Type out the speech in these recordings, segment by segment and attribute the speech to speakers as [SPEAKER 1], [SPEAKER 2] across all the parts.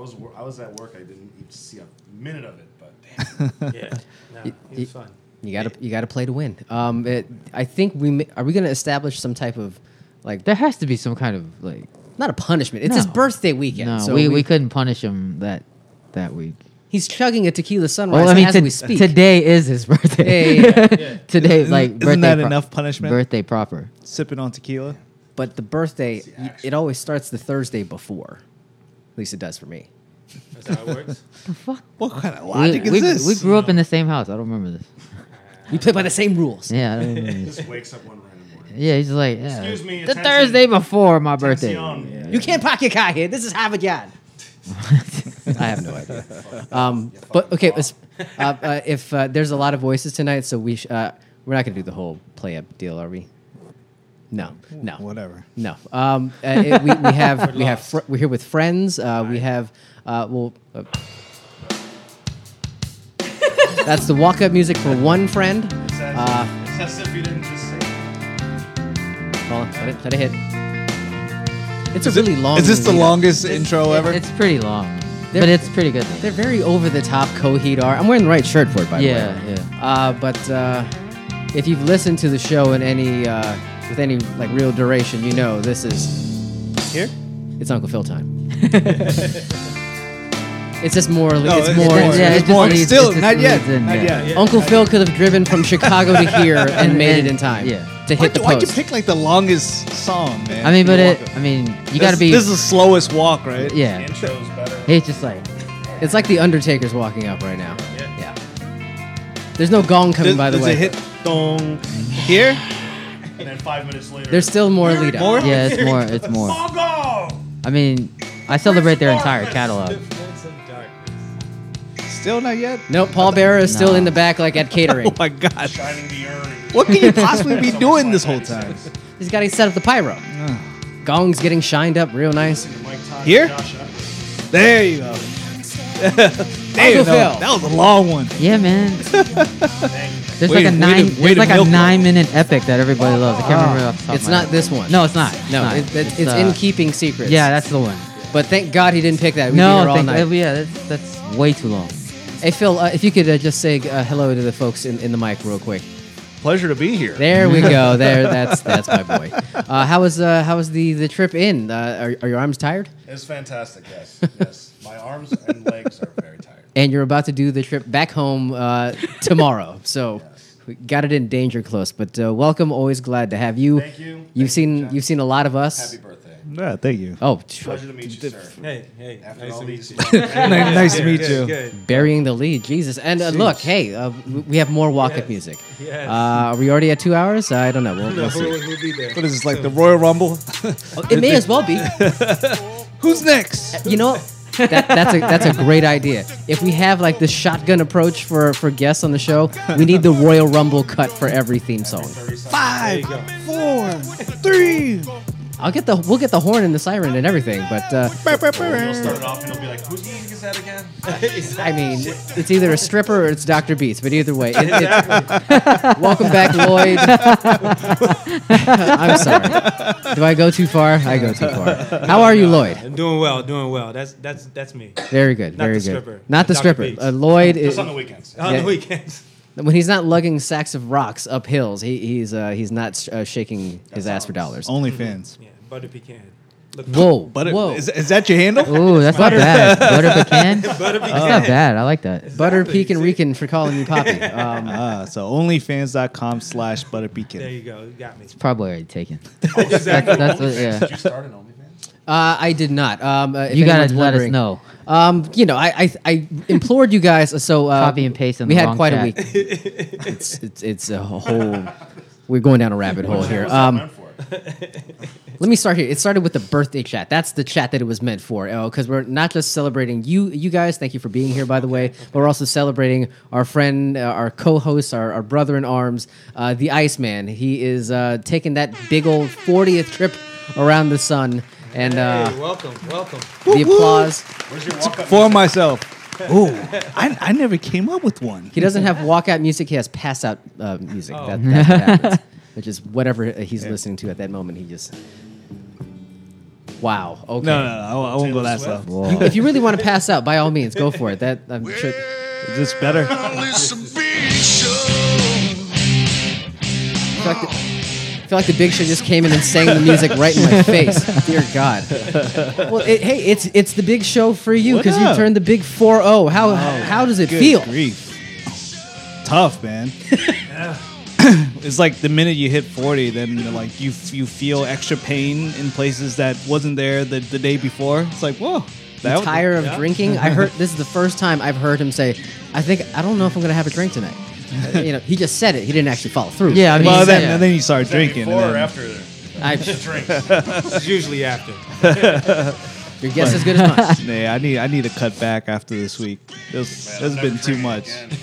[SPEAKER 1] was wor- I was at work. I didn't even see a minute of it, but damn.
[SPEAKER 2] yeah, no,
[SPEAKER 3] You-
[SPEAKER 2] it
[SPEAKER 3] you-
[SPEAKER 2] was fun.
[SPEAKER 3] You gotta you gotta play to win. Um, it, I think we ma- are we gonna establish some type of like
[SPEAKER 4] There has to be some kind of like.
[SPEAKER 3] not a punishment. It's his
[SPEAKER 4] No.
[SPEAKER 3] birthday weekend,
[SPEAKER 4] no,
[SPEAKER 3] so
[SPEAKER 4] we, we couldn't punish him that that week.
[SPEAKER 3] he's chugging a tequila sunrise
[SPEAKER 4] Well, I mean,
[SPEAKER 3] as
[SPEAKER 4] to-
[SPEAKER 3] we speak.
[SPEAKER 4] today is his birthday.
[SPEAKER 3] Yeah, yeah,
[SPEAKER 4] today is
[SPEAKER 5] Isn't-
[SPEAKER 4] like
[SPEAKER 5] isn't
[SPEAKER 4] birthday
[SPEAKER 5] that enough punishment?
[SPEAKER 4] Birthday proper.
[SPEAKER 5] sipping on tequila.
[SPEAKER 3] But the birthday, y- it always starts the Thursday before. At least it does for me.
[SPEAKER 2] That's how it works.
[SPEAKER 4] The fuck?
[SPEAKER 5] What kind of logic
[SPEAKER 4] we,
[SPEAKER 5] is
[SPEAKER 4] we,
[SPEAKER 5] this?
[SPEAKER 4] we grew up in the same house. I don't remember this.
[SPEAKER 3] We play by the same rules.
[SPEAKER 4] Yeah, I don't remember this.
[SPEAKER 1] just wakes up one random morning.
[SPEAKER 4] yeah. He's like, yeah,
[SPEAKER 1] Excuse me,
[SPEAKER 4] The
[SPEAKER 1] attention-
[SPEAKER 4] Thursday before my birthday.
[SPEAKER 1] Atención.
[SPEAKER 3] You can't pocket kai here. This is Havajan. I have no idea. Um, but okay, it's- uh, uh, if uh, there's a lot of voices tonight, so we sh- uh, we're not gonna do the whole play up deal, are we? No, no.
[SPEAKER 5] Whatever.
[SPEAKER 3] No, um, uh, it- we, we have we have fr- we're here with friends. Uh, we have uh, well, uh, that's the walk up music for one friend.
[SPEAKER 1] It's as,
[SPEAKER 3] Uh,
[SPEAKER 1] it's as if you didn't just say.
[SPEAKER 3] hold on, let it, let it hit. It's
[SPEAKER 5] Is
[SPEAKER 3] a
[SPEAKER 5] it-
[SPEAKER 3] really long.
[SPEAKER 5] Is this the
[SPEAKER 3] lead up.
[SPEAKER 5] longest intro
[SPEAKER 4] It-
[SPEAKER 5] ever?
[SPEAKER 4] It's pretty long,
[SPEAKER 3] They're-
[SPEAKER 4] but it's pretty good. Though.
[SPEAKER 3] They're very over the top. Coheed are. I'm wearing the right shirt for it, by
[SPEAKER 4] Yeah,
[SPEAKER 3] the way.
[SPEAKER 4] yeah.
[SPEAKER 3] Uh, but uh, if you've listened to the show in any uh, with any like real duration, you know this is
[SPEAKER 5] Here?
[SPEAKER 3] it's Uncle Phil time. it's just more.
[SPEAKER 5] No,
[SPEAKER 3] it's
[SPEAKER 5] it's
[SPEAKER 3] more.
[SPEAKER 5] more.
[SPEAKER 4] yeah, it
[SPEAKER 5] It's
[SPEAKER 4] just
[SPEAKER 5] more.
[SPEAKER 4] leads- it
[SPEAKER 5] Still,
[SPEAKER 4] just
[SPEAKER 5] not yet.
[SPEAKER 4] leads in,
[SPEAKER 5] Not
[SPEAKER 4] yeah.
[SPEAKER 5] yet.
[SPEAKER 3] Uncle Phil could have driven from Chicago to here and made it in
[SPEAKER 4] And-
[SPEAKER 3] time.
[SPEAKER 4] yeah.
[SPEAKER 3] To
[SPEAKER 5] Why
[SPEAKER 3] hit the
[SPEAKER 5] do- Why'd you
[SPEAKER 3] post.
[SPEAKER 5] pick like the longest song, man?
[SPEAKER 4] I mean,
[SPEAKER 5] for
[SPEAKER 4] but
[SPEAKER 5] the
[SPEAKER 4] it.
[SPEAKER 5] walk-up?
[SPEAKER 4] I mean, you
[SPEAKER 5] This-
[SPEAKER 4] gotta be.
[SPEAKER 5] This is the slowest walk, right?
[SPEAKER 1] The
[SPEAKER 4] yeah.
[SPEAKER 1] intro's better.
[SPEAKER 4] It's just like
[SPEAKER 3] It's like the Undertaker's walking up right now.
[SPEAKER 1] Yeah.
[SPEAKER 3] There's no gong coming,
[SPEAKER 5] Does,
[SPEAKER 3] by the
[SPEAKER 5] does
[SPEAKER 3] way.
[SPEAKER 5] it hit dong here?
[SPEAKER 1] And then five minutes later.
[SPEAKER 3] There's still more lead up.
[SPEAKER 5] More?
[SPEAKER 4] yeah, it's more. It's more.
[SPEAKER 1] Mongo!
[SPEAKER 4] I mean, I celebrate their entire
[SPEAKER 1] Darkness.
[SPEAKER 4] catalog.
[SPEAKER 5] Still not yet.
[SPEAKER 3] Nope, Paul Bearer is still
[SPEAKER 4] Nah.
[SPEAKER 3] in the back, like at catering.
[SPEAKER 5] Oh my god.
[SPEAKER 1] Shining the urn.
[SPEAKER 5] What can you possibly be
[SPEAKER 1] Someone's
[SPEAKER 5] doing
[SPEAKER 1] like
[SPEAKER 5] this whole
[SPEAKER 1] 96.
[SPEAKER 3] He's got to set up the pyro.
[SPEAKER 4] Oh.
[SPEAKER 3] Gong's getting shined up real nice.
[SPEAKER 1] Mike Tyson,
[SPEAKER 5] Here?
[SPEAKER 1] Josh Epstein.
[SPEAKER 5] There you go. there you go.
[SPEAKER 3] Uncle Phil.
[SPEAKER 5] That was a long one.
[SPEAKER 4] Yeah, man. There's
[SPEAKER 5] Way
[SPEAKER 4] like a
[SPEAKER 5] to- way to-
[SPEAKER 4] nine.
[SPEAKER 5] way to
[SPEAKER 4] There's like a
[SPEAKER 5] milk them.
[SPEAKER 4] nine-minute epic that everybody loves. I can't remember. Off the top of
[SPEAKER 3] Oh. It's
[SPEAKER 4] my
[SPEAKER 3] not
[SPEAKER 4] head.
[SPEAKER 3] this one.
[SPEAKER 4] No, it's not.
[SPEAKER 3] No,
[SPEAKER 4] not.
[SPEAKER 3] it, it- it's,
[SPEAKER 4] uh,
[SPEAKER 3] in keeping secrets.
[SPEAKER 4] Yeah, that's the one.
[SPEAKER 3] But thank God he didn't pick that. We'd be here
[SPEAKER 4] No,
[SPEAKER 3] all
[SPEAKER 4] thank,
[SPEAKER 3] night.
[SPEAKER 4] yeah, that's, that's way too long.
[SPEAKER 3] Hey Phil, uh, if you could uh, just say uh, hello to the folks in, in the mic real quick.
[SPEAKER 5] Pleasure to be here.
[SPEAKER 3] There we go. There, that's that's my boy. Uh, how was uh, how was the the trip in? Uh, are, are your arms tired?
[SPEAKER 1] It's fantastic, yes. Yes. My arms and legs are very tired.
[SPEAKER 3] And you're about to do the trip back home uh, tomorrow. So. We got it in danger close, but uh, welcome. Always glad to have you.
[SPEAKER 1] Thank you.
[SPEAKER 3] You've
[SPEAKER 1] Thank
[SPEAKER 3] seen
[SPEAKER 1] you, John.
[SPEAKER 3] you've seen a lot of us.
[SPEAKER 1] Happy birthday.
[SPEAKER 5] Yeah, Ah, thank you.
[SPEAKER 3] Oh, tch,
[SPEAKER 1] Pleasure to meet you, sir.
[SPEAKER 2] Hey, hey,
[SPEAKER 1] After
[SPEAKER 2] nice
[SPEAKER 1] all
[SPEAKER 2] to meet
[SPEAKER 1] these
[SPEAKER 2] you.
[SPEAKER 1] years.
[SPEAKER 5] nice nice to meet you.
[SPEAKER 2] Good, good.
[SPEAKER 3] burying the lead, Jesus! And uh, look, hey, uh, w- we have more walk-up
[SPEAKER 2] Yes.
[SPEAKER 3] music.
[SPEAKER 2] Yes.
[SPEAKER 3] Uh, are we already at two hours? I don't know. We'll, we'll
[SPEAKER 2] We'll,
[SPEAKER 3] see.
[SPEAKER 2] we'll be there.
[SPEAKER 5] What is this like the Royal Rumble?
[SPEAKER 3] It may as well be.
[SPEAKER 5] Who's next?
[SPEAKER 3] You know, what? that, that's a that's a great idea. If we have like the shotgun approach for for guests on the show, we need the Royal Rumble cut for every theme song.
[SPEAKER 5] Five,
[SPEAKER 2] There you
[SPEAKER 5] four, three.
[SPEAKER 3] I'll get the we'll get the horn and the siren and everything, but uh,
[SPEAKER 1] You'll start it off and you'll be like, whose music is that again?
[SPEAKER 3] I mean, it's either a stripper or it's Dr. Beats, but either way, it, it, welcome back, Lloyd. I'm sorry. Do I go too far? I go too far. How are you, Lloyd?
[SPEAKER 2] I'm doing well, doing well. That's that's that's me.
[SPEAKER 3] Very good.
[SPEAKER 2] Not
[SPEAKER 3] very
[SPEAKER 2] the
[SPEAKER 3] good.
[SPEAKER 2] stripper.
[SPEAKER 3] Not the
[SPEAKER 2] Dr.
[SPEAKER 3] stripper.
[SPEAKER 2] Beats.
[SPEAKER 3] Uh, Lloyd
[SPEAKER 1] Just
[SPEAKER 3] is
[SPEAKER 1] on the weekends.
[SPEAKER 2] On
[SPEAKER 3] Yeah.
[SPEAKER 2] the weekends.
[SPEAKER 3] when he's not lugging sacks of rocks up hills. He, he's uh, he's not uh, shaking his ass for dollars.
[SPEAKER 4] Oh,
[SPEAKER 5] Only fans.
[SPEAKER 2] Yeah, butter pecan. Look,
[SPEAKER 3] Whoa,
[SPEAKER 5] But it,
[SPEAKER 3] whoa.
[SPEAKER 5] is, is that your handle?
[SPEAKER 4] Ooh, that's not bad. Butter pecan.
[SPEAKER 5] Uh-huh.
[SPEAKER 2] butter pecan.
[SPEAKER 4] That's not bad. I like that.
[SPEAKER 3] Butter
[SPEAKER 2] exactly,
[SPEAKER 3] Pecan
[SPEAKER 2] see?
[SPEAKER 3] Rican for calling me Poppy. Um,
[SPEAKER 5] Ah, so onlyfans.com slash
[SPEAKER 2] There
[SPEAKER 5] butterbeacon.
[SPEAKER 2] you go. You got me.
[SPEAKER 4] Probably already taken.
[SPEAKER 2] Exactly.
[SPEAKER 4] That's what, yeah.
[SPEAKER 1] Did you start an OnlyFans?
[SPEAKER 3] Uh, I did not. Um, uh, if
[SPEAKER 4] You gotta
[SPEAKER 3] anyone's
[SPEAKER 4] let us
[SPEAKER 3] wondering-
[SPEAKER 4] know.
[SPEAKER 3] Um, you know, I I, I implored you guys. So uh,
[SPEAKER 4] Copy and paste in
[SPEAKER 3] We
[SPEAKER 4] the
[SPEAKER 3] had
[SPEAKER 4] wrong
[SPEAKER 3] quite a
[SPEAKER 4] chat.
[SPEAKER 3] week. it's, it's it's a whole. We're going down a rabbit hole here.
[SPEAKER 1] What's that
[SPEAKER 3] Um,
[SPEAKER 1] meant for?
[SPEAKER 3] let me start here. It started with the birthday chat. That's the chat that it was meant for. Because we're not just celebrating you, you guys. Thank you for being here, by the way. But we're also celebrating our friend, uh, our co-host, our, our brother in arms, uh, the Iceman. He is uh, taking that big old 40th trip around the sun, and uh,
[SPEAKER 2] hey, welcome, welcome.
[SPEAKER 3] the applause.
[SPEAKER 1] Where's your walk up?
[SPEAKER 5] For myself. Ooh, I, I never came up with one.
[SPEAKER 3] He doesn't have walkout music. He has pass out uh, music.
[SPEAKER 5] Oh.
[SPEAKER 3] That, that's what happens, which is whatever he's listening to at that moment. He just Wow. Okay.
[SPEAKER 5] No, no, no. I, won't- I won't go
[SPEAKER 1] Taylor
[SPEAKER 5] that
[SPEAKER 1] Swift?
[SPEAKER 5] slow.
[SPEAKER 4] Whoa.
[SPEAKER 3] If you really want to pass out, by all means, go for it. That I'm sure.
[SPEAKER 5] Is this better?
[SPEAKER 3] I feel, like the, I feel like the Big Show just came in and sang the music right in my face. Dear God. Well, it, hey, it's it's the Big Show for you
[SPEAKER 5] What
[SPEAKER 3] because you
[SPEAKER 5] up?
[SPEAKER 3] turned the Big Four Zero. How how does it
[SPEAKER 5] Good
[SPEAKER 3] feel?
[SPEAKER 5] Grief. Tough, man. it's like the minute you hit 40, then like you you feel extra pain in places that wasn't there the, the day before. It's like whoa. That
[SPEAKER 3] I'm
[SPEAKER 5] was-
[SPEAKER 3] tired of
[SPEAKER 2] yeah.
[SPEAKER 3] drinking. I heard this is the first time I've heard him say, "I think I don't know if I'm gonna have a drink tonight." Uh, you know, he just said it. He didn't actually follow through.
[SPEAKER 4] Yeah, I mean,
[SPEAKER 5] Well,
[SPEAKER 4] he's-
[SPEAKER 5] then,
[SPEAKER 4] yeah.
[SPEAKER 5] then you start
[SPEAKER 1] Is that
[SPEAKER 5] drinking. and
[SPEAKER 1] Before or
[SPEAKER 5] then-
[SPEAKER 1] after the
[SPEAKER 3] I,
[SPEAKER 1] drink?
[SPEAKER 2] It's usually after.
[SPEAKER 3] your guess is as good as mine.
[SPEAKER 5] Nah, I need I need to cut back after this week. This
[SPEAKER 1] Man,
[SPEAKER 5] has
[SPEAKER 1] I'm
[SPEAKER 5] been
[SPEAKER 1] never
[SPEAKER 5] too
[SPEAKER 1] drinking
[SPEAKER 5] much.
[SPEAKER 1] again.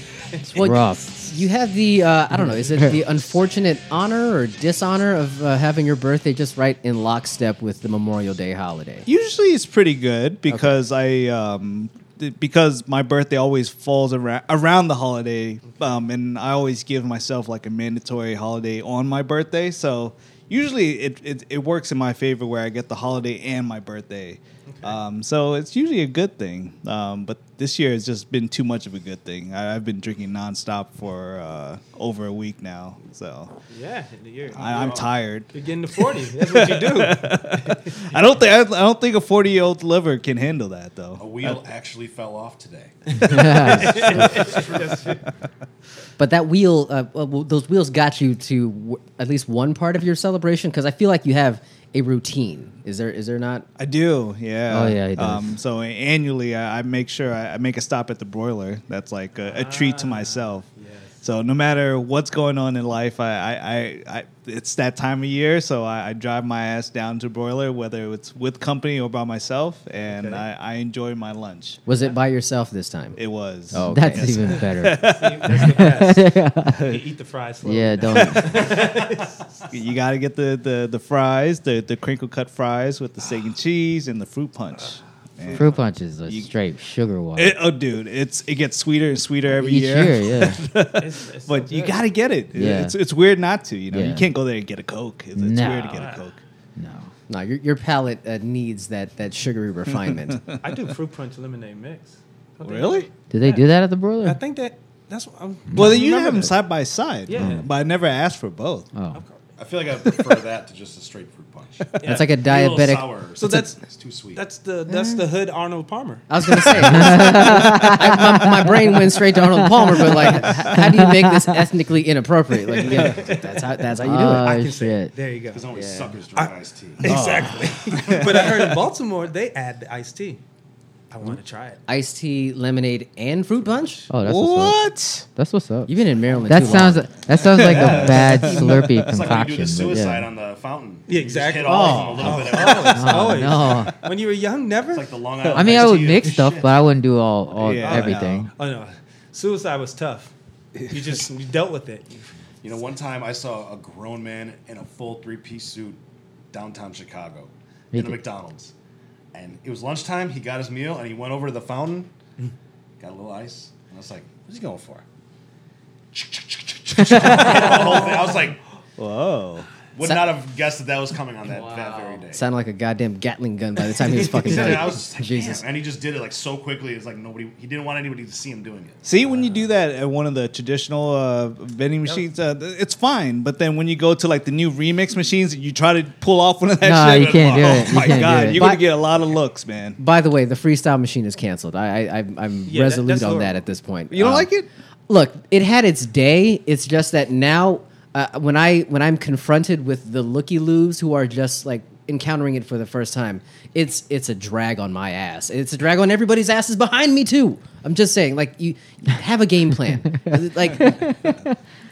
[SPEAKER 3] Well,
[SPEAKER 4] Rough.
[SPEAKER 3] You have the uh, I don't know. Is it the unfortunate honor or dishonor of uh, having your birthday just right in lockstep with the Memorial Day holiday?
[SPEAKER 5] Usually it's pretty good because I um th- because my birthday always falls around around the holiday um and I always give myself like a mandatory holiday on my birthday. So usually it it, it works in my favor where I get the holiday and my birthday. Um, so it's usually a good thing, um, but this year it's just been too much of a good thing. I, I've been drinking nonstop for uh, over a week now, so
[SPEAKER 2] Yeah, you're,
[SPEAKER 5] I, I'm
[SPEAKER 2] you're-
[SPEAKER 5] tired.
[SPEAKER 2] You're getting to 40. That's what you do.
[SPEAKER 5] I don't think I, I don't think a forty year old liver can handle that
[SPEAKER 1] A
[SPEAKER 5] though.
[SPEAKER 1] wheel actually fell off today.
[SPEAKER 3] But that wheel, uh, uh, well, those wheels got you to w- at least one part of your celebration because I feel like you have a routine. Is there is there not?
[SPEAKER 5] I do, yeah.
[SPEAKER 4] Oh, yeah, he does.
[SPEAKER 5] Um, so annually, I, I make sure I, I make a stop at the broiler. That's like a, a treat to myself.
[SPEAKER 2] yes.
[SPEAKER 5] So no matter what's going on in life, I, I, I, I it's that time of year. So I, I drive my ass down to broiler, whether it's with company or by myself, and
[SPEAKER 2] Okay.
[SPEAKER 5] I, I enjoy my lunch.
[SPEAKER 3] Was it by yourself this time?
[SPEAKER 5] It was.
[SPEAKER 4] Oh,
[SPEAKER 3] Okay.
[SPEAKER 4] that's even better.
[SPEAKER 2] That's the best. You eat the fries slowly.
[SPEAKER 4] yeah, don't.
[SPEAKER 5] You got to get the, the, the fries, the, the crinkle cut fries with the steak and cheese and the fruit punch. Man.
[SPEAKER 4] Fruit punches are
[SPEAKER 5] You-
[SPEAKER 4] straight sugar water.
[SPEAKER 5] It, oh, dude, it's it gets sweeter and sweeter every
[SPEAKER 4] Each year,
[SPEAKER 5] year.
[SPEAKER 4] yeah.
[SPEAKER 2] It's- it's so
[SPEAKER 5] But you
[SPEAKER 2] good.
[SPEAKER 5] gotta get it.
[SPEAKER 4] Yeah.
[SPEAKER 5] It's it's weird not to. You know,
[SPEAKER 4] Yeah.
[SPEAKER 5] you can't go there and get a coke. It's, it's
[SPEAKER 4] No.
[SPEAKER 5] weird to get a coke.
[SPEAKER 4] No.
[SPEAKER 3] No, your, your palate uh, needs that, that sugary refinement.
[SPEAKER 2] I do fruit punch lemonade mix. I think-
[SPEAKER 5] Really?
[SPEAKER 4] Do they do that at the broiler?
[SPEAKER 2] I think that that's what I'm.
[SPEAKER 5] Well, then you
[SPEAKER 2] remember
[SPEAKER 5] have them
[SPEAKER 2] that.
[SPEAKER 5] side by side.
[SPEAKER 2] Yeah.
[SPEAKER 5] But I never asked for both.
[SPEAKER 4] Mm-hmm. oh,
[SPEAKER 1] I feel like I prefer that to just a straight fruit punch.
[SPEAKER 2] Yeah.
[SPEAKER 3] It's like a
[SPEAKER 1] A little
[SPEAKER 3] diabetic.
[SPEAKER 1] sour.
[SPEAKER 2] So that's-
[SPEAKER 1] it's too sweet.
[SPEAKER 2] That's the
[SPEAKER 5] Eh.
[SPEAKER 2] that's the hood Arnold Palmer.
[SPEAKER 3] I was gonna say, I- my, my brain went straight to Arnold Palmer, but like, h- how do you make this ethnically inappropriate? Like, yeah, that's how that's how you do
[SPEAKER 5] Oh,
[SPEAKER 4] Uh,
[SPEAKER 3] it.
[SPEAKER 4] I can say it. shit.
[SPEAKER 2] There you go.
[SPEAKER 1] because only suckers drink iced tea.
[SPEAKER 2] Exactly. but I heard in Baltimore they add the iced tea. I
[SPEAKER 3] Hmm?
[SPEAKER 2] want to try it.
[SPEAKER 3] Iced tea, lemonade, and fruit punch.
[SPEAKER 4] oh, that's what's up.
[SPEAKER 5] what?
[SPEAKER 4] That's what's up.
[SPEAKER 3] You've been in Maryland.
[SPEAKER 4] That
[SPEAKER 3] too
[SPEAKER 4] sounds
[SPEAKER 3] Long.
[SPEAKER 4] that sounds like a bad Slurpee
[SPEAKER 1] It's like when you
[SPEAKER 4] concoction.
[SPEAKER 1] do the
[SPEAKER 4] but
[SPEAKER 1] suicide
[SPEAKER 4] yeah.
[SPEAKER 1] on the fountain.
[SPEAKER 2] Yeah,
[SPEAKER 1] You just
[SPEAKER 2] exactly.
[SPEAKER 1] hit all of them a little bit at once.
[SPEAKER 2] Always,
[SPEAKER 3] Oh,
[SPEAKER 2] always.
[SPEAKER 4] no.
[SPEAKER 2] Oh, When you were young, never.
[SPEAKER 1] It's like the Long Island.
[SPEAKER 4] I mean, I
[SPEAKER 1] iced
[SPEAKER 4] would
[SPEAKER 1] tea.
[SPEAKER 4] mix stuff, but I wouldn't do all, all
[SPEAKER 5] Yeah,
[SPEAKER 4] everything.
[SPEAKER 2] oh no, suicide was tough. You just you dealt with it.
[SPEAKER 1] You know, one time I saw a grown man in a full three-piece suit downtown Chicago in a
[SPEAKER 4] too.
[SPEAKER 1] McDonald's, and it was lunchtime. He got his meal and he went over to the fountain, got a little ice, and I was like, "What's he going for?" The whole thing. I was like,
[SPEAKER 5] Whoa.
[SPEAKER 1] would
[SPEAKER 3] Sa-
[SPEAKER 1] not have guessed that that was coming on that, that very day.
[SPEAKER 3] Sounded like a goddamn Gatling gun by the time he was fucking
[SPEAKER 1] And
[SPEAKER 3] done.
[SPEAKER 1] I was just like,
[SPEAKER 3] Jesus.
[SPEAKER 1] Jesus. and he just did it like so quickly. It's like nobody. He didn't want anybody to see him doing it.
[SPEAKER 5] See, when you do that at one of the traditional uh, vending machines, uh, th- it's fine. But then when you go to like the new remix machines, you try to pull off one of that
[SPEAKER 4] Nah,
[SPEAKER 5] shit.
[SPEAKER 4] you can't do it.
[SPEAKER 5] Oh
[SPEAKER 4] You
[SPEAKER 5] my
[SPEAKER 4] can't do
[SPEAKER 5] god,
[SPEAKER 4] it.
[SPEAKER 5] you're gonna
[SPEAKER 3] But-
[SPEAKER 5] get a lot of looks, man.
[SPEAKER 3] By the way, the freestyle machine is canceled. I, I I'm, I'm
[SPEAKER 2] Yeah, that-
[SPEAKER 3] resolute
[SPEAKER 2] that's
[SPEAKER 3] on that
[SPEAKER 2] horrible.
[SPEAKER 3] at this point. Uh,
[SPEAKER 5] You don't like it?
[SPEAKER 3] Look, it had its day. It's just that now, uh, when I when I'm confronted with the looky loos who are just like encountering it for the first time, it's it's a drag on my ass. It's a drag on everybody's asses behind me too. I'm just saying, like you have a game plan. like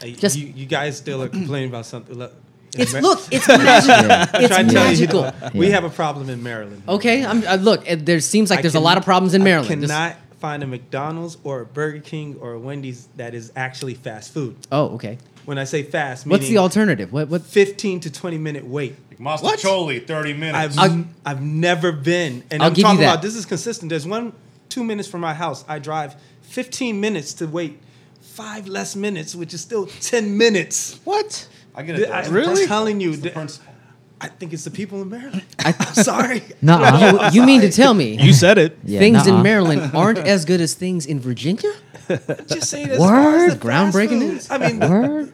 [SPEAKER 2] Hey,
[SPEAKER 3] Just-
[SPEAKER 2] you, you guys still are complaining about something. Look, in
[SPEAKER 3] it's
[SPEAKER 2] Amer-
[SPEAKER 3] look, it's magical. It's
[SPEAKER 2] Trying to tell you,
[SPEAKER 3] magical.
[SPEAKER 2] We
[SPEAKER 4] Yeah.
[SPEAKER 2] have a problem in Maryland.
[SPEAKER 3] Okay, I'm uh, look. It, there seems like
[SPEAKER 2] I
[SPEAKER 3] there's a
[SPEAKER 2] can-
[SPEAKER 3] lot of problems in
[SPEAKER 2] I
[SPEAKER 3] Maryland. Just-
[SPEAKER 2] cannot find a McDonald's or a Burger King or a Wendy's that is actually fast food.
[SPEAKER 3] oh, okay.
[SPEAKER 2] When I say fast, meaning
[SPEAKER 3] What's the alternative? What what?
[SPEAKER 2] fifteen to twenty minute wait.
[SPEAKER 1] Like Mastacholi, thirty minutes.
[SPEAKER 2] I've
[SPEAKER 3] I'll-
[SPEAKER 2] I've never been, and
[SPEAKER 3] I'll
[SPEAKER 2] I'm
[SPEAKER 3] give you
[SPEAKER 2] talking
[SPEAKER 3] that.
[SPEAKER 2] about this is consistent. There's one two minutes from my house. I drive fifteen minutes to wait five less minutes, which is still ten minutes.
[SPEAKER 5] What?
[SPEAKER 1] I get
[SPEAKER 2] Th-
[SPEAKER 1] it.
[SPEAKER 2] I-
[SPEAKER 1] though.
[SPEAKER 2] I'm telling you,
[SPEAKER 1] It's the
[SPEAKER 2] th-
[SPEAKER 1] principle.
[SPEAKER 2] I think it's the people in Maryland. I, am sorry.
[SPEAKER 4] Nuh-uh.
[SPEAKER 3] You, you mean to tell me
[SPEAKER 5] You said it.
[SPEAKER 4] Yeah,
[SPEAKER 3] things in
[SPEAKER 4] nuh-uh.
[SPEAKER 3] Maryland aren't as good as things in Virginia?
[SPEAKER 2] Just saying. As far as the
[SPEAKER 3] Word.
[SPEAKER 2] fast
[SPEAKER 3] Groundbreaking
[SPEAKER 2] food,
[SPEAKER 3] news.
[SPEAKER 2] I mean, the,
[SPEAKER 4] Word?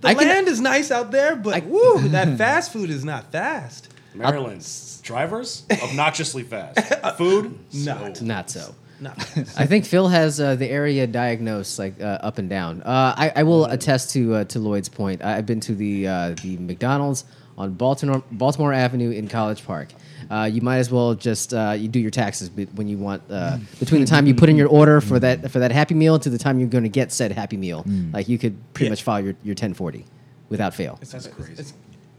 [SPEAKER 2] the
[SPEAKER 3] I can-
[SPEAKER 2] land is nice out there, but woo, that fast food is not fast.
[SPEAKER 1] Maryland's drivers obnoxiously fast. Food
[SPEAKER 2] Not.
[SPEAKER 1] slow.
[SPEAKER 3] Not so.
[SPEAKER 2] Not
[SPEAKER 3] I think Phil has uh, the area diagnosed like uh, up and down. Uh, I, I will attest to uh, to Lloyd's point. I, I've been to the uh, the McDonald's on Baltimore Baltimore Avenue in College Park. Uh, you might as well just uh, you do your taxes be- when you want uh, between the time you put in your order for that for that Happy Meal to the time you're going to get said Happy Meal. Like you could pretty much file your, your 1040 without fail.
[SPEAKER 2] That's crazy.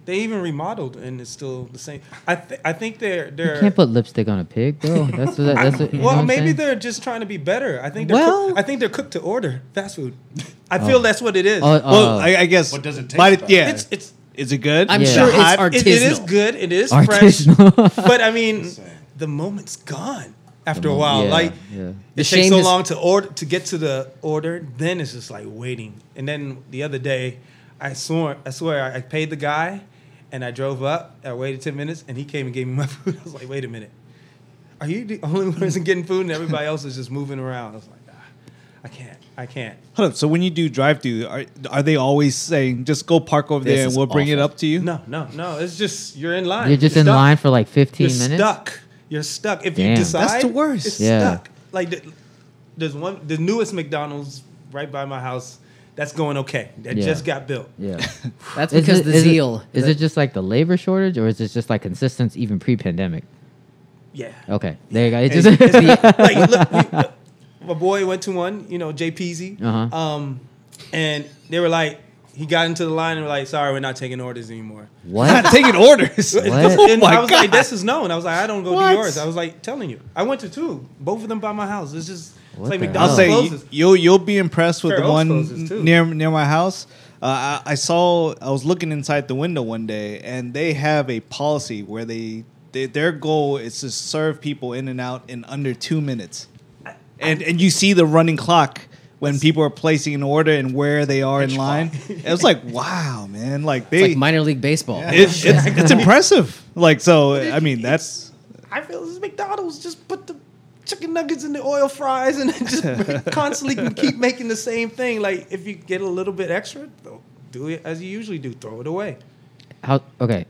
[SPEAKER 2] they even remodeled and it's still the same. I th- I think they're they're.
[SPEAKER 4] You can't put lipstick on a pig, though. That's what. That's what. you know
[SPEAKER 2] well,
[SPEAKER 4] what I'm
[SPEAKER 2] maybe
[SPEAKER 4] saying?
[SPEAKER 2] they're just trying to be better. I think they're
[SPEAKER 3] Well-
[SPEAKER 2] cook- I think they're cooked to order fast food. I feel that's what it is.
[SPEAKER 4] Oh, oh,
[SPEAKER 5] Well, I, I guess.
[SPEAKER 1] What does it taste
[SPEAKER 5] by-
[SPEAKER 1] like?
[SPEAKER 5] Yeah.
[SPEAKER 2] it's it's
[SPEAKER 5] is it good?
[SPEAKER 3] I'm
[SPEAKER 4] Yeah.
[SPEAKER 3] sure
[SPEAKER 4] It's
[SPEAKER 3] it's
[SPEAKER 5] hot.
[SPEAKER 3] artisanal.
[SPEAKER 2] it, it is good. It is
[SPEAKER 4] Artisanal.
[SPEAKER 2] fresh. but I mean,
[SPEAKER 1] saying.
[SPEAKER 2] the moment's gone after a while.
[SPEAKER 4] yeah,
[SPEAKER 2] like
[SPEAKER 4] yeah.
[SPEAKER 2] it
[SPEAKER 3] The
[SPEAKER 2] takes
[SPEAKER 3] shame
[SPEAKER 2] so
[SPEAKER 3] is-
[SPEAKER 2] long to order to get to the order. Then it's just like waiting. And then the other day, I swore I swear I, I paid the guy, and I drove up. I waited ten minutes, and he came and gave me my food. I was like, wait a minute, are you the only person getting food, and everybody else is just moving around? I was like, ah, I can't, I can't.
[SPEAKER 5] Hold up. So when you do drive through, are, are they always saying just go park over
[SPEAKER 3] This
[SPEAKER 5] there and
[SPEAKER 3] is
[SPEAKER 5] we'll bring it
[SPEAKER 3] awful.
[SPEAKER 5] up to you?
[SPEAKER 2] No, no, no. It's just you're in line.
[SPEAKER 4] You're just in
[SPEAKER 2] stuck.
[SPEAKER 4] line for like 15
[SPEAKER 2] you're
[SPEAKER 4] minutes.
[SPEAKER 2] stuck. You're stuck. If you
[SPEAKER 4] Damn.
[SPEAKER 2] decide,
[SPEAKER 5] That's the worst.
[SPEAKER 2] It's
[SPEAKER 4] Yeah.
[SPEAKER 2] stuck. Like the, there's one, the newest McDonald's right by my house. That's going okay. That
[SPEAKER 4] Yeah.
[SPEAKER 2] just got built.
[SPEAKER 4] Yeah.
[SPEAKER 3] That's because the
[SPEAKER 4] is
[SPEAKER 3] zeal.
[SPEAKER 4] It, is it just like the labor shortage, or is it just like consistency even pre-pandemic?
[SPEAKER 2] Yeah.
[SPEAKER 4] Okay, there you go. It
[SPEAKER 2] It's-
[SPEAKER 4] just,
[SPEAKER 2] it's- like, look, we- look, my boy went to one, you know, JPZ,
[SPEAKER 4] Uh-huh.
[SPEAKER 2] um, and they were like, he got into the line and were like, "Sorry, we're not taking orders anymore."
[SPEAKER 4] what?
[SPEAKER 5] Not taking orders.
[SPEAKER 4] What?
[SPEAKER 5] Oh
[SPEAKER 2] and
[SPEAKER 5] my
[SPEAKER 2] I was
[SPEAKER 5] god.
[SPEAKER 2] like, this is known. I was like, I don't go
[SPEAKER 5] What?
[SPEAKER 2] to yours. I was like, telling you. I went to two, both of them by my house. It's just, it's
[SPEAKER 4] What
[SPEAKER 2] like
[SPEAKER 4] the
[SPEAKER 5] I'll
[SPEAKER 4] Oh.
[SPEAKER 2] McDonald's
[SPEAKER 5] say
[SPEAKER 2] closes.
[SPEAKER 5] you, you'll you'll be impressed with
[SPEAKER 2] Fair
[SPEAKER 5] the
[SPEAKER 2] Oaks
[SPEAKER 5] one
[SPEAKER 2] closes, too.
[SPEAKER 5] near near my house. Uh, I, I saw I was looking inside the window one day, and they have a policy where they, they their goal is to serve people in and out in under two minutes, and and you see the running clock when people are placing an order and where they are in line. It was like wow, man! Like they,
[SPEAKER 3] like minor league baseball.
[SPEAKER 5] it- it's, it's impressive. Like so, I mean that's
[SPEAKER 2] I feel this McDonald's just put the chicken nuggets in the oil fries and then just constantly keep making the same thing. Like if you get a little bit extra, though, do it as you usually do. Throw it away.
[SPEAKER 4] How? Okay,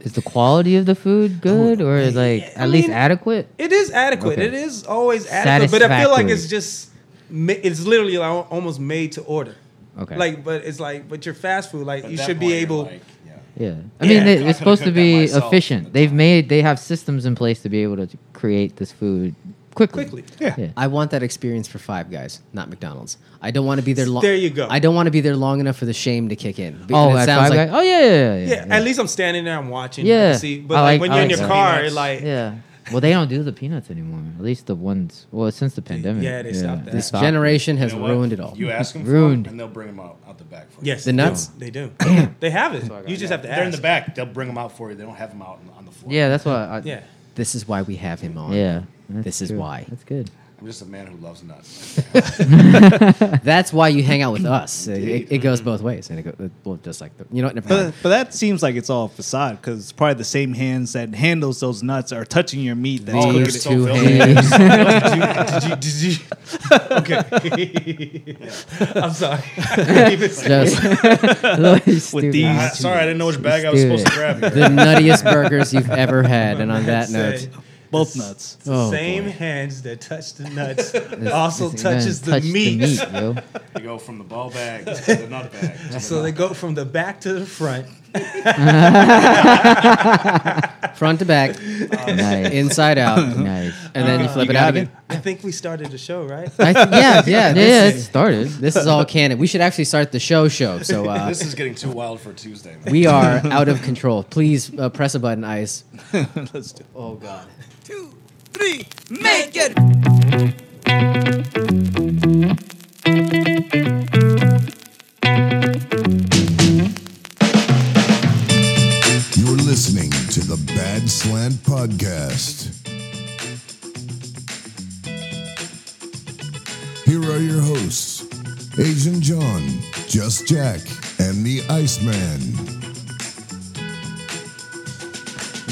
[SPEAKER 4] is the quality of the food good, or like
[SPEAKER 2] yeah,
[SPEAKER 4] at
[SPEAKER 2] I
[SPEAKER 4] least
[SPEAKER 2] mean-
[SPEAKER 4] adequate?
[SPEAKER 2] It is adequate.
[SPEAKER 4] Okay.
[SPEAKER 2] It is always adequate, but I feel like
[SPEAKER 4] Satisfactory.
[SPEAKER 2] it's just ma- it's literally like al- almost made to order.
[SPEAKER 4] Okay.
[SPEAKER 2] Like, but it's like, but your fast food, like
[SPEAKER 1] At
[SPEAKER 2] you
[SPEAKER 1] that
[SPEAKER 2] should
[SPEAKER 1] point,
[SPEAKER 2] be
[SPEAKER 1] you're
[SPEAKER 2] able.
[SPEAKER 1] like, yeah.
[SPEAKER 4] Yeah, I
[SPEAKER 2] Yeah.
[SPEAKER 4] mean
[SPEAKER 2] I
[SPEAKER 4] they,
[SPEAKER 1] could've
[SPEAKER 4] it's supposed to
[SPEAKER 1] cooked that
[SPEAKER 4] be
[SPEAKER 1] myself at
[SPEAKER 4] efficient.
[SPEAKER 1] the
[SPEAKER 4] They've
[SPEAKER 1] time.
[SPEAKER 4] made they have systems in place to be able to create this food quickly.
[SPEAKER 2] Quickly.
[SPEAKER 5] Yeah.
[SPEAKER 4] yeah.
[SPEAKER 3] I want that experience for Five Guys, not McDonald's. I don't want to be there long.
[SPEAKER 2] There you go.
[SPEAKER 3] I don't want to be there long enough for the shame to kick in. Be-
[SPEAKER 4] Oh,
[SPEAKER 3] and
[SPEAKER 4] at Five Guys? Oh yeah, yeah, yeah.
[SPEAKER 2] yeah, at least I'm standing there. I'm watching. I
[SPEAKER 4] Yeah.
[SPEAKER 2] can see, but
[SPEAKER 4] I
[SPEAKER 2] like,
[SPEAKER 4] like-
[SPEAKER 2] when
[SPEAKER 4] I
[SPEAKER 2] you're in
[SPEAKER 4] like
[SPEAKER 2] your
[SPEAKER 4] that.
[SPEAKER 2] car,
[SPEAKER 1] Peanuts.
[SPEAKER 2] like
[SPEAKER 4] Yeah. Well, they don't do the peanuts anymore. At least the ones. Well, since the pandemic.
[SPEAKER 2] Yeah, they stopped that.
[SPEAKER 4] stopped it.
[SPEAKER 3] generation has
[SPEAKER 1] You know what?
[SPEAKER 3] ruined it all.
[SPEAKER 1] You ask them
[SPEAKER 4] Ruined.
[SPEAKER 1] for 'em, and they'll bring them out, out the back for you.
[SPEAKER 2] yes,
[SPEAKER 3] The
[SPEAKER 2] they
[SPEAKER 3] nuts?
[SPEAKER 2] do. They do. they have it. You just have to ask.
[SPEAKER 1] They're in the back. They'll bring them out for you. They don't have them out on- on the floor.
[SPEAKER 4] Yeah, that's why. I,
[SPEAKER 2] Yeah.
[SPEAKER 3] This is why we have him on.
[SPEAKER 4] Yeah.
[SPEAKER 3] This is why.
[SPEAKER 4] That's good.
[SPEAKER 1] I'm just a man who loves nuts.
[SPEAKER 3] That's why you hang out with us. It, it- it goes both ways, and it goes well, just like the, you know what? Never mind.
[SPEAKER 5] But, but that seems like it's all facade because probably the same hands that handles those nuts are touching your meat. That's
[SPEAKER 1] Oh,
[SPEAKER 5] cooking
[SPEAKER 1] you're
[SPEAKER 5] it.
[SPEAKER 3] These
[SPEAKER 1] so
[SPEAKER 3] two
[SPEAKER 1] filthy.
[SPEAKER 3] hands.
[SPEAKER 2] I'm sorry.
[SPEAKER 4] Just
[SPEAKER 5] With
[SPEAKER 4] With
[SPEAKER 5] these-
[SPEAKER 1] I- Uh, sorry, I didn't know which bag I was
[SPEAKER 4] Dude.
[SPEAKER 1] supposed to grab. Here.
[SPEAKER 3] the nuttiest burgers you've ever had. And on that note,
[SPEAKER 2] Say,
[SPEAKER 5] both nuts.
[SPEAKER 2] the
[SPEAKER 3] Oh,
[SPEAKER 2] same
[SPEAKER 3] boy.
[SPEAKER 2] hands that touch the nuts also touches the
[SPEAKER 4] touch
[SPEAKER 2] meat.
[SPEAKER 4] The meat yo.
[SPEAKER 1] You go from the ball bag to the nut bag. to the
[SPEAKER 2] So they go from the back to the front.
[SPEAKER 3] front to back,
[SPEAKER 4] nice.
[SPEAKER 3] inside out, and
[SPEAKER 4] nice.
[SPEAKER 3] then you flip
[SPEAKER 5] You
[SPEAKER 3] it out
[SPEAKER 5] got it.
[SPEAKER 3] again.
[SPEAKER 2] I think we started the show, right?
[SPEAKER 3] I th- yeah, yeah,
[SPEAKER 4] Yeah,
[SPEAKER 3] this
[SPEAKER 4] it
[SPEAKER 3] is-
[SPEAKER 4] started.
[SPEAKER 3] This is all canon. We should actually start the show show. So
[SPEAKER 1] nut.
[SPEAKER 3] uh,
[SPEAKER 1] This is getting too wild for Tuesday. Man.
[SPEAKER 3] we are out of control. Please uh, press a button, Ice.
[SPEAKER 5] Let's do
[SPEAKER 3] Oh God.
[SPEAKER 6] You're listening to the Bad Slant Podcast. Here are your hosts Asian John, Just Jack, and the Iceman.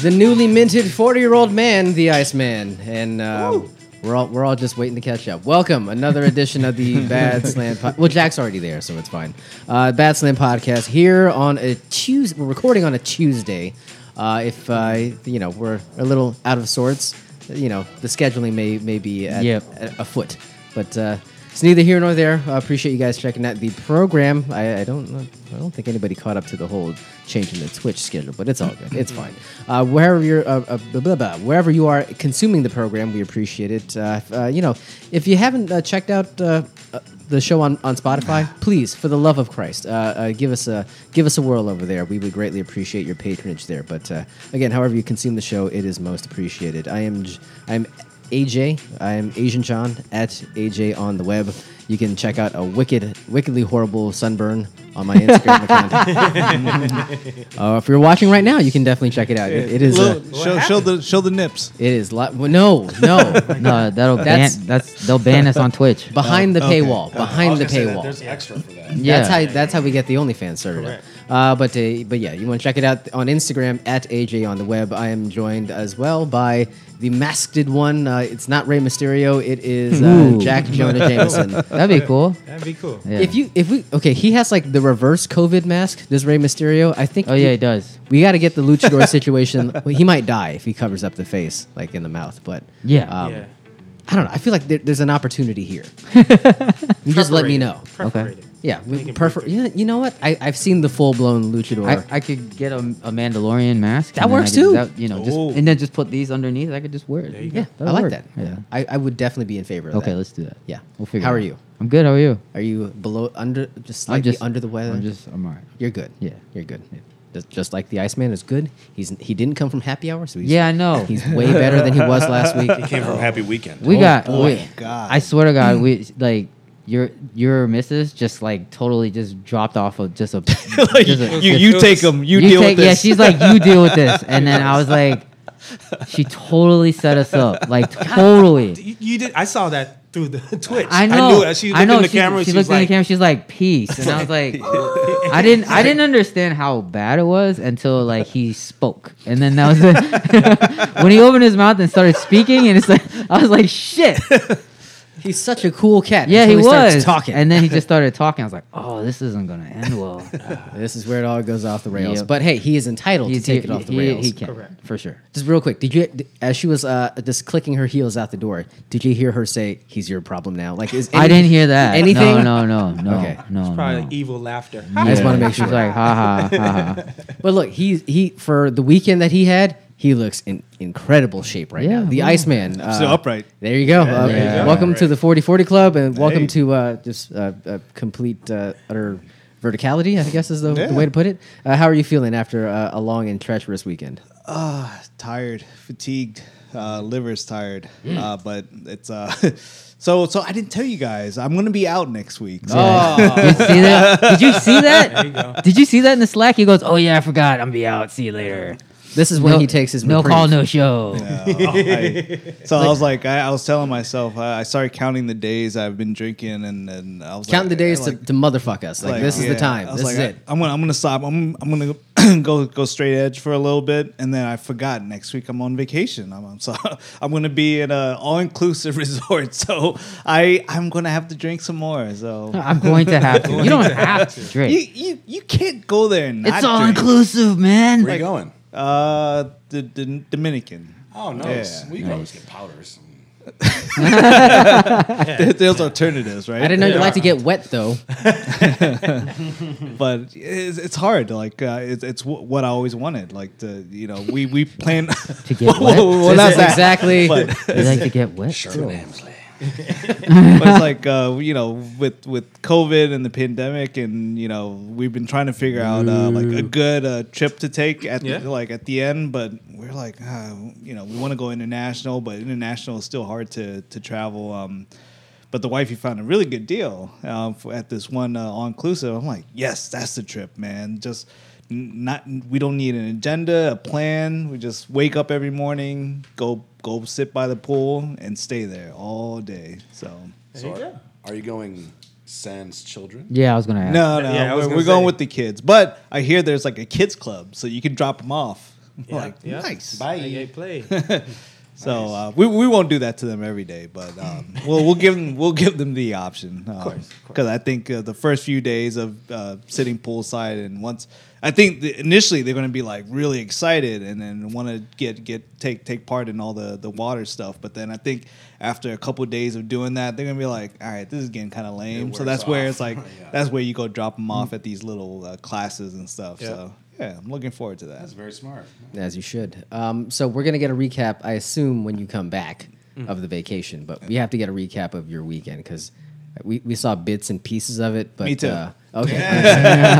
[SPEAKER 3] the newly minted 40 year old man, the Iceman. And uh, we're, all, we're all just waiting to catch up. Welcome, another edition of the Bad Slam Podcast. Well, Jack's already there, so it's fine. Uh, Bad Slam Podcast here on a Tuesday. We're recording on a Tuesday. Uh, if, uh, you know, we're a little out of sorts, you know, the scheduling may, may be at,
[SPEAKER 4] Yep.
[SPEAKER 3] a- afoot. But uh, it's neither here nor there. I appreciate you guys checking out the program. I, I don't know- I don't think anybody caught up to the whole change in the Twitch schedule, but it's all good. It's fine. Uh, wherever you're uh, uh, blah, blah, blah, wherever you are consuming the program, we appreciate it. Uh, if, uh, you know, if you haven't uh, checked out. Uh, uh, the show on, on Spotify, please, for the love of Christ, uh, uh, give us a give us a whirl over there. We would greatly appreciate your patronage there. But uh, again, however you consume the show, it is most appreciated. I am J- I'm AJ. I'm Asian John at AJ on the web. You can check out a wicked, wickedly horrible sunburn on my Instagram account. uh, if you're watching right now, you can definitely check it out. It, it is. A,
[SPEAKER 5] Look, show, show the show the nips.
[SPEAKER 3] it is. Li- well, no, no.
[SPEAKER 4] No, that'll ban.
[SPEAKER 3] That's-
[SPEAKER 4] That's they'll ban us on Twitch.
[SPEAKER 3] Behind the
[SPEAKER 5] okay.
[SPEAKER 3] paywall. Behind the paywall.
[SPEAKER 1] There's extra for that.
[SPEAKER 4] Yeah.
[SPEAKER 3] That's how that's how we get the OnlyFans server. Uh, but uh, but yeah, you want to check it out on Instagram at AJ on the web. I am joined as well by the masked one. Uh, it's not Rey Mysterio. It is uh,
[SPEAKER 4] Ooh.
[SPEAKER 3] Jack Jonah Jameson.
[SPEAKER 4] That'd be cool.
[SPEAKER 2] That'd be cool.
[SPEAKER 4] Yeah.
[SPEAKER 3] If you if we okay, he has like the reverse COVID mask. Does Rey Mysterio? I think.
[SPEAKER 4] oh yeah, he does.
[SPEAKER 3] We got to get the luchador situation. Well, he might die if he covers up the face, like in the mouth. But
[SPEAKER 4] Yeah.
[SPEAKER 3] um,
[SPEAKER 2] yeah.
[SPEAKER 3] I don't know. I feel like there, there's an opportunity here. you just let me
[SPEAKER 2] Perforated.
[SPEAKER 3] know.
[SPEAKER 2] Perforated.
[SPEAKER 3] Yeah, we
[SPEAKER 2] can
[SPEAKER 3] perfor-
[SPEAKER 2] break it.
[SPEAKER 3] yeah, you know what? I, I've seen the full blown luchador.
[SPEAKER 4] I, I could get a, a Mandalorian mask.
[SPEAKER 3] That
[SPEAKER 4] and then I
[SPEAKER 3] works
[SPEAKER 4] could-
[SPEAKER 3] too.
[SPEAKER 4] that- you know, just
[SPEAKER 5] Ooh.
[SPEAKER 4] and then just put these underneath. I could just wear it.
[SPEAKER 3] yeah,
[SPEAKER 4] that'll
[SPEAKER 3] I like
[SPEAKER 4] work.
[SPEAKER 3] that.
[SPEAKER 4] Yeah.
[SPEAKER 3] I, I would definitely be in favor of that.
[SPEAKER 4] Okay, let's do that.
[SPEAKER 3] Yeah,
[SPEAKER 4] We'll figure.
[SPEAKER 3] How
[SPEAKER 4] it
[SPEAKER 3] are
[SPEAKER 4] out.
[SPEAKER 3] you?
[SPEAKER 4] I'm good. How are you?
[SPEAKER 3] Are you below under just
[SPEAKER 4] I'm
[SPEAKER 3] slightly
[SPEAKER 4] just
[SPEAKER 3] under the weather?
[SPEAKER 4] I'm just. I'm alright.
[SPEAKER 3] You're good.
[SPEAKER 4] Yeah.
[SPEAKER 3] you're good. Just, just like the Iceman is good. He's he didn't come from happy hour, so he's
[SPEAKER 4] Yeah, I know.
[SPEAKER 3] He's way better than he was last week.
[SPEAKER 1] Came from Happy Weekend.
[SPEAKER 4] We got.
[SPEAKER 5] Oh, boy,
[SPEAKER 4] we-
[SPEAKER 5] God.
[SPEAKER 4] I swear to God, we like your your missus just like totally just dropped off of just a.
[SPEAKER 5] Like,
[SPEAKER 4] just a-
[SPEAKER 5] you you take them. You, deal
[SPEAKER 4] take-
[SPEAKER 5] with this.
[SPEAKER 4] Yeah, she's like, you deal with this, and then I was like, she totally set us up, like totally.
[SPEAKER 2] You, you did. I saw that through the Twitch.
[SPEAKER 4] I know.
[SPEAKER 2] I knew it. She looked
[SPEAKER 4] I know.
[SPEAKER 2] in the
[SPEAKER 4] she,
[SPEAKER 2] camera.
[SPEAKER 4] She,
[SPEAKER 2] She,
[SPEAKER 4] looked
[SPEAKER 2] was
[SPEAKER 4] in
[SPEAKER 2] like,
[SPEAKER 4] the camera. She's like, peace, and I was like, I didn't. I didn't understand how bad it was until like he spoke, and then that was it. when he opened his mouth and started speaking, and it's like I was like, shit.
[SPEAKER 3] He's such a cool cat.
[SPEAKER 4] Yeah, he
[SPEAKER 3] until
[SPEAKER 4] was
[SPEAKER 3] starts talking,
[SPEAKER 4] and then he just started talking. I was like, "Oh, this isn't gonna end well."
[SPEAKER 3] this is where it all goes off the rails.
[SPEAKER 4] Yep.
[SPEAKER 3] But hey, he is entitled
[SPEAKER 4] He's-
[SPEAKER 3] to take
[SPEAKER 4] he-
[SPEAKER 3] it off the
[SPEAKER 4] he-
[SPEAKER 3] rails.
[SPEAKER 4] he can. Correct.
[SPEAKER 3] for sure. Just real quick, did you as she was uh, just clicking her heels out the door? Did you hear her say, "He's your problem now"? Like, is
[SPEAKER 4] I
[SPEAKER 3] any-
[SPEAKER 4] didn't hear that.
[SPEAKER 3] Anything?
[SPEAKER 4] No, no, no, no,
[SPEAKER 3] Okay.
[SPEAKER 4] no.
[SPEAKER 2] probably
[SPEAKER 4] Oh, no.
[SPEAKER 2] evil laughter.
[SPEAKER 3] I just want to make
[SPEAKER 4] She's
[SPEAKER 3] sure.
[SPEAKER 4] like, ha ha ha ha.
[SPEAKER 3] But look, he he for the weekend that he had, he looks in incredible shape right
[SPEAKER 4] Yeah,
[SPEAKER 3] now. The
[SPEAKER 4] yeah.
[SPEAKER 3] Iceman, uh,
[SPEAKER 5] Still upright.
[SPEAKER 3] There you go. Uh,
[SPEAKER 4] there you go.
[SPEAKER 3] Welcome to the 4040 Club, and welcome
[SPEAKER 5] Hey.
[SPEAKER 3] to uh, just uh, uh, complete uh, utter verticality. I guess is the,
[SPEAKER 5] Yeah.
[SPEAKER 3] the way to put it. Uh, how are you feeling after uh, a long and treacherous weekend?
[SPEAKER 5] tired, fatigued, uh, liver's tired. Uh, but it's uh, so so. I didn't tell you guys. I'm gonna be out next week. So
[SPEAKER 4] Did you see that? Did you see
[SPEAKER 2] you
[SPEAKER 4] that?
[SPEAKER 2] go.
[SPEAKER 4] Did you see that in the Slack? He goes, "Oh yeah, I forgot. I'm be out. See you later."
[SPEAKER 3] This is when
[SPEAKER 4] No-
[SPEAKER 3] he takes his
[SPEAKER 4] no
[SPEAKER 3] reprieve.
[SPEAKER 4] call, no show.
[SPEAKER 5] I- so I was like, I, I was telling myself, I, I started counting the days I've been drinking, and and I was
[SPEAKER 3] Count the
[SPEAKER 5] like-
[SPEAKER 3] days
[SPEAKER 5] like-
[SPEAKER 3] to, to motherfuck us. Like, this is
[SPEAKER 5] yeah.
[SPEAKER 3] the time.
[SPEAKER 5] I was
[SPEAKER 3] This is
[SPEAKER 5] like,
[SPEAKER 3] it.
[SPEAKER 5] I, am gonna I'm gonna stop. I'm I'm gonna go go straight edge for a little bit, and then I forgot. Next week I'm on vacation. I'm, I'm so I'm gonna be at a all inclusive resort. So I I'm gonna have to drink some more. So
[SPEAKER 4] I'm going to have to. You don't have to
[SPEAKER 5] you
[SPEAKER 4] drink.
[SPEAKER 5] you, you can't go there and not
[SPEAKER 4] It's all
[SPEAKER 5] drink.
[SPEAKER 4] inclusive, man.
[SPEAKER 1] Where you going?
[SPEAKER 5] Uh, the, the Dominican.
[SPEAKER 1] Oh, no.
[SPEAKER 5] Yeah.
[SPEAKER 1] We can always get powders.
[SPEAKER 5] There- There's alternatives, right?
[SPEAKER 3] I didn't know you like to get wet though.
[SPEAKER 5] but it's, it's hard. Like uh, it's it's wh- what I always wanted. Like to you know we we plan to
[SPEAKER 4] get wet?
[SPEAKER 3] This is exactly.
[SPEAKER 5] But,
[SPEAKER 4] You like to get wet?
[SPEAKER 1] Sherman Hemsley.
[SPEAKER 5] but it's like uh, you know with with COVID and the pandemic, and you know we've been trying to figure out uh, like a good uh, trip to take at
[SPEAKER 2] Yeah.
[SPEAKER 5] the, like at the end. But we're like uh, you know we want to go international, but international is still hard to to travel. Um, but the wifey found a really good deal um, f at this one uh, all inclusive. I'm like, yes, that's the trip, man. Just n- not we don't need an agenda, a plan. We just wake up every morning, go go sit by the pool, and stay there all day. So
[SPEAKER 1] So are, are you going sans children?
[SPEAKER 4] Yeah, I was gonna ask.
[SPEAKER 5] no, no,
[SPEAKER 2] Yeah, I was
[SPEAKER 5] we're,
[SPEAKER 2] gonna
[SPEAKER 5] we're going
[SPEAKER 2] say.
[SPEAKER 5] with the kids. But I hear there's like a kids club, so you can drop them off. like,
[SPEAKER 2] yeah.
[SPEAKER 5] nice.
[SPEAKER 1] Bye.
[SPEAKER 2] They get played.
[SPEAKER 5] So uh, we, we won't do that to them every day, but um, we'll we'll give them we'll give them the option
[SPEAKER 2] course, of
[SPEAKER 5] because I think uh, the first few days of uh, sitting poolside and once I think the, initially they're going to be like really excited and then want to get get take take part in all the the water stuff, but then I think after a couple days of doing that they're going to be like, all right, this is getting kind of lame. So
[SPEAKER 1] wears
[SPEAKER 5] that's where
[SPEAKER 1] off.
[SPEAKER 5] it's like
[SPEAKER 1] Yeah.
[SPEAKER 5] that's where you go drop them
[SPEAKER 2] Mm.
[SPEAKER 5] off at these little uh, classes and stuff. So yeah, I'm looking forward to that.
[SPEAKER 1] That's very smart.
[SPEAKER 3] As you should. Um, so we're gonna get a recap, I assume, when you come back of the vacation. But we have to get a recap of your weekend because we, we saw bits and pieces of it. But
[SPEAKER 5] Me too.
[SPEAKER 3] Uh, okay.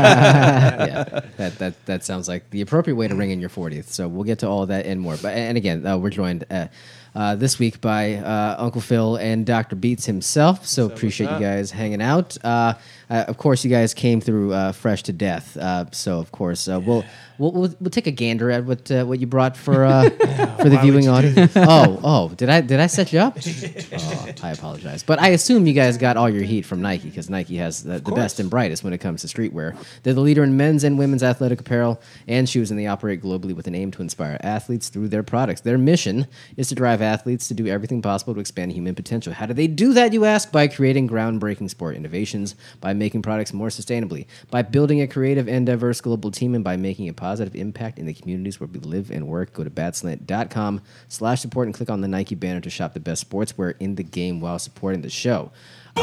[SPEAKER 3] yeah, that, that that sounds like the appropriate way to ring in your 40th. So we'll get to all that and more. But and again, uh, we're joined uh, uh, this week by uh, Uncle Phil and Dr. Beats himself. So appreciate you
[SPEAKER 2] up?
[SPEAKER 3] guys hanging out. Uh, uh, of course, you guys came through uh, fresh to death. Uh, so of course, uh, we'll, we'll we'll we'll take a gander at what uh, what you brought for uh, for the viewing audience. Oh oh, did I did I set you up? Oh, I apologize, but I assume you guys got all your heat from Nike because Nike has the, the best and brightest when it comes to streetwear. They're the leader in men's and women's athletic apparel and shoes, and they operate globally with an aim to inspire athletes through their products. Their mission is to drive athletes to do everything possible to expand human potential. How do they do that, you ask? By creating groundbreaking sport innovations, by making products more sustainably, by building a creative and diverse global team, and by making a positive impact in the communities where we live and work. Go to badslant.com slash support and click on the Nike banner to shop the best sportswear in the game while supporting the show.
[SPEAKER 2] Boom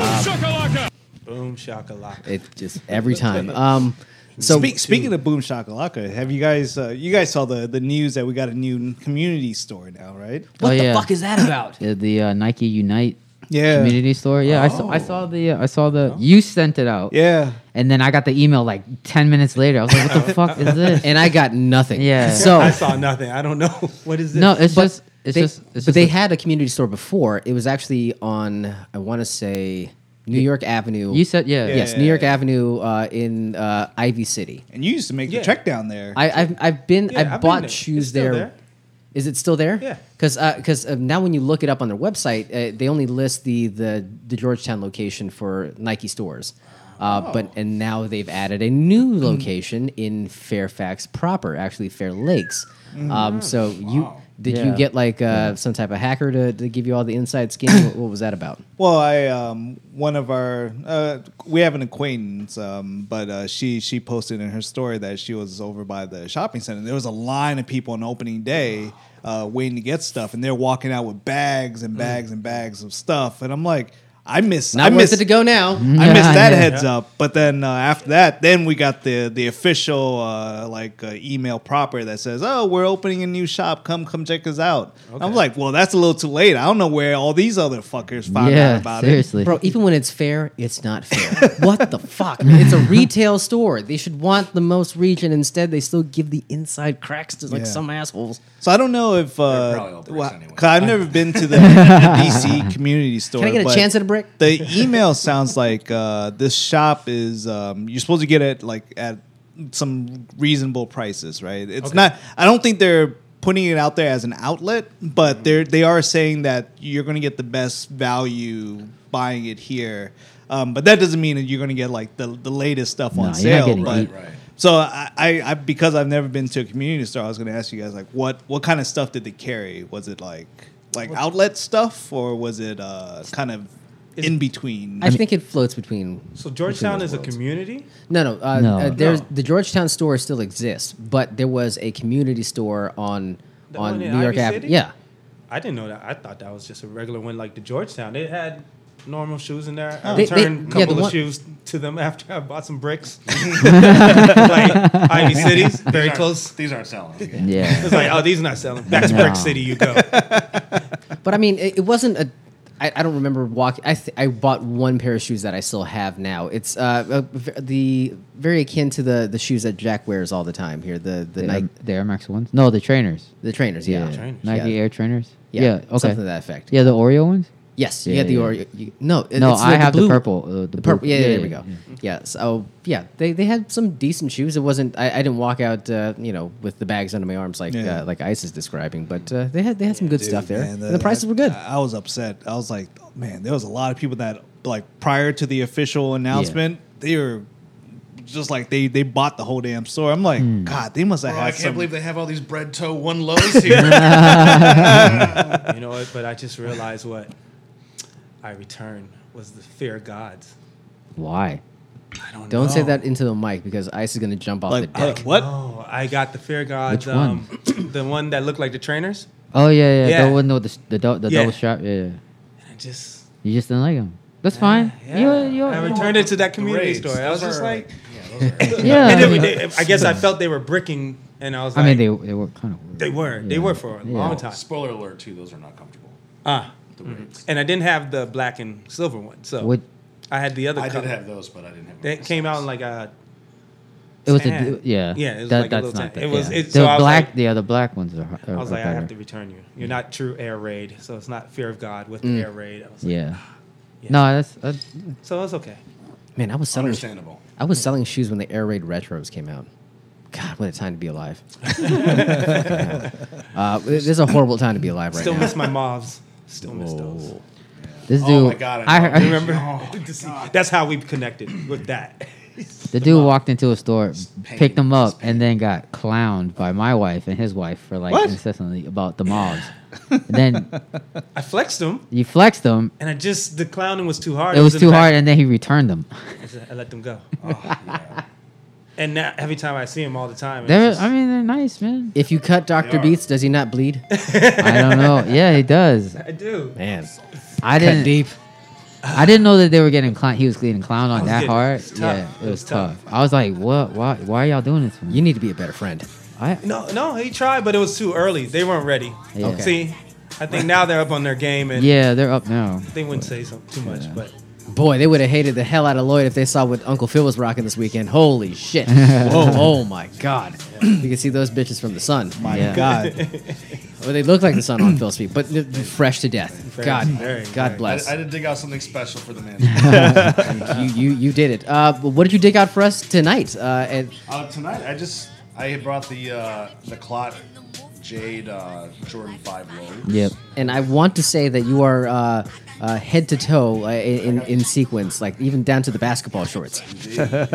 [SPEAKER 2] shakalaka.
[SPEAKER 3] It just every time. Um, so
[SPEAKER 5] Speak, speaking of Boom Shakalaka, have you guys uh, you guys saw the the news that we got a new community store now, right?
[SPEAKER 4] What the fuck
[SPEAKER 3] is that about?
[SPEAKER 4] Uh, Oh, the uh, Nike Unite
[SPEAKER 5] Yeah.
[SPEAKER 4] community store. Yeah, I saw. I saw the. Uh, I saw the. You sent it out.
[SPEAKER 5] Yeah.
[SPEAKER 4] And then I got the email like ten minutes later. I was like, "What the fuck is this?"
[SPEAKER 3] and I got nothing.
[SPEAKER 4] Yeah.
[SPEAKER 3] So
[SPEAKER 2] I saw nothing. I don't know what is this.
[SPEAKER 4] no, it's
[SPEAKER 3] But
[SPEAKER 4] just. It's
[SPEAKER 3] they,
[SPEAKER 4] just. It's
[SPEAKER 3] but
[SPEAKER 4] just
[SPEAKER 3] they
[SPEAKER 4] a-
[SPEAKER 3] had a community store before. It was actually on, I want to say, New York Avenue.
[SPEAKER 4] You said yeah.
[SPEAKER 3] yes,
[SPEAKER 5] yeah,
[SPEAKER 3] New York
[SPEAKER 5] yeah.
[SPEAKER 3] Avenue uh, in uh, Ivy City.
[SPEAKER 5] And you used to make
[SPEAKER 2] Yeah.
[SPEAKER 5] the trek down there.
[SPEAKER 3] I, I've I've been
[SPEAKER 2] Yeah,
[SPEAKER 3] I've,
[SPEAKER 2] I've been
[SPEAKER 3] bought
[SPEAKER 2] there. It's
[SPEAKER 3] shoes
[SPEAKER 2] still
[SPEAKER 3] there. Is
[SPEAKER 2] there.
[SPEAKER 3] it still there?
[SPEAKER 2] Yeah.
[SPEAKER 3] Because because uh, now when you look it up on their website, uh, they only list the, the the Georgetown location for Nike stores. Uh,
[SPEAKER 2] Oh.
[SPEAKER 3] But and now they've added a new location in Fairfax proper, actually Fair Lakes.
[SPEAKER 2] Mm-hmm.
[SPEAKER 3] Um, so you did you
[SPEAKER 4] Yeah.
[SPEAKER 3] get like uh, some type of hacker to, to give you all the inside skin? what, what was that about?
[SPEAKER 5] well, I um one of our uh, we have an acquaintance, um, but uh, she she posted in her story that she was over by the shopping center. There was a line of people on opening day uh, waiting to get stuff, and they're walking out with bags and bags and bags of stuff, and I'm like. I miss.
[SPEAKER 3] Not
[SPEAKER 5] I
[SPEAKER 3] worth
[SPEAKER 5] miss
[SPEAKER 3] it to go now.
[SPEAKER 5] I missed
[SPEAKER 4] Mm-hmm. Yeah,
[SPEAKER 5] that
[SPEAKER 4] yeah.
[SPEAKER 5] heads up, but then uh, after that, then we got the the official uh, like uh, email proper that says, "Oh, we're opening a new shop. Come, come check us out." I'm like, "Well, that's a little too late. I don't know where all these other fuckers found out
[SPEAKER 4] yeah.
[SPEAKER 5] about
[SPEAKER 4] Seriously.
[SPEAKER 3] Bro, even when it's fair, it's not fair. what the fuck? man? It's a retail store. They should want the most reach, and instead they still give the inside cracks to like
[SPEAKER 5] Yeah.
[SPEAKER 3] some assholes.
[SPEAKER 5] it." So I don't know
[SPEAKER 1] They're
[SPEAKER 5] if
[SPEAKER 1] probably
[SPEAKER 5] uh,
[SPEAKER 1] all bricks
[SPEAKER 5] well,
[SPEAKER 1] anyway.
[SPEAKER 5] 'cause I've never been to the DC community store.
[SPEAKER 3] Can I get a
[SPEAKER 5] but
[SPEAKER 3] chance at a brick?
[SPEAKER 5] The email sounds like uh, this shop is um, you're supposed to get it like at some reasonable prices, right? It's not. I don't think they're putting it out there as an outlet,
[SPEAKER 1] Mm-hmm.
[SPEAKER 5] but they're they are saying that you're going to get the best value buying it here. Um, but that doesn't mean that you're going to get like the, the latest stuff
[SPEAKER 4] No,
[SPEAKER 5] on
[SPEAKER 4] you're not
[SPEAKER 5] sale.
[SPEAKER 4] getting
[SPEAKER 5] but
[SPEAKER 4] heat.
[SPEAKER 1] Right.
[SPEAKER 5] so I, I, I because I've never been to a community store, I was going to ask you guys like what what kind of stuff did they carry? Was it like like outlet stuff or was it uh, kind of
[SPEAKER 2] Is-
[SPEAKER 5] in between?
[SPEAKER 3] I, think it floats between.
[SPEAKER 2] So Georgetown
[SPEAKER 3] those
[SPEAKER 2] is a
[SPEAKER 3] worlds.
[SPEAKER 2] community.
[SPEAKER 3] No, no. Uh,
[SPEAKER 4] No.
[SPEAKER 3] uh, there's
[SPEAKER 2] No.
[SPEAKER 3] the Georgetown store still exists, but there was a community store on
[SPEAKER 2] The
[SPEAKER 3] on
[SPEAKER 2] one
[SPEAKER 3] New
[SPEAKER 2] in
[SPEAKER 3] York
[SPEAKER 2] Ivy
[SPEAKER 3] Avenue.
[SPEAKER 2] City?
[SPEAKER 3] Yeah,
[SPEAKER 2] I didn't know that. I thought that was just a regular one, like the Georgetown. They had normal shoes in there. I
[SPEAKER 3] They- they-
[SPEAKER 2] returned
[SPEAKER 3] yeah,
[SPEAKER 2] a
[SPEAKER 3] the
[SPEAKER 2] couple
[SPEAKER 3] one-
[SPEAKER 2] of shoes to them after I bought some bricks. like Ivy Cities, very
[SPEAKER 1] These aren't-
[SPEAKER 2] close.
[SPEAKER 1] These aren't selling.
[SPEAKER 4] yeah.
[SPEAKER 2] It's like, oh, these not selling. Back to
[SPEAKER 4] No.
[SPEAKER 2] Brick City, you go.
[SPEAKER 3] but I mean, it, it wasn't a. I, I don't remember walking. I th- I bought one pair of shoes that I still have now. It's uh, uh the very akin to the the shoes that Jack wears all the time here. The the
[SPEAKER 4] The,
[SPEAKER 3] Nike
[SPEAKER 4] Air, the Air Max ones. No, the trainers.
[SPEAKER 3] The trainers, yeah.
[SPEAKER 2] Trainers.
[SPEAKER 4] Nike
[SPEAKER 3] Yeah.
[SPEAKER 4] Air trainers.
[SPEAKER 3] Yeah,
[SPEAKER 4] Yeah. okay.
[SPEAKER 3] something to that effect.
[SPEAKER 4] Yeah, the Oreo ones.
[SPEAKER 3] Yes, you
[SPEAKER 4] Yeah,
[SPEAKER 3] had the
[SPEAKER 4] yeah.
[SPEAKER 3] Oreo. You, no, it-
[SPEAKER 4] No,
[SPEAKER 3] it's
[SPEAKER 4] I have the
[SPEAKER 3] blue-
[SPEAKER 4] purple, uh, the blue-
[SPEAKER 3] purple. Yeah,
[SPEAKER 4] yeah,
[SPEAKER 3] there
[SPEAKER 4] yeah,
[SPEAKER 3] we go. Yeah. So yeah, they, they had some decent shoes. It wasn't. I, I didn't walk out, uh, you know, with the bags under my arms like
[SPEAKER 5] Yeah.
[SPEAKER 3] uh, like Ice is describing. But uh, they had they had some good
[SPEAKER 5] Dude,
[SPEAKER 3] stuff there.
[SPEAKER 5] man, uh,
[SPEAKER 3] and the prices were good.
[SPEAKER 5] I, I was upset. I was like, man, there was a lot of people that like prior to the official announcement, they were just like they they bought the whole damn store. I'm like,
[SPEAKER 3] Hmm.
[SPEAKER 5] God, they must have
[SPEAKER 1] Bro, Oh, I
[SPEAKER 5] had
[SPEAKER 1] can't
[SPEAKER 5] some.
[SPEAKER 1] believe they have all these bread toe one lows here.
[SPEAKER 2] you know what? But I just realized what I returned was the fear of gods.
[SPEAKER 3] Why?
[SPEAKER 2] I don't
[SPEAKER 3] Don't say
[SPEAKER 2] know.
[SPEAKER 3] that into the mic because Ice is gonna jump off
[SPEAKER 5] like
[SPEAKER 3] the deck.
[SPEAKER 5] uh, what?
[SPEAKER 2] Oh, I got the fear of gods.
[SPEAKER 4] Which
[SPEAKER 2] um, The one that looked like the trainers.
[SPEAKER 4] Oh yeah, yeah,
[SPEAKER 2] Yeah.
[SPEAKER 4] the one with the s- the, dou- the
[SPEAKER 2] Yeah.
[SPEAKER 4] double strap. Yeah, yeah.
[SPEAKER 2] And I just
[SPEAKER 4] you just didn't like him. That's fine.
[SPEAKER 2] Ah, yeah.
[SPEAKER 4] You, you,
[SPEAKER 2] I
[SPEAKER 4] you-
[SPEAKER 2] returned it to that community
[SPEAKER 1] Raids,
[SPEAKER 2] store. I
[SPEAKER 1] those
[SPEAKER 2] was just
[SPEAKER 1] are,
[SPEAKER 2] like,
[SPEAKER 4] yeah.
[SPEAKER 2] and then we
[SPEAKER 4] yeah.
[SPEAKER 2] did- I guess I felt they were bricking, and I was
[SPEAKER 4] I
[SPEAKER 2] like,
[SPEAKER 4] mean, they they were kind of weird.
[SPEAKER 2] they were, they were for a
[SPEAKER 4] Yeah.
[SPEAKER 2] long time.
[SPEAKER 1] Spoiler alert, too. Those are not comfortable.
[SPEAKER 2] Ah,
[SPEAKER 1] The raids.
[SPEAKER 2] and I didn't have the black and silver one, so
[SPEAKER 4] What-
[SPEAKER 2] I had the other.
[SPEAKER 1] I did
[SPEAKER 2] color.
[SPEAKER 1] have those, but I didn't have.
[SPEAKER 2] They
[SPEAKER 1] them
[SPEAKER 2] came out in
[SPEAKER 1] myself.
[SPEAKER 2] like uh, a
[SPEAKER 4] It was
[SPEAKER 2] tan.
[SPEAKER 4] a yeah.
[SPEAKER 2] Yeah, it was
[SPEAKER 4] that,
[SPEAKER 2] like a
[SPEAKER 4] that's
[SPEAKER 2] little
[SPEAKER 4] not
[SPEAKER 2] tan.
[SPEAKER 4] that.
[SPEAKER 2] It was-
[SPEAKER 4] yeah.
[SPEAKER 2] it-
[SPEAKER 4] the
[SPEAKER 2] so I was
[SPEAKER 4] black.
[SPEAKER 2] like-
[SPEAKER 4] yeah, the black ones are. har- are
[SPEAKER 2] I
[SPEAKER 4] are
[SPEAKER 2] was like, I
[SPEAKER 4] better.
[SPEAKER 2] have to return you. You're not true air raid, so it's not fear of God with air raid. I was like,
[SPEAKER 4] Mm. Yeah.
[SPEAKER 2] Yeah.
[SPEAKER 4] No, that's, uh, that's
[SPEAKER 2] so it's okay.
[SPEAKER 3] Man, I was selling
[SPEAKER 1] Understandable.
[SPEAKER 3] I was selling shoes when the Air Raid retros came out. God, what a time to be alive! uh, this is a horrible time to be alive right
[SPEAKER 2] Still
[SPEAKER 3] now.
[SPEAKER 2] miss my mobs. Still miss those.
[SPEAKER 4] this dude.
[SPEAKER 1] Oh my god!
[SPEAKER 4] I,
[SPEAKER 1] love
[SPEAKER 4] heard-
[SPEAKER 1] these.
[SPEAKER 2] remember-
[SPEAKER 1] Oh, my God.
[SPEAKER 2] That's how we connected with that.
[SPEAKER 4] the dude walked into a store,
[SPEAKER 1] pain.
[SPEAKER 4] picked them
[SPEAKER 1] It's
[SPEAKER 4] up,
[SPEAKER 1] pain.
[SPEAKER 4] and then got clowned by my wife and his wife for like
[SPEAKER 5] What?
[SPEAKER 4] incessantly about the mobs. and then
[SPEAKER 2] I flexed them,
[SPEAKER 4] you flexed them.
[SPEAKER 2] and I just the clowning was too hard.
[SPEAKER 4] It was
[SPEAKER 2] in
[SPEAKER 4] too
[SPEAKER 2] fact-
[SPEAKER 4] hard, and then he returned them.
[SPEAKER 2] I said, I let them go.
[SPEAKER 1] Oh, yeah.
[SPEAKER 2] And now every time I see him all the time, it's
[SPEAKER 4] They're,
[SPEAKER 2] just-
[SPEAKER 4] I mean, they're nice, man.
[SPEAKER 3] If you cut Doctor
[SPEAKER 1] are.
[SPEAKER 3] Beats, does he not bleed?
[SPEAKER 4] I don't know. Yeah, he does.
[SPEAKER 2] I do.
[SPEAKER 3] Man,
[SPEAKER 4] I
[SPEAKER 3] cut
[SPEAKER 4] didn't.
[SPEAKER 3] deep.
[SPEAKER 4] I didn't know that they were getting clown. He was getting clowned on
[SPEAKER 2] was
[SPEAKER 4] that
[SPEAKER 2] getting-
[SPEAKER 4] hard.
[SPEAKER 2] it was tough.
[SPEAKER 4] Yeah,
[SPEAKER 2] It
[SPEAKER 4] it was
[SPEAKER 2] was tough.
[SPEAKER 4] tough. I was like, what? Why? Why are y'all doing this? To me?
[SPEAKER 3] You need to be a better friend.
[SPEAKER 4] I,
[SPEAKER 2] No, no, he tried, but it was too early. They weren't ready.
[SPEAKER 4] Yeah. Okay.
[SPEAKER 2] See, I think now they're up on their game, and
[SPEAKER 4] yeah, they're up now.
[SPEAKER 2] they wouldn't say something too much. But
[SPEAKER 3] Boy, they would have hated the hell out of Lloyd if they saw what Uncle Phil was rocking this weekend. Holy shit! Whoa. Oh my god! You can see those bitches from the sun.
[SPEAKER 5] My
[SPEAKER 4] Yeah.
[SPEAKER 5] God,
[SPEAKER 3] Well, they look like the sun on Phil's feet, but they're fresh to death. God,
[SPEAKER 2] very,
[SPEAKER 3] God
[SPEAKER 2] very.
[SPEAKER 1] I,
[SPEAKER 3] bless.
[SPEAKER 1] I did dig out something special for the man.
[SPEAKER 3] you, you, you did it. Uh, but what did you dig out for us tonight? Uh, and
[SPEAKER 1] Uh, tonight, I just I had brought the uh, the clot jade uh, Jordan Five lows.
[SPEAKER 4] Yep.
[SPEAKER 3] and I want to say that you are uh, uh, head to toe uh, in, in in sequence, like even down to the basketball shorts.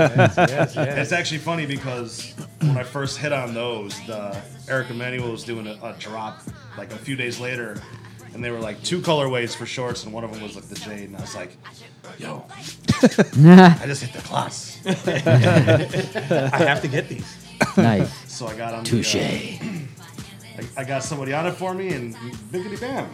[SPEAKER 1] It's actually funny because when I first hit on those, the Eric Emanuel was doing a, a drop like a few days later, and they were like two colorways for shorts, and one of them was like the jade, and I was like, "Yo, I just hit the class."
[SPEAKER 2] I have to get these.
[SPEAKER 4] nice.
[SPEAKER 1] So I got on the, uh,
[SPEAKER 3] Touche.
[SPEAKER 1] I, I got somebody on it for me, and biggity bam.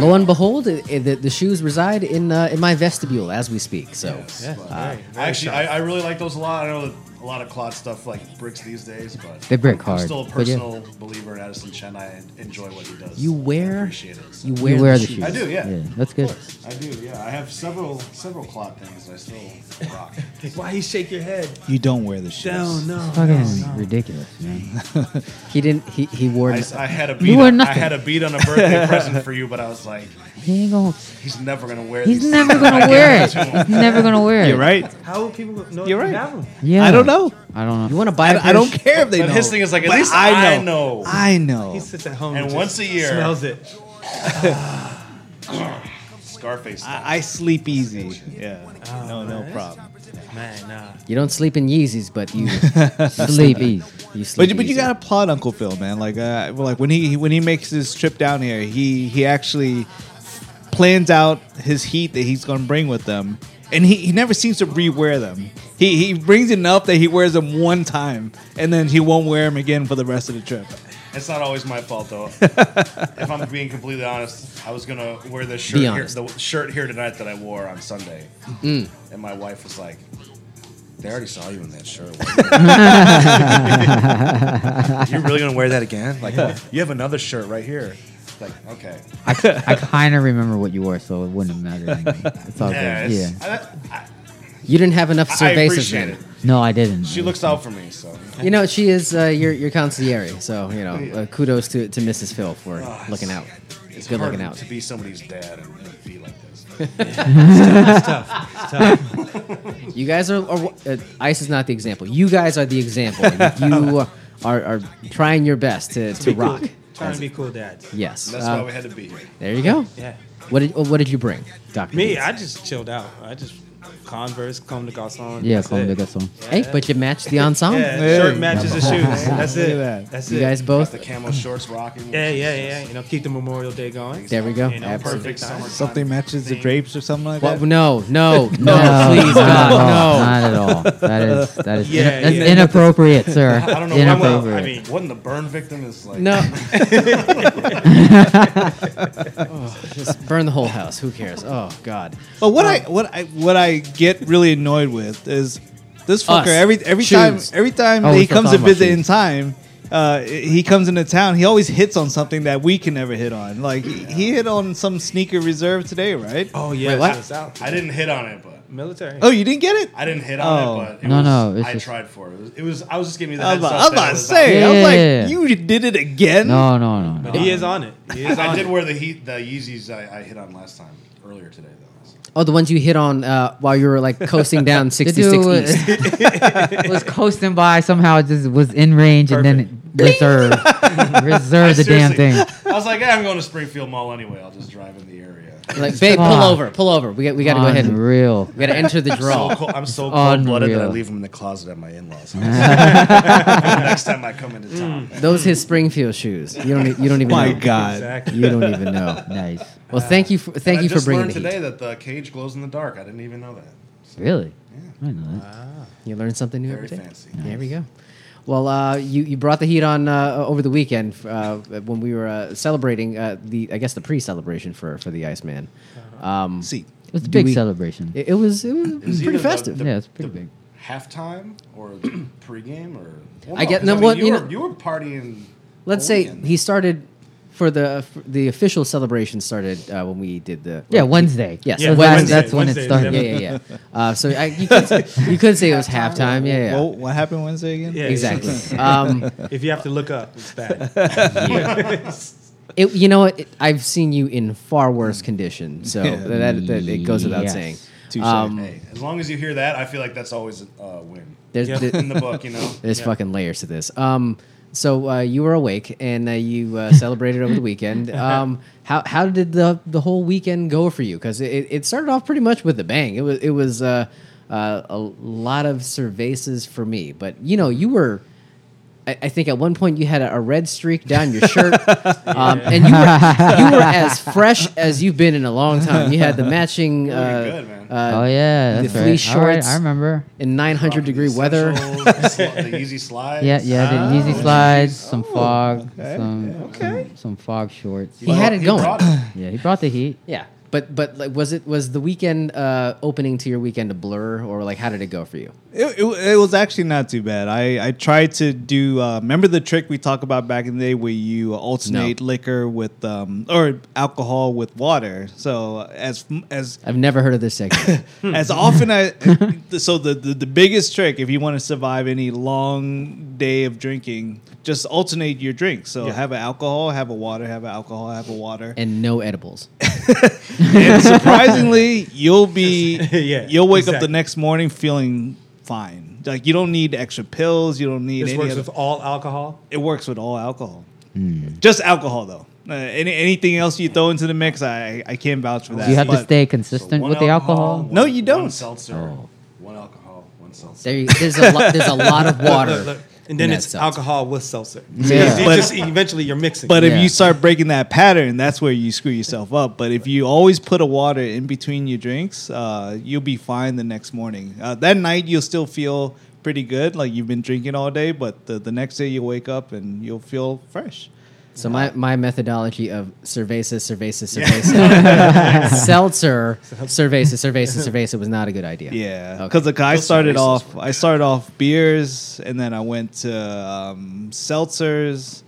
[SPEAKER 3] Lo and behold, i i- the, the shoes reside in uh, in my vestibule as we speak. So
[SPEAKER 1] Yes, but I actually, I, I really like those a lot. I know that a lot of clot stuff like bricks these days, but
[SPEAKER 4] They brick
[SPEAKER 1] I'm
[SPEAKER 4] hard,
[SPEAKER 1] still a
[SPEAKER 4] but yeah.
[SPEAKER 1] personal believer in Addison Chen. I enjoy what he does.
[SPEAKER 3] You wear-
[SPEAKER 1] I appreciate it. so.
[SPEAKER 3] you wear,
[SPEAKER 4] You wear
[SPEAKER 3] the
[SPEAKER 4] the
[SPEAKER 3] shoes.
[SPEAKER 4] shoes.
[SPEAKER 1] I do, yeah.
[SPEAKER 4] Yeah, that's
[SPEAKER 1] Of
[SPEAKER 4] good.
[SPEAKER 1] course, I do, yeah. I have several several clot things that I still rock.
[SPEAKER 2] Why you shake your head?
[SPEAKER 5] you don't wear the shoes.
[SPEAKER 2] Down, no.
[SPEAKER 4] Fucking
[SPEAKER 2] no, no.
[SPEAKER 4] ridiculous, man.
[SPEAKER 3] He didn't. He he wore.
[SPEAKER 1] I,
[SPEAKER 3] n-
[SPEAKER 1] s- I had a beat.
[SPEAKER 4] wear
[SPEAKER 1] On, I
[SPEAKER 4] nothing.
[SPEAKER 1] had a beat on a birthday present for you, but I was like,
[SPEAKER 4] He ain't gonna.
[SPEAKER 1] he's never gonna wear.
[SPEAKER 4] He's
[SPEAKER 1] these
[SPEAKER 4] never
[SPEAKER 1] things. I
[SPEAKER 4] gonna
[SPEAKER 1] gave
[SPEAKER 4] wear
[SPEAKER 1] them
[SPEAKER 4] it.
[SPEAKER 1] to him.
[SPEAKER 4] He's never gonna wear it.
[SPEAKER 5] You're right.
[SPEAKER 2] How will people know
[SPEAKER 5] You're
[SPEAKER 2] you
[SPEAKER 5] right.
[SPEAKER 2] have them?
[SPEAKER 4] Yeah.
[SPEAKER 5] I don't know.
[SPEAKER 4] I don't
[SPEAKER 3] you
[SPEAKER 4] know.
[SPEAKER 3] want to buy? a
[SPEAKER 5] I, I
[SPEAKER 3] pair of
[SPEAKER 5] don't
[SPEAKER 3] sh-
[SPEAKER 5] care if they
[SPEAKER 1] But
[SPEAKER 5] know.
[SPEAKER 1] his thing is like, at
[SPEAKER 5] But
[SPEAKER 1] least I know.
[SPEAKER 5] I know.
[SPEAKER 2] He sits at home
[SPEAKER 1] And
[SPEAKER 2] just
[SPEAKER 1] once a year-
[SPEAKER 2] smells it.
[SPEAKER 1] Scarface. thing.
[SPEAKER 5] I, I sleep easy. Yeah. no, no problem.
[SPEAKER 2] Man, nah.
[SPEAKER 3] You don't sleep in Yeezys, but you
[SPEAKER 4] Sleep easy.
[SPEAKER 3] you sleep.
[SPEAKER 5] But you, but you
[SPEAKER 3] easy.
[SPEAKER 5] gotta applaud Uncle Phil, man. Like uh, well, like when he when he makes his trip down here, he he actually plans out his heat that he's gonna bring with them, and he, he never seems to rewear them. He he brings enough that he wears them one time, and then he won't wear them again for the rest of the trip.
[SPEAKER 1] It's not always my fault though. if I'm being completely honest, I was gonna wear this shirt
[SPEAKER 3] Be
[SPEAKER 1] here,
[SPEAKER 3] honest.
[SPEAKER 1] the shirt here tonight that I wore on Sunday, and my wife was like, "They already saw you in that shirt. You're really gonna wear that again? Like, oh, you have another shirt right here." Like, okay,
[SPEAKER 4] I, I kind of remember what you wore, so it wouldn't matter. anyway. It's all
[SPEAKER 1] yeah,
[SPEAKER 4] good.
[SPEAKER 1] it's-
[SPEAKER 4] Yeah.
[SPEAKER 3] You didn't have enough
[SPEAKER 1] I, I
[SPEAKER 3] cervezas.
[SPEAKER 1] appreciate
[SPEAKER 3] then.
[SPEAKER 1] it.
[SPEAKER 4] No, I didn't.
[SPEAKER 1] She looks out for me, so
[SPEAKER 3] You know, she is uh, your your concierge, so you know, uh, kudos to to Mrs. Phil for looking out.
[SPEAKER 1] it's
[SPEAKER 3] good
[SPEAKER 1] Oh, hard
[SPEAKER 3] looking out.
[SPEAKER 1] to be somebody's dad and be like this.
[SPEAKER 3] You guys are, are uh, ICE is not the example. You guys are the example. And you are, are trying your best to, to rock.
[SPEAKER 2] Trying to be cool dads.
[SPEAKER 3] Yes.
[SPEAKER 1] That's
[SPEAKER 3] Uh,
[SPEAKER 1] why we had to be here.
[SPEAKER 3] there you go.
[SPEAKER 2] Yeah.
[SPEAKER 3] What did uh, what did you bring, Doctor?
[SPEAKER 2] Me, I just chilled out. I just Converse, Comme des Garçons.
[SPEAKER 4] Yeah,
[SPEAKER 2] that's
[SPEAKER 4] comme
[SPEAKER 2] it.
[SPEAKER 4] des garçons.
[SPEAKER 3] Hey, but you match the ensemble.
[SPEAKER 2] Yeah,
[SPEAKER 5] Hey.
[SPEAKER 2] shirt matches the shoes. That's
[SPEAKER 5] Look at
[SPEAKER 2] it.
[SPEAKER 5] that.
[SPEAKER 2] That's
[SPEAKER 3] You
[SPEAKER 2] it.
[SPEAKER 3] guys both.
[SPEAKER 1] The camo shorts rocking.
[SPEAKER 2] Yeah, yeah, yeah. You know, keep the Memorial Day going.
[SPEAKER 3] There we go.
[SPEAKER 2] You know,
[SPEAKER 3] Absolutely.
[SPEAKER 2] perfect summer.
[SPEAKER 5] Something matches the drapes or something like
[SPEAKER 3] What?
[SPEAKER 5] that.
[SPEAKER 3] No, no, no,
[SPEAKER 4] Oh,
[SPEAKER 3] please,
[SPEAKER 4] not at all.
[SPEAKER 3] God,
[SPEAKER 4] Not at all. That is that is
[SPEAKER 2] Yeah,
[SPEAKER 4] in- that's
[SPEAKER 2] yeah.
[SPEAKER 4] inappropriate, sir.
[SPEAKER 1] I don't know. why-
[SPEAKER 4] Inappropriate.
[SPEAKER 1] Well, I mean, wasn't the burn victim is like
[SPEAKER 3] no, no. Oh, just burn the whole house. Who cares? Oh God.
[SPEAKER 5] But what I what I what I get really annoyed with is this
[SPEAKER 3] Us.
[SPEAKER 5] fucker every every
[SPEAKER 3] Shoes.
[SPEAKER 5] time every time
[SPEAKER 4] Oh, we
[SPEAKER 5] he
[SPEAKER 4] still
[SPEAKER 5] comes to
[SPEAKER 4] talking about
[SPEAKER 5] visit in
[SPEAKER 4] shoes.
[SPEAKER 5] time. Uh, he comes into town. He always hits on something that we can never hit on. Like he- he hit on some sneaker reserve today, right?
[SPEAKER 2] Oh yeah,
[SPEAKER 3] Wait, what?
[SPEAKER 2] it's out.
[SPEAKER 1] I didn't hit on it, but
[SPEAKER 2] Military.
[SPEAKER 5] Oh, you didn't get it?
[SPEAKER 1] I didn't hit on
[SPEAKER 5] Oh.
[SPEAKER 1] it. But it
[SPEAKER 4] No,
[SPEAKER 1] was,
[SPEAKER 4] no, it's
[SPEAKER 1] I
[SPEAKER 4] just-
[SPEAKER 1] tried for it. It was, it was- I was just giving you the
[SPEAKER 5] I was
[SPEAKER 1] heads
[SPEAKER 5] about,
[SPEAKER 1] up.
[SPEAKER 5] I was
[SPEAKER 1] that it
[SPEAKER 5] about to
[SPEAKER 1] was
[SPEAKER 5] say. I was
[SPEAKER 4] Yeah.
[SPEAKER 5] like, you did it again?
[SPEAKER 4] no, no, no, no.
[SPEAKER 2] He is on it. He is
[SPEAKER 1] I
[SPEAKER 2] on
[SPEAKER 1] did
[SPEAKER 2] it.
[SPEAKER 1] wear the heat, the Yeezys I, I hit on last time earlier today though.
[SPEAKER 3] Oh, the ones you hit on uh, while you were like coasting down
[SPEAKER 4] The
[SPEAKER 3] 66
[SPEAKER 4] dude
[SPEAKER 3] East.
[SPEAKER 4] was, was coasting by somehow, just was in range, and then reserve,
[SPEAKER 1] I
[SPEAKER 4] reserve the damn
[SPEAKER 1] seriously-
[SPEAKER 4] thing.
[SPEAKER 1] I was like, "Yeah, I'm going to Springfield Mall anyway. I'll just drive in the area.
[SPEAKER 3] Like, babe, pull
[SPEAKER 4] Fuck.
[SPEAKER 3] over, pull over. We got, we got to go ahead. and We
[SPEAKER 4] Unreal.
[SPEAKER 3] got to enter the
[SPEAKER 1] So
[SPEAKER 3] draw.
[SPEAKER 1] cold, I'm so cold blooded that I
[SPEAKER 4] Unreal.
[SPEAKER 1] leave them in the closet at my in laws' house. Next time I come into town.
[SPEAKER 4] Mm.
[SPEAKER 3] Those his Springfield shoes. You don't. e- You don't even.
[SPEAKER 5] My
[SPEAKER 3] know.
[SPEAKER 5] God.
[SPEAKER 2] Exactly.
[SPEAKER 3] You don't even know.
[SPEAKER 4] Nice.
[SPEAKER 3] Well, thank you. For, thank
[SPEAKER 1] Uh, I
[SPEAKER 3] you for
[SPEAKER 1] just
[SPEAKER 3] bringing
[SPEAKER 1] learned
[SPEAKER 3] the heat.
[SPEAKER 1] today that the cage glows in the dark. I didn't even know that.
[SPEAKER 4] Really? I didn't know that.
[SPEAKER 3] You learn something new every
[SPEAKER 1] Very
[SPEAKER 3] day.
[SPEAKER 1] fancy.
[SPEAKER 3] There we go. Well, uh, you, you brought the heat on uh, over the weekend uh, when we were uh, celebrating uh, the I guess the pre-celebration for for the Iceman. Um,
[SPEAKER 5] See,
[SPEAKER 4] It was a
[SPEAKER 3] Do
[SPEAKER 4] big
[SPEAKER 3] we-
[SPEAKER 4] celebration.
[SPEAKER 3] it, it was it was,
[SPEAKER 1] was
[SPEAKER 3] pretty
[SPEAKER 1] either the-
[SPEAKER 3] festive.
[SPEAKER 1] the-
[SPEAKER 4] yeah, it's pretty big.
[SPEAKER 1] Halftime or the pregame or well,
[SPEAKER 3] I get-
[SPEAKER 1] 'cause
[SPEAKER 3] no, well,
[SPEAKER 1] you,
[SPEAKER 3] you
[SPEAKER 1] were,
[SPEAKER 3] know-
[SPEAKER 1] you were partying.
[SPEAKER 3] Let's
[SPEAKER 1] all
[SPEAKER 3] say
[SPEAKER 1] weekend.
[SPEAKER 3] he started for the for the official celebration started uh, when we did the
[SPEAKER 4] Yeah, Wednesday.
[SPEAKER 3] Yes,
[SPEAKER 2] Yeah,
[SPEAKER 4] That's-
[SPEAKER 2] Wednesday.
[SPEAKER 4] that's when
[SPEAKER 2] Wednesday,
[SPEAKER 4] it started.
[SPEAKER 3] yeah yeah yeah. Uh, so I, you could you could say it was halftime. Yeah yeah.
[SPEAKER 5] Well, what happened Wednesday again?
[SPEAKER 2] Yeah.
[SPEAKER 3] Exactly. Um,
[SPEAKER 2] If you have to look up, it's bad.
[SPEAKER 3] it, you know what? It, I've seen you in far worse condition, so
[SPEAKER 5] Yeah.
[SPEAKER 3] that, that it goes without
[SPEAKER 4] Yes.
[SPEAKER 3] saying.
[SPEAKER 5] Touche.
[SPEAKER 4] Um,
[SPEAKER 1] Hey, as long as you hear that, I feel like that's always a uh, win
[SPEAKER 3] There's
[SPEAKER 2] Yeah.
[SPEAKER 3] there-
[SPEAKER 1] in the book. You know,
[SPEAKER 3] there's fucking layers to this. Um, so uh, you were awake and uh, you uh, celebrated over the weekend. Um, how how did the the whole weekend go for you? Because it, it started off pretty much with a bang. It was it was uh, uh, a lot of cervezas for me, but you know you were. I I think at one point you had a a red streak down your shirt, um, and you were, you were as fresh as you've been in a long time. You had the matching
[SPEAKER 1] Pretty
[SPEAKER 3] uh,
[SPEAKER 1] good, man.
[SPEAKER 3] uh,
[SPEAKER 4] Oh yeah,
[SPEAKER 3] the
[SPEAKER 4] that's right.
[SPEAKER 3] fleece
[SPEAKER 4] All right,
[SPEAKER 3] shorts
[SPEAKER 4] I remember.
[SPEAKER 3] in 900 degree weather.
[SPEAKER 1] Essentials, the sli- the easy slides. Ah.
[SPEAKER 4] Yeah, yeah. The easy slides, some fog, some, some some fog shorts.
[SPEAKER 3] He had it going.
[SPEAKER 1] brought it.
[SPEAKER 4] Yeah, he brought the heat.
[SPEAKER 3] Yeah, but but like, was it was the weekend uh, opening to your weekend a blur or like how did it go for you?
[SPEAKER 5] It, it, it was actually not too bad. I, I tried to do. Uh, remember the trick we talked about back in the day where you alternate liquor with um, or alcohol with water. So as as
[SPEAKER 3] I've never heard of this segment.
[SPEAKER 2] Hmm.
[SPEAKER 5] as often I so the, the the biggest trick if you want to survive any long day of drinking, just alternate your drinks. So have an alcohol, have a water, have an alcohol, have a water.
[SPEAKER 3] and no edibles.
[SPEAKER 5] and surprisingly, you'll be
[SPEAKER 2] Yeah,
[SPEAKER 5] you'll wake up
[SPEAKER 2] exactly.
[SPEAKER 5] the next morning feeling fine. Like you don't need extra pills. You don't need
[SPEAKER 2] This
[SPEAKER 5] any.
[SPEAKER 2] works
[SPEAKER 5] other,
[SPEAKER 2] with all alcohol.
[SPEAKER 5] it works with all alcohol.
[SPEAKER 4] Hmm.
[SPEAKER 5] Just alcohol though. Uh, any, anything else you throw into the mix, I I can't vouch for that.
[SPEAKER 4] You have to
[SPEAKER 5] but-
[SPEAKER 4] stay
[SPEAKER 1] So
[SPEAKER 4] consistent
[SPEAKER 1] one
[SPEAKER 4] with the alcohol. Oh.
[SPEAKER 1] one-
[SPEAKER 5] No, you
[SPEAKER 1] One
[SPEAKER 5] don't.
[SPEAKER 1] seltzer, one alcohol, one seltzer.
[SPEAKER 3] There, you, there's a lot. There's a lot of water.
[SPEAKER 2] Look, look, and then
[SPEAKER 3] in that
[SPEAKER 2] it's
[SPEAKER 3] seltzer.
[SPEAKER 2] alcohol with seltzer.
[SPEAKER 4] Yeah.
[SPEAKER 2] You
[SPEAKER 5] But-
[SPEAKER 2] just- eventually you're mixing.
[SPEAKER 5] But
[SPEAKER 4] Yeah.
[SPEAKER 5] if you start breaking that pattern, that's where you screw yourself up. But if you always put a water in between your drinks, uh, you'll be fine the next morning. Uh, that night, you'll still feel pretty good, like you've been drinking all day. But the, the next day, you wake up and you'll feel fresh.
[SPEAKER 3] So my, my methodology of cerveza, cerveza, cerveza, seltzer, cerveza, cerveza, cerveza was not a good idea.
[SPEAKER 5] Yeah,
[SPEAKER 3] Okay.
[SPEAKER 5] because I
[SPEAKER 1] Those
[SPEAKER 5] started
[SPEAKER 1] are racist
[SPEAKER 5] off, I started off beers, and then I went to um, seltzers,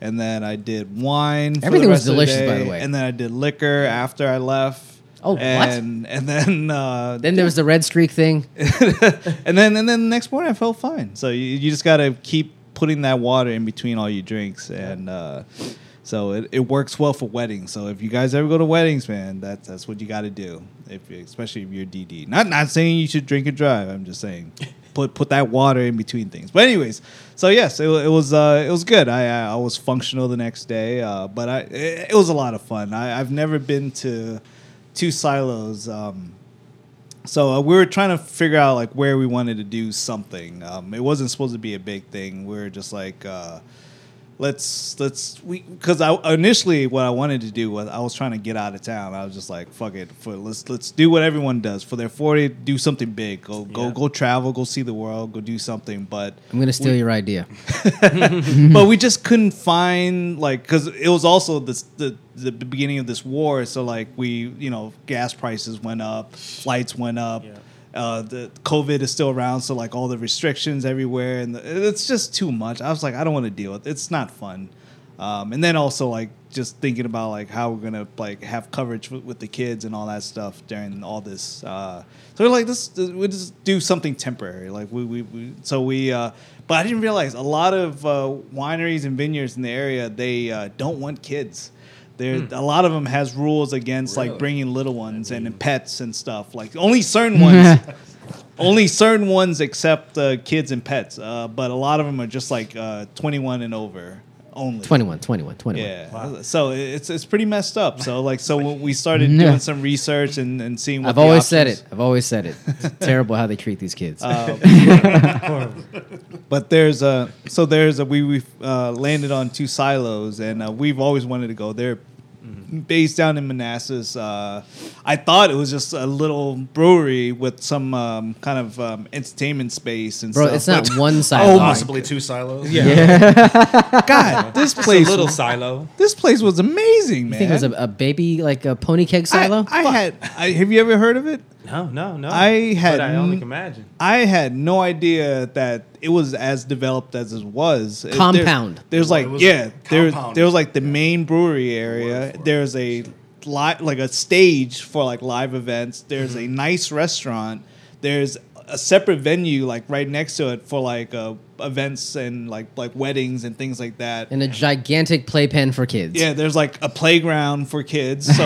[SPEAKER 5] and then I did wine. for the
[SPEAKER 3] Everything was
[SPEAKER 5] rest of
[SPEAKER 3] delicious, by the
[SPEAKER 5] day,
[SPEAKER 3] way.
[SPEAKER 5] And then I did liquor after I left.
[SPEAKER 3] Oh, what?
[SPEAKER 5] and, And then uh,
[SPEAKER 3] Then there was the red streak thing.
[SPEAKER 5] and then and then the next morning I felt fine. So you, you just gotta keep putting that water in between all your drinks, and uh, so it, it works well for weddings. So if you guys ever go to weddings, man, that's that's what you gotta do. If you, especially if you're DD, not not saying you should drink and drive. I'm just saying. Put, put that water in between things. But anyways, so yes, it, wa- it was uh, it was good. I, I I was functional the next day, uh, but I it, it was a lot of fun. I, I've never been to two silos. Um, So uh, we were trying to figure out like where we wanted to do something. Um, it wasn't supposed to be a big thing. We were just like, uh, let's let's we because I initially what I wanted to do was I was trying to get out of town. I was just like, fuck it, for let's let's do what everyone does for their forty. Do something big. Go go
[SPEAKER 2] Yeah.
[SPEAKER 5] go travel. Go see the world. Go do something. But
[SPEAKER 3] I'm gonna steal your idea.
[SPEAKER 5] but we just couldn't find like because it was also this, the the beginning of this war, so like we you know gas prices went up, flights went up.
[SPEAKER 2] Yeah.
[SPEAKER 5] Uh, the COVID is still around, so like all the restrictions everywhere, and the, it's just too much. I was like, I don't want to deal with. it. It's not fun. Um, and then also like just thinking about like how we're gonna like have coverage with, with the kids and all that stuff during all this. Uh, so we're like, this we just do something temporary. Like we we, we so we. Uh, but I didn't realize a lot of uh, wineries and vineyards in the area they uh, don't want kids. There, a lot of them has rules against like bringing little ones and, pets and stuff. Like only certain ones, only certain ones accept uh, kids and pets. Uh, but a lot of them are just like uh, twenty one and over only.
[SPEAKER 3] 21, 21, 21.
[SPEAKER 5] Yeah. So it's it's pretty messed up. So like so when we started doing some research and, and seeing. What
[SPEAKER 3] I've
[SPEAKER 5] the
[SPEAKER 3] always said
[SPEAKER 5] options- Uh,
[SPEAKER 3] it. I've always said it. It's terrible how they treat these kids.
[SPEAKER 5] But there's a so there's a we we uh, landed on two silos and uh, we've always wanted to go. They're
[SPEAKER 2] Mm-hmm.
[SPEAKER 5] based down in Manassas. Uh, I thought it was just a little brewery with some um, kind of um, entertainment space and
[SPEAKER 3] Bro,
[SPEAKER 5] stuff.
[SPEAKER 3] it's not
[SPEAKER 5] but-
[SPEAKER 3] one
[SPEAKER 1] Oh,
[SPEAKER 3] silo.
[SPEAKER 1] possibly two silos.
[SPEAKER 2] Yeah.
[SPEAKER 5] God, this
[SPEAKER 2] It's a
[SPEAKER 5] place
[SPEAKER 2] little silo.
[SPEAKER 5] this place was amazing, man.
[SPEAKER 3] I think it was a, a baby, like a pony keg silo.
[SPEAKER 5] I, I had I, have you ever heard of it?
[SPEAKER 2] No, no, no.
[SPEAKER 5] I had
[SPEAKER 2] But I only
[SPEAKER 5] n-
[SPEAKER 2] can imagine.
[SPEAKER 5] I had no idea that it was as developed as it was. It- there-
[SPEAKER 3] Compound.
[SPEAKER 5] there's like
[SPEAKER 1] it was
[SPEAKER 5] yeah, there
[SPEAKER 1] compound.
[SPEAKER 5] there was like the main brewery area. There's a lot like a stage for like live events. There's
[SPEAKER 1] Mm-hmm.
[SPEAKER 5] a nice restaurant. There's a separate venue like right next to it for like uh, events and like like weddings and things like that.
[SPEAKER 3] And a gigantic playpen for kids.
[SPEAKER 5] yeah, there's like a playground for kids. So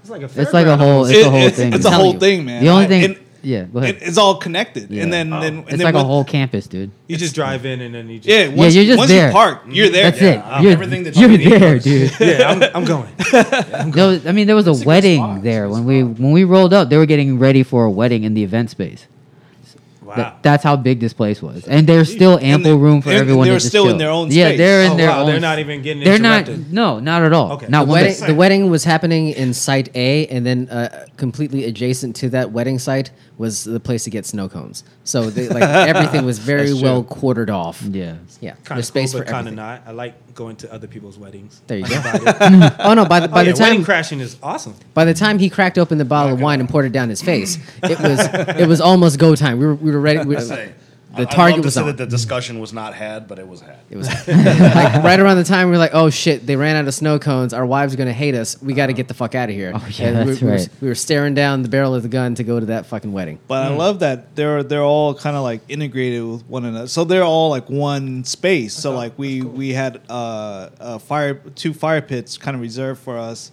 [SPEAKER 2] It's like a
[SPEAKER 4] It's like a whole. It's
[SPEAKER 5] It-
[SPEAKER 4] a whole
[SPEAKER 5] it's-
[SPEAKER 4] thing.
[SPEAKER 5] It's a
[SPEAKER 3] I'm
[SPEAKER 5] whole
[SPEAKER 3] telling you.
[SPEAKER 5] thing, man.
[SPEAKER 4] the only
[SPEAKER 5] I-
[SPEAKER 4] thing.
[SPEAKER 5] and
[SPEAKER 4] yeah, go ahead.
[SPEAKER 5] it- it's all connected,
[SPEAKER 4] Yeah.
[SPEAKER 5] and then, then and
[SPEAKER 4] it's
[SPEAKER 5] then
[SPEAKER 4] like a
[SPEAKER 5] when-
[SPEAKER 4] whole campus, dude.
[SPEAKER 2] You just drive in and then you just.
[SPEAKER 5] Yeah, once,
[SPEAKER 4] you're just
[SPEAKER 5] once
[SPEAKER 4] there.
[SPEAKER 5] you park,
[SPEAKER 1] Mm-hmm.
[SPEAKER 5] you're there.
[SPEAKER 4] That's it.
[SPEAKER 1] I'm
[SPEAKER 4] you're
[SPEAKER 1] everything that
[SPEAKER 4] you're
[SPEAKER 1] you need.
[SPEAKER 4] there, dude.
[SPEAKER 2] yeah I'm, I'm going.
[SPEAKER 4] There was- I mean, there was a
[SPEAKER 1] good
[SPEAKER 4] wedding
[SPEAKER 1] spot. It's a
[SPEAKER 4] there
[SPEAKER 1] good
[SPEAKER 4] when we when we rolled up. They were getting ready for a wedding in the event space.
[SPEAKER 2] Wow.
[SPEAKER 4] That, that's how big this place was, and there's still ample
[SPEAKER 5] they-
[SPEAKER 4] room for
[SPEAKER 5] Ah. and
[SPEAKER 4] everyone.
[SPEAKER 5] they
[SPEAKER 4] to
[SPEAKER 5] were
[SPEAKER 4] just
[SPEAKER 5] still in
[SPEAKER 4] chill.
[SPEAKER 5] their own
[SPEAKER 4] Yeah,
[SPEAKER 5] space.
[SPEAKER 4] they're in
[SPEAKER 5] Oh,
[SPEAKER 4] their
[SPEAKER 2] wow,
[SPEAKER 4] own.
[SPEAKER 2] they're not even getting
[SPEAKER 4] They're not.
[SPEAKER 2] interrupted.
[SPEAKER 4] No, not at all.
[SPEAKER 2] Okay.
[SPEAKER 4] Not
[SPEAKER 3] The
[SPEAKER 4] one
[SPEAKER 3] wedding,
[SPEAKER 4] bit.
[SPEAKER 3] the wedding was happening in site A, and then uh, completely adjacent to that wedding site was the place to get snow cones. So they, like everything was very well quartered off.
[SPEAKER 4] Yeah.
[SPEAKER 3] yeah,
[SPEAKER 2] Kind
[SPEAKER 3] there's
[SPEAKER 2] of
[SPEAKER 3] space
[SPEAKER 2] cool,
[SPEAKER 3] for
[SPEAKER 2] but kind of
[SPEAKER 3] everything.
[SPEAKER 2] not. I like going to other people's weddings.
[SPEAKER 3] There you go. oh no! By the, by
[SPEAKER 2] By
[SPEAKER 3] the time
[SPEAKER 2] crashing is awesome.
[SPEAKER 3] by the time he cracked open the bottle of wine and poured it down his face, it was it was almost go time. We were we were ready. We,
[SPEAKER 1] Say, I-
[SPEAKER 3] the
[SPEAKER 1] I'd love
[SPEAKER 3] target
[SPEAKER 1] to
[SPEAKER 3] was
[SPEAKER 1] say
[SPEAKER 3] on.
[SPEAKER 1] that the discussion was not had, but it was had.
[SPEAKER 3] It was like right around the time we were like, "Oh shit, they ran out of snow cones. Our wives are gonna hate us. We got to get the fuck out of here." Oh
[SPEAKER 4] yeah, that's
[SPEAKER 3] we,
[SPEAKER 4] right.
[SPEAKER 3] We were, we were staring down the barrel of the gun to go to that fucking wedding.
[SPEAKER 5] But I love that they're they're all kind of like integrated with one another. So they're all like one space. So like we we had uh, a fire two fire pits kind of reserved for us,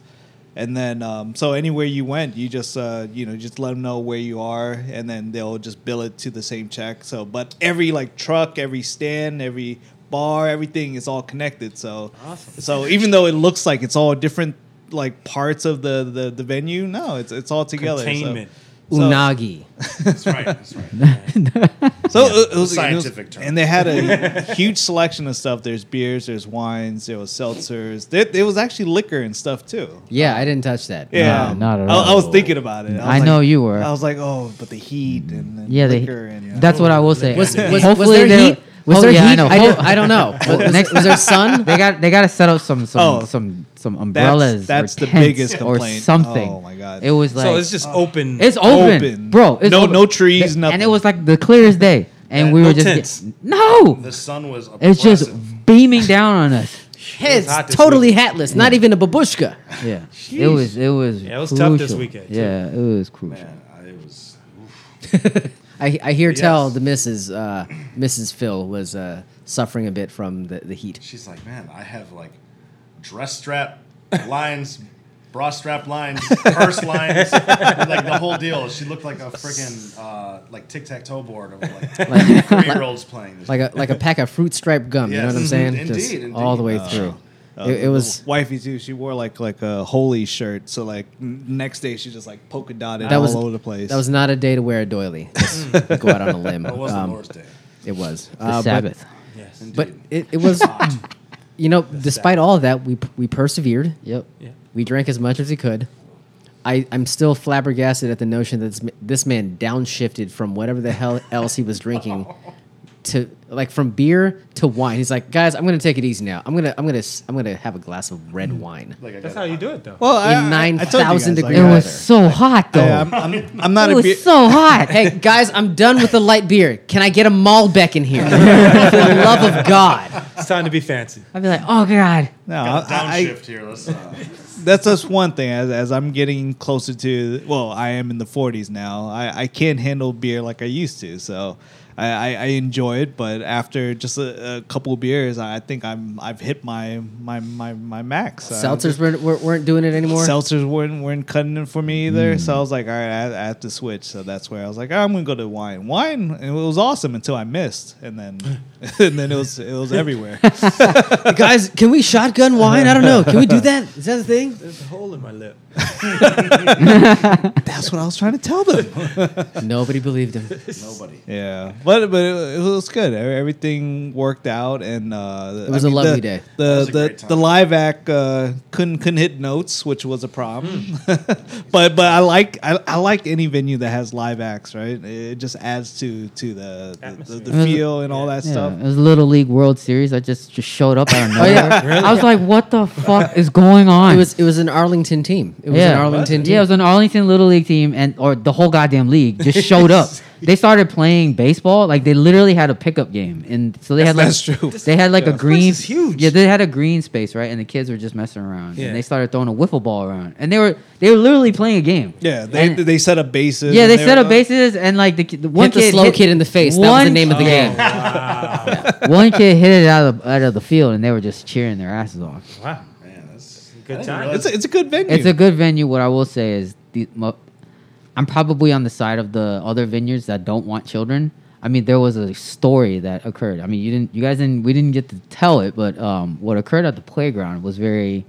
[SPEAKER 5] and then um, so anywhere you went, you just uh, you know just let them know where you are, and then they'll just bill it to the same check. So but every like truck, every stand, every bar, everything is all connected. So so even though it looks like it's all different like parts of the the, the venue, no, it's it's all together. So-
[SPEAKER 2] Containment.
[SPEAKER 5] So-
[SPEAKER 3] Unagi.
[SPEAKER 1] That's right. That's right.
[SPEAKER 5] So uh, it, it was
[SPEAKER 1] Scientific
[SPEAKER 5] it was-
[SPEAKER 1] term.
[SPEAKER 5] and they had a huge selection of stuff. There's beers, there's wines, there was seltzers. There, there was actually liquor and stuff too.
[SPEAKER 3] Yeah, I didn't touch that.
[SPEAKER 4] No,
[SPEAKER 5] Yeah,
[SPEAKER 4] not at
[SPEAKER 5] I- I, was
[SPEAKER 4] all.
[SPEAKER 5] thinking about it.
[SPEAKER 4] I
[SPEAKER 5] was
[SPEAKER 4] know
[SPEAKER 5] like-
[SPEAKER 4] you were.
[SPEAKER 5] I was like, oh, but the heat and, and
[SPEAKER 4] Yeah, they,
[SPEAKER 5] liquor and
[SPEAKER 4] that's what I will say.
[SPEAKER 3] Was, was, was
[SPEAKER 4] Hopefully
[SPEAKER 3] there
[SPEAKER 4] they-
[SPEAKER 3] heat? Was
[SPEAKER 4] Ho-
[SPEAKER 3] there
[SPEAKER 4] yeah, I
[SPEAKER 3] heat?
[SPEAKER 4] know.
[SPEAKER 3] I,
[SPEAKER 4] Ho-
[SPEAKER 3] don't- I don't know. Was,
[SPEAKER 4] next-
[SPEAKER 3] was there sun?
[SPEAKER 4] They got they got to set up some some
[SPEAKER 5] Oh.
[SPEAKER 4] some some umbrellas.
[SPEAKER 5] that's
[SPEAKER 4] or
[SPEAKER 5] the
[SPEAKER 4] tents
[SPEAKER 5] biggest
[SPEAKER 4] or
[SPEAKER 5] complaint.
[SPEAKER 4] something.
[SPEAKER 5] Oh my God.
[SPEAKER 4] It was like
[SPEAKER 2] so uh, it's just open.
[SPEAKER 4] it's open,
[SPEAKER 5] open.
[SPEAKER 4] bro. It's
[SPEAKER 5] No-
[SPEAKER 4] open.
[SPEAKER 5] no trees,
[SPEAKER 4] Th- and
[SPEAKER 5] nothing.
[SPEAKER 4] it was like the clearest day, and
[SPEAKER 2] Yeah,
[SPEAKER 4] we
[SPEAKER 2] no
[SPEAKER 4] were just
[SPEAKER 2] tents.
[SPEAKER 4] get- no.
[SPEAKER 1] The sun was.
[SPEAKER 4] It's just
[SPEAKER 1] oppressive.
[SPEAKER 4] beaming down on us.
[SPEAKER 3] Heads
[SPEAKER 2] hot this
[SPEAKER 3] totally hatless. Not even a babushka.
[SPEAKER 4] Yeah, it was it was
[SPEAKER 2] Yeah, it was tough this
[SPEAKER 4] crucial.
[SPEAKER 2] weekend, too.
[SPEAKER 4] Yeah, it was crucial.
[SPEAKER 1] Yeah, it was.
[SPEAKER 3] I, I hear tell
[SPEAKER 1] Yes.
[SPEAKER 3] the Mrs. Uh, Mrs. Phil was uh, suffering a bit from the, the heat.
[SPEAKER 1] She's like, man, I have like dress strap lines, bra strap lines, purse lines, like the whole deal. She looked like a freaking uh, like tic tac toe board of like three year olds playing. This
[SPEAKER 3] Like a like a pack of fruit striped gum. You know
[SPEAKER 1] Yes.
[SPEAKER 3] what I'm saying?
[SPEAKER 1] Mhm.
[SPEAKER 3] Just
[SPEAKER 1] Indeed,
[SPEAKER 3] all the way
[SPEAKER 1] indeed.
[SPEAKER 3] through. It- it was-
[SPEAKER 5] Uh, wifey too. She wore like like a holy shirt, so like n- next day she just like polka dotted
[SPEAKER 3] That
[SPEAKER 5] all
[SPEAKER 3] was-
[SPEAKER 5] over the place.
[SPEAKER 3] That was not a day to wear a doily. Let's go out on a limb.
[SPEAKER 1] It was
[SPEAKER 3] Um,
[SPEAKER 1] the Lord's Day.
[SPEAKER 3] it was.
[SPEAKER 4] The
[SPEAKER 5] Ah,
[SPEAKER 3] Uh, but-
[SPEAKER 4] Sabbath.
[SPEAKER 2] Yes.
[SPEAKER 3] But, it, it was, you know, despite all of that, we we persevered.
[SPEAKER 4] Yep.
[SPEAKER 2] Yeah.
[SPEAKER 3] We drank as much as we could. I, I'm still flabbergasted at the notion that this, ma- this man downshifted from whatever the hell else he was drinking to like from beer to wine. He's like, guys, I'm gonna take it easy now. I'm gonna I'm gonna s- I'm gonna have a glass of red wine.
[SPEAKER 1] Like I
[SPEAKER 2] That's
[SPEAKER 1] got-
[SPEAKER 2] how you do it, though.
[SPEAKER 5] well, I-
[SPEAKER 3] in
[SPEAKER 5] I- I told
[SPEAKER 3] 9,000
[SPEAKER 5] you guys, like,
[SPEAKER 4] It
[SPEAKER 3] degree
[SPEAKER 5] I-
[SPEAKER 4] was
[SPEAKER 3] weather.
[SPEAKER 4] so hot though.
[SPEAKER 5] I- I'm, I'm, I'm not
[SPEAKER 4] it
[SPEAKER 5] a
[SPEAKER 4] was
[SPEAKER 5] beer.
[SPEAKER 4] so hot.
[SPEAKER 3] hey guys, I'm done with the light beer. Can I get a Malbec in here? For the love of God.
[SPEAKER 2] It's time to be fancy.
[SPEAKER 4] I'd be like, oh god.
[SPEAKER 5] no,
[SPEAKER 1] got a
[SPEAKER 5] I- I-
[SPEAKER 1] downshift here. Let's. Uh,
[SPEAKER 5] that's just one thing. As, as I'm getting closer to, well, I am in the 40s now. I, I can't handle beer like I used to. So I, I, I enjoy it, but after just a, a couple of beers, I think I'm I've hit my my my, my max. So I'm
[SPEAKER 3] Seltzers weren't, weren't weren't doing it anymore.
[SPEAKER 5] just- Seltzers weren't, weren't cutting it for me either, so I was like, all right, I, I have to switch. So that's where I was like, oh, I'm gonna go to wine. Wine, it was awesome until I missed, and then, and then it was it was everywhere.
[SPEAKER 3] guys, can we shotgun wine? I don't know. Can we do that? Is that a thing?
[SPEAKER 2] There's a hole in my lip.
[SPEAKER 5] that's what I was trying to tell them.
[SPEAKER 3] Nobody believed him.
[SPEAKER 1] nobody.
[SPEAKER 5] Yeah, but but it, it was good. E- Everything worked out, and uh, it
[SPEAKER 3] was a lovely
[SPEAKER 5] the,
[SPEAKER 3] day.
[SPEAKER 1] It
[SPEAKER 5] The
[SPEAKER 1] was a great
[SPEAKER 5] the,
[SPEAKER 1] time.
[SPEAKER 5] the live act uh, couldn't couldn't hit notes, which was a problem. but but I like I, I like any venue that has live acts. Right, it just adds to to the the,
[SPEAKER 2] Atmosphere.
[SPEAKER 5] the, the feel and all that
[SPEAKER 4] Yeah,
[SPEAKER 5] stuff.
[SPEAKER 4] it was Little League World Series. I just just showed up out of
[SPEAKER 3] Oh
[SPEAKER 4] nowhere.
[SPEAKER 3] yeah.
[SPEAKER 4] I was like, what the fuck is going on?
[SPEAKER 3] It was it was an Arlington team. It was an Arlington team.
[SPEAKER 4] Yeah, it was an Arlington Little League team, and or the whole goddamn league just showed up. they started playing baseball. Like they literally had a pickup game, and so they had like
[SPEAKER 5] That's- that's true.
[SPEAKER 4] they had like a green
[SPEAKER 2] is huge.
[SPEAKER 4] Yeah, they had a green space right, and the kids were just messing around,
[SPEAKER 2] Yeah.
[SPEAKER 4] and they started throwing a wiffle ball around, and they were they were literally playing a game.
[SPEAKER 5] Yeah, they
[SPEAKER 4] And-
[SPEAKER 5] they set up bases.
[SPEAKER 4] yeah,
[SPEAKER 5] and
[SPEAKER 4] they set
[SPEAKER 5] were-
[SPEAKER 4] up bases and like the, ki- the one
[SPEAKER 3] Hit the
[SPEAKER 4] kid
[SPEAKER 3] slow
[SPEAKER 4] hit-
[SPEAKER 3] kid in the face. That was
[SPEAKER 4] one
[SPEAKER 3] the name of the
[SPEAKER 4] kid-
[SPEAKER 3] game.
[SPEAKER 4] one kid hit it out of out of the field, and they were just cheering their asses off.
[SPEAKER 2] Wow.
[SPEAKER 1] Man, that's
[SPEAKER 2] Good
[SPEAKER 1] I didn't
[SPEAKER 2] time.
[SPEAKER 1] realize-
[SPEAKER 5] It's a, it's a good venue.
[SPEAKER 4] It's a good venue. What I will say is, the, mo- I'm probably on the side of the other vineyards that don't want children. I mean, there was a story that occurred. I mean, you didn't, you guys didn't, we didn't get to tell it, but um, what occurred at the playground was very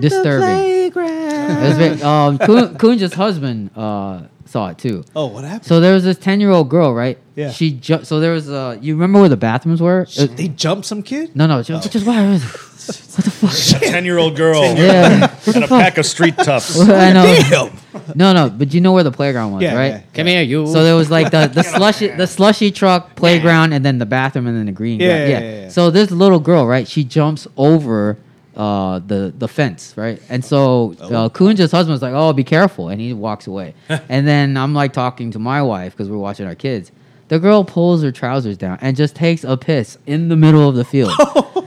[SPEAKER 4] disturbing. It was very, um, Kun, Kunja's husband uh, saw it too.
[SPEAKER 5] oh, what happened?
[SPEAKER 4] So there was this ten year old girl, right?
[SPEAKER 5] Yeah.
[SPEAKER 4] She ju- so there was uh, you remember where the bathrooms were? It-
[SPEAKER 5] they jumped some kid.
[SPEAKER 4] no, no, which is why. I was- What the fuck?
[SPEAKER 1] ten-year-old girl
[SPEAKER 4] Yeah.
[SPEAKER 1] and a pack of street toughs.
[SPEAKER 4] I know.
[SPEAKER 5] Damn.
[SPEAKER 4] No, no, but you know where the playground was,
[SPEAKER 5] Yeah,
[SPEAKER 4] right?
[SPEAKER 5] yeah.
[SPEAKER 3] Come here, you.
[SPEAKER 4] So there was like the, the slushy the slushy truck playground and then the bathroom and then the green.
[SPEAKER 5] Yeah,
[SPEAKER 4] grass.
[SPEAKER 5] yeah, yeah, yeah.
[SPEAKER 4] So this little girl, right? She jumps over uh, the the fence, right? And so uh, Kunja's husband's like, "Oh, be careful," and he walks away. and then I'm like talking to my wife because we're watching our kids. The girl pulls her trousers down and just takes a piss in the middle of the field,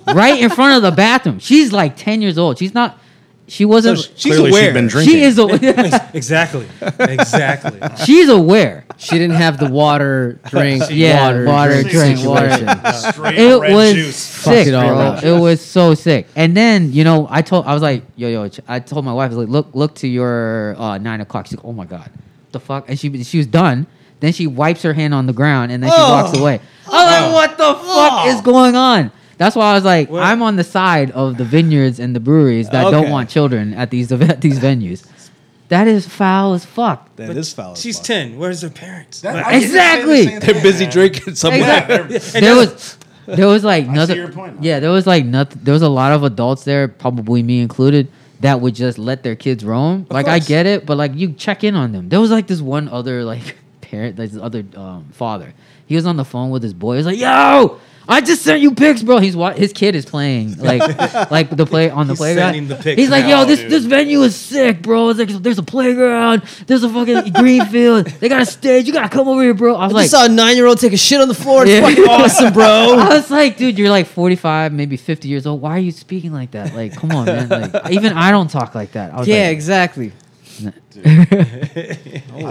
[SPEAKER 4] right in front of the bathroom. She's like ten years old. She's not. She
[SPEAKER 5] So
[SPEAKER 4] wasn't.
[SPEAKER 5] she's
[SPEAKER 1] Clearly she'd
[SPEAKER 5] aware.
[SPEAKER 1] been drinking.
[SPEAKER 4] she is. A,
[SPEAKER 2] exactly. Exactly.
[SPEAKER 4] she's aware.
[SPEAKER 3] she didn't have the water drink.
[SPEAKER 4] Yeah,
[SPEAKER 3] water,
[SPEAKER 4] water drink,
[SPEAKER 3] situation.
[SPEAKER 1] Straight
[SPEAKER 4] it
[SPEAKER 1] red
[SPEAKER 4] was
[SPEAKER 1] juice.
[SPEAKER 4] sick,
[SPEAKER 3] Fucked it all
[SPEAKER 4] bro.
[SPEAKER 3] up.
[SPEAKER 4] It was so sick. And then you know, I told I was like, yo, yo. I told my wife, I was like, look, look to your uh, nine o'clock. She's like, oh my god, the fuck. And she she was done. Then she wipes her hand on the ground and then she walks away. I was like, what the fuck is going on? That's why I was like,
[SPEAKER 2] Well-
[SPEAKER 4] I'm on the side of the vineyards and the breweries that don't
[SPEAKER 5] Okay.
[SPEAKER 4] want children at these at these venues. That is foul as fuck.
[SPEAKER 5] That
[SPEAKER 2] But
[SPEAKER 5] is foul. as
[SPEAKER 2] She's
[SPEAKER 5] fuck.
[SPEAKER 2] 10. Where's her parents?
[SPEAKER 1] That- I was just saying the
[SPEAKER 4] Exactly.
[SPEAKER 1] same thing.
[SPEAKER 5] They're busy drinking somewhere.
[SPEAKER 4] Exactly.
[SPEAKER 1] Yeah, they're-
[SPEAKER 4] there was there was like nothing.
[SPEAKER 1] your point, man.
[SPEAKER 4] yeah, there was like nothing. There was a lot of adults there, probably me included, that would just let their kids roam. like I
[SPEAKER 5] course.
[SPEAKER 4] get it, but like you check in on them. There was like this one other like parent, like this other um, father. He was on the phone with his boy. He's like, "Yo, I just sent you pics, bro." He's wa- his kid is playing like like the play on the
[SPEAKER 2] He's
[SPEAKER 4] playground.
[SPEAKER 2] sending the pics
[SPEAKER 4] He's like,
[SPEAKER 2] now,
[SPEAKER 4] "Yo, this
[SPEAKER 1] dude.
[SPEAKER 4] this venue is sick, bro. It's like there's a playground, there's a fucking green field, they got a stage. You gotta come over here, bro." I was
[SPEAKER 3] I
[SPEAKER 4] like,
[SPEAKER 3] saw a nine-year-old take a shit on the floor. It's
[SPEAKER 4] Yeah.
[SPEAKER 3] fucking awesome,
[SPEAKER 2] Oh.
[SPEAKER 3] bro.
[SPEAKER 4] I was like, dude, you're like 45, maybe 50 years old. Why are you speaking like that? Like, come on, man. Like, even I don't talk like that. I was
[SPEAKER 3] Yeah,
[SPEAKER 4] like,
[SPEAKER 3] exactly.
[SPEAKER 1] I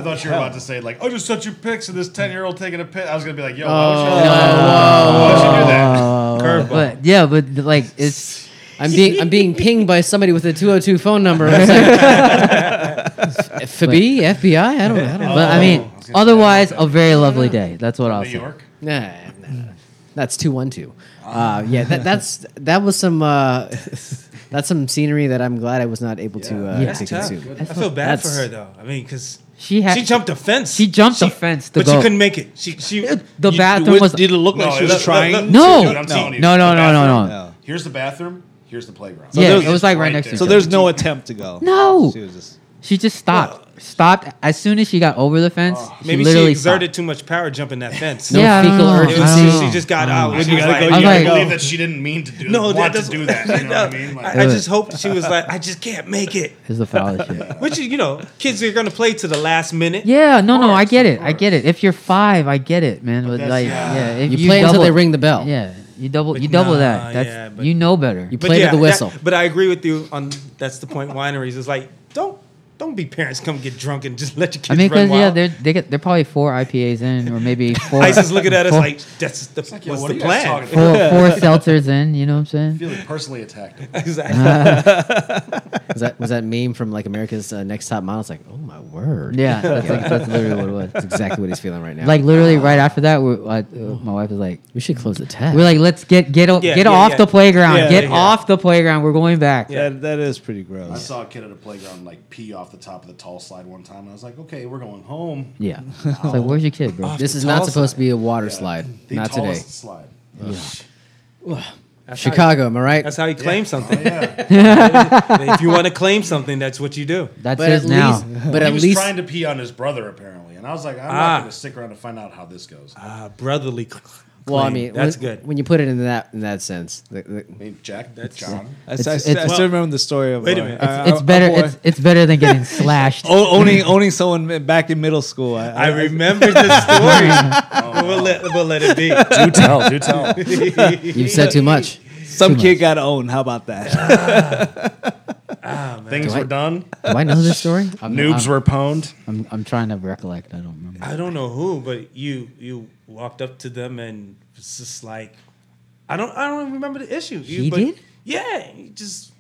[SPEAKER 1] thought you were about to say like, "I just sent you pics of this ten-year-old taking a pic." I was gonna be like, "Yo, why would you, why would you do that?"
[SPEAKER 4] but yeah, but like, it's
[SPEAKER 3] I'm being I'm being pinged by somebody with a 202 phone number. It's like, FB, FBI. I don't. I don't.
[SPEAKER 4] But I mean,
[SPEAKER 1] Oh, I was gonna say,
[SPEAKER 4] otherwise, a very lovely day. That's what I'll
[SPEAKER 1] New
[SPEAKER 4] say.
[SPEAKER 1] York.
[SPEAKER 3] Nah, nah. That's two one two. Uh, yeah, that, that's that was some uh, that's some scenery that I'm glad I was not able to uh,
[SPEAKER 4] Yeah.
[SPEAKER 3] to
[SPEAKER 2] Tough.
[SPEAKER 3] consume.
[SPEAKER 2] I feel bad
[SPEAKER 3] That's-
[SPEAKER 2] for her though. I mean, because
[SPEAKER 4] She had-
[SPEAKER 2] she jumped the fence.
[SPEAKER 4] She jumped the fence to
[SPEAKER 2] but
[SPEAKER 4] go.
[SPEAKER 2] she couldn't make it. She she
[SPEAKER 4] The bathroom was.
[SPEAKER 5] Did it look like
[SPEAKER 1] No,
[SPEAKER 5] she
[SPEAKER 1] it
[SPEAKER 5] was
[SPEAKER 1] look-
[SPEAKER 5] trying?
[SPEAKER 1] look- look-
[SPEAKER 4] No.
[SPEAKER 1] dude, I'm
[SPEAKER 4] No.
[SPEAKER 1] telling you,
[SPEAKER 4] No,
[SPEAKER 1] the
[SPEAKER 4] no, no, no,
[SPEAKER 1] bathroom.
[SPEAKER 4] no.
[SPEAKER 5] Yeah.
[SPEAKER 1] Here's the bathroom. Here's the playground.
[SPEAKER 4] Yeah,
[SPEAKER 5] there's-
[SPEAKER 4] it was like right next to each
[SPEAKER 5] So
[SPEAKER 4] other.
[SPEAKER 5] there's no attempt to go.
[SPEAKER 4] No.
[SPEAKER 5] She was just.
[SPEAKER 4] She just stopped. Stopped as soon as she got over the fence.
[SPEAKER 1] Oh.
[SPEAKER 4] she
[SPEAKER 2] maybe she,
[SPEAKER 4] literally
[SPEAKER 2] exerted
[SPEAKER 4] stopped.
[SPEAKER 2] too much power jumping that fence.
[SPEAKER 3] No
[SPEAKER 4] yeah, I don't
[SPEAKER 3] fecal
[SPEAKER 4] know.
[SPEAKER 2] It
[SPEAKER 3] urgency.
[SPEAKER 4] I
[SPEAKER 2] was-
[SPEAKER 4] don't
[SPEAKER 2] she,
[SPEAKER 4] know.
[SPEAKER 2] she just got out.
[SPEAKER 5] You
[SPEAKER 2] She was
[SPEAKER 5] gotta
[SPEAKER 2] like,
[SPEAKER 5] go,
[SPEAKER 1] You
[SPEAKER 4] I was
[SPEAKER 1] can
[SPEAKER 4] like-
[SPEAKER 1] believe that she didn't mean to do
[SPEAKER 2] no,
[SPEAKER 1] no,
[SPEAKER 2] that
[SPEAKER 1] want to
[SPEAKER 2] doesn't
[SPEAKER 1] do that. You know what I mean? Like,
[SPEAKER 2] I, I just hoped she was like, I just can't make it.
[SPEAKER 4] It's the foul shit.
[SPEAKER 2] Which is, you know, kids are gonna play to the last minute.
[SPEAKER 4] Yeah, no, no, I get it. I get it. If you're five, I get it, man. But
[SPEAKER 1] that's-
[SPEAKER 4] like,
[SPEAKER 1] yeah.
[SPEAKER 4] yeah, if
[SPEAKER 3] You play until
[SPEAKER 4] double-
[SPEAKER 3] they ring the bell.
[SPEAKER 4] Yeah, you double,
[SPEAKER 2] But
[SPEAKER 4] you double
[SPEAKER 2] nah,
[SPEAKER 4] that. That's
[SPEAKER 2] yeah, but-
[SPEAKER 4] you know better.
[SPEAKER 3] You play to the
[SPEAKER 2] that-
[SPEAKER 3] whistle.
[SPEAKER 2] but I agree with you on that's the point. Wineries is like, don't don't be parents. Come get drunk and just let your kids
[SPEAKER 4] I mean,
[SPEAKER 2] run
[SPEAKER 4] because yeah,
[SPEAKER 2] wild.
[SPEAKER 4] they're they get, they're probably four IPAs in, or maybe four.
[SPEAKER 2] ICE is looking at us
[SPEAKER 4] four-
[SPEAKER 2] like that's the,
[SPEAKER 1] yo,
[SPEAKER 2] what's
[SPEAKER 1] what
[SPEAKER 2] the
[SPEAKER 1] are you guys
[SPEAKER 2] plan.
[SPEAKER 1] talking about?
[SPEAKER 4] four, four seltzers in. You know what I'm
[SPEAKER 1] I
[SPEAKER 4] saying?
[SPEAKER 1] feel like personally attacked.
[SPEAKER 2] Exactly.
[SPEAKER 3] Uh, Was that was that meme from like America's uh, Next Top Model? It's like, oh my word.
[SPEAKER 4] Yeah, that's, like, that's literally what it was.
[SPEAKER 3] That's exactly what he's feeling right now.
[SPEAKER 4] Like literally right after that, we're, I, uh, my wife is like,
[SPEAKER 3] we should close the tab.
[SPEAKER 4] we're like, let's get get o-
[SPEAKER 2] Yeah,
[SPEAKER 4] get
[SPEAKER 2] yeah,
[SPEAKER 4] off
[SPEAKER 2] yeah.
[SPEAKER 4] the playground,
[SPEAKER 5] Yeah,
[SPEAKER 4] get
[SPEAKER 5] yeah.
[SPEAKER 4] off the playground. We're going back.
[SPEAKER 2] Yeah.
[SPEAKER 5] That, that is pretty
[SPEAKER 1] I
[SPEAKER 5] gross.
[SPEAKER 1] saw a kid at a playground like pee off the top of the tall slide one time, and I was like, "Okay, we're going home."
[SPEAKER 4] Yeah, it's like, where's your kid, bro?
[SPEAKER 3] this is not supposed to be a water slide.
[SPEAKER 1] The
[SPEAKER 3] Not today.
[SPEAKER 1] tallest slide.
[SPEAKER 2] That's how you-
[SPEAKER 3] Chicago, am I right?
[SPEAKER 2] That's how you claim something.
[SPEAKER 1] Oh, yeah.
[SPEAKER 2] if you want to claim something, that's what you do.
[SPEAKER 4] That's
[SPEAKER 3] But
[SPEAKER 4] his
[SPEAKER 3] at
[SPEAKER 4] now.
[SPEAKER 3] least, but
[SPEAKER 1] he
[SPEAKER 3] at
[SPEAKER 1] was
[SPEAKER 3] least
[SPEAKER 1] trying to pee on his brother apparently, and I was like, "I'm
[SPEAKER 2] Ah.
[SPEAKER 1] not going to stick around to find out how this goes." I
[SPEAKER 2] Uh, brotherly. cl-
[SPEAKER 3] Well, I
[SPEAKER 2] claim.
[SPEAKER 3] mean,
[SPEAKER 2] that's
[SPEAKER 3] when,
[SPEAKER 2] good.
[SPEAKER 3] when you put it in that in that sense. the- the-
[SPEAKER 1] mean, Jack, John,
[SPEAKER 5] I, s- I
[SPEAKER 4] It's-
[SPEAKER 5] s- I
[SPEAKER 4] it's-
[SPEAKER 5] still remember the story of.
[SPEAKER 2] Wait a
[SPEAKER 5] uh,
[SPEAKER 2] minute.
[SPEAKER 5] I- I-
[SPEAKER 4] It's
[SPEAKER 5] a
[SPEAKER 4] better.
[SPEAKER 5] boy-
[SPEAKER 2] oh,
[SPEAKER 4] It's it's better than getting slashed.
[SPEAKER 5] O- owning owning someone mi- back in middle school. I,
[SPEAKER 2] I remember the story. But we'll, let, we'll let it be.
[SPEAKER 1] do tell, do tell.
[SPEAKER 3] you've said too much.
[SPEAKER 5] some kid got owned. How about that?
[SPEAKER 1] Things were done.
[SPEAKER 3] Do I know this story?
[SPEAKER 4] I'm,
[SPEAKER 1] Noobs were pwned.
[SPEAKER 4] I'm, I'm, I'm trying to recollect. I don't remember.
[SPEAKER 2] I don't know who, but you you walked up to them and it's just like, I don't I don't even remember the issue. You,
[SPEAKER 4] He
[SPEAKER 2] but
[SPEAKER 4] did?
[SPEAKER 2] Yeah, you just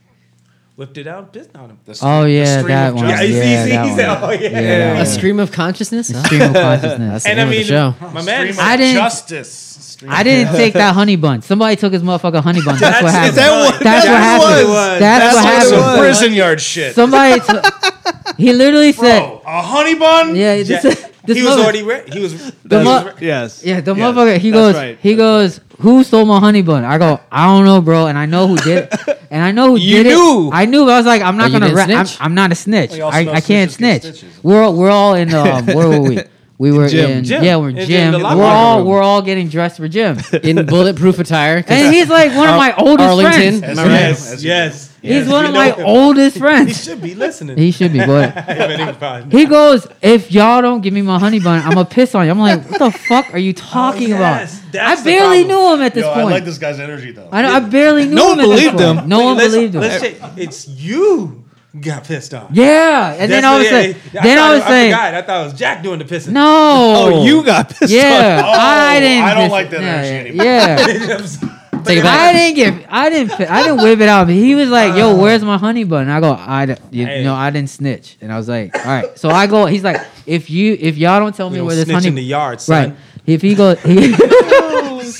[SPEAKER 2] whipped it out, pissed on him.
[SPEAKER 1] The stream-
[SPEAKER 4] Oh
[SPEAKER 1] the
[SPEAKER 4] yeah,
[SPEAKER 1] stream
[SPEAKER 4] that
[SPEAKER 1] of
[SPEAKER 4] one.
[SPEAKER 2] Yeah,
[SPEAKER 1] justice.
[SPEAKER 2] he's-
[SPEAKER 4] Yeah, that
[SPEAKER 2] he's- he's-
[SPEAKER 4] one.
[SPEAKER 2] oh, yeah.
[SPEAKER 4] that
[SPEAKER 3] A
[SPEAKER 4] one.
[SPEAKER 3] stream of consciousness. huh?
[SPEAKER 4] Stream of consciousness.
[SPEAKER 2] And
[SPEAKER 3] name
[SPEAKER 2] I
[SPEAKER 3] of the
[SPEAKER 2] mean,
[SPEAKER 3] show.
[SPEAKER 2] my man,
[SPEAKER 1] Stream of
[SPEAKER 4] I didn't-
[SPEAKER 1] Justice. Stream
[SPEAKER 4] I didn't take that honey bun. Somebody took his motherfucking honey bun. That's, what
[SPEAKER 2] That's-
[SPEAKER 4] happened.
[SPEAKER 2] is that
[SPEAKER 5] what-
[SPEAKER 4] That's what
[SPEAKER 5] that's what it
[SPEAKER 4] happened. That's, what
[SPEAKER 5] was. That's what
[SPEAKER 4] happened.
[SPEAKER 5] it was.
[SPEAKER 1] prison yard shit.
[SPEAKER 4] Somebody. took- he literally said,
[SPEAKER 1] Bro, a honey bun?
[SPEAKER 4] "Yeah, this,
[SPEAKER 2] Jack-
[SPEAKER 4] this
[SPEAKER 2] he was
[SPEAKER 4] mother-
[SPEAKER 2] already re- he was
[SPEAKER 4] The
[SPEAKER 5] That's-
[SPEAKER 4] mo-
[SPEAKER 5] yes.
[SPEAKER 4] Yeah, the
[SPEAKER 5] Yes.
[SPEAKER 4] motherfucker. He
[SPEAKER 5] That's
[SPEAKER 4] goes.
[SPEAKER 5] right.
[SPEAKER 4] He goes. Who stole my honey bun? I go. I don't know, bro. And I know who did it. And I know who
[SPEAKER 5] You
[SPEAKER 4] did
[SPEAKER 5] knew.
[SPEAKER 4] it. I knew. But I was like, I'm not
[SPEAKER 3] But you
[SPEAKER 4] gonna. Ra-
[SPEAKER 3] didn't
[SPEAKER 4] I'm,
[SPEAKER 3] snitch?
[SPEAKER 4] I'm not a snitch.
[SPEAKER 1] Well, y'all
[SPEAKER 4] I,
[SPEAKER 1] know
[SPEAKER 4] I can't
[SPEAKER 1] snitches get
[SPEAKER 4] snitch.
[SPEAKER 1] stitches.
[SPEAKER 4] We're all, we're all in. Um, where were we? We were
[SPEAKER 5] Gym.
[SPEAKER 4] in.
[SPEAKER 2] Gym.
[SPEAKER 4] Yeah, we're in
[SPEAKER 2] In- in
[SPEAKER 4] gym.
[SPEAKER 2] the
[SPEAKER 4] We're
[SPEAKER 2] locker
[SPEAKER 4] all
[SPEAKER 2] room.
[SPEAKER 4] we're all getting dressed for gym.
[SPEAKER 3] In bulletproof attire. 'cause
[SPEAKER 4] And he's like one of my oldest
[SPEAKER 3] Arlington.
[SPEAKER 4] friends.
[SPEAKER 1] As
[SPEAKER 3] Am I
[SPEAKER 1] you
[SPEAKER 3] right?
[SPEAKER 1] do,
[SPEAKER 2] yes,
[SPEAKER 1] as you
[SPEAKER 2] yes.
[SPEAKER 4] He's
[SPEAKER 2] yes,
[SPEAKER 4] one
[SPEAKER 2] we
[SPEAKER 4] of
[SPEAKER 2] know
[SPEAKER 4] my
[SPEAKER 2] him.
[SPEAKER 4] oldest
[SPEAKER 2] He
[SPEAKER 4] friends.
[SPEAKER 2] should be listening.
[SPEAKER 4] He should be, but
[SPEAKER 2] But he probably-
[SPEAKER 4] He goes, if y'all don't give me my honey bun, I'm gonna piss on you. I'm like, what the fuck are you talking
[SPEAKER 2] Oh, yes,
[SPEAKER 4] about?
[SPEAKER 2] that's
[SPEAKER 4] I
[SPEAKER 2] the
[SPEAKER 4] barely
[SPEAKER 2] problem.
[SPEAKER 4] knew him at
[SPEAKER 1] do.
[SPEAKER 4] this
[SPEAKER 1] Yo, I
[SPEAKER 4] point. I,
[SPEAKER 1] like this guy's energy though.
[SPEAKER 4] know, I barely knew
[SPEAKER 5] No
[SPEAKER 4] him.
[SPEAKER 5] one
[SPEAKER 4] at this
[SPEAKER 5] believed
[SPEAKER 4] point.
[SPEAKER 5] him.
[SPEAKER 4] No
[SPEAKER 2] Wait,
[SPEAKER 4] one
[SPEAKER 2] let's-
[SPEAKER 4] believed him.
[SPEAKER 2] let's check. It's you got pissed off.
[SPEAKER 4] yeah, and then
[SPEAKER 2] That's
[SPEAKER 4] I
[SPEAKER 2] what-
[SPEAKER 4] was
[SPEAKER 2] yeah,
[SPEAKER 4] saying,
[SPEAKER 2] yeah.
[SPEAKER 4] then I
[SPEAKER 2] thought-
[SPEAKER 4] was saying,
[SPEAKER 2] forgot. I thought it was Jack doing the pissing.
[SPEAKER 4] no.
[SPEAKER 5] Oh, you got pissed off.
[SPEAKER 4] Yeah,
[SPEAKER 1] Oh,
[SPEAKER 4] I didn't.
[SPEAKER 1] I don't
[SPEAKER 4] piss-
[SPEAKER 1] like that energy
[SPEAKER 4] yeah, Yeah,
[SPEAKER 3] Take it
[SPEAKER 4] I
[SPEAKER 3] back.
[SPEAKER 4] didn't give. I didn't. pi- I didn't whip it out. He was like, "Yo, where's my honey bun?" And I go, "I d- you
[SPEAKER 2] Hey.
[SPEAKER 4] know I didn't snitch." And I was like, "All right." So I go. He's like, "If you if y'all don't tell
[SPEAKER 2] We
[SPEAKER 4] me
[SPEAKER 2] don't
[SPEAKER 4] where this
[SPEAKER 2] snitch
[SPEAKER 4] honey
[SPEAKER 2] in the yard, son.
[SPEAKER 4] right." If he goes, he,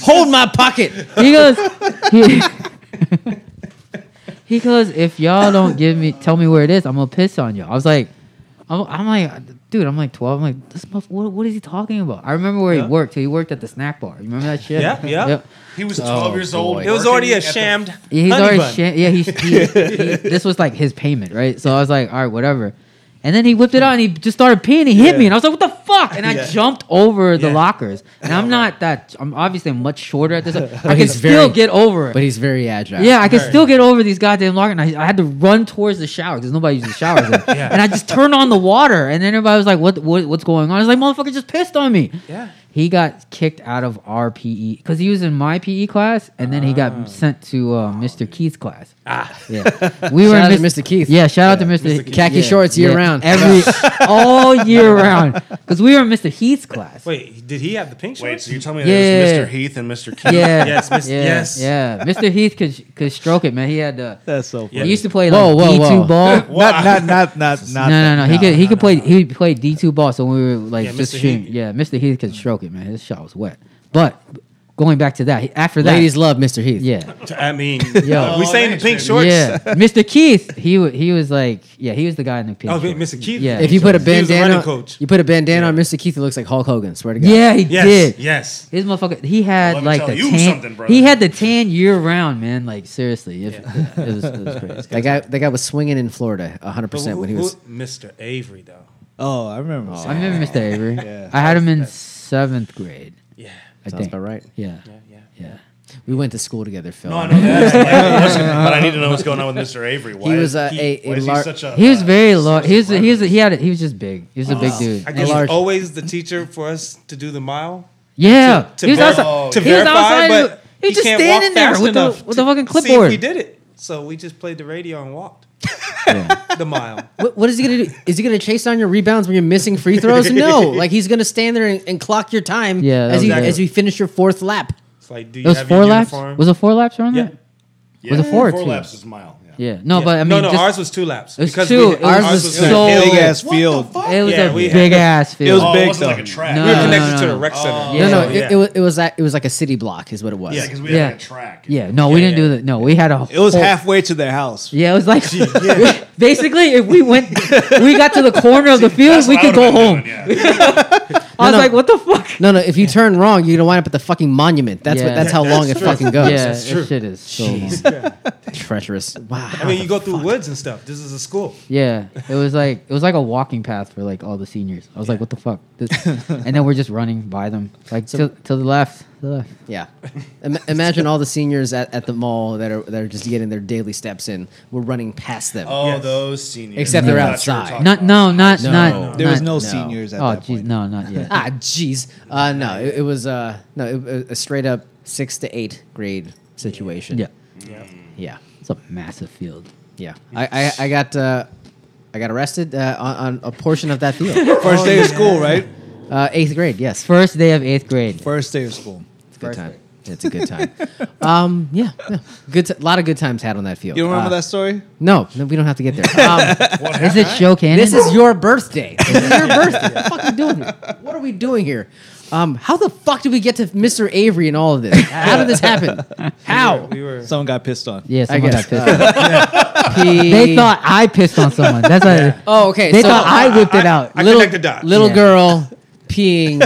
[SPEAKER 3] Hold my pocket.
[SPEAKER 4] He goes. He, he goes. If y'all don't give me, tell me where it is. I'm gonna piss on you. I was like, I'm, I'm like, dude. I'm like 12. I'm like, this muff, what, what is he talking about? I remember where he worked. He worked at the snack bar. You remember that shit?
[SPEAKER 2] Yeah, yeah.
[SPEAKER 1] he
[SPEAKER 4] Oh,
[SPEAKER 1] was 12 years old.
[SPEAKER 3] boy.
[SPEAKER 2] It was
[SPEAKER 1] working
[SPEAKER 2] already a
[SPEAKER 1] at the-
[SPEAKER 2] shammed.
[SPEAKER 4] Yeah, he's
[SPEAKER 2] honey
[SPEAKER 4] already
[SPEAKER 2] bun.
[SPEAKER 4] sha- yeah. He's, he, he- this was like his payment, right? So I was like, all right, whatever. And then he whipped it out and he just started peeing. He hit me, and I was like, "What the fuck?" And I
[SPEAKER 2] Yeah.
[SPEAKER 4] jumped over the
[SPEAKER 2] Yeah.
[SPEAKER 4] lockers. And I'm not that. I'm obviously much shorter at this. I can
[SPEAKER 3] he's
[SPEAKER 4] still
[SPEAKER 3] very-
[SPEAKER 4] get over it.
[SPEAKER 3] But he's very agile.
[SPEAKER 4] Yeah, I could still get over these goddamn lockers. And I, I had to run towards the shower because nobody uses showers. there. And I just turned on the water, and then everybody was like, "What? what what's going on?" I was like, "Motherfucker just pissed on me."
[SPEAKER 2] Yeah.
[SPEAKER 4] He got kicked out of our PE because he was in my PE class, and then he got sent to uh, Mr. Keith's class. Ah, yeah. We were
[SPEAKER 3] Shout out
[SPEAKER 4] in
[SPEAKER 3] to Mr. Keith.
[SPEAKER 4] Yeah, shout out to Mr.
[SPEAKER 3] Keith. Khaki shorts year round.
[SPEAKER 4] every all year round because we were in Mr. Heath's class.
[SPEAKER 2] Wait, did he have the pink
[SPEAKER 1] Wait,
[SPEAKER 2] shorts?
[SPEAKER 1] so you tell me
[SPEAKER 4] Yeah.
[SPEAKER 1] there's Mr. Heath and Mr. Keith?
[SPEAKER 4] Yeah.
[SPEAKER 2] Yes, Mr.
[SPEAKER 4] Yeah,
[SPEAKER 2] Yes.
[SPEAKER 4] Yeah. Mr. Heath could could stroke it, man. He had uh, the.
[SPEAKER 5] That's so funny.
[SPEAKER 4] He used to play
[SPEAKER 3] Whoa,
[SPEAKER 4] like
[SPEAKER 3] whoa,
[SPEAKER 4] D
[SPEAKER 3] whoa.
[SPEAKER 4] two ball.
[SPEAKER 5] Not not not not not.
[SPEAKER 4] no, no, no. He could he
[SPEAKER 5] no,
[SPEAKER 4] could
[SPEAKER 5] no,
[SPEAKER 4] play
[SPEAKER 5] no.
[SPEAKER 4] he played D two ball. So when we were like
[SPEAKER 2] Yeah,
[SPEAKER 4] just
[SPEAKER 2] Mr.
[SPEAKER 4] shooting,
[SPEAKER 2] Heath.
[SPEAKER 4] yeah, Mr. Heath could stroke it, man. His shot was wet. But going back to that. After that,
[SPEAKER 3] Ladies love Mr. Heath.
[SPEAKER 4] yeah,
[SPEAKER 2] I mean,
[SPEAKER 4] Yo.
[SPEAKER 2] we saying the
[SPEAKER 1] Oh,
[SPEAKER 2] pink
[SPEAKER 1] Thanks,
[SPEAKER 2] shorts.
[SPEAKER 4] yeah. Mr. Keith, he wa- he was like, yeah, he was the guy in the pink.
[SPEAKER 2] Oh,
[SPEAKER 4] shorts.
[SPEAKER 2] Mr. Keith.
[SPEAKER 4] Yeah.
[SPEAKER 3] If you put a
[SPEAKER 2] He was the
[SPEAKER 3] bandana,
[SPEAKER 2] running coach.
[SPEAKER 3] you put a bandana on Mr. Keith, it looks like Hulk Hogan. Swear to God.
[SPEAKER 4] yeah, he
[SPEAKER 2] Yes.
[SPEAKER 4] did.
[SPEAKER 2] Yes.
[SPEAKER 4] His motherfucker, he
[SPEAKER 1] Well,
[SPEAKER 4] had
[SPEAKER 1] let me
[SPEAKER 4] like
[SPEAKER 1] tell
[SPEAKER 4] the
[SPEAKER 1] you something,
[SPEAKER 4] tan.
[SPEAKER 1] brother.
[SPEAKER 4] He had the tan year round, man. Like seriously, if, it, was, it was crazy.
[SPEAKER 3] That guy, that guy was swinging in Florida 100
[SPEAKER 2] But
[SPEAKER 3] percent
[SPEAKER 2] who-
[SPEAKER 3] when he
[SPEAKER 2] who-
[SPEAKER 3] was.
[SPEAKER 2] Mr. Avery though.
[SPEAKER 5] Oh, I remember.
[SPEAKER 4] I remember Mr. Avery. I had him in seventh grade.
[SPEAKER 2] Yeah.
[SPEAKER 4] I
[SPEAKER 3] Sounds
[SPEAKER 4] think.
[SPEAKER 3] about right.
[SPEAKER 4] Yeah.
[SPEAKER 2] Yeah.
[SPEAKER 4] Yeah.
[SPEAKER 3] We went to school together, Phil.
[SPEAKER 1] No, I know that. Like, listen, but I need to know what's going on with Mr. Avery. Why
[SPEAKER 3] He
[SPEAKER 1] is
[SPEAKER 3] was a, a,
[SPEAKER 1] why
[SPEAKER 3] a
[SPEAKER 1] is he
[SPEAKER 3] lar-
[SPEAKER 1] such a?
[SPEAKER 4] He was
[SPEAKER 1] uh,
[SPEAKER 4] very large. He was.
[SPEAKER 1] such a
[SPEAKER 4] He was. He had. A, he was just big. He was a big dude.
[SPEAKER 2] Uh, I guess oh,
[SPEAKER 3] large-
[SPEAKER 2] always the teacher for us to do the mile.
[SPEAKER 4] Yeah.
[SPEAKER 2] to
[SPEAKER 4] he was
[SPEAKER 2] ver-
[SPEAKER 4] outside.
[SPEAKER 2] to
[SPEAKER 4] he was
[SPEAKER 2] verify,
[SPEAKER 4] outside. he
[SPEAKER 2] but
[SPEAKER 4] was
[SPEAKER 2] he
[SPEAKER 4] just
[SPEAKER 2] can't walk
[SPEAKER 4] standing there
[SPEAKER 2] fast
[SPEAKER 4] with the
[SPEAKER 2] enough
[SPEAKER 4] with the fucking
[SPEAKER 2] to See
[SPEAKER 4] clipboard.
[SPEAKER 2] if we did it. So we just played the radio and walked the mile.
[SPEAKER 3] What, what is he gonna do? Is he gonna chase down your rebounds when you're missing free throws? No, like he's gonna stand there and, and clock your time
[SPEAKER 4] Yeah, that
[SPEAKER 3] as
[SPEAKER 4] was
[SPEAKER 3] you
[SPEAKER 4] good.
[SPEAKER 3] as you finish your fourth lap.
[SPEAKER 2] It's like, do
[SPEAKER 4] It
[SPEAKER 2] you
[SPEAKER 4] was
[SPEAKER 2] have
[SPEAKER 4] four
[SPEAKER 2] your
[SPEAKER 4] laps.
[SPEAKER 2] uniform?
[SPEAKER 4] Was it four laps around
[SPEAKER 2] Yeah.
[SPEAKER 4] that? was a four or two?
[SPEAKER 1] laps is a mile. Yeah.
[SPEAKER 4] Yeah. No,
[SPEAKER 2] Yeah.
[SPEAKER 4] but I mean,
[SPEAKER 2] no, no,
[SPEAKER 4] just,
[SPEAKER 2] ours was two laps.
[SPEAKER 4] It was
[SPEAKER 2] because
[SPEAKER 4] two.
[SPEAKER 2] we did-
[SPEAKER 4] It was so-
[SPEAKER 2] two.
[SPEAKER 5] Big ass field.
[SPEAKER 4] it was
[SPEAKER 2] Yeah,
[SPEAKER 4] a
[SPEAKER 2] we had-
[SPEAKER 4] big ass field.
[SPEAKER 5] was
[SPEAKER 1] Oh,
[SPEAKER 5] big,
[SPEAKER 1] it wasn't like a
[SPEAKER 5] though.
[SPEAKER 1] track.
[SPEAKER 4] No.
[SPEAKER 2] we were connected to
[SPEAKER 4] no,
[SPEAKER 2] the rec center.
[SPEAKER 5] Oh.
[SPEAKER 4] Yeah.
[SPEAKER 3] no, no,
[SPEAKER 2] yeah.
[SPEAKER 3] it, it, was, it was like- it was like a city block is what it was.
[SPEAKER 1] Yeah, because we
[SPEAKER 4] Yeah.
[SPEAKER 1] had like a track.
[SPEAKER 4] Yeah. No, we
[SPEAKER 2] Yeah,
[SPEAKER 4] didn't do
[SPEAKER 2] yeah.
[SPEAKER 4] that. No, we had a.
[SPEAKER 5] It was
[SPEAKER 4] whole-
[SPEAKER 5] halfway to their house.
[SPEAKER 4] Yeah, it was like basically if we went, we got to the corner of the field,
[SPEAKER 1] That's
[SPEAKER 4] we
[SPEAKER 1] what I
[SPEAKER 4] could go
[SPEAKER 1] would've
[SPEAKER 4] home.
[SPEAKER 1] been doing, yeah.
[SPEAKER 4] I
[SPEAKER 3] No,
[SPEAKER 4] was
[SPEAKER 3] no.
[SPEAKER 4] like, what the fuck?
[SPEAKER 3] No, no. If you turn wrong, you're gonna wind up at the fucking monument. That's
[SPEAKER 4] Yeah.
[SPEAKER 3] what. That's how long it fucking goes.
[SPEAKER 4] Yeah,
[SPEAKER 2] That's true.
[SPEAKER 4] this shit is so long.
[SPEAKER 3] Jeez. treacherous. Wow.
[SPEAKER 2] I mean, you go through woods and stuff. This is a school.
[SPEAKER 4] Yeah, it was like it was like a walking path for like all the seniors. I was like, what the fuck? This- and then we're just running by them, like to, to the left, to the left.
[SPEAKER 3] Yeah. Im- imagine all the seniors at, at the mall that are that are just getting their daily steps in. We're running past them.
[SPEAKER 1] Oh,
[SPEAKER 2] Yes.
[SPEAKER 1] those seniors.
[SPEAKER 3] Except they're
[SPEAKER 1] I thought you were
[SPEAKER 3] outside.
[SPEAKER 1] talking
[SPEAKER 4] Not,
[SPEAKER 1] about-
[SPEAKER 4] no, not,
[SPEAKER 3] No.
[SPEAKER 4] not.
[SPEAKER 5] There was no,
[SPEAKER 4] not-
[SPEAKER 5] seniors at
[SPEAKER 4] Oh,
[SPEAKER 5] that
[SPEAKER 4] jeez,
[SPEAKER 5] point.
[SPEAKER 4] no, not yet.
[SPEAKER 3] Ah, jeez. Uh, no, it, it was uh, no, it, a- a straight up six to eight grade situation.
[SPEAKER 4] yeah,
[SPEAKER 3] yeah,
[SPEAKER 4] it's a massive field.
[SPEAKER 3] yeah. I, I, I got uh, I got arrested uh, on, on a portion of that field.
[SPEAKER 4] Oh,
[SPEAKER 5] First day of school, right?
[SPEAKER 3] uh, eighth grade, yes.
[SPEAKER 4] First day of eighth grade.
[SPEAKER 5] First day of school.
[SPEAKER 3] It's a good time. It's a good time. um, yeah, yeah. good. A lot of good times had on that field.
[SPEAKER 5] You remember
[SPEAKER 4] Ah.
[SPEAKER 3] Uh,
[SPEAKER 5] that story?
[SPEAKER 3] No, no, we don't have to get there. Um,
[SPEAKER 4] Is it show cannon?
[SPEAKER 3] this is your birthday. This is your birthday. What, the fuck are we doing here? what are we doing here? Um, how the fuck did we get to Mr. Avery and all of this? How did this happen? How?
[SPEAKER 2] We were.
[SPEAKER 5] Someone got pissed on.
[SPEAKER 4] yeah,
[SPEAKER 3] I
[SPEAKER 4] someone
[SPEAKER 3] guess.
[SPEAKER 4] got pissed.
[SPEAKER 3] uh, he-
[SPEAKER 4] They thought I pissed on someone. That's why.
[SPEAKER 3] Oh, okay.
[SPEAKER 4] They
[SPEAKER 3] so
[SPEAKER 4] thought I whipped it out.
[SPEAKER 2] I
[SPEAKER 3] little,
[SPEAKER 2] connect the dots.
[SPEAKER 3] Little
[SPEAKER 4] Yeah.
[SPEAKER 3] girl peeing.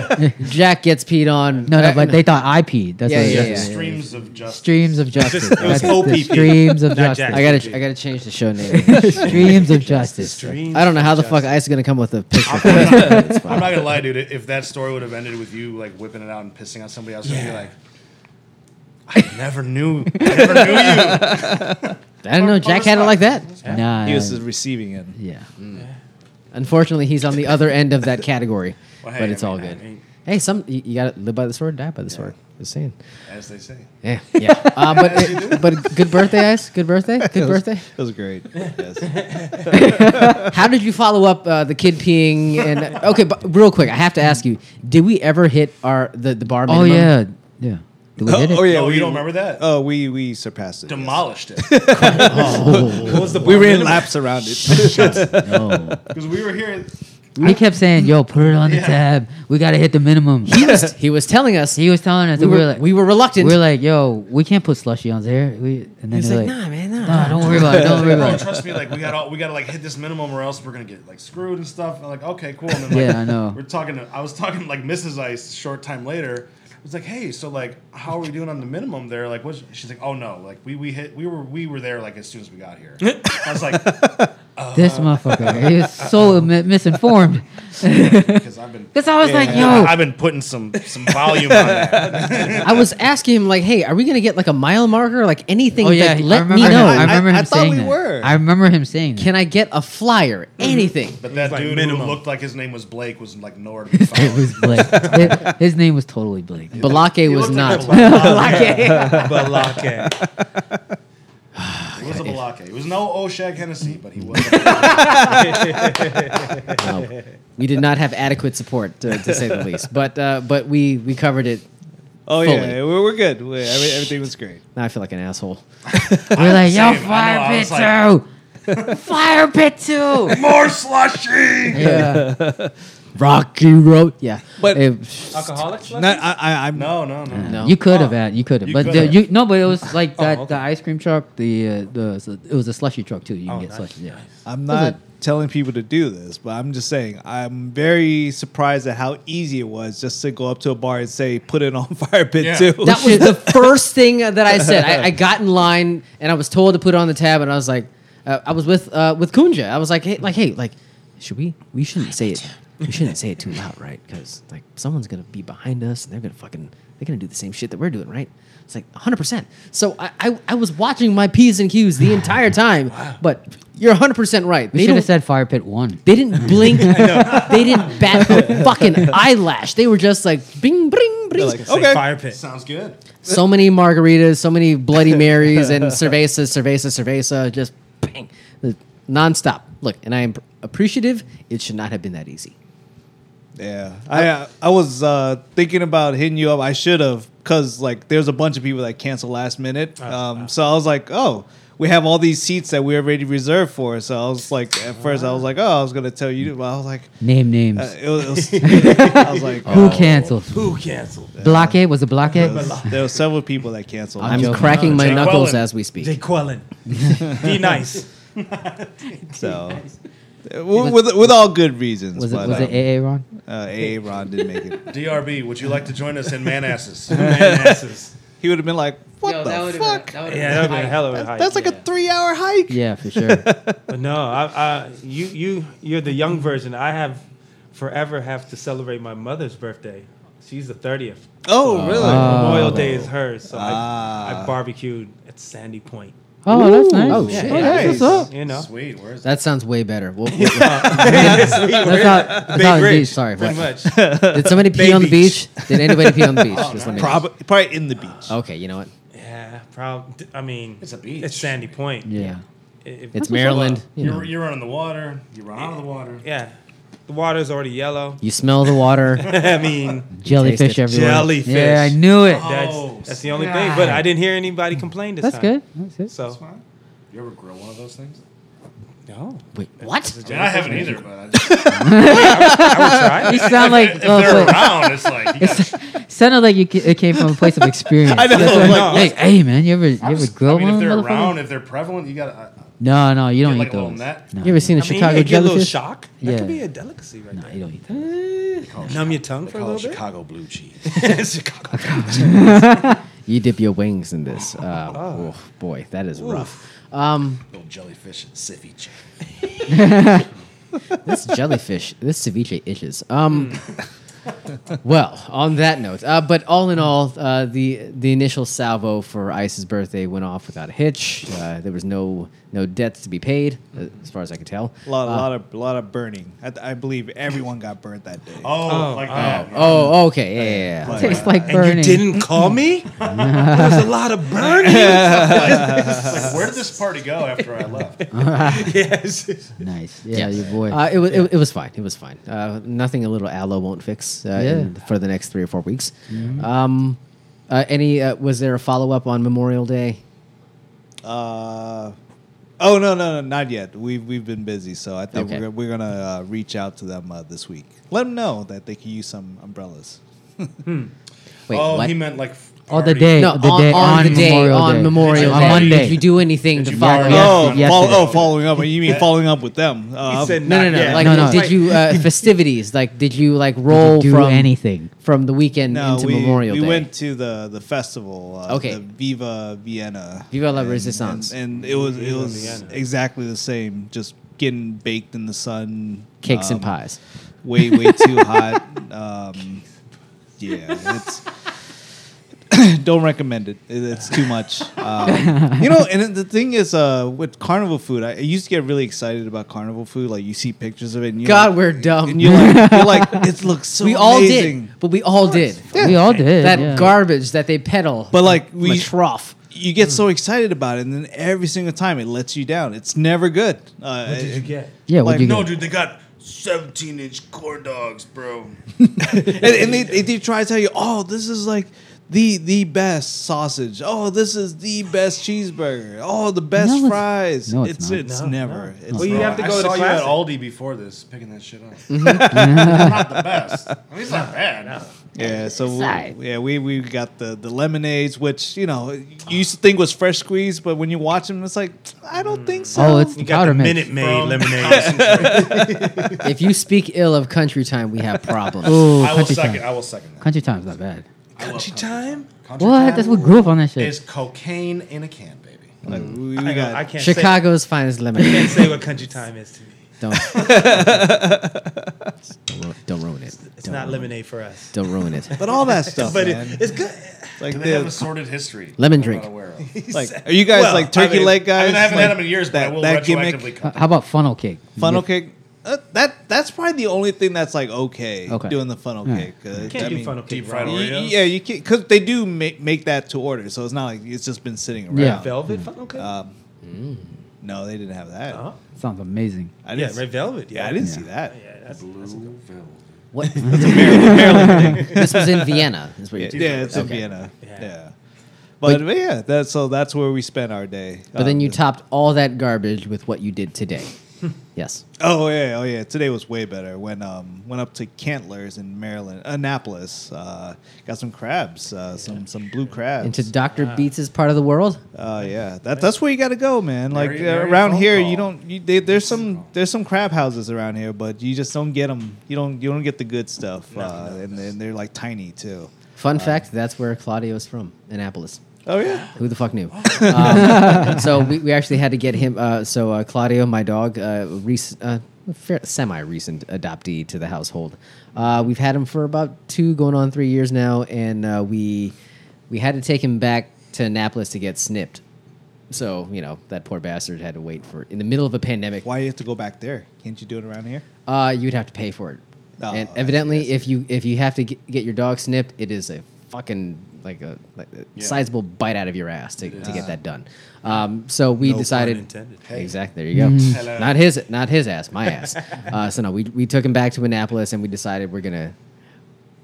[SPEAKER 3] Jack gets peed on.
[SPEAKER 4] no,
[SPEAKER 3] Uh,
[SPEAKER 4] no, but they thought I peed. That's
[SPEAKER 3] Yeah,
[SPEAKER 4] what it
[SPEAKER 3] yeah,
[SPEAKER 4] is.
[SPEAKER 3] yeah.
[SPEAKER 1] Streams of justice.
[SPEAKER 4] Streams of justice.
[SPEAKER 2] It was
[SPEAKER 4] That's it. The
[SPEAKER 2] OPP.
[SPEAKER 4] Streams of
[SPEAKER 2] Not
[SPEAKER 4] justice.
[SPEAKER 3] I gotta, I gotta change the show name.
[SPEAKER 4] Streams of justice.
[SPEAKER 3] I don't know how the fuck I's gonna come with a picture.
[SPEAKER 1] I'm not gonna lie, dude. If that story would have ended with you like whipping it out and pissing on somebody else, I'd be like, I never knew, I never knew you.
[SPEAKER 3] I don't know. Jack had it like that.
[SPEAKER 4] Nah.
[SPEAKER 5] He was just receiving it.
[SPEAKER 4] yeah.
[SPEAKER 3] Unfortunately, he's on the other end of that category,
[SPEAKER 1] Well, hey,
[SPEAKER 3] but it's
[SPEAKER 1] I
[SPEAKER 3] all
[SPEAKER 1] mean, I
[SPEAKER 3] good.
[SPEAKER 1] mean,
[SPEAKER 3] Hey, some you, you gotta live by the sword, die by the sword. Just saying.
[SPEAKER 1] as they say.
[SPEAKER 3] Yeah, yeah. Uh, but but good birthday, Ice. Good birthday. Good birthday.
[SPEAKER 5] It was great. Yes.
[SPEAKER 3] How did you follow up uh, the kid peeing? And okay, but real quick, I have to ask you: Did we ever hit our the, the bar?
[SPEAKER 4] Oh
[SPEAKER 3] Minimum?
[SPEAKER 4] yeah. Yeah. Did we hit it?
[SPEAKER 5] oh yeah,
[SPEAKER 1] oh,
[SPEAKER 5] we
[SPEAKER 1] you don't remember that?
[SPEAKER 5] Oh, we we surpassed it. yes.
[SPEAKER 1] Demolished it
[SPEAKER 2] What was the
[SPEAKER 5] We ran laps around it.
[SPEAKER 4] No.
[SPEAKER 1] because we were here.
[SPEAKER 4] We kept saying, "Yo, put it on the
[SPEAKER 1] Yeah.
[SPEAKER 4] tab. We gotta hit the minimum."
[SPEAKER 3] He was he was telling us
[SPEAKER 4] He was telling us,
[SPEAKER 3] we
[SPEAKER 4] and
[SPEAKER 3] were,
[SPEAKER 4] we were like,
[SPEAKER 3] we were reluctant.
[SPEAKER 4] we are like, "Yo, we can't put slushy on there." We and then
[SPEAKER 3] He's
[SPEAKER 4] they're
[SPEAKER 3] like,
[SPEAKER 4] like,
[SPEAKER 3] nah, man, nah.
[SPEAKER 4] nah, don't worry about it. Don't worry
[SPEAKER 1] Oh,
[SPEAKER 4] about it."
[SPEAKER 1] trust me, like we got all, we got to like hit this minimum or else we're gonna get like screwed and stuff. I'm like, okay, cool. And then, like,
[SPEAKER 4] Yeah, I know.
[SPEAKER 1] We're talking. To, I was talking to, like Mrs. Ice a short time later. I was like, hey, so like, how are we doing on the minimum there? Like, what's she's like, oh no, like we we hit we were we were there like as soon as we got here. I was like,
[SPEAKER 4] This motherfucker, he was so mi- misinformed.
[SPEAKER 1] because I've been
[SPEAKER 4] Because I was like, "Yo, oh,
[SPEAKER 1] I've been putting some some volume on that.
[SPEAKER 3] I was asking him like, "Hey, are we gonna get like a mile marker, like anything?
[SPEAKER 4] oh yeah,
[SPEAKER 3] like,
[SPEAKER 4] I
[SPEAKER 3] let
[SPEAKER 4] remember
[SPEAKER 3] me
[SPEAKER 4] him-
[SPEAKER 3] know.
[SPEAKER 4] I remember
[SPEAKER 5] I-
[SPEAKER 4] him
[SPEAKER 5] I thought
[SPEAKER 4] saying
[SPEAKER 5] we
[SPEAKER 4] that.
[SPEAKER 5] were.
[SPEAKER 4] I remember him saying, that.
[SPEAKER 3] Can I get a flyer?
[SPEAKER 4] Mm-hmm.
[SPEAKER 3] Anything?
[SPEAKER 1] But that
[SPEAKER 2] like
[SPEAKER 1] dude who
[SPEAKER 2] minimum.
[SPEAKER 1] looked like his name was Blake was like nowhere to be found.
[SPEAKER 4] It was Blake. Hi- His name was totally Blake.
[SPEAKER 3] Balake
[SPEAKER 1] He
[SPEAKER 3] was
[SPEAKER 1] looked like
[SPEAKER 3] not.
[SPEAKER 1] a Balake.
[SPEAKER 2] Balake.
[SPEAKER 1] He was a Balake. He was no Oshag Hennessy, but he was.
[SPEAKER 3] uh, We did not have adequate support, to, to say the least. But uh, but we we covered it.
[SPEAKER 5] Oh
[SPEAKER 3] Fully.
[SPEAKER 5] yeah, we're, we're good. We- every- everything was great.
[SPEAKER 3] Now I feel like an asshole.
[SPEAKER 4] We're like, yo,
[SPEAKER 1] Same. I know,
[SPEAKER 4] fire
[SPEAKER 1] I
[SPEAKER 4] pit
[SPEAKER 1] was like-
[SPEAKER 4] too. Fire pit too.
[SPEAKER 1] More slushy.
[SPEAKER 4] Yeah.
[SPEAKER 3] Rocky Road. Yeah,
[SPEAKER 5] But-
[SPEAKER 3] It-
[SPEAKER 2] Alcoholics?
[SPEAKER 5] No, I, I, I'm
[SPEAKER 1] No, no, no.
[SPEAKER 3] no.
[SPEAKER 4] You could have had. You could have.
[SPEAKER 1] You
[SPEAKER 4] But
[SPEAKER 1] could
[SPEAKER 4] the,
[SPEAKER 1] have.
[SPEAKER 4] you no. But it was like that.
[SPEAKER 2] okay.
[SPEAKER 4] The ice cream truck. The uh, the so it was a slushy truck too. You can get slushy. Yeah.
[SPEAKER 5] I'm not telling people to do this, but I'm just saying I'm very surprised at how easy it was just to go up to a bar and say, "Put it on fire pit
[SPEAKER 1] Yeah.
[SPEAKER 5] too."
[SPEAKER 3] That was the first thing that I said. I, I got in line and I was told to put it on the tab, and I was like, uh, I was with uh, with Kunja. I was like, hey, like, hey, like, should we? We shouldn't say it. We shouldn't say it too loud, right? Because like someone's gonna be behind us and they're gonna fucking they're gonna do the same shit that we're doing, right? It's like 100. percent So I, I I was watching my p's and q's the entire time, but you're 100 percent right.
[SPEAKER 4] We
[SPEAKER 3] They
[SPEAKER 4] should
[SPEAKER 3] don't
[SPEAKER 4] have said fire pit one.
[SPEAKER 3] they didn't blink. they didn't bat a fucking eyelash. They were just like bing, bing, bing.
[SPEAKER 5] like,
[SPEAKER 2] Say
[SPEAKER 5] Okay.
[SPEAKER 2] fire pit.
[SPEAKER 1] Sounds good.
[SPEAKER 3] so many margaritas, so many Bloody Marys, and cerveza, cerveza, cerveza, just bang, nonstop. Look, and I am appreciative. It should not have been that easy.
[SPEAKER 5] Yeah, I uh, I was uh, thinking about hitting you up. I should have because like there's a bunch of people that cancel last minute. Um, so I was like, oh, we have all these seats that we already reserved for. So I was like, at first I was like, oh, I was gonna tell you. But I was like,
[SPEAKER 4] Name names.
[SPEAKER 5] uh, it was, it was- I was like,
[SPEAKER 4] Who canceled?
[SPEAKER 2] Who canceled?
[SPEAKER 4] Blockade was it blockade?
[SPEAKER 5] there were several people that canceled.
[SPEAKER 3] I'm
[SPEAKER 4] joking.
[SPEAKER 3] cracking my
[SPEAKER 1] Jake
[SPEAKER 3] knuckles
[SPEAKER 1] Wellen.
[SPEAKER 3] as we speak.
[SPEAKER 2] Jay Quellen. Be nice.
[SPEAKER 5] so. With, with, with all good reasons,
[SPEAKER 4] Was it
[SPEAKER 5] but
[SPEAKER 4] was
[SPEAKER 5] um,
[SPEAKER 4] it AA Ron?
[SPEAKER 5] uh, AA Ron didn't make it.
[SPEAKER 1] DRB, would you like to join us in Manasses?
[SPEAKER 2] Asses.
[SPEAKER 5] He would have been like, "What the fuck?
[SPEAKER 2] Yeah, that would be a hell of a hike.
[SPEAKER 5] That's like a three-hour hike."
[SPEAKER 4] Yeah, for sure.
[SPEAKER 2] But no, I, I, you, you, you're the young version. I have forever have to celebrate my mother's birthday. She's the thirtieth.
[SPEAKER 5] Oh, really?
[SPEAKER 4] Uh,
[SPEAKER 2] Memorial Day is hers, so I,
[SPEAKER 5] Ah.
[SPEAKER 2] I barbecued at Sandy Point.
[SPEAKER 4] Oh, that's nice.
[SPEAKER 3] oh, shit.
[SPEAKER 4] Oh, that's what's
[SPEAKER 5] Nice.
[SPEAKER 4] up.
[SPEAKER 2] You know,
[SPEAKER 1] Sweet. Where is that?
[SPEAKER 3] That sounds way better. We'll, we'll-
[SPEAKER 4] That's not, that's not a beach. Sorry,
[SPEAKER 2] pretty
[SPEAKER 4] but
[SPEAKER 2] much.
[SPEAKER 3] did somebody pee
[SPEAKER 2] Bay
[SPEAKER 3] on the beach?
[SPEAKER 2] Beach.
[SPEAKER 3] Did anybody pee on the beach? Just let me know.
[SPEAKER 5] Probably, probably in the beach.
[SPEAKER 4] Uh,
[SPEAKER 3] Okay, you know what?
[SPEAKER 2] Yeah, probably. I mean,
[SPEAKER 1] It's a beach.
[SPEAKER 2] It's Sandy Point.
[SPEAKER 4] yeah.
[SPEAKER 2] If-
[SPEAKER 3] It's Maryland. You, know.
[SPEAKER 1] You're, you're running the water. You run out of the water.
[SPEAKER 2] Yeah, the water's already yellow.
[SPEAKER 3] you smell the water.
[SPEAKER 2] I mean,
[SPEAKER 3] it.
[SPEAKER 4] Jellyfish everywhere.
[SPEAKER 2] Jellyfish.
[SPEAKER 4] Yeah, I knew it.
[SPEAKER 2] that's
[SPEAKER 1] Oh,
[SPEAKER 2] that's the only thing. But I didn't hear anybody complain this
[SPEAKER 4] That's
[SPEAKER 2] time.
[SPEAKER 4] good. That's good.
[SPEAKER 1] That's
[SPEAKER 2] So
[SPEAKER 1] fine. You ever grill one of those things?
[SPEAKER 2] no,
[SPEAKER 3] Wait, what?
[SPEAKER 1] Yeah, I haven't either, but I just,
[SPEAKER 4] You
[SPEAKER 2] try.
[SPEAKER 4] sound like
[SPEAKER 1] if
[SPEAKER 4] oh,
[SPEAKER 1] they're
[SPEAKER 4] wait.
[SPEAKER 1] around, it's like you gotta,
[SPEAKER 4] sounded like you ca- it came from a place of experience. I know.
[SPEAKER 2] like-
[SPEAKER 4] hey, hey, man, you ever you ever grill
[SPEAKER 1] I mean, if
[SPEAKER 4] one,
[SPEAKER 1] they're
[SPEAKER 4] motherfucker?
[SPEAKER 1] around, if they're prevalent, you gotta. I-
[SPEAKER 4] No, no, you don't
[SPEAKER 1] like
[SPEAKER 4] eat
[SPEAKER 1] a little
[SPEAKER 4] those.
[SPEAKER 1] nut?
[SPEAKER 4] No,
[SPEAKER 3] You ever seen a
[SPEAKER 2] I mean,
[SPEAKER 3] Chicago
[SPEAKER 2] you get a little
[SPEAKER 3] jellyfish?
[SPEAKER 2] shock.
[SPEAKER 4] Yeah.
[SPEAKER 2] That could be a delicacy right
[SPEAKER 4] No,
[SPEAKER 2] there.
[SPEAKER 4] you don't eat those.
[SPEAKER 2] Numb your tongue for a
[SPEAKER 1] call it
[SPEAKER 2] little bit.
[SPEAKER 1] Chicago blue cheese.
[SPEAKER 2] Chicago.
[SPEAKER 3] You dip your wings in this.
[SPEAKER 1] Ah.
[SPEAKER 3] Uh, oh. boy, that is rough. Um,
[SPEAKER 1] Little jellyfish and siffy chicken.
[SPEAKER 3] this jellyfish, this ceviche itches. Um,
[SPEAKER 1] Mm.
[SPEAKER 3] well, on that note, uh, but all in all, uh, the the initial salvo for Ice's birthday went off without a hitch. Uh, there was no no debts to be paid, uh, as far as I could tell.
[SPEAKER 5] A lot, lot of, lot of burning. I, I believe everyone got burnt that day.
[SPEAKER 1] Oh, like that. yeah.
[SPEAKER 3] Oh, okay, yeah, yeah, yeah.
[SPEAKER 4] Tastes like burning.
[SPEAKER 2] And you didn't call me? There's a lot of burning.
[SPEAKER 1] It's like, where did this party go after I left?
[SPEAKER 2] yes.
[SPEAKER 4] Nice. Yeah, your boy.
[SPEAKER 3] Uh, it, was, it, it was fine. It was fine. Uh, nothing a little aloe won't fix uh, in- for the next three or four weeks.
[SPEAKER 1] Mm-hmm.
[SPEAKER 3] Um, uh, any uh, was there a follow up on Memorial Day?
[SPEAKER 5] Uh, oh no, no, no, not yet. We've we've been busy, so I think
[SPEAKER 3] Okay.
[SPEAKER 5] we're, gonna- we're gonna uh, reach out to them uh, this week. Let them know that they can use some umbrellas.
[SPEAKER 3] Wait,
[SPEAKER 1] oh,
[SPEAKER 3] what?
[SPEAKER 1] he meant like. f-
[SPEAKER 4] Oh, the
[SPEAKER 1] party.
[SPEAKER 4] day.
[SPEAKER 3] no,
[SPEAKER 4] the
[SPEAKER 3] on,
[SPEAKER 4] day
[SPEAKER 3] on
[SPEAKER 4] on
[SPEAKER 3] the day
[SPEAKER 4] Memorial
[SPEAKER 3] on
[SPEAKER 4] Day.
[SPEAKER 3] Memorial
[SPEAKER 4] On
[SPEAKER 3] Day.
[SPEAKER 4] Monday.
[SPEAKER 3] Did you do anything to
[SPEAKER 1] you
[SPEAKER 3] follow?
[SPEAKER 1] borrow-
[SPEAKER 3] up?
[SPEAKER 5] Oh,
[SPEAKER 4] yesterday.
[SPEAKER 5] fol- oh, following up. You mean following up with them? Uh,
[SPEAKER 2] He said
[SPEAKER 3] No, no,
[SPEAKER 2] not
[SPEAKER 3] no.
[SPEAKER 2] yet.
[SPEAKER 3] Like,
[SPEAKER 4] No, no.
[SPEAKER 3] did you uh, festivities? Like, did you like roll
[SPEAKER 4] do
[SPEAKER 3] from
[SPEAKER 4] anything.
[SPEAKER 3] from the weekend into
[SPEAKER 5] we,
[SPEAKER 3] Memorial
[SPEAKER 5] we
[SPEAKER 3] Day?
[SPEAKER 5] went to the the festival. Uh,
[SPEAKER 3] Okay.
[SPEAKER 5] the Viva Vienna.
[SPEAKER 3] Viva la
[SPEAKER 5] And-
[SPEAKER 3] Resistance.
[SPEAKER 5] And, and it was it
[SPEAKER 2] Viva
[SPEAKER 5] was
[SPEAKER 2] Vienna.
[SPEAKER 5] exactly the same. Just getting baked in the sun.
[SPEAKER 3] Cakes and
[SPEAKER 5] um,
[SPEAKER 3] pies.
[SPEAKER 5] way way too hot. Um, yeah, it's don't recommend it. It- It's too much. Um, you know, and the thing is, uh, with carnival food, I, I used to get really excited about carnival food. Like you see pictures of it, and you
[SPEAKER 3] God,
[SPEAKER 5] like,
[SPEAKER 3] we're dumb.
[SPEAKER 5] and you're like, you're like, it looks so.
[SPEAKER 3] we all
[SPEAKER 5] amazing.
[SPEAKER 3] did, but we all did.
[SPEAKER 4] We all did.
[SPEAKER 3] That
[SPEAKER 4] yeah.
[SPEAKER 3] garbage that they peddle.
[SPEAKER 5] But like
[SPEAKER 3] from a
[SPEAKER 5] we,
[SPEAKER 3] trough.
[SPEAKER 5] you get
[SPEAKER 4] Mm.
[SPEAKER 5] so excited about it, and then every single time it lets you down. It's never good. Uh,
[SPEAKER 2] What did you get?
[SPEAKER 4] Yeah, what'd
[SPEAKER 5] Like,
[SPEAKER 4] you
[SPEAKER 1] No,
[SPEAKER 4] get?
[SPEAKER 1] dude, they got 17 inch corn dogs, bro.
[SPEAKER 5] and, and they, they, they try to tell you, oh, this is like the the best sausage. Oh, this is the best cheeseburger. Oh, the best
[SPEAKER 4] No, it's-
[SPEAKER 5] fries.
[SPEAKER 4] no, it's
[SPEAKER 5] it's it's,
[SPEAKER 4] not.
[SPEAKER 2] No,
[SPEAKER 5] never.
[SPEAKER 2] no.
[SPEAKER 5] It's
[SPEAKER 2] Well, you
[SPEAKER 5] not.
[SPEAKER 2] have to
[SPEAKER 1] I
[SPEAKER 2] go to
[SPEAKER 1] saw you at
[SPEAKER 2] classic.
[SPEAKER 1] Aldi before this, picking that shit up. not the best. I mean, it's not bad.
[SPEAKER 5] Yeah, so
[SPEAKER 4] Sorry.
[SPEAKER 5] we, yeah, we we got the the lemonades, which you know you used to think was fresh squeeze, but when you watch them, it's like I don't think so.
[SPEAKER 4] Oh, it's
[SPEAKER 2] You got
[SPEAKER 4] powder
[SPEAKER 2] the
[SPEAKER 4] mix.
[SPEAKER 2] Minute Maid
[SPEAKER 1] From-
[SPEAKER 2] lemonade.
[SPEAKER 3] if you speak ill of country time, we have problems.
[SPEAKER 4] Ooh,
[SPEAKER 1] I will
[SPEAKER 4] country
[SPEAKER 1] second.
[SPEAKER 4] time.
[SPEAKER 1] I will second that.
[SPEAKER 4] Country time's not bad.
[SPEAKER 2] Country time?
[SPEAKER 1] Country
[SPEAKER 4] What? That's what grew up on that shit.
[SPEAKER 1] is cocaine in a can, baby.
[SPEAKER 5] Like,
[SPEAKER 4] Mm.
[SPEAKER 5] we, we
[SPEAKER 2] I,
[SPEAKER 5] got,
[SPEAKER 2] I can't Chicago.
[SPEAKER 3] Chicago's finest
[SPEAKER 2] Say,
[SPEAKER 3] lemonade.
[SPEAKER 2] can't say what country time is to me.
[SPEAKER 3] Don't. don't, ru- don't ruin it.
[SPEAKER 2] It's
[SPEAKER 3] Don't
[SPEAKER 2] not
[SPEAKER 3] ruin
[SPEAKER 2] lemonade for us.
[SPEAKER 3] It. Don't ruin it.
[SPEAKER 5] but all that stuff,
[SPEAKER 2] But
[SPEAKER 5] man.
[SPEAKER 2] it, it's good.
[SPEAKER 5] It's like
[SPEAKER 1] Do they have a
[SPEAKER 5] the-
[SPEAKER 1] sordid history?
[SPEAKER 3] Lemon
[SPEAKER 1] I'm
[SPEAKER 3] drink.
[SPEAKER 1] Not aware of. I mean,
[SPEAKER 5] like are you guys
[SPEAKER 2] Well,
[SPEAKER 5] like
[SPEAKER 2] I
[SPEAKER 5] turkey
[SPEAKER 2] mean-
[SPEAKER 5] leg guys?
[SPEAKER 1] I haven't
[SPEAKER 5] like,
[SPEAKER 1] had them in years, but I will
[SPEAKER 5] gimmick?
[SPEAKER 1] retroactively come.
[SPEAKER 4] Uh, How about funnel cake?
[SPEAKER 5] funnel cake. Uh, that that's probably the only thing that's like okay,
[SPEAKER 4] Okay.
[SPEAKER 5] doing the funnel cake. 'cause,
[SPEAKER 2] Can't
[SPEAKER 5] I
[SPEAKER 2] do
[SPEAKER 5] mean,
[SPEAKER 2] funnel cake.
[SPEAKER 1] deep fried
[SPEAKER 2] wrong.
[SPEAKER 1] Oreos.
[SPEAKER 5] y- Yeah, you can't because they do make, make that to order, so it's not like it's just been sitting around.
[SPEAKER 4] Yeah.
[SPEAKER 2] Velvet funnel cake?
[SPEAKER 5] Um, No, they didn't have that.
[SPEAKER 2] Uh-huh.
[SPEAKER 4] Sounds amazing.
[SPEAKER 5] I
[SPEAKER 2] Yeah,
[SPEAKER 5] didn't
[SPEAKER 2] red velvet.
[SPEAKER 5] Yeah,
[SPEAKER 2] Yeah,
[SPEAKER 5] I didn't
[SPEAKER 4] Yeah.
[SPEAKER 5] see that.
[SPEAKER 2] Yeah, that's, that's
[SPEAKER 3] What? this was in Vienna. Is what
[SPEAKER 5] Yeah,
[SPEAKER 3] you're doing.
[SPEAKER 5] yeah, it's in
[SPEAKER 3] Okay.
[SPEAKER 5] Vienna. Yeah.
[SPEAKER 2] Yeah.
[SPEAKER 5] But, but yeah, that's so that's where we spent our day.
[SPEAKER 3] But then
[SPEAKER 5] Um, Hmm.
[SPEAKER 3] you topped all that garbage with what you did today. yes.
[SPEAKER 5] Oh yeah, oh yeah. Today was way better. When um went up to Cantler's in Maryland, Annapolis. Uh, got some crabs, uh, some some blue crabs.
[SPEAKER 3] Into Dr. Beats' part of the world.
[SPEAKER 5] Oh yeah, that, that's where you got to go, man. Like uh,
[SPEAKER 1] Very- very
[SPEAKER 5] around
[SPEAKER 1] phone
[SPEAKER 5] here,
[SPEAKER 1] call.
[SPEAKER 5] you don't. You, they, there's some there's some crab houses around here, but you just don't get them. You don't you don't get the good stuff, uh, and, and they're like tiny too.
[SPEAKER 3] Fun fact that's where Claudio's from, Annapolis.
[SPEAKER 5] Oh yeah,
[SPEAKER 3] Who the fuck knew? um, so we, we actually had to get him. Uh, so uh, Claudio, my dog, uh, rec- uh, fair, semi-recent adoptee to the household. Uh, we've had him for about two, going on three years now, and uh, we we had to take him back to Annapolis to get snipped. So you know that poor bastard had to wait for in the middle of a pandemic.
[SPEAKER 5] why you have to go back there? Can't you do it around here?
[SPEAKER 3] Uh, you'd have to pay for it.
[SPEAKER 5] Oh,
[SPEAKER 3] and
[SPEAKER 5] I see,
[SPEAKER 3] evidently,
[SPEAKER 5] I see.
[SPEAKER 3] if you if you have to get, get your dog snipped, it is a fucking like a, like a sizable bite out of your ass to, to get that done. Um, so we
[SPEAKER 2] pun
[SPEAKER 3] decided.
[SPEAKER 2] intended.
[SPEAKER 3] Exactly. There you go.
[SPEAKER 1] Hello.
[SPEAKER 3] Not his, not his ass, my ass. uh, so no, we, we took him back to Annapolis, and we decided we're gonna.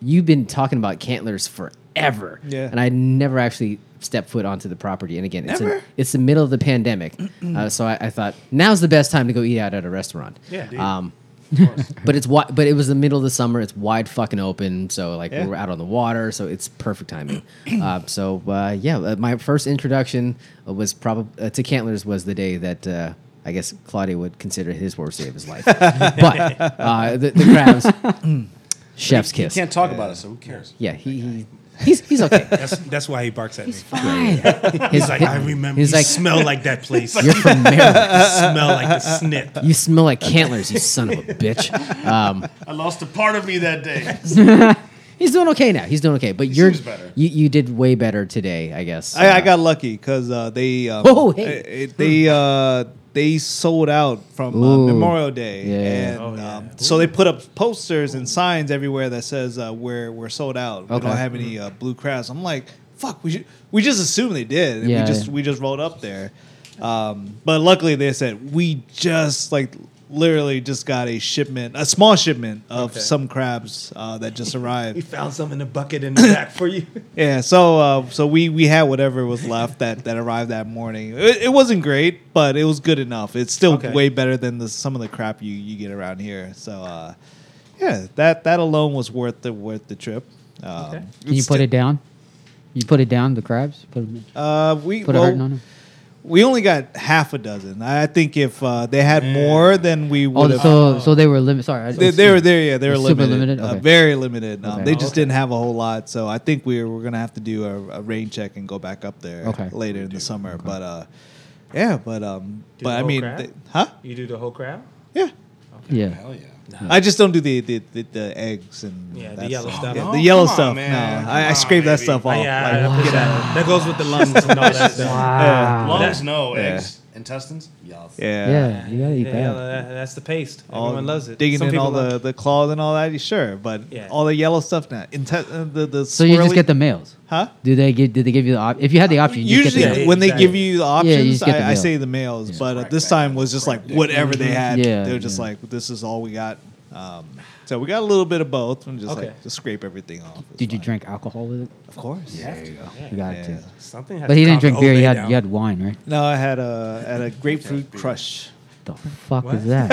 [SPEAKER 3] You've been talking about Cantlers forever,
[SPEAKER 5] Yeah.
[SPEAKER 3] and I never actually stepped foot onto the property. And again, it's a,
[SPEAKER 5] Never?
[SPEAKER 3] it's the middle of the pandemic, uh, so I, I thought now's the best time to go eat out at a restaurant.
[SPEAKER 2] Yeah, dude.
[SPEAKER 3] Um, but it's wi- but it was the middle of the summer. It's wide fucking open, so like
[SPEAKER 5] Yeah.
[SPEAKER 3] we were out on the water, so it's perfect timing. uh, so uh, yeah, uh, my first introduction uh, was probably uh, to Cantlers was the day that uh, I guess Claudia would consider his worst day of his life. but uh, the, the crabs, chef's
[SPEAKER 1] You
[SPEAKER 3] kiss.
[SPEAKER 1] can't talk about it, so who cares?
[SPEAKER 3] Yeah, he, he he's he's okay.
[SPEAKER 2] That's, that's why he barks at me.
[SPEAKER 3] His-
[SPEAKER 4] Fine.
[SPEAKER 2] He's like,
[SPEAKER 3] his-
[SPEAKER 2] I remember.
[SPEAKER 3] He's
[SPEAKER 2] you
[SPEAKER 3] like,
[SPEAKER 2] smell like that place. You
[SPEAKER 3] you're from Maryland.
[SPEAKER 2] smell like the snip.
[SPEAKER 3] You smell like Cantlers, you son of a bitch. Um,
[SPEAKER 1] I lost a part of me that day.
[SPEAKER 3] he's doing okay now. He's doing okay, but you're
[SPEAKER 1] seems better.
[SPEAKER 3] you you did way better today, I guess.
[SPEAKER 5] I, I
[SPEAKER 3] Uh,
[SPEAKER 5] got lucky because uh, they um,
[SPEAKER 3] Oh, hey.
[SPEAKER 5] eh, eh, they uh, they sold out from uh,
[SPEAKER 4] Ooh.
[SPEAKER 5] Memorial Day,
[SPEAKER 4] Yeah.
[SPEAKER 5] and
[SPEAKER 2] Oh, yeah.
[SPEAKER 5] um, so they put up posters and signs everywhere that says uh, we're we're sold out. We
[SPEAKER 4] Okay.
[SPEAKER 5] don't have any uh, blue crabs. I'm like, fuck, we should, we just assumed they did, and
[SPEAKER 4] Yeah,
[SPEAKER 5] we just
[SPEAKER 4] yeah.
[SPEAKER 5] we just rolled up there. Um, but luckily, they said we just like literally just got a shipment, a small shipment of
[SPEAKER 2] Okay.
[SPEAKER 5] some crabs uh, that just arrived.
[SPEAKER 2] He found some in the bucket in the back for you.
[SPEAKER 5] Yeah, so uh, so we we had whatever was left that that arrived that morning. It, it wasn't great, but it was good enough. It's still
[SPEAKER 2] Okay.
[SPEAKER 5] way better than the, some of the crap you, you get around here. So uh, yeah, that that alone was worth the worth the trip. Um,
[SPEAKER 2] Okay.
[SPEAKER 4] Can you
[SPEAKER 5] it's
[SPEAKER 4] put
[SPEAKER 5] still-
[SPEAKER 4] it down? You put it down, the crabs? Put, 'em in-
[SPEAKER 5] Uh, we
[SPEAKER 4] put a hurting
[SPEAKER 5] well,
[SPEAKER 4] on them?
[SPEAKER 5] we only got half a dozen. I I think if uh, they had more, then we
[SPEAKER 4] Oh,
[SPEAKER 5] would have.
[SPEAKER 4] so, so they were limited. Sorry. I-
[SPEAKER 5] they, they were there, yeah. They were
[SPEAKER 4] Super
[SPEAKER 5] limited,
[SPEAKER 4] limited?
[SPEAKER 5] uh,
[SPEAKER 4] Okay.
[SPEAKER 5] very limited. Um,
[SPEAKER 4] Okay.
[SPEAKER 5] They just
[SPEAKER 2] Okay.
[SPEAKER 5] didn't have a whole lot, so I think we were, we're gonna have to do a, a rain check and go back up there
[SPEAKER 4] Okay.
[SPEAKER 5] later in the summer. But uh, yeah, but um, but
[SPEAKER 2] Do the
[SPEAKER 5] I
[SPEAKER 2] whole
[SPEAKER 5] mean,
[SPEAKER 2] crab?
[SPEAKER 5] they- huh?
[SPEAKER 2] You do the whole crab?
[SPEAKER 5] Yeah,
[SPEAKER 4] Yeah.
[SPEAKER 1] Hell yeah.
[SPEAKER 5] I just don't do the the, the, the eggs and
[SPEAKER 2] Yeah, the
[SPEAKER 5] that
[SPEAKER 2] yellow
[SPEAKER 5] stuff.
[SPEAKER 2] stuff.
[SPEAKER 5] Yeah,
[SPEAKER 2] Oh,
[SPEAKER 5] the yellow
[SPEAKER 1] come on,
[SPEAKER 5] stuff.
[SPEAKER 1] man.
[SPEAKER 5] no, I, I
[SPEAKER 1] Come
[SPEAKER 5] scrape
[SPEAKER 1] on,
[SPEAKER 5] that
[SPEAKER 1] baby.
[SPEAKER 5] stuff off.
[SPEAKER 2] yeah,
[SPEAKER 5] like,
[SPEAKER 2] I- I push that. that goes with the lungs and all that stuff.
[SPEAKER 4] Wow.
[SPEAKER 1] Lungs, no.
[SPEAKER 5] Yeah.
[SPEAKER 1] Eggs, intestines, yes.
[SPEAKER 5] yeah.
[SPEAKER 4] Ah. Yeah, you gotta eat
[SPEAKER 2] Yeah,
[SPEAKER 4] that.
[SPEAKER 2] that- that's the paste.
[SPEAKER 5] All
[SPEAKER 2] Everyone loves it.
[SPEAKER 5] Digging
[SPEAKER 2] Some
[SPEAKER 5] in
[SPEAKER 2] people
[SPEAKER 5] all the,
[SPEAKER 2] love
[SPEAKER 5] the claws and all that, sure, but
[SPEAKER 2] Yeah.
[SPEAKER 5] all the yellow stuff now. Inte- uh, the, the
[SPEAKER 4] So you just
[SPEAKER 5] swirly-
[SPEAKER 4] get the males.
[SPEAKER 5] huh?
[SPEAKER 4] Do they give? Did they give you the option? If you had the option, you just
[SPEAKER 5] Usually,
[SPEAKER 4] get the
[SPEAKER 2] Yeah,
[SPEAKER 5] when they
[SPEAKER 2] exactly.
[SPEAKER 5] give you the
[SPEAKER 4] Yeah, you
[SPEAKER 5] options,
[SPEAKER 4] just get the
[SPEAKER 5] I, I
[SPEAKER 4] meal.
[SPEAKER 5] say the males, but uh,
[SPEAKER 1] Right,
[SPEAKER 5] this
[SPEAKER 1] right.
[SPEAKER 5] time was just like whatever they had.
[SPEAKER 4] Yeah,
[SPEAKER 5] they were just
[SPEAKER 4] yeah.
[SPEAKER 5] like, "This is all we got." Um, so we got a little bit of both. And just
[SPEAKER 2] Okay.
[SPEAKER 5] like just scrape everything off. It's
[SPEAKER 4] Did you
[SPEAKER 5] fine.
[SPEAKER 4] drink alcohol with it?
[SPEAKER 5] Of course. Yeah.
[SPEAKER 4] You got it
[SPEAKER 5] Yeah.
[SPEAKER 4] too.
[SPEAKER 2] Something. Has
[SPEAKER 4] But he
[SPEAKER 2] to
[SPEAKER 4] didn't
[SPEAKER 2] calm
[SPEAKER 4] drink
[SPEAKER 2] the
[SPEAKER 4] beer.
[SPEAKER 2] old
[SPEAKER 4] You
[SPEAKER 2] lady
[SPEAKER 4] had
[SPEAKER 2] down.
[SPEAKER 4] you had wine, right?
[SPEAKER 5] No, I had a at a grapefruit crush.
[SPEAKER 4] The fuck
[SPEAKER 2] What?
[SPEAKER 4] is that?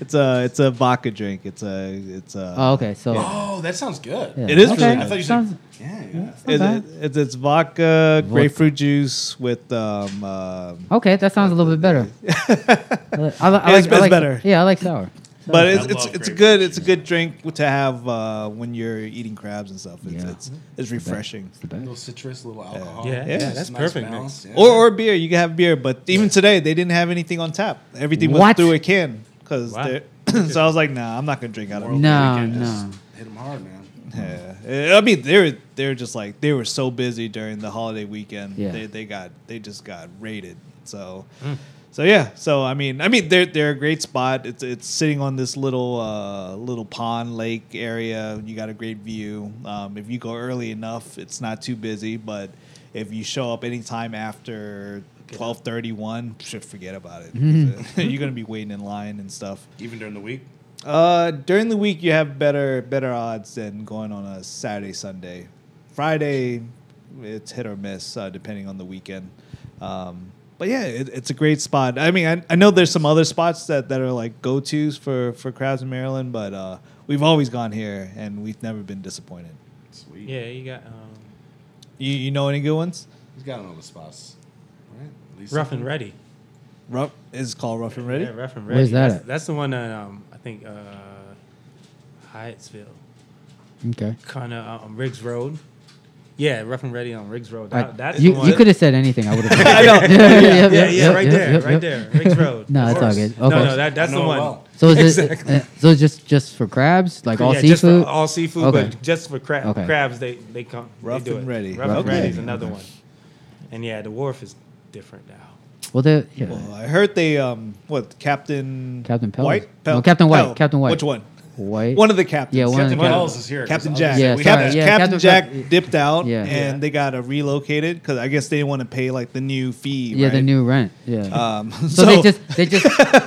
[SPEAKER 5] It's a it's a vodka drink. It's a it's a
[SPEAKER 4] oh, okay. So
[SPEAKER 1] Oh, that sounds good.
[SPEAKER 4] yeah.
[SPEAKER 5] It is really
[SPEAKER 1] I thought you
[SPEAKER 4] Sounds-
[SPEAKER 1] said. Yeah, yeah.
[SPEAKER 5] It's,
[SPEAKER 4] Okay.
[SPEAKER 5] it's, it's vodka, grapefruit juice with um. um
[SPEAKER 4] okay. That sounds a little bit better. I, li- I, li- I
[SPEAKER 5] It's-
[SPEAKER 4] like, I
[SPEAKER 5] it's
[SPEAKER 4] like-
[SPEAKER 5] better.
[SPEAKER 4] Yeah, I like sour.
[SPEAKER 5] but it's
[SPEAKER 1] I love
[SPEAKER 5] it's, it's a
[SPEAKER 1] grapefruit
[SPEAKER 5] good it's a good drink to have uh, when you're eating crabs and stuff. It's
[SPEAKER 4] Yeah.
[SPEAKER 5] it's, it's refreshing.
[SPEAKER 3] Uh,
[SPEAKER 1] little citrus, little alcohol.
[SPEAKER 2] Yeah, yeah,
[SPEAKER 5] Yeah,
[SPEAKER 2] that's
[SPEAKER 5] it's
[SPEAKER 2] perfect. man.
[SPEAKER 1] balance, yeah.
[SPEAKER 5] Or or beer, you can have beer. But even today, they didn't have anything on tap. Everything was
[SPEAKER 4] What?
[SPEAKER 5] through a can. Cause
[SPEAKER 2] Wow.
[SPEAKER 5] they're so I was like, nah, I'm not gonna drink out of.
[SPEAKER 1] Or
[SPEAKER 5] it.
[SPEAKER 4] No,
[SPEAKER 1] we can just
[SPEAKER 4] no.
[SPEAKER 1] Hit them hard, man.
[SPEAKER 5] Yeah. Eh, I mean, they were they were just like they were so busy during the holiday weekend.
[SPEAKER 4] Yeah.
[SPEAKER 5] They they got they just got raided. So so yeah. So I mean I mean they're they're a great spot. It's it's sitting on this little uh, little pond lake area. You got a great view. Um, if you go early enough, it's not too busy. But if you show up anytime after. 1231 should forget about it you're gonna be waiting in line and stuff
[SPEAKER 1] Even during the week.
[SPEAKER 5] uh, during the week, you have better better odds than going on a Saturday Sunday. Friday, it's hit or miss uh, depending on the weekend. Um, but yeah, it, it's a great spot. I mean, I, I know there's some other spots that, that are like go tos for for crabs in Maryland, but uh, we've always gone here and we've never been disappointed.
[SPEAKER 1] Sweet.
[SPEAKER 2] Yeah, you got um,
[SPEAKER 5] You you know any good ones?
[SPEAKER 1] He's got all the spots. Right? At least
[SPEAKER 2] rough and
[SPEAKER 1] something.
[SPEAKER 2] ready.
[SPEAKER 5] Rough is called Rough and Ready.
[SPEAKER 2] Yeah, rough and ready.
[SPEAKER 4] Where's that
[SPEAKER 2] That's,
[SPEAKER 4] at?
[SPEAKER 2] that's the one that um, I think uh, Hyattsville,
[SPEAKER 4] Okay.
[SPEAKER 2] kind of on Riggs Road. Yeah, rough and ready on Riggs Road.
[SPEAKER 4] I-
[SPEAKER 2] That, that's the
[SPEAKER 4] you
[SPEAKER 2] one.
[SPEAKER 4] you could have said anything. I would have.
[SPEAKER 5] I know.
[SPEAKER 2] Yeah, yeah, yeah, right there, right there, Riggs Road.
[SPEAKER 4] No,
[SPEAKER 2] Of
[SPEAKER 4] it's all
[SPEAKER 2] course.
[SPEAKER 4] good.
[SPEAKER 2] No,
[SPEAKER 4] Okay.
[SPEAKER 2] no, that, that's
[SPEAKER 1] I
[SPEAKER 2] the
[SPEAKER 1] know it
[SPEAKER 2] one.
[SPEAKER 1] well.
[SPEAKER 4] So is it? uh, So it's just just for crabs, like all
[SPEAKER 2] yeah,
[SPEAKER 4] seafood.
[SPEAKER 2] Just for all seafood,
[SPEAKER 4] Okay.
[SPEAKER 2] but just for crab,
[SPEAKER 4] Okay.
[SPEAKER 2] crabs, they they come.
[SPEAKER 5] Rough
[SPEAKER 2] they do
[SPEAKER 5] and
[SPEAKER 2] it.
[SPEAKER 5] ready.
[SPEAKER 2] Rough and
[SPEAKER 4] Okay.
[SPEAKER 2] ready is another
[SPEAKER 4] Okay.
[SPEAKER 2] one. And yeah, the wharf is different now.
[SPEAKER 4] well, the yeah.
[SPEAKER 5] Well, I heard they um what Captain
[SPEAKER 4] Captain Pell?
[SPEAKER 5] White
[SPEAKER 4] No, Captain White,
[SPEAKER 5] Pell.
[SPEAKER 4] Captain White.
[SPEAKER 5] which one
[SPEAKER 4] white.
[SPEAKER 5] one of the captains
[SPEAKER 4] Yeah, one of
[SPEAKER 1] Captain
[SPEAKER 4] the
[SPEAKER 1] Wells
[SPEAKER 4] captains.
[SPEAKER 1] is here. 'cause
[SPEAKER 5] Captain
[SPEAKER 1] I'll-
[SPEAKER 5] Jack.
[SPEAKER 4] Yeah,
[SPEAKER 5] we
[SPEAKER 4] sorry,
[SPEAKER 5] had
[SPEAKER 4] yeah,
[SPEAKER 5] Captain,
[SPEAKER 4] Captain
[SPEAKER 5] Jack
[SPEAKER 4] Jack-
[SPEAKER 5] dipped out,
[SPEAKER 4] Yeah.
[SPEAKER 5] and they got uh, relocated because I guess they didn't want to pay like the new fee.
[SPEAKER 4] Yeah, the
[SPEAKER 5] right?
[SPEAKER 4] new rent. Yeah.
[SPEAKER 5] Um,
[SPEAKER 4] so,
[SPEAKER 5] so,
[SPEAKER 4] they just they just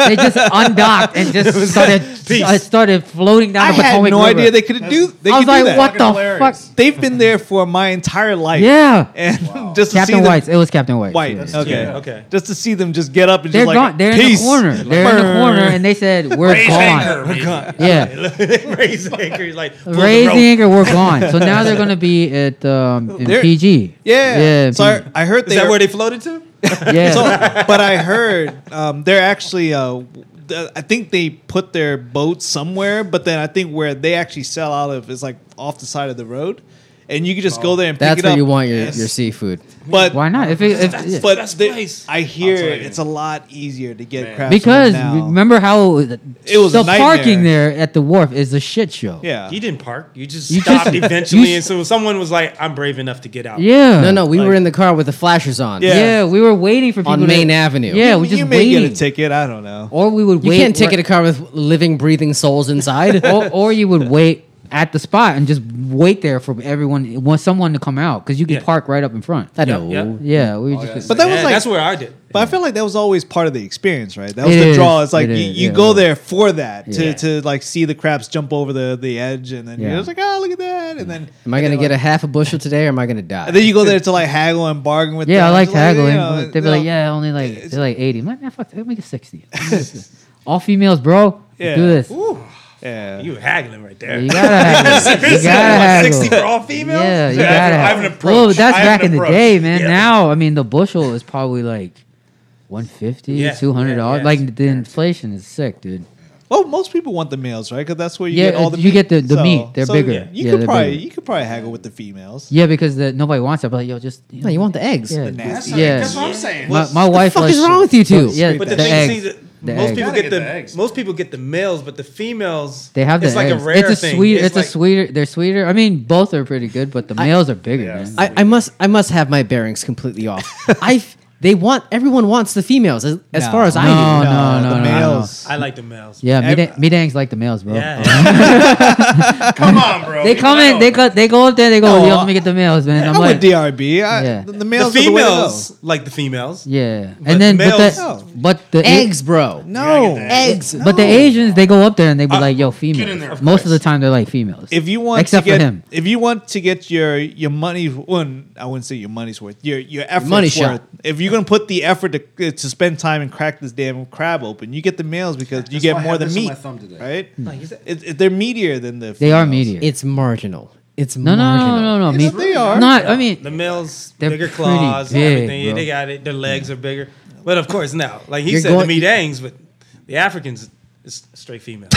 [SPEAKER 4] they just undocked and just started uh, started floating down
[SPEAKER 5] I
[SPEAKER 4] the
[SPEAKER 5] had
[SPEAKER 4] Potomac
[SPEAKER 5] no
[SPEAKER 4] River.
[SPEAKER 5] idea they could do. They
[SPEAKER 4] I was
[SPEAKER 5] could do
[SPEAKER 4] like,
[SPEAKER 5] that.
[SPEAKER 4] what the
[SPEAKER 1] Hilarious.
[SPEAKER 4] fuck?
[SPEAKER 5] They've been there for my entire life.
[SPEAKER 4] Yeah.
[SPEAKER 5] and just to see
[SPEAKER 4] Captain
[SPEAKER 5] them-
[SPEAKER 4] White's. It was Captain White.
[SPEAKER 5] White.
[SPEAKER 4] yeah.
[SPEAKER 5] Okay.
[SPEAKER 2] yeah, okay.
[SPEAKER 5] Just to see them just get up and
[SPEAKER 4] They're
[SPEAKER 5] just like
[SPEAKER 4] gone. They're in the
[SPEAKER 5] "Peace."
[SPEAKER 4] corner.
[SPEAKER 5] Like,
[SPEAKER 4] They're in the
[SPEAKER 5] "Brr."
[SPEAKER 4] corner, and they said, "We're
[SPEAKER 1] Raise
[SPEAKER 4] gone."
[SPEAKER 1] anchor, baby.
[SPEAKER 4] Yeah,
[SPEAKER 2] Raise anchor, he's like pull the
[SPEAKER 4] raise the
[SPEAKER 2] rope.
[SPEAKER 4] anchor. We're gone. So now they're gonna be at um, in
[SPEAKER 5] They're-
[SPEAKER 4] PG.
[SPEAKER 5] Yeah.
[SPEAKER 4] yeah.
[SPEAKER 5] So I, I heard
[SPEAKER 2] Is
[SPEAKER 5] they
[SPEAKER 2] that
[SPEAKER 5] are-
[SPEAKER 2] where they floated to?
[SPEAKER 4] yeah.
[SPEAKER 5] So, but I heard um, they're actually. Uh, th- I think they put their boat somewhere, but then I think where they actually sell out of is like off the side of the road, and you can just
[SPEAKER 4] Oh.
[SPEAKER 5] go there and pick
[SPEAKER 3] That's
[SPEAKER 5] it up.
[SPEAKER 3] where you want your,
[SPEAKER 5] Yes.
[SPEAKER 3] your seafood.
[SPEAKER 5] But
[SPEAKER 4] Why not? If it, if yeah.
[SPEAKER 5] but they- I hear
[SPEAKER 1] I'll tell you.
[SPEAKER 5] it's a lot easier to get
[SPEAKER 1] Man.
[SPEAKER 5] crabs
[SPEAKER 4] because
[SPEAKER 5] now.
[SPEAKER 4] remember how
[SPEAKER 5] It was a
[SPEAKER 4] the
[SPEAKER 5] nightmare.
[SPEAKER 4] parking there at the wharf is a shit show.
[SPEAKER 5] yeah,
[SPEAKER 2] You didn't park. You just
[SPEAKER 4] You
[SPEAKER 2] stopped
[SPEAKER 4] just-
[SPEAKER 2] eventually,
[SPEAKER 4] you
[SPEAKER 2] and
[SPEAKER 4] s-
[SPEAKER 2] so someone was like, "I'm brave enough to get out."
[SPEAKER 4] yeah.
[SPEAKER 3] No, no, we were in the car with the flashers on.
[SPEAKER 5] Yeah.
[SPEAKER 4] Yeah. we were waiting for people
[SPEAKER 3] On
[SPEAKER 4] to-
[SPEAKER 3] Main Avenue.
[SPEAKER 4] Yeah,
[SPEAKER 5] You-
[SPEAKER 4] we just
[SPEAKER 5] you may
[SPEAKER 4] waiting.
[SPEAKER 5] get a ticket. I don't know.
[SPEAKER 4] or we would
[SPEAKER 3] You
[SPEAKER 4] wait.
[SPEAKER 3] can't ticket a car with living, breathing souls inside.
[SPEAKER 4] or, or you would wait at the spot and just wait there for everyone, want someone to come out because you could
[SPEAKER 2] Yeah.
[SPEAKER 4] park right up in front.
[SPEAKER 3] I know.
[SPEAKER 2] yeah.
[SPEAKER 4] Yeah, we were
[SPEAKER 1] yeah.
[SPEAKER 4] just.
[SPEAKER 5] Oh, But that was
[SPEAKER 2] Yeah,
[SPEAKER 5] like
[SPEAKER 2] that's where I did.
[SPEAKER 5] But I feel like that was always part of the experience, right? That was
[SPEAKER 4] It
[SPEAKER 5] the
[SPEAKER 4] is,
[SPEAKER 5] draw. It's like
[SPEAKER 4] it
[SPEAKER 5] you,
[SPEAKER 4] is,
[SPEAKER 5] you
[SPEAKER 4] yeah.
[SPEAKER 5] go there for that to,
[SPEAKER 2] Yeah.
[SPEAKER 5] to like see the crabs jump over the, the edge, and then
[SPEAKER 4] Yeah. Mm.
[SPEAKER 5] you're just like, oh, look at that, and then
[SPEAKER 3] Am I going
[SPEAKER 5] and
[SPEAKER 3] to
[SPEAKER 5] then,
[SPEAKER 3] get a
[SPEAKER 5] like-
[SPEAKER 3] half a bushel today or am I going to die?
[SPEAKER 5] And then you go there to like haggle and bargain with.
[SPEAKER 4] yeah, I
[SPEAKER 5] them.
[SPEAKER 4] like
[SPEAKER 5] It's you
[SPEAKER 4] haggling.
[SPEAKER 5] know,
[SPEAKER 4] They'd be
[SPEAKER 5] no.
[SPEAKER 4] like, yeah, only like they're like eighty. I'm like, nah, fuck, that, make it sixty. All females, bro.
[SPEAKER 5] Yeah.
[SPEAKER 4] Let's do this.
[SPEAKER 2] Ooh,
[SPEAKER 5] yeah.
[SPEAKER 2] you haggling right there.
[SPEAKER 4] You gotta haggle. you gotta haggle.
[SPEAKER 2] Sixty for all females.
[SPEAKER 4] Yeah, you
[SPEAKER 1] I
[SPEAKER 4] gotta
[SPEAKER 1] have- I
[SPEAKER 4] have
[SPEAKER 1] have an approach.
[SPEAKER 4] Well, that's
[SPEAKER 1] I have
[SPEAKER 4] back
[SPEAKER 1] an
[SPEAKER 4] in the
[SPEAKER 1] approach.
[SPEAKER 4] day, man.
[SPEAKER 2] Yeah.
[SPEAKER 4] Now, I mean, the bushel is probably like 150
[SPEAKER 2] Yeah,
[SPEAKER 4] $200.
[SPEAKER 2] yeah, yeah.
[SPEAKER 4] Like, the inflation is sick, dude.
[SPEAKER 5] Well, most people want the males, right? Because that's where you
[SPEAKER 4] Yeah, uh,
[SPEAKER 5] get all the
[SPEAKER 4] you get the- the
[SPEAKER 5] So-
[SPEAKER 4] meat. They're
[SPEAKER 5] so
[SPEAKER 4] bigger.
[SPEAKER 5] yeah, You
[SPEAKER 4] Yeah,
[SPEAKER 5] could
[SPEAKER 4] they're
[SPEAKER 5] probably
[SPEAKER 4] bigger.
[SPEAKER 5] you could probably haggle with the females.
[SPEAKER 4] Yeah, because the, nobody wants it. But, like, yo, just. You,
[SPEAKER 3] No, you want the eggs.
[SPEAKER 4] Yeah.
[SPEAKER 5] The
[SPEAKER 1] That's,
[SPEAKER 5] nasty.
[SPEAKER 4] Yeah.
[SPEAKER 1] that's what I'm saying.
[SPEAKER 4] My, my
[SPEAKER 3] What the
[SPEAKER 4] wife
[SPEAKER 3] fuck
[SPEAKER 4] likes
[SPEAKER 3] is wrong with you two?
[SPEAKER 4] Yeah,
[SPEAKER 5] But
[SPEAKER 2] But
[SPEAKER 4] the,
[SPEAKER 2] the, thing
[SPEAKER 4] eggs.
[SPEAKER 2] is, is that
[SPEAKER 4] The
[SPEAKER 2] most
[SPEAKER 4] eggs.
[SPEAKER 2] people
[SPEAKER 1] Gotta get
[SPEAKER 2] get, the,
[SPEAKER 1] the eggs.
[SPEAKER 2] most people get the males, but the females
[SPEAKER 4] They have the
[SPEAKER 2] it's like
[SPEAKER 4] eggs.
[SPEAKER 2] a rare
[SPEAKER 4] it's a
[SPEAKER 2] thing.
[SPEAKER 4] sweeter. It's, a
[SPEAKER 2] like-
[SPEAKER 4] sweeter. They're sweeter. I mean, both are pretty good, but the males are bigger,
[SPEAKER 1] Yes.
[SPEAKER 4] man.
[SPEAKER 3] I, I must I must have my bearings completely off. I f- They want everyone wants the females as, as
[SPEAKER 5] No.
[SPEAKER 3] far as I
[SPEAKER 4] Oh,
[SPEAKER 3] do.
[SPEAKER 4] No, no,
[SPEAKER 5] the
[SPEAKER 4] no, no, no,
[SPEAKER 5] males.
[SPEAKER 2] I like the males.
[SPEAKER 4] Yeah,
[SPEAKER 5] Ev-
[SPEAKER 4] Midang- Midang's like the males, bro.
[SPEAKER 2] Yeah.
[SPEAKER 1] Come on, bro.
[SPEAKER 4] They come in, they go, they go up there, they go,
[SPEAKER 5] No,
[SPEAKER 4] yo,
[SPEAKER 5] I-
[SPEAKER 4] let me get the males, man. I'm
[SPEAKER 5] I'm
[SPEAKER 4] like,
[SPEAKER 5] with DRB. I,
[SPEAKER 4] Yeah.
[SPEAKER 5] The males,
[SPEAKER 2] the
[SPEAKER 5] are the way to go.
[SPEAKER 2] females like the females.
[SPEAKER 4] yeah.
[SPEAKER 2] the
[SPEAKER 4] And then, but
[SPEAKER 2] males-
[SPEAKER 4] the, but the
[SPEAKER 3] Eggs, bro.
[SPEAKER 5] No,
[SPEAKER 1] Yeah, I get that.
[SPEAKER 3] Eggs.
[SPEAKER 4] But the Asians, they go up there and they be like, "Yo,
[SPEAKER 1] in
[SPEAKER 4] females."
[SPEAKER 1] there, of
[SPEAKER 4] Most of the
[SPEAKER 1] course.
[SPEAKER 4] time, they're like females.
[SPEAKER 5] if you want
[SPEAKER 4] except
[SPEAKER 5] to get
[SPEAKER 4] for him,
[SPEAKER 5] if you want to get your your money well, I wouldn't say your money's worth your your effort's
[SPEAKER 3] money
[SPEAKER 5] worth
[SPEAKER 3] shot.
[SPEAKER 5] if you're gonna put the effort to, uh, to spend time and crack this damn crab open you get the males because you
[SPEAKER 1] That's why
[SPEAKER 5] get
[SPEAKER 1] I
[SPEAKER 5] more
[SPEAKER 1] have
[SPEAKER 5] than
[SPEAKER 1] this on
[SPEAKER 5] meat
[SPEAKER 1] my thumb today.
[SPEAKER 5] right it, it- they're meatier than the
[SPEAKER 4] they are
[SPEAKER 5] females.
[SPEAKER 4] meteor.
[SPEAKER 3] It's marginal. It's
[SPEAKER 4] no, no,
[SPEAKER 3] marginal.
[SPEAKER 4] no, no, no, no.
[SPEAKER 5] Yes,
[SPEAKER 4] me-
[SPEAKER 5] they are.
[SPEAKER 4] Not. I mean,
[SPEAKER 2] The males,
[SPEAKER 4] They're
[SPEAKER 2] bigger
[SPEAKER 4] pretty
[SPEAKER 2] claws,
[SPEAKER 4] big,
[SPEAKER 2] everything. Yeah,
[SPEAKER 4] bro.
[SPEAKER 2] they got it. Their legs are bigger. But of course, now, like he
[SPEAKER 3] You're
[SPEAKER 2] said,
[SPEAKER 3] going-
[SPEAKER 2] the Medangs, but the Africans is straight female.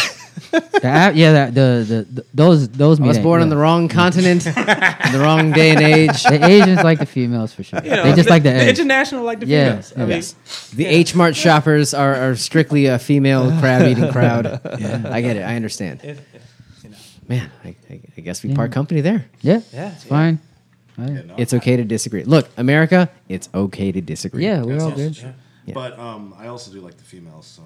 [SPEAKER 4] the, a- yeah, the, the, the, the those those.
[SPEAKER 3] I was born on the wrong continent, in the wrong day and age.
[SPEAKER 4] The Asians like the females for sure.
[SPEAKER 2] You know,
[SPEAKER 4] they just
[SPEAKER 2] the-
[SPEAKER 4] like the
[SPEAKER 2] the
[SPEAKER 4] eggs.
[SPEAKER 2] international like the
[SPEAKER 4] Yeah,
[SPEAKER 2] females. I mean,
[SPEAKER 4] yes.
[SPEAKER 3] The H Mart shoppers are, are strictly a female crab eating crowd. I get it. I understand. Man, I, I, I guess we part company there.
[SPEAKER 4] Yeah,
[SPEAKER 2] Yeah,
[SPEAKER 4] it's fine.
[SPEAKER 3] It's okay to disagree. Look, America, it's okay to disagree.
[SPEAKER 4] Yeah, we're
[SPEAKER 1] That's
[SPEAKER 4] all
[SPEAKER 1] also
[SPEAKER 4] good.
[SPEAKER 1] true.
[SPEAKER 3] Yeah.
[SPEAKER 1] But um, I also do like the females, so.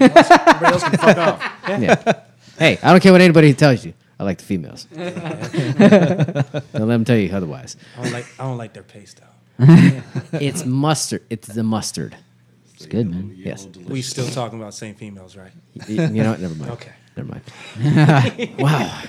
[SPEAKER 1] Everybody else, everybody else can fuck off.
[SPEAKER 3] Yeah. Hey, I don't care what anybody tells you. I like the females. Don't let them tell you otherwise.
[SPEAKER 2] I don't like I don't like their pace though.
[SPEAKER 3] It's mustard. It's the mustard.
[SPEAKER 4] It's good, man.
[SPEAKER 3] Yes.
[SPEAKER 2] We still talking about same females, right?
[SPEAKER 3] You, you know what? Never mind.
[SPEAKER 2] Okay.
[SPEAKER 3] Never mind. wow.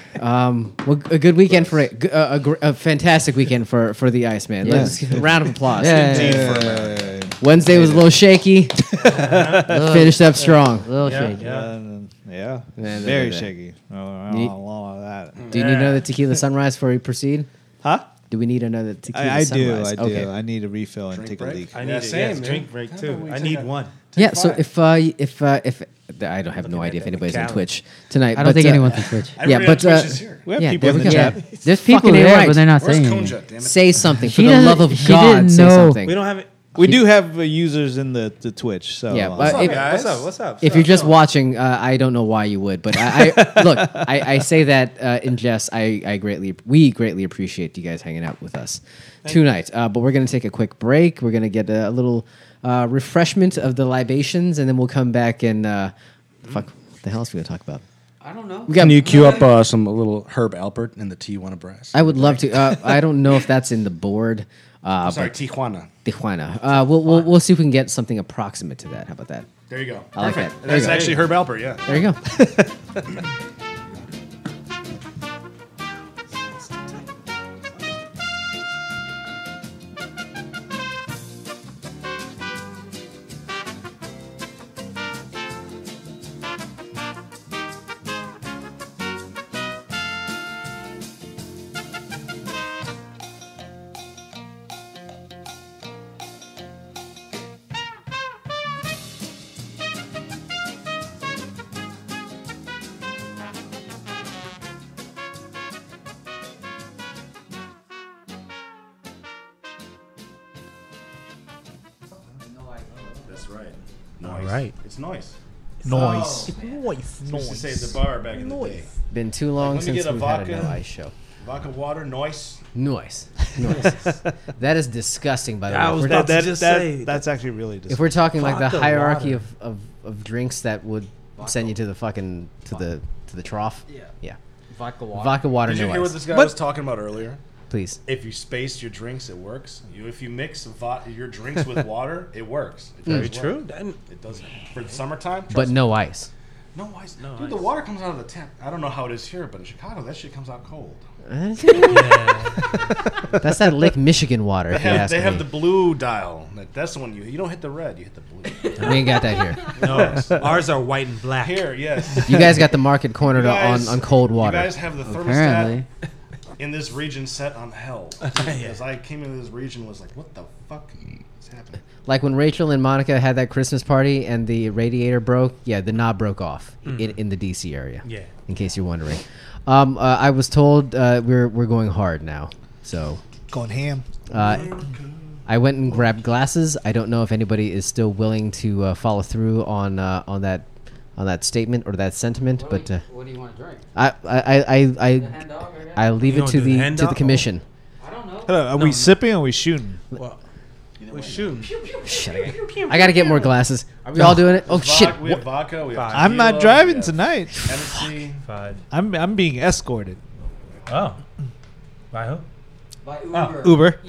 [SPEAKER 3] Um, well, a good weekend for a, a, a, gr- a fantastic weekend for, for the Iceman.
[SPEAKER 4] Yeah.
[SPEAKER 3] Let's give a round of applause.
[SPEAKER 4] Yeah, yeah, yeah.
[SPEAKER 3] Wednesday was a little shaky. Finished up strong.
[SPEAKER 4] little
[SPEAKER 2] Yeah,
[SPEAKER 4] shaky.
[SPEAKER 2] yeah.
[SPEAKER 5] yeah
[SPEAKER 3] Yeah,
[SPEAKER 5] very
[SPEAKER 3] yeah, Hmm. yeah.
[SPEAKER 5] shaky oh, I
[SPEAKER 3] Ye-
[SPEAKER 5] don't want that
[SPEAKER 3] Do you need another tequila sunrise before we proceed?
[SPEAKER 5] huh
[SPEAKER 3] Do we need another tequila
[SPEAKER 5] I, I do
[SPEAKER 3] sunrise?
[SPEAKER 5] I do I need a refill and take
[SPEAKER 1] break?
[SPEAKER 5] a leak
[SPEAKER 2] I
[SPEAKER 1] Yeah,
[SPEAKER 2] need
[SPEAKER 1] same,
[SPEAKER 2] a yes,
[SPEAKER 1] man.
[SPEAKER 2] drink break too.
[SPEAKER 1] we
[SPEAKER 2] I
[SPEAKER 1] take
[SPEAKER 2] need
[SPEAKER 1] a-
[SPEAKER 2] one.
[SPEAKER 3] Yeah. So if uh, if uh, if I don't have no idea if anybody's on
[SPEAKER 2] calendar.
[SPEAKER 3] Twitch tonight.
[SPEAKER 4] I don't
[SPEAKER 3] but,
[SPEAKER 4] think
[SPEAKER 3] uh,
[SPEAKER 4] anyone can switch.
[SPEAKER 1] Everybody
[SPEAKER 3] but,
[SPEAKER 1] on Twitch
[SPEAKER 3] uh,
[SPEAKER 1] is here.
[SPEAKER 5] we have
[SPEAKER 4] Yeah,
[SPEAKER 5] people
[SPEAKER 4] there
[SPEAKER 5] in
[SPEAKER 4] we
[SPEAKER 5] the
[SPEAKER 4] go.
[SPEAKER 5] chat
[SPEAKER 4] There's people
[SPEAKER 3] Fucking A
[SPEAKER 4] there,
[SPEAKER 3] right.
[SPEAKER 4] but they're not
[SPEAKER 1] Where's
[SPEAKER 4] saying.
[SPEAKER 1] Konja?
[SPEAKER 4] anything.
[SPEAKER 1] Damn it.
[SPEAKER 3] Say something for
[SPEAKER 4] She
[SPEAKER 3] the
[SPEAKER 4] doesn't-
[SPEAKER 3] love of
[SPEAKER 4] she
[SPEAKER 3] God.
[SPEAKER 4] didn't
[SPEAKER 3] Say
[SPEAKER 4] know.
[SPEAKER 3] something.
[SPEAKER 2] We don't have it.
[SPEAKER 5] we do have uh, users in the, the Twitch so
[SPEAKER 3] Yeah,
[SPEAKER 5] uh,
[SPEAKER 3] but
[SPEAKER 2] What's
[SPEAKER 3] if-
[SPEAKER 2] up, guys? What's up? What's up?
[SPEAKER 3] If you're just watching, uh, I don't know why you would, but I, I look. I, I say that uh, in jest. I, I greatly, we greatly appreciate you guys hanging out with us tonight. Uh, but we're gonna take a quick break. We're gonna get a, little uh, refreshment of the libations, and then we'll come back and uh,
[SPEAKER 1] Hmm?
[SPEAKER 3] fuck. What the hell else we gonna talk about?
[SPEAKER 4] I don't know.
[SPEAKER 3] We got.
[SPEAKER 1] Can you queue up uh, some a little Herb Alpert and the Tijuana Brass?
[SPEAKER 3] I would love to. Uh, I don't know if that's in the board. Uh,
[SPEAKER 1] Sorry, Tijuana.
[SPEAKER 3] but Tijuana. Uh, we'll, we'll we'll see if we can get something approximate to that. How about that?
[SPEAKER 1] There you go.
[SPEAKER 3] I
[SPEAKER 1] Perfect.
[SPEAKER 3] like that. There you
[SPEAKER 1] That's
[SPEAKER 3] go.
[SPEAKER 1] actually Herb Alpert, yeah.
[SPEAKER 3] There you go.
[SPEAKER 1] That's right.
[SPEAKER 2] All
[SPEAKER 1] Noise.
[SPEAKER 2] right.
[SPEAKER 1] It's noise.
[SPEAKER 5] noise
[SPEAKER 2] Voice.
[SPEAKER 1] We used to say at the bar back in the day.
[SPEAKER 3] Been too long
[SPEAKER 1] Let me
[SPEAKER 3] since
[SPEAKER 1] get a
[SPEAKER 3] we've had a
[SPEAKER 1] vodka.
[SPEAKER 3] no ice show.
[SPEAKER 1] Vodka water, noise.
[SPEAKER 3] Noise. Noise. that is disgusting, by the
[SPEAKER 2] That
[SPEAKER 3] way.
[SPEAKER 2] was
[SPEAKER 3] If we're,
[SPEAKER 2] about to just say that-
[SPEAKER 5] that's actually really disgusting.
[SPEAKER 3] if we're talking like the
[SPEAKER 2] Vodka
[SPEAKER 3] hierarchy
[SPEAKER 2] water.
[SPEAKER 3] of, of, of drinks that would send you to the fucking to the to the trough. Yeah. Yeah.
[SPEAKER 4] Vodka
[SPEAKER 3] Vodka water,
[SPEAKER 1] Did you
[SPEAKER 3] no
[SPEAKER 1] hear what
[SPEAKER 3] ice.
[SPEAKER 1] this guy was talking about earlier?
[SPEAKER 3] Please.
[SPEAKER 1] If you space your drinks, it works. You, if you mix vo- your drinks with water, it works. It
[SPEAKER 2] Very
[SPEAKER 1] does work.
[SPEAKER 2] true. That-
[SPEAKER 1] It does for the summertime. trust
[SPEAKER 3] But
[SPEAKER 1] me.
[SPEAKER 3] no ice.
[SPEAKER 1] no ice. Dude, the water comes out of the tap. I don't know how it is here, but in Chicago, that shit comes out cold.
[SPEAKER 3] That's that Lake Michigan water, if
[SPEAKER 1] They
[SPEAKER 3] you
[SPEAKER 1] have,
[SPEAKER 3] ask
[SPEAKER 1] they have the
[SPEAKER 3] me.
[SPEAKER 1] blue dial. Like, That's the one you you don't hit the red, you hit the blue.
[SPEAKER 3] we ain't got that here.
[SPEAKER 2] No, ours are white and black.
[SPEAKER 1] Here, yes.
[SPEAKER 3] You guys got the market cornered
[SPEAKER 1] You guys-
[SPEAKER 3] on, on cold water.
[SPEAKER 1] You guys have the thermostat
[SPEAKER 4] Apparently,
[SPEAKER 1] in this region set on hell. Because I came into this region was like, what the fuck is happening?
[SPEAKER 3] like when Rachel and Monica had that Christmas party and the radiator broke, yeah, the knob broke off
[SPEAKER 1] Mm.
[SPEAKER 3] in, in the DC area.
[SPEAKER 2] Yeah.
[SPEAKER 3] In case you're wondering, um, uh, I was told uh, we're we're going hard now, so
[SPEAKER 5] going ham.
[SPEAKER 3] uh, I went and grabbed glasses. I don't know if anybody is still willing to uh, follow through on uh, on that on that statement or that sentiment, but uh,
[SPEAKER 4] what do you want to drink?
[SPEAKER 3] I I I I,
[SPEAKER 4] dog or
[SPEAKER 3] I leave
[SPEAKER 2] You
[SPEAKER 3] it
[SPEAKER 2] don't
[SPEAKER 3] to
[SPEAKER 2] do the
[SPEAKER 3] the
[SPEAKER 2] hand
[SPEAKER 3] to the
[SPEAKER 2] dog?
[SPEAKER 3] commission.
[SPEAKER 4] I don't know.
[SPEAKER 5] Hello, are we sipping or are we shooting?
[SPEAKER 1] You
[SPEAKER 2] We're shooting.
[SPEAKER 3] I gotta get more glasses. Are we all doing it? Oh shit!
[SPEAKER 1] Vodka, we have vodka. We have
[SPEAKER 2] Fuck.
[SPEAKER 5] I'm
[SPEAKER 1] tequila,
[SPEAKER 5] not driving
[SPEAKER 1] we have
[SPEAKER 5] tonight.
[SPEAKER 1] Hennessy.
[SPEAKER 7] Fine.
[SPEAKER 5] I'm I'm being escorted.
[SPEAKER 7] Oh. By who?
[SPEAKER 5] Uber.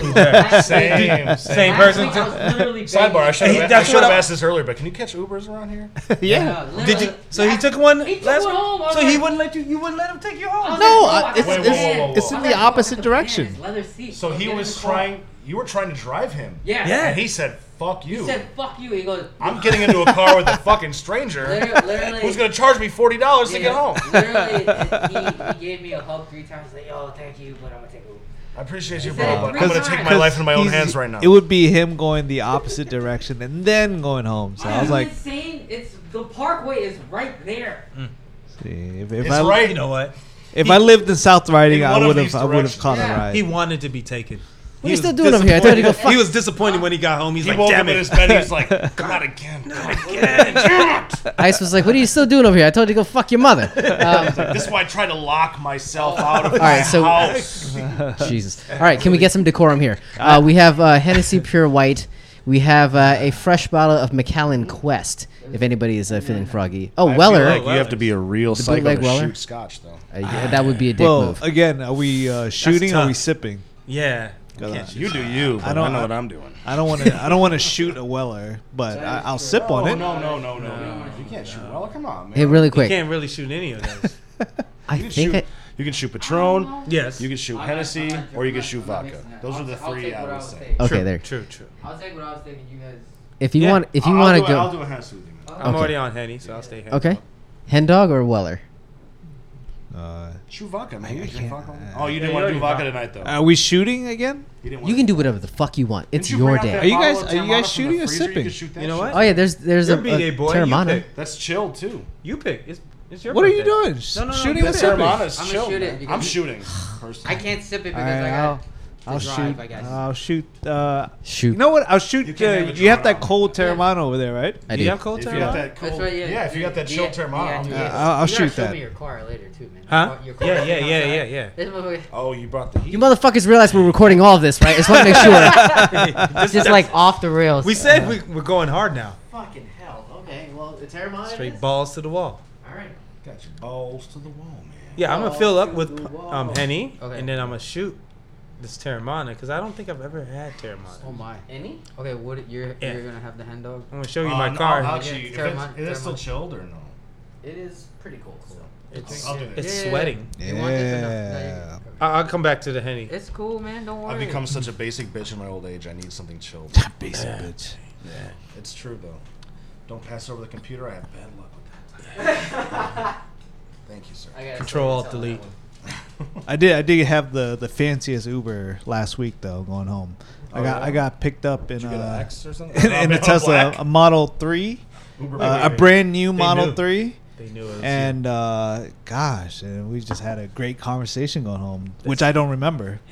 [SPEAKER 1] Same,
[SPEAKER 7] Same
[SPEAKER 1] same.
[SPEAKER 7] person.
[SPEAKER 4] I was literally
[SPEAKER 1] Sidebar. I should
[SPEAKER 7] Hey,
[SPEAKER 1] have
[SPEAKER 7] that's what I-
[SPEAKER 1] asked this earlier, but can you catch Ubers around here?
[SPEAKER 5] yeah.
[SPEAKER 7] Did you? So he took one
[SPEAKER 4] He took
[SPEAKER 7] last
[SPEAKER 4] one home, I
[SPEAKER 7] So
[SPEAKER 4] was
[SPEAKER 7] he
[SPEAKER 4] like-
[SPEAKER 7] wouldn't let you. You wouldn't let him take you home.
[SPEAKER 5] No, I- it's,
[SPEAKER 1] Wait, whoa,
[SPEAKER 5] it's,
[SPEAKER 1] whoa, whoa, whoa.
[SPEAKER 5] it's in the opposite direction.
[SPEAKER 1] So he was trying. You were trying to drive him.
[SPEAKER 4] Yeah.
[SPEAKER 7] Yeah.
[SPEAKER 1] And he said, "Fuck you."
[SPEAKER 4] He said, "Fuck you." He goes.
[SPEAKER 1] I'm getting into a car with a fucking stranger
[SPEAKER 4] Literally, literally,
[SPEAKER 1] who's gonna charge me forty dollars to
[SPEAKER 4] yeah,
[SPEAKER 1] get home.
[SPEAKER 4] Literally, he, he gave me a hug three times. Like, "Yo, thank you, but I'm gonna take a." Uber."
[SPEAKER 1] I appreciate you,
[SPEAKER 4] He
[SPEAKER 1] bro,
[SPEAKER 4] said it
[SPEAKER 1] but
[SPEAKER 4] three
[SPEAKER 1] I'm gonna take
[SPEAKER 4] times.
[SPEAKER 1] my life in my own
[SPEAKER 5] He's-
[SPEAKER 1] hands right now.
[SPEAKER 5] It would be him going the opposite direction and then going home. So I was
[SPEAKER 4] Are you
[SPEAKER 5] like, Mm.
[SPEAKER 4] insane. It's the Parkway is right there.
[SPEAKER 5] see, if, if
[SPEAKER 1] It's
[SPEAKER 5] I
[SPEAKER 1] right.
[SPEAKER 7] You know what?
[SPEAKER 5] if I lived in South Riding,
[SPEAKER 1] in
[SPEAKER 5] I
[SPEAKER 1] one of
[SPEAKER 5] would have
[SPEAKER 1] these
[SPEAKER 5] I would have
[SPEAKER 1] directions.
[SPEAKER 5] caught
[SPEAKER 4] Yeah.
[SPEAKER 5] a ride.
[SPEAKER 2] He wanted to be taken.
[SPEAKER 3] What are you still doing over here? I thought you go.
[SPEAKER 2] He was disappointed when he got home. He's
[SPEAKER 1] he
[SPEAKER 2] like,
[SPEAKER 1] woke
[SPEAKER 2] damn
[SPEAKER 1] up in
[SPEAKER 2] it.
[SPEAKER 1] his bed. He's like, "God again." God again.
[SPEAKER 3] Ice was like, "What are you still doing over here? I told you to go fuck your mother." Um,
[SPEAKER 1] This is why I try to lock myself out of my
[SPEAKER 3] right, so-
[SPEAKER 1] house.
[SPEAKER 3] Jesus. All right, can we get some decorum here? Uh, we have uh, Hennessy Pure White. We have uh, a fresh bottle of Macallan Quest. If anybody is uh, feeling froggy. Oh, Weller.
[SPEAKER 1] you have to be a real psycho
[SPEAKER 3] bootleg
[SPEAKER 1] to
[SPEAKER 3] Weller?
[SPEAKER 1] shoot scotch, though.
[SPEAKER 3] Uh, yeah, that would be a dick
[SPEAKER 5] well,
[SPEAKER 3] move.
[SPEAKER 5] again, are we uh, shooting? Or are we
[SPEAKER 2] tough.
[SPEAKER 5] sipping?
[SPEAKER 2] Yeah.
[SPEAKER 1] You do you. But I
[SPEAKER 5] don't-
[SPEAKER 1] don't know what I'm doing.
[SPEAKER 5] I don't want to. I don't want to shoot a Weller, but I, I'll sip on
[SPEAKER 1] Oh,
[SPEAKER 5] it.
[SPEAKER 1] no, no, no, no, no. You can't shoot. Well, come on, man.
[SPEAKER 3] Hey, really
[SPEAKER 2] You
[SPEAKER 3] quick.
[SPEAKER 2] can't really shoot any of those.
[SPEAKER 3] I
[SPEAKER 1] You can
[SPEAKER 3] think
[SPEAKER 1] shoot.
[SPEAKER 3] I,
[SPEAKER 1] you can shoot Patron.
[SPEAKER 2] Yes.
[SPEAKER 1] You can shoot Hennessy, or you can shoot vodka. Those are the three I would say.
[SPEAKER 3] okay, there.
[SPEAKER 2] True, true.
[SPEAKER 4] I'll take what I was thinking. You guys.
[SPEAKER 3] If you
[SPEAKER 2] Yeah,
[SPEAKER 3] want, if you
[SPEAKER 1] I'll- I'll
[SPEAKER 3] want
[SPEAKER 1] do
[SPEAKER 3] to
[SPEAKER 1] it- I'll
[SPEAKER 3] go,
[SPEAKER 1] do a Hennessy with you, man.
[SPEAKER 2] I'm already on Henny, so I'll stay Henny.
[SPEAKER 3] okay, hen dog or Weller.
[SPEAKER 5] Uh,
[SPEAKER 1] Shoot vodka, man. You drink
[SPEAKER 5] can't-
[SPEAKER 1] vodka. Oh, you didn't
[SPEAKER 2] you
[SPEAKER 1] want to
[SPEAKER 2] already
[SPEAKER 1] do vodka tonight, though.
[SPEAKER 5] are we shooting again?
[SPEAKER 1] You didn't
[SPEAKER 3] Uh, You can do whatever the fuck you want. It's
[SPEAKER 1] Didn't you
[SPEAKER 3] your
[SPEAKER 1] bring out that
[SPEAKER 3] day.
[SPEAKER 5] Are you
[SPEAKER 1] bottle
[SPEAKER 5] guys-
[SPEAKER 1] of
[SPEAKER 5] are you guys
[SPEAKER 1] Terramana from the
[SPEAKER 5] shooting or
[SPEAKER 1] freezer? You
[SPEAKER 5] sipping?
[SPEAKER 1] can shoot that
[SPEAKER 2] You know
[SPEAKER 1] shit.
[SPEAKER 2] what?
[SPEAKER 3] Oh yeah, there's there's
[SPEAKER 2] You're
[SPEAKER 3] a,
[SPEAKER 2] a BA
[SPEAKER 3] a
[SPEAKER 2] boy, you
[SPEAKER 3] Terramana.
[SPEAKER 2] pick.
[SPEAKER 1] That's chill too.
[SPEAKER 2] You pick. It's, it's your
[SPEAKER 5] What are you
[SPEAKER 2] birthday.
[SPEAKER 5] doing?
[SPEAKER 2] No, no, no,
[SPEAKER 5] shooting
[SPEAKER 2] you
[SPEAKER 5] or
[SPEAKER 2] pick.
[SPEAKER 5] sipping?
[SPEAKER 1] Terramana is
[SPEAKER 4] I'm gonna
[SPEAKER 1] chill.
[SPEAKER 4] shoot it
[SPEAKER 1] man.
[SPEAKER 4] because
[SPEAKER 1] I'm
[SPEAKER 4] you-
[SPEAKER 1] shooting.
[SPEAKER 4] I
[SPEAKER 1] Personally.
[SPEAKER 4] can't sip it because
[SPEAKER 5] All right,
[SPEAKER 4] I
[SPEAKER 5] I'll,
[SPEAKER 4] got.
[SPEAKER 5] I'll
[SPEAKER 4] drive,
[SPEAKER 5] shoot.
[SPEAKER 4] I guess.
[SPEAKER 5] I'll shoot. Uh,
[SPEAKER 3] Shoot.
[SPEAKER 5] You know what? I'll shoot.
[SPEAKER 1] You
[SPEAKER 5] You,
[SPEAKER 1] can't
[SPEAKER 5] uh,
[SPEAKER 1] have a
[SPEAKER 5] you have that
[SPEAKER 1] Toronto.
[SPEAKER 5] cold Terramano over there, right?
[SPEAKER 3] I
[SPEAKER 2] Do you
[SPEAKER 3] do.
[SPEAKER 2] have cold
[SPEAKER 1] If you got
[SPEAKER 2] turn?
[SPEAKER 1] that
[SPEAKER 4] That's
[SPEAKER 1] cold,
[SPEAKER 4] right. Yeah.
[SPEAKER 1] yeah. If you got that chill
[SPEAKER 4] yeah,
[SPEAKER 1] Terramana.
[SPEAKER 4] yeah,
[SPEAKER 1] I'm-
[SPEAKER 4] yeah.
[SPEAKER 5] I'll- I'll
[SPEAKER 4] You gotta
[SPEAKER 5] shoot
[SPEAKER 4] show
[SPEAKER 5] that.
[SPEAKER 4] me your car later too, man.
[SPEAKER 2] Huh?
[SPEAKER 4] Your car-
[SPEAKER 2] Yeah, yeah, yeah, yeah, yeah.
[SPEAKER 4] This motherfucker-
[SPEAKER 1] Oh, you brought the heat.
[SPEAKER 3] You motherfuckers realize we're recording all of this, right? I just want to make sure.
[SPEAKER 4] It's just like off the rails.
[SPEAKER 2] We said we, we're going hard now.
[SPEAKER 4] Fucking hell. Okay. Well, the Terramana.
[SPEAKER 2] Straight balls to the wall.
[SPEAKER 4] All right.
[SPEAKER 1] got your balls to the wall, man.
[SPEAKER 2] Yeah, I'm gonna fill up with um, Henny,
[SPEAKER 4] Okay.
[SPEAKER 2] and then I'm gonna shoot this Terramana because I don't think I've ever had Terramana.
[SPEAKER 4] Oh
[SPEAKER 2] I'm
[SPEAKER 4] my. Any? Okay. What? You're
[SPEAKER 2] Yeah.
[SPEAKER 4] you're gonna have the hen dog.
[SPEAKER 2] gonna show you
[SPEAKER 1] Uh,
[SPEAKER 2] my
[SPEAKER 1] no,
[SPEAKER 2] car.
[SPEAKER 1] I'll
[SPEAKER 4] Yeah,
[SPEAKER 1] actually- if
[SPEAKER 4] Terramana-
[SPEAKER 1] it's- Is it still
[SPEAKER 4] Terramana.
[SPEAKER 1] chilled or no?
[SPEAKER 4] It is pretty cool. So.
[SPEAKER 2] it's
[SPEAKER 1] I'll do it.
[SPEAKER 2] it's
[SPEAKER 4] Yeah, yeah, yeah.
[SPEAKER 2] sweating.
[SPEAKER 4] You want this or no? No, you-
[SPEAKER 5] Yeah.
[SPEAKER 2] I- I'll come back to the Henny.
[SPEAKER 4] It's cool, man. Don't worry.
[SPEAKER 1] I've become such a basic bitch in my old age. I need something chilled.
[SPEAKER 5] Basic bitch.
[SPEAKER 1] It's true though. Don't pass over the computer. I have bad luck with that. Thank you, sir.
[SPEAKER 4] I gotta
[SPEAKER 2] Control Alt
[SPEAKER 4] sell that
[SPEAKER 2] Delete.
[SPEAKER 4] one.
[SPEAKER 5] I did. I did have the the fanciest Uber last week though. Going home, I got
[SPEAKER 1] yeah?
[SPEAKER 5] I got picked up in
[SPEAKER 1] Oh, You got an
[SPEAKER 5] uh,
[SPEAKER 1] X or something?
[SPEAKER 5] in,
[SPEAKER 1] Oh,
[SPEAKER 5] in
[SPEAKER 1] no,
[SPEAKER 5] a Tesla,
[SPEAKER 1] black.
[SPEAKER 5] a Model Three,
[SPEAKER 1] Uber
[SPEAKER 5] uh, a
[SPEAKER 1] Black.
[SPEAKER 5] brand new Model
[SPEAKER 2] knew.
[SPEAKER 5] Three,
[SPEAKER 2] They knew it. Was
[SPEAKER 5] and uh, gosh, and we just had a great conversation going home, which I don't remember.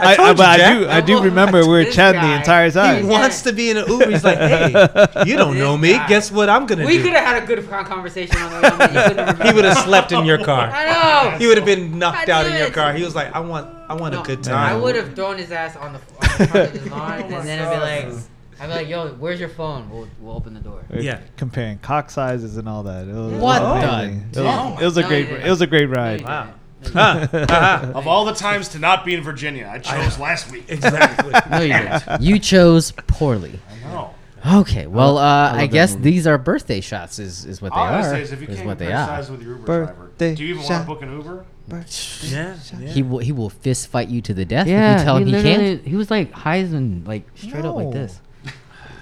[SPEAKER 5] But I, I,
[SPEAKER 2] told
[SPEAKER 5] but
[SPEAKER 2] you,
[SPEAKER 5] I do.
[SPEAKER 2] Jack.
[SPEAKER 5] I do
[SPEAKER 4] Come on,
[SPEAKER 5] remember we were
[SPEAKER 4] this
[SPEAKER 5] chatting
[SPEAKER 4] guy.
[SPEAKER 5] the entire
[SPEAKER 2] he
[SPEAKER 5] time.
[SPEAKER 2] wants to be in an Uber. He's like, hey, you don't know me. Guess what I'm gonna
[SPEAKER 4] We
[SPEAKER 2] do?
[SPEAKER 4] could have had a good con- conversation on the way home, but you couldn't remember.
[SPEAKER 2] He would have slept in your car.
[SPEAKER 4] I know.
[SPEAKER 2] He would have been knocked
[SPEAKER 4] God
[SPEAKER 2] out in
[SPEAKER 4] damn
[SPEAKER 2] your
[SPEAKER 4] it.
[SPEAKER 2] car. He was like, I want, I want a
[SPEAKER 4] No,
[SPEAKER 2] good
[SPEAKER 4] I
[SPEAKER 2] time.
[SPEAKER 4] would have thrown his ass on the, on the front of his lawn, and then I'd be like, I'd be like, yo, where's your phone? We'll, we'll open the door.
[SPEAKER 5] We were
[SPEAKER 2] Yeah.
[SPEAKER 5] comparing cock sizes and all that. It was
[SPEAKER 3] What
[SPEAKER 5] amazing.
[SPEAKER 3] the
[SPEAKER 5] It was- It was a
[SPEAKER 4] No,
[SPEAKER 5] great.
[SPEAKER 4] you didn't.
[SPEAKER 5] It was a
[SPEAKER 4] No,
[SPEAKER 5] great
[SPEAKER 4] you
[SPEAKER 5] ride.
[SPEAKER 4] didn't.
[SPEAKER 2] Wow.
[SPEAKER 4] No, you
[SPEAKER 2] Huh. Haha.
[SPEAKER 1] Of all the times to not be in Virginia, I chose last week.
[SPEAKER 2] exactly.
[SPEAKER 4] No, you didn't.
[SPEAKER 3] you chose poorly.
[SPEAKER 1] No.
[SPEAKER 3] Okay, well, uh, I,
[SPEAKER 4] that
[SPEAKER 3] guess
[SPEAKER 4] movie.
[SPEAKER 3] these are birthday shots. Is is what they
[SPEAKER 1] All I
[SPEAKER 3] are.
[SPEAKER 1] say is if you
[SPEAKER 3] is
[SPEAKER 1] can't
[SPEAKER 3] what they
[SPEAKER 1] compare
[SPEAKER 3] are.
[SPEAKER 1] size with your Uber
[SPEAKER 5] Birthday
[SPEAKER 1] driver, do you even
[SPEAKER 5] shot.
[SPEAKER 1] want to book an Uber?
[SPEAKER 2] Yeah. yeah.
[SPEAKER 3] He will he will fist fight you to the death
[SPEAKER 4] Yeah,
[SPEAKER 3] if you tell
[SPEAKER 4] he
[SPEAKER 3] him he
[SPEAKER 4] literally,
[SPEAKER 3] can't.
[SPEAKER 4] he was like Heisen, like straight up
[SPEAKER 5] No.
[SPEAKER 4] like this.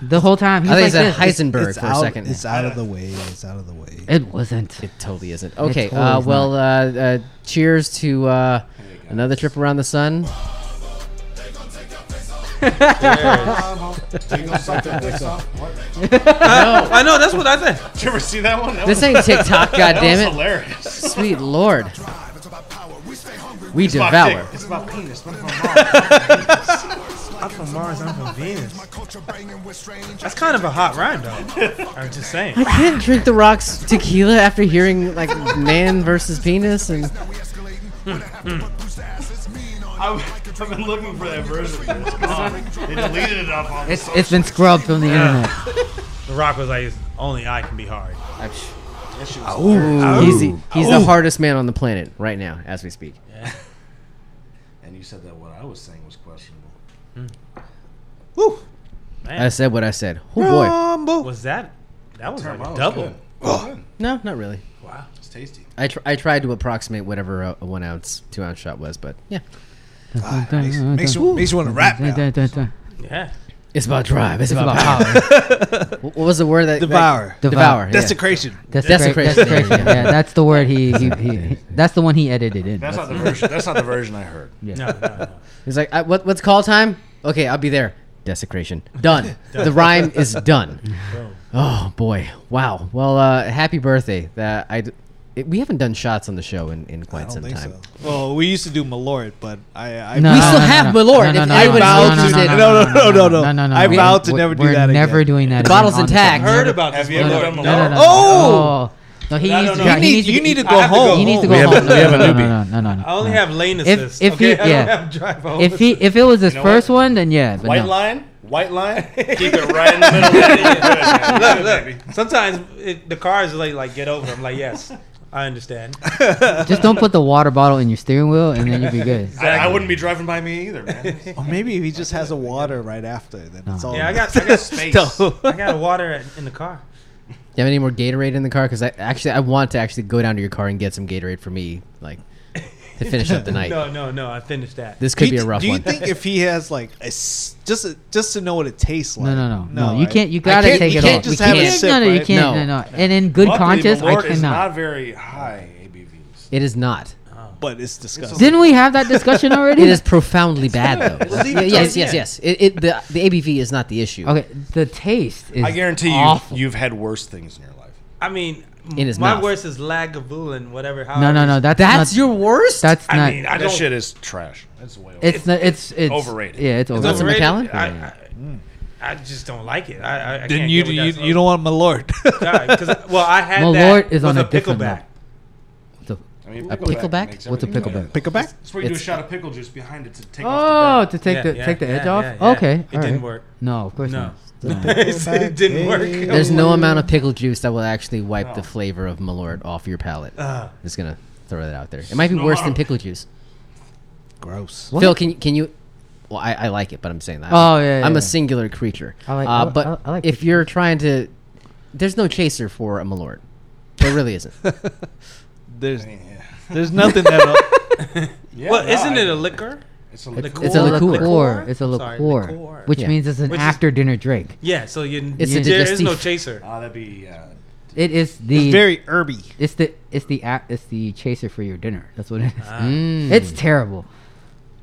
[SPEAKER 4] The whole time he
[SPEAKER 3] I
[SPEAKER 4] was
[SPEAKER 3] think
[SPEAKER 4] like
[SPEAKER 3] it's
[SPEAKER 4] this.
[SPEAKER 3] said Heisenberg
[SPEAKER 5] It's
[SPEAKER 3] for
[SPEAKER 5] out-
[SPEAKER 3] a second.
[SPEAKER 5] It's out of the way. It's out of the way.
[SPEAKER 4] It wasn't.
[SPEAKER 3] It totally isn't. Okay.
[SPEAKER 4] totally
[SPEAKER 3] uh,
[SPEAKER 4] is
[SPEAKER 3] well, uh, uh, cheers to uh, another trip around the sun.
[SPEAKER 1] Do you know something that's up? What?
[SPEAKER 2] I know. That's what I said.
[SPEAKER 1] Did you ever see that one? That
[SPEAKER 3] This
[SPEAKER 1] was,
[SPEAKER 3] ain't TikTok,
[SPEAKER 1] that was
[SPEAKER 3] goddammit.
[SPEAKER 1] hilarious.
[SPEAKER 3] Sweet lord,
[SPEAKER 6] Drive, it's about power. We stay hungry.
[SPEAKER 3] we
[SPEAKER 1] It's about
[SPEAKER 3] devour.
[SPEAKER 1] dick. It's about penis. What about
[SPEAKER 2] I'm from Mars. I'm from Venus.
[SPEAKER 6] My culture banging with strange.
[SPEAKER 2] That's kind of a hot rhyme, though. I'm just saying.
[SPEAKER 3] I can't drink the rocks tequila after hearing like man versus penis and
[SPEAKER 6] When I have to put those asses mean on
[SPEAKER 1] I've,
[SPEAKER 6] you like a
[SPEAKER 1] I've been
[SPEAKER 6] dream.
[SPEAKER 1] looking for that version. but It's gone. They deleted it off on the
[SPEAKER 4] It's
[SPEAKER 1] social.
[SPEAKER 4] it's been scrubbed from the internet.
[SPEAKER 7] The Rock was like, only I can be hard.
[SPEAKER 3] He's, the, he's the hardest man on the planet right now as we speak.
[SPEAKER 1] and you said that what I was saying was questionable.
[SPEAKER 5] Woo.
[SPEAKER 3] I said what I said. Oh boy.
[SPEAKER 5] Rumble.
[SPEAKER 7] Was that? That was like
[SPEAKER 1] Wow,
[SPEAKER 7] a
[SPEAKER 1] it's
[SPEAKER 7] double.
[SPEAKER 1] good. It's good.
[SPEAKER 3] No, not really.
[SPEAKER 7] Wow.
[SPEAKER 1] It's tasty.
[SPEAKER 3] I, tr- I tried to approximate whatever a, a one ounce, two ounce shot was, but yeah.
[SPEAKER 5] Makes, makes you, makes you want to rap now.
[SPEAKER 7] Yeah.
[SPEAKER 3] It's about drive. It's,
[SPEAKER 4] It's
[SPEAKER 3] about,
[SPEAKER 4] about
[SPEAKER 3] power.
[SPEAKER 4] power.
[SPEAKER 3] Wh- what was the word that?
[SPEAKER 5] Devour.
[SPEAKER 3] That, devour. yeah.
[SPEAKER 5] Desecration.
[SPEAKER 4] That's
[SPEAKER 3] Desecration,
[SPEAKER 4] Desecration.
[SPEAKER 3] yeah, yeah.
[SPEAKER 4] Yeah, that's the word he, he, he. That's the one he edited in.
[SPEAKER 1] That's not the version. That's not the version I heard.
[SPEAKER 7] No, no, no.
[SPEAKER 3] He's like, I, what, what's call time? Okay, I'll be there. Desecration. Done. the rhyme is done. Oh boy! Wow. Well, uh, happy birthday. That I d- it- we haven't done shots on the show in, in
[SPEAKER 5] I
[SPEAKER 3] quite
[SPEAKER 5] don't
[SPEAKER 3] some
[SPEAKER 5] think
[SPEAKER 3] time.
[SPEAKER 5] so. Well, we used to do Malort, but I. I
[SPEAKER 3] We still have Malort, if anybody's interested.
[SPEAKER 5] No, no, no, no, no. I
[SPEAKER 4] we-
[SPEAKER 5] vowed to
[SPEAKER 4] we-
[SPEAKER 5] never do
[SPEAKER 4] we're
[SPEAKER 5] that
[SPEAKER 4] Never
[SPEAKER 5] again.
[SPEAKER 4] doing that.
[SPEAKER 3] The bottle's
[SPEAKER 4] again on
[SPEAKER 3] intact.
[SPEAKER 4] show.
[SPEAKER 2] Heard about this?
[SPEAKER 1] Have you ever done
[SPEAKER 4] No,
[SPEAKER 2] before.
[SPEAKER 1] the
[SPEAKER 4] no, no, no.
[SPEAKER 5] Oh!
[SPEAKER 4] No, he
[SPEAKER 7] No,
[SPEAKER 4] needs
[SPEAKER 7] no,
[SPEAKER 4] to-
[SPEAKER 7] no.
[SPEAKER 4] he
[SPEAKER 5] You need,
[SPEAKER 4] needs to
[SPEAKER 5] you
[SPEAKER 4] be-
[SPEAKER 5] need to
[SPEAKER 2] I
[SPEAKER 5] go
[SPEAKER 2] have to
[SPEAKER 5] home.
[SPEAKER 4] He needs to
[SPEAKER 1] We
[SPEAKER 4] go
[SPEAKER 1] have a-
[SPEAKER 4] home. No,
[SPEAKER 1] we
[SPEAKER 4] no,
[SPEAKER 1] have a
[SPEAKER 4] no,
[SPEAKER 1] newbie.
[SPEAKER 4] No, no, no, no, no.
[SPEAKER 2] I only have lane
[SPEAKER 4] If-
[SPEAKER 2] assist.
[SPEAKER 4] if
[SPEAKER 2] okay?
[SPEAKER 4] he-
[SPEAKER 2] I
[SPEAKER 4] yeah.
[SPEAKER 2] don't have drive home.
[SPEAKER 4] If he if it was his
[SPEAKER 1] know what?
[SPEAKER 4] first one, then yeah. But
[SPEAKER 1] White
[SPEAKER 4] no.
[SPEAKER 1] line, white line. Keep it right in the middle. Good, man.
[SPEAKER 2] Look, sometimes it, the cars like like get over. I'm like, yes, I understand.
[SPEAKER 4] Just don't put the water bottle in your steering wheel, and then you'll be good.
[SPEAKER 1] I, I wouldn't be driving by me either, man.
[SPEAKER 5] Or maybe he just has a water right after. Then it's all.
[SPEAKER 2] Yeah, I got I got,
[SPEAKER 1] Space.
[SPEAKER 2] I got water in- in the car.
[SPEAKER 3] Do you have any more Gatorade in the car? Because I actually I want to actually go down to your car and get some Gatorade for me, like to finish up the night.
[SPEAKER 2] No, no, no. I finished that.
[SPEAKER 3] This could
[SPEAKER 5] Do
[SPEAKER 3] be
[SPEAKER 5] you
[SPEAKER 3] a
[SPEAKER 5] th-
[SPEAKER 3] rough
[SPEAKER 5] Do you
[SPEAKER 3] one.
[SPEAKER 5] think if he has like a s- just a, just to know what it tastes like?
[SPEAKER 4] No, no, no, no. you
[SPEAKER 5] I-
[SPEAKER 4] can't. You
[SPEAKER 5] I
[SPEAKER 4] gotta
[SPEAKER 5] can't-
[SPEAKER 4] take
[SPEAKER 5] you
[SPEAKER 4] it
[SPEAKER 5] can't
[SPEAKER 4] off.
[SPEAKER 5] Just
[SPEAKER 4] we
[SPEAKER 5] have
[SPEAKER 4] can't.
[SPEAKER 5] it sip,
[SPEAKER 4] no, no, you
[SPEAKER 5] right?
[SPEAKER 4] can't.
[SPEAKER 3] No.
[SPEAKER 4] No, no. And in good
[SPEAKER 1] Luckily,
[SPEAKER 4] conscience, I
[SPEAKER 1] Malort is not
[SPEAKER 4] cannot.
[SPEAKER 1] very high ABVs.
[SPEAKER 3] it is not.
[SPEAKER 5] But it's disgusting.
[SPEAKER 4] Didn't we have that discussion already?
[SPEAKER 3] It is profoundly bad though.
[SPEAKER 2] leave it till
[SPEAKER 3] yes,
[SPEAKER 2] the
[SPEAKER 3] yes,
[SPEAKER 2] end.
[SPEAKER 3] yes. It, it the the ABV is not the issue.
[SPEAKER 4] Okay, the taste is.
[SPEAKER 1] I guarantee you,
[SPEAKER 4] awful.
[SPEAKER 1] you've had worse things in your life.
[SPEAKER 2] I mean,
[SPEAKER 3] In his
[SPEAKER 2] my
[SPEAKER 3] mouth.
[SPEAKER 2] worst is Lagavulin, whatever.
[SPEAKER 4] No, no, no. That's
[SPEAKER 3] That's
[SPEAKER 4] not,
[SPEAKER 3] your worst.
[SPEAKER 4] That's
[SPEAKER 2] I
[SPEAKER 4] not.
[SPEAKER 2] mean, I
[SPEAKER 1] That
[SPEAKER 2] don't.
[SPEAKER 1] shit is trash. That's way over.
[SPEAKER 4] it's not. It's it's
[SPEAKER 1] overrated.
[SPEAKER 4] Yeah, it's
[SPEAKER 3] not
[SPEAKER 4] overrated.
[SPEAKER 3] some
[SPEAKER 2] overrated.
[SPEAKER 3] Macallan?
[SPEAKER 2] I, I, I just don't like it. I, I, I
[SPEAKER 5] Then
[SPEAKER 2] can't
[SPEAKER 5] you
[SPEAKER 2] get with
[SPEAKER 5] you,
[SPEAKER 2] that
[SPEAKER 5] you don't want Malort.
[SPEAKER 2] stuff. Yeah, 'cause- well, I had
[SPEAKER 4] Malort
[SPEAKER 2] that
[SPEAKER 4] is
[SPEAKER 2] with
[SPEAKER 4] on a
[SPEAKER 2] a
[SPEAKER 4] different
[SPEAKER 2] pickleback.
[SPEAKER 4] The-
[SPEAKER 1] I mean,
[SPEAKER 3] a pickleback?
[SPEAKER 1] makes
[SPEAKER 4] What's a
[SPEAKER 1] everything
[SPEAKER 4] pickleback?
[SPEAKER 1] better.
[SPEAKER 5] Pick it back.
[SPEAKER 1] That's where you do a
[SPEAKER 3] It's-
[SPEAKER 1] shot of pickle juice behind it to take
[SPEAKER 4] Oh,
[SPEAKER 1] off the
[SPEAKER 4] to take
[SPEAKER 2] Yeah,
[SPEAKER 4] the
[SPEAKER 2] yeah,
[SPEAKER 4] take the
[SPEAKER 2] yeah,
[SPEAKER 4] edge
[SPEAKER 2] yeah,
[SPEAKER 4] off.
[SPEAKER 2] yeah.
[SPEAKER 4] Okay,
[SPEAKER 2] It
[SPEAKER 4] all
[SPEAKER 2] didn't
[SPEAKER 4] right.
[SPEAKER 2] work.
[SPEAKER 4] No, of course
[SPEAKER 2] No.
[SPEAKER 4] not.
[SPEAKER 2] it didn't work.
[SPEAKER 3] There's no amount of pickle juice that will actually wipe the flavor of Malort off your palate. Just gonna throw that out there. It might be
[SPEAKER 1] Uh. No
[SPEAKER 3] worse
[SPEAKER 1] amount
[SPEAKER 3] than
[SPEAKER 1] of-
[SPEAKER 3] pickle juice.
[SPEAKER 5] Gross.
[SPEAKER 3] Phil, can you- can you? Well, I, I like it, but I'm saying that.
[SPEAKER 4] Oh, yeah, yeah,
[SPEAKER 3] I'm
[SPEAKER 4] yeah.
[SPEAKER 3] a singular creature.
[SPEAKER 4] I like- I
[SPEAKER 3] Uh,
[SPEAKER 4] li-
[SPEAKER 3] but
[SPEAKER 4] I li- I like
[SPEAKER 3] if
[SPEAKER 4] pickle
[SPEAKER 3] you're trying to, there's no chaser for a Malort. There really isn't.
[SPEAKER 5] There's
[SPEAKER 1] back. Yeah.
[SPEAKER 5] there's nothing uh, that'll.
[SPEAKER 1] Yeah,
[SPEAKER 2] Well,
[SPEAKER 1] no,
[SPEAKER 2] isn't
[SPEAKER 1] I-
[SPEAKER 2] it a liquor?
[SPEAKER 1] It's a liquor.
[SPEAKER 3] It's a
[SPEAKER 4] liqueur.
[SPEAKER 3] liqueur.
[SPEAKER 4] It's a
[SPEAKER 2] I'm sorry,
[SPEAKER 4] liqueur,
[SPEAKER 2] liqueur.
[SPEAKER 4] which
[SPEAKER 3] Yeah.
[SPEAKER 4] means it's an
[SPEAKER 2] Which is-
[SPEAKER 4] after-dinner drink.
[SPEAKER 2] Yeah, so you,
[SPEAKER 3] It's
[SPEAKER 2] you-
[SPEAKER 3] a
[SPEAKER 2] there is no
[SPEAKER 3] digestif.
[SPEAKER 2] chaser.
[SPEAKER 1] Ah, that'd be. Uh,
[SPEAKER 4] It is the
[SPEAKER 5] It's very herby.
[SPEAKER 4] It's the it's the a- it's the chaser for your dinner. That's what it is.
[SPEAKER 3] Ah.
[SPEAKER 4] Mm. It's terrible.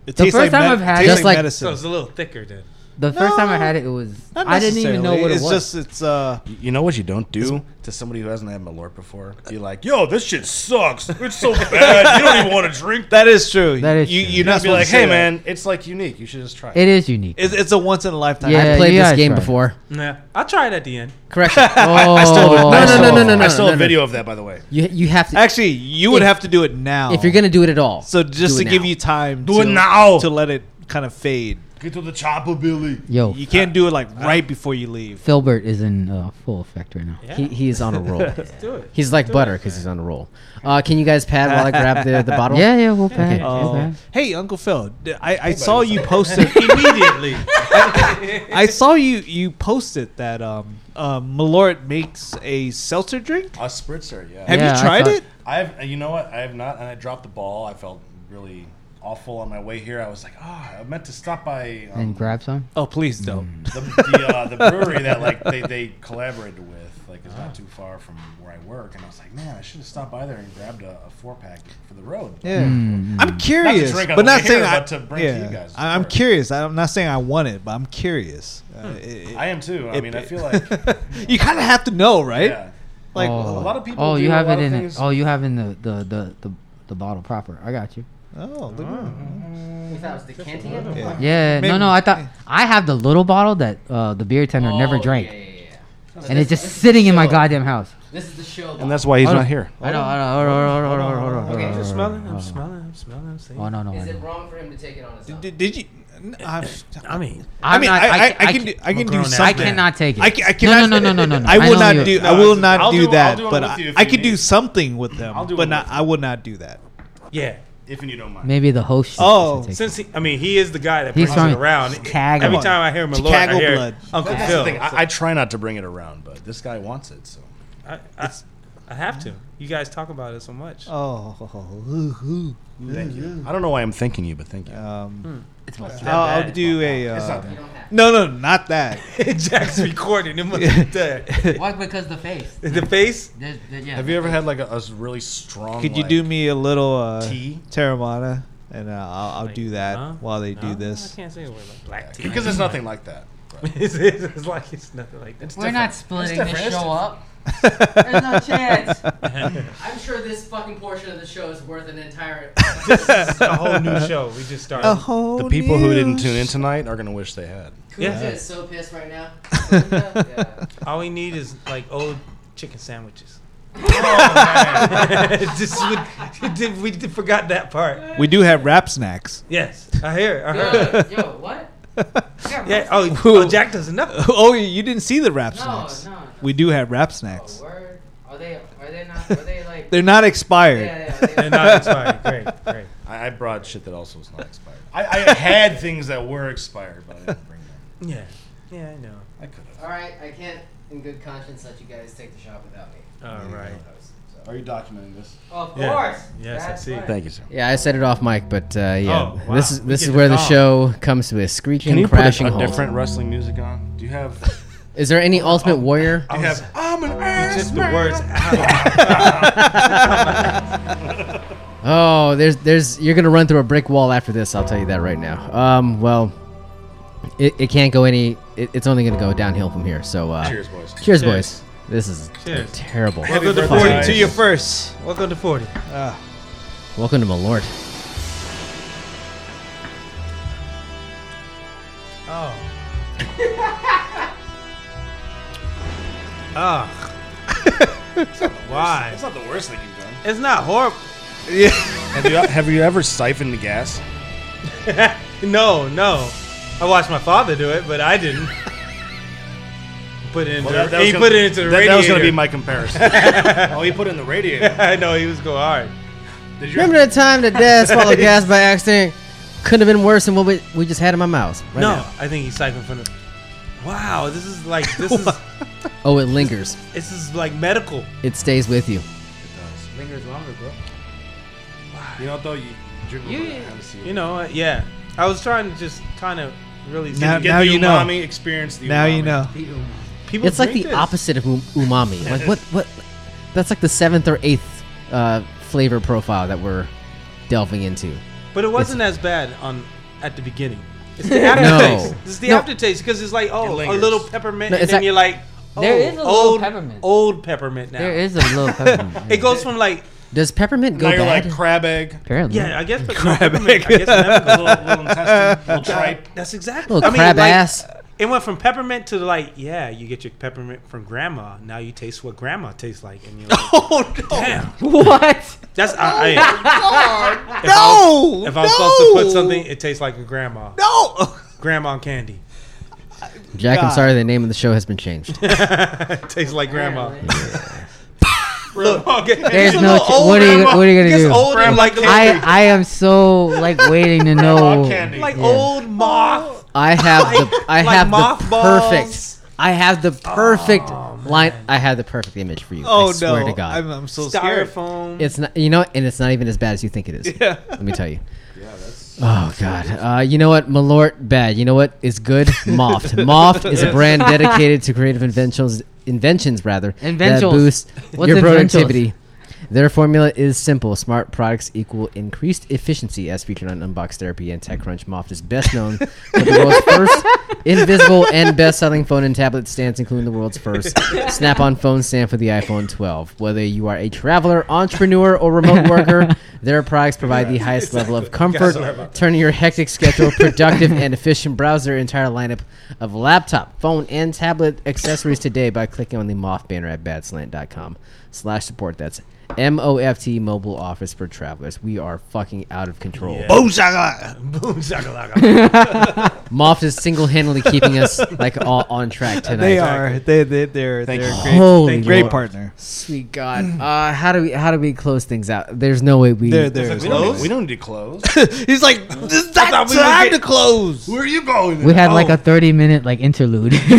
[SPEAKER 5] It
[SPEAKER 4] The
[SPEAKER 5] tastes
[SPEAKER 4] first
[SPEAKER 5] like
[SPEAKER 4] time
[SPEAKER 5] med-
[SPEAKER 4] I've had
[SPEAKER 5] tastes
[SPEAKER 4] it-
[SPEAKER 3] Just like-
[SPEAKER 2] So
[SPEAKER 5] medicine.
[SPEAKER 2] it's a little thicker then.
[SPEAKER 4] The first time I had it, it was
[SPEAKER 5] Not
[SPEAKER 4] I didn't even know
[SPEAKER 5] necessarily.
[SPEAKER 4] what it
[SPEAKER 5] it's
[SPEAKER 4] was.
[SPEAKER 5] Just, it's uh,
[SPEAKER 1] you know what you don't do to somebody who hasn't had Malort before? You're like, yo, this shit sucks. It's so bad. You don't even want to drink.
[SPEAKER 5] that is true.
[SPEAKER 4] That is
[SPEAKER 5] you,
[SPEAKER 4] true.
[SPEAKER 5] You're
[SPEAKER 1] You're
[SPEAKER 5] not
[SPEAKER 1] not be
[SPEAKER 5] supposed
[SPEAKER 1] like,
[SPEAKER 5] to say
[SPEAKER 1] hey,
[SPEAKER 5] that.
[SPEAKER 1] man, it's like unique. You should just try it.
[SPEAKER 4] it is unique.
[SPEAKER 5] It's, it's a once in a lifetime.
[SPEAKER 4] Yeah,
[SPEAKER 3] I
[SPEAKER 4] you
[SPEAKER 3] played this
[SPEAKER 4] gotta
[SPEAKER 3] game
[SPEAKER 4] try it.
[SPEAKER 3] before.
[SPEAKER 2] Yeah, I tried at the end.
[SPEAKER 3] Correction.
[SPEAKER 1] Oh.
[SPEAKER 4] I still
[SPEAKER 3] no,
[SPEAKER 4] I
[SPEAKER 3] no,
[SPEAKER 4] still-
[SPEAKER 3] no, no, no, no.
[SPEAKER 1] I saw
[SPEAKER 3] no,
[SPEAKER 1] a
[SPEAKER 3] no.
[SPEAKER 1] video of that, by the way.
[SPEAKER 3] You you have to
[SPEAKER 5] Actually, you would
[SPEAKER 3] If-
[SPEAKER 5] have to do it now.
[SPEAKER 3] if you're gonna do it at all.
[SPEAKER 5] So just
[SPEAKER 3] do
[SPEAKER 5] to
[SPEAKER 3] it
[SPEAKER 5] give
[SPEAKER 3] now.
[SPEAKER 5] you time.
[SPEAKER 1] Do it
[SPEAKER 5] to-
[SPEAKER 1] now.
[SPEAKER 5] to let it kind of fade.
[SPEAKER 1] Get to the chopper, Billy.
[SPEAKER 3] Oh,
[SPEAKER 4] Yo,
[SPEAKER 5] You
[SPEAKER 3] uh,
[SPEAKER 5] can't do it like right before you leave.
[SPEAKER 4] Filbert is in uh, full effect right now.
[SPEAKER 3] He, he's on a roll.
[SPEAKER 2] Do it.
[SPEAKER 3] He's like butter because he's on a roll. Uh, can you guys pad while I grab the, the bottle?
[SPEAKER 4] Yeah, yeah, we'll pack.
[SPEAKER 5] Oh.
[SPEAKER 4] Okay.
[SPEAKER 5] Hey, Uncle Phil, d- I, I saw you posted.
[SPEAKER 2] Immediately.
[SPEAKER 5] I saw you you posted that um, um Malort makes a seltzer drink.
[SPEAKER 1] A spritzer, yeah.
[SPEAKER 5] Have
[SPEAKER 4] Yeah,
[SPEAKER 5] you
[SPEAKER 4] I
[SPEAKER 5] tried
[SPEAKER 4] thought-
[SPEAKER 5] it?
[SPEAKER 1] I've, you know what? I have not, and I dropped the ball. I felt really awful on my way here. I was like, ah, I meant to stop by um,
[SPEAKER 4] And grab some.
[SPEAKER 5] Oh, please
[SPEAKER 3] Mm.
[SPEAKER 5] don't.
[SPEAKER 1] the, the, uh, the brewery that like they, they collaborated with. Like,
[SPEAKER 5] Ah.
[SPEAKER 1] is not too far from where I work, and I was like, man, I should have stopped by there and grabbed a, a four pack for the road.
[SPEAKER 5] Yeah,
[SPEAKER 3] Mm.
[SPEAKER 5] I'm curious,
[SPEAKER 1] drink on
[SPEAKER 5] but
[SPEAKER 1] the
[SPEAKER 5] not
[SPEAKER 1] way
[SPEAKER 5] saying
[SPEAKER 1] here,
[SPEAKER 5] I,
[SPEAKER 1] but to bring to
[SPEAKER 5] yeah,
[SPEAKER 1] you guys,
[SPEAKER 5] I- I'm
[SPEAKER 1] sure.
[SPEAKER 5] curious. I'm not saying I want it, but I'm curious. Uh,
[SPEAKER 1] Hmm.
[SPEAKER 5] it- it-
[SPEAKER 1] I am too. I
[SPEAKER 5] it-
[SPEAKER 1] mean, I feel like,
[SPEAKER 5] you kind of have to know, right?
[SPEAKER 1] yeah.
[SPEAKER 5] Like,
[SPEAKER 4] oh.
[SPEAKER 1] a lot of people
[SPEAKER 4] Oh,
[SPEAKER 1] do
[SPEAKER 4] you
[SPEAKER 1] a
[SPEAKER 4] have
[SPEAKER 1] lot
[SPEAKER 4] it
[SPEAKER 1] of
[SPEAKER 4] in.
[SPEAKER 1] things-
[SPEAKER 4] Oh, you have in the the the the, the bottle proper. I got you.
[SPEAKER 5] oh, look at
[SPEAKER 4] Yeah.
[SPEAKER 5] Maybe-
[SPEAKER 4] No, no. I thought I have the little bottle that uh, the beer tender never drank, and it's just sitting in my goddamn house.
[SPEAKER 3] This is the show.
[SPEAKER 1] And that's why he's
[SPEAKER 4] Hold
[SPEAKER 1] not
[SPEAKER 4] on.
[SPEAKER 1] here.
[SPEAKER 4] I know. I know. Hold on. Hold on. Hold on. Hold on. Hold on. Uh,
[SPEAKER 2] I'm smelling. I'm smelling. smell them. See?
[SPEAKER 4] Oh no no. I
[SPEAKER 3] Is it
[SPEAKER 4] don't.
[SPEAKER 3] wrong for him to take it on his own?
[SPEAKER 5] Did, did you? I,
[SPEAKER 2] I mean,
[SPEAKER 5] I mean,
[SPEAKER 4] not-
[SPEAKER 5] I, I, I,
[SPEAKER 4] ca-
[SPEAKER 5] can, do, I
[SPEAKER 2] I'm a
[SPEAKER 5] can do
[SPEAKER 2] grown-ass
[SPEAKER 5] something.
[SPEAKER 4] I cannot take it.
[SPEAKER 5] I, ca- I
[SPEAKER 4] no,
[SPEAKER 5] cannot.
[SPEAKER 4] no, no, no, no, no.
[SPEAKER 5] I will
[SPEAKER 4] know
[SPEAKER 5] not
[SPEAKER 4] you-
[SPEAKER 5] do.
[SPEAKER 1] No,
[SPEAKER 5] I will
[SPEAKER 1] it's-
[SPEAKER 5] not
[SPEAKER 1] I'll
[SPEAKER 5] do,
[SPEAKER 1] do- I'll
[SPEAKER 5] that.
[SPEAKER 1] do it
[SPEAKER 5] but
[SPEAKER 1] with
[SPEAKER 5] I,
[SPEAKER 1] you if
[SPEAKER 5] I
[SPEAKER 1] you
[SPEAKER 5] could do
[SPEAKER 1] need.
[SPEAKER 5] something with them.
[SPEAKER 1] I'll do it
[SPEAKER 5] but
[SPEAKER 1] with
[SPEAKER 5] not.
[SPEAKER 1] you.
[SPEAKER 5] I would not do that.
[SPEAKER 2] yeah.
[SPEAKER 1] If and you don't mind.
[SPEAKER 4] Maybe the host. should-
[SPEAKER 5] Oh.
[SPEAKER 4] should take it.
[SPEAKER 2] Since he, I mean, he is the guy that
[SPEAKER 4] He's
[SPEAKER 2] brings
[SPEAKER 4] from
[SPEAKER 2] it around.
[SPEAKER 4] Chicago.
[SPEAKER 2] Every time I hear Malort,
[SPEAKER 5] Chicago
[SPEAKER 2] I hear
[SPEAKER 5] blood.
[SPEAKER 2] Uncle
[SPEAKER 1] That's
[SPEAKER 2] Phil.
[SPEAKER 1] the thing. I, I try not to bring it around, but this guy wants it. So
[SPEAKER 2] I, I, I have to. You guys talk about it so much.
[SPEAKER 5] Oh. ooh, ooh,
[SPEAKER 1] thank
[SPEAKER 5] ooh.
[SPEAKER 1] you. I don't know why I'm thanking you, but thank you.
[SPEAKER 5] Um,
[SPEAKER 4] It's my
[SPEAKER 5] I'll, I'll do a.
[SPEAKER 1] It's
[SPEAKER 5] Uh,
[SPEAKER 1] not that.
[SPEAKER 5] no, no, not that.
[SPEAKER 2] Jack's recording. It must be dead.
[SPEAKER 4] Why? Because the face.
[SPEAKER 2] The face.
[SPEAKER 4] The- the- yeah.
[SPEAKER 1] Have you ever had like a, a really strong?
[SPEAKER 5] Could you
[SPEAKER 1] like-
[SPEAKER 5] do me a little uh,
[SPEAKER 1] tea?
[SPEAKER 5] Terramana, and uh, I'll, I'll do that
[SPEAKER 2] huh?
[SPEAKER 5] while they do this.
[SPEAKER 2] I can't say a word about black tea.
[SPEAKER 1] Because it's nothing like that. But
[SPEAKER 2] it's, it's, it's like it's nothing like that.
[SPEAKER 4] We're not splitting
[SPEAKER 1] It's
[SPEAKER 4] the
[SPEAKER 1] different.
[SPEAKER 4] show up. There's no chance.
[SPEAKER 3] I'm sure this fucking portion of the show is worth an entire.
[SPEAKER 2] It's a whole new show. We just started.
[SPEAKER 5] whole
[SPEAKER 1] the people who
[SPEAKER 5] new
[SPEAKER 1] didn't tune in tonight are gonna wish they had.
[SPEAKER 2] Yeah.
[SPEAKER 3] Kuja is so pissed right now.
[SPEAKER 2] All we need is like old chicken sandwiches. Oh, Just we, did, we did, forgot that part.
[SPEAKER 5] We do have rap snacks.
[SPEAKER 2] Yes, I hear. I heard.
[SPEAKER 3] Yo, yo, what?
[SPEAKER 2] Yeah. Oh, oh, Jack doesn't know.
[SPEAKER 5] oh, you didn't see the rap
[SPEAKER 3] No,
[SPEAKER 5] snacks.
[SPEAKER 3] no. no. Oh,
[SPEAKER 5] We do have rap snacks.
[SPEAKER 3] Word. Are they? Are they not? Are they like?
[SPEAKER 5] They're not expired.
[SPEAKER 3] yeah, yeah, are they-
[SPEAKER 2] They're not expired. Great, great.
[SPEAKER 1] I, I brought shit that also was not expired. I, I had things that were expired, but I didn't bring them.
[SPEAKER 2] Yeah. Yeah, I know.
[SPEAKER 1] I could have.
[SPEAKER 3] All right, I can't, in good conscience, let you guys take the shot without me.
[SPEAKER 2] All right.
[SPEAKER 1] Are you documenting this?
[SPEAKER 3] Of
[SPEAKER 2] Yeah.
[SPEAKER 3] course.
[SPEAKER 2] Yes, I
[SPEAKER 3] That's
[SPEAKER 2] see.
[SPEAKER 3] right.
[SPEAKER 1] Thank you, sir.
[SPEAKER 3] Yeah, I said it off mic, but uh, yeah,
[SPEAKER 2] Oh, wow.
[SPEAKER 3] this is
[SPEAKER 2] We
[SPEAKER 3] this
[SPEAKER 2] get
[SPEAKER 3] is
[SPEAKER 2] to
[SPEAKER 3] where the
[SPEAKER 2] talk.
[SPEAKER 3] show comes to a screeching,
[SPEAKER 1] Can you put
[SPEAKER 3] crashing
[SPEAKER 1] a, a
[SPEAKER 3] halt.
[SPEAKER 1] different wrestling music on? Do you have?
[SPEAKER 3] Is there any Ultimate Warrior?
[SPEAKER 1] Do you have? I'm an ass
[SPEAKER 2] Just the words
[SPEAKER 3] Oh, there's there's you're gonna run through a brick wall after this. I'll tell you that right now. Um, well, it, it can't go any. It, it's only gonna go downhill from here. So uh,
[SPEAKER 1] Cheers, boys.
[SPEAKER 3] cheers, boys. This is
[SPEAKER 2] Cheers.
[SPEAKER 3] terrible.
[SPEAKER 2] Welcome to
[SPEAKER 1] birthday.
[SPEAKER 2] 40.
[SPEAKER 5] To your first.
[SPEAKER 2] Welcome to 40.
[SPEAKER 3] Welcome to my lord.
[SPEAKER 2] Oh. Ugh. Why?
[SPEAKER 1] That's not the worst thing you've done.
[SPEAKER 2] It's not horrible.
[SPEAKER 1] Have you have you ever siphoned the gas?
[SPEAKER 2] No, no. I watched my father do it, but I didn't. Put it into
[SPEAKER 1] Well, that- that was
[SPEAKER 2] he
[SPEAKER 1] gonna-
[SPEAKER 2] put it into the
[SPEAKER 1] that,
[SPEAKER 2] radiator.
[SPEAKER 1] that was going to be my comparison. oh, he put it in the radiator.
[SPEAKER 2] I know he was going hard.
[SPEAKER 1] Did you
[SPEAKER 3] Remember that time that Dad swallowed gas by accident? Couldn't have been worse than what we, we just had in my mouth. Right
[SPEAKER 2] no,
[SPEAKER 3] now.
[SPEAKER 2] I think he's siphoned from the. Wow, this is like this is
[SPEAKER 3] Oh, it lingers.
[SPEAKER 2] this is like medical.
[SPEAKER 3] It stays with you.
[SPEAKER 4] Fingers longer, bro.
[SPEAKER 1] You know, though, you drink a
[SPEAKER 4] You-
[SPEAKER 1] little bit of Hennessy.
[SPEAKER 2] You know, uh, yeah. I was trying to just kind of really see-
[SPEAKER 5] Now-
[SPEAKER 1] Get
[SPEAKER 5] now
[SPEAKER 1] the
[SPEAKER 5] you know.
[SPEAKER 1] umami, experience the
[SPEAKER 5] Now
[SPEAKER 1] umami.
[SPEAKER 5] you know.
[SPEAKER 2] people.
[SPEAKER 3] It's like the
[SPEAKER 2] drink this.
[SPEAKER 3] opposite of um- umami. Like what? What? That's like the seventh or eighth uh, flavor profile that we're delving into.
[SPEAKER 2] But it wasn't as bad on at the beginning. It's the aftertaste.
[SPEAKER 3] No.
[SPEAKER 2] It's the
[SPEAKER 3] No.
[SPEAKER 2] aftertaste because it's like oh, a
[SPEAKER 1] lingers.
[SPEAKER 2] little peppermint,
[SPEAKER 3] No,
[SPEAKER 2] and
[SPEAKER 3] it's
[SPEAKER 2] then
[SPEAKER 3] like-
[SPEAKER 2] you're like, oh,
[SPEAKER 4] There is a little
[SPEAKER 2] old
[SPEAKER 4] peppermint.
[SPEAKER 2] old peppermint now.
[SPEAKER 4] There is a little peppermint.
[SPEAKER 2] It goes from like
[SPEAKER 3] Does peppermint go
[SPEAKER 1] now you're
[SPEAKER 3] bad?
[SPEAKER 1] like crab egg,
[SPEAKER 4] Apparently.
[SPEAKER 2] yeah, I guess but no peppermint. I guess lemon goes-
[SPEAKER 1] little, little intestine, little tripe.
[SPEAKER 2] That's exactly.
[SPEAKER 3] little
[SPEAKER 2] I mean,
[SPEAKER 3] crab
[SPEAKER 2] like,
[SPEAKER 3] ass.
[SPEAKER 2] It went from peppermint to like yeah, you get your peppermint from grandma. Now you taste what grandma tastes like, and you're like,
[SPEAKER 5] Oh no!
[SPEAKER 2] damn,
[SPEAKER 4] What?
[SPEAKER 2] that's I. I if I was-
[SPEAKER 5] No!
[SPEAKER 2] if I'm supposed to put something, it tastes like a grandma.
[SPEAKER 5] No!
[SPEAKER 2] Grandma candy.
[SPEAKER 3] Jack, I'm
[SPEAKER 5] God.
[SPEAKER 3] sorry, the name of the show has been changed.
[SPEAKER 2] Tastes like grandma.
[SPEAKER 5] Look,
[SPEAKER 4] There's
[SPEAKER 5] It's a
[SPEAKER 4] no.
[SPEAKER 5] little
[SPEAKER 4] Ch-
[SPEAKER 5] old
[SPEAKER 4] what are you? What are you gonna
[SPEAKER 5] it's
[SPEAKER 4] do?
[SPEAKER 5] old and like
[SPEAKER 4] I I am so like waiting to
[SPEAKER 1] Oh,
[SPEAKER 4] know.
[SPEAKER 1] candy.
[SPEAKER 2] like
[SPEAKER 4] Yeah.
[SPEAKER 2] old moth.
[SPEAKER 3] I have the I
[SPEAKER 2] Like
[SPEAKER 3] have the
[SPEAKER 2] mothballs. Oh,
[SPEAKER 3] perfect I have the perfect line. I have the perfect image for you.
[SPEAKER 5] Oh
[SPEAKER 3] I swear
[SPEAKER 5] no!
[SPEAKER 3] to God,
[SPEAKER 5] I'm, I'm so scared.
[SPEAKER 2] styrofoam.
[SPEAKER 3] it's not you know, what? and it's not even as bad as you think it is. Yeah. Let me tell you. Oh God! Uh, you know what, Malort? Bad. You know what is good? Moft. Moft is a brand dedicated to creative inventions, inventions rather that
[SPEAKER 4] Inventions.
[SPEAKER 3] boost
[SPEAKER 4] What's
[SPEAKER 3] your
[SPEAKER 4] inventions?
[SPEAKER 3] productivity. Their formula is simple. Smart products equal increased efficiency, as featured on Unbox Therapy and TechCrunch. Moft is best known for the world's first invisible and best-selling phone and tablet stands, including the world's first snap-on phone stand for the iPhone 12. Whether you are a traveler, entrepreneur, or remote worker, their products provide the highest level of comfort, turning your hectic schedule productive and efficient. Browse their entire lineup of laptop, phone, and tablet accessories today by clicking on the Moth banner at badslant.com. slash support. That's MOFT mobile office for travelers. We are fucking out of control.
[SPEAKER 5] Boom shaka!
[SPEAKER 2] Boom shakalaka.
[SPEAKER 3] Moff is single handedly keeping us like all on track tonight.
[SPEAKER 5] They are. They they they're
[SPEAKER 3] Thank
[SPEAKER 5] they're
[SPEAKER 3] you.
[SPEAKER 5] great.
[SPEAKER 3] Holy
[SPEAKER 5] Thank you. great
[SPEAKER 3] Lord.
[SPEAKER 5] partner.
[SPEAKER 3] Sweet God. Uh, how do we how do we close things out? There's no way we
[SPEAKER 5] They're there.
[SPEAKER 1] We don't, need, we don't need to close.
[SPEAKER 5] He's like, this is
[SPEAKER 1] I thought
[SPEAKER 5] not
[SPEAKER 1] we were
[SPEAKER 5] time
[SPEAKER 1] getting-
[SPEAKER 5] to close.
[SPEAKER 1] Where are you going?
[SPEAKER 4] We had like
[SPEAKER 1] Oh,
[SPEAKER 4] a 30 minute like interlude.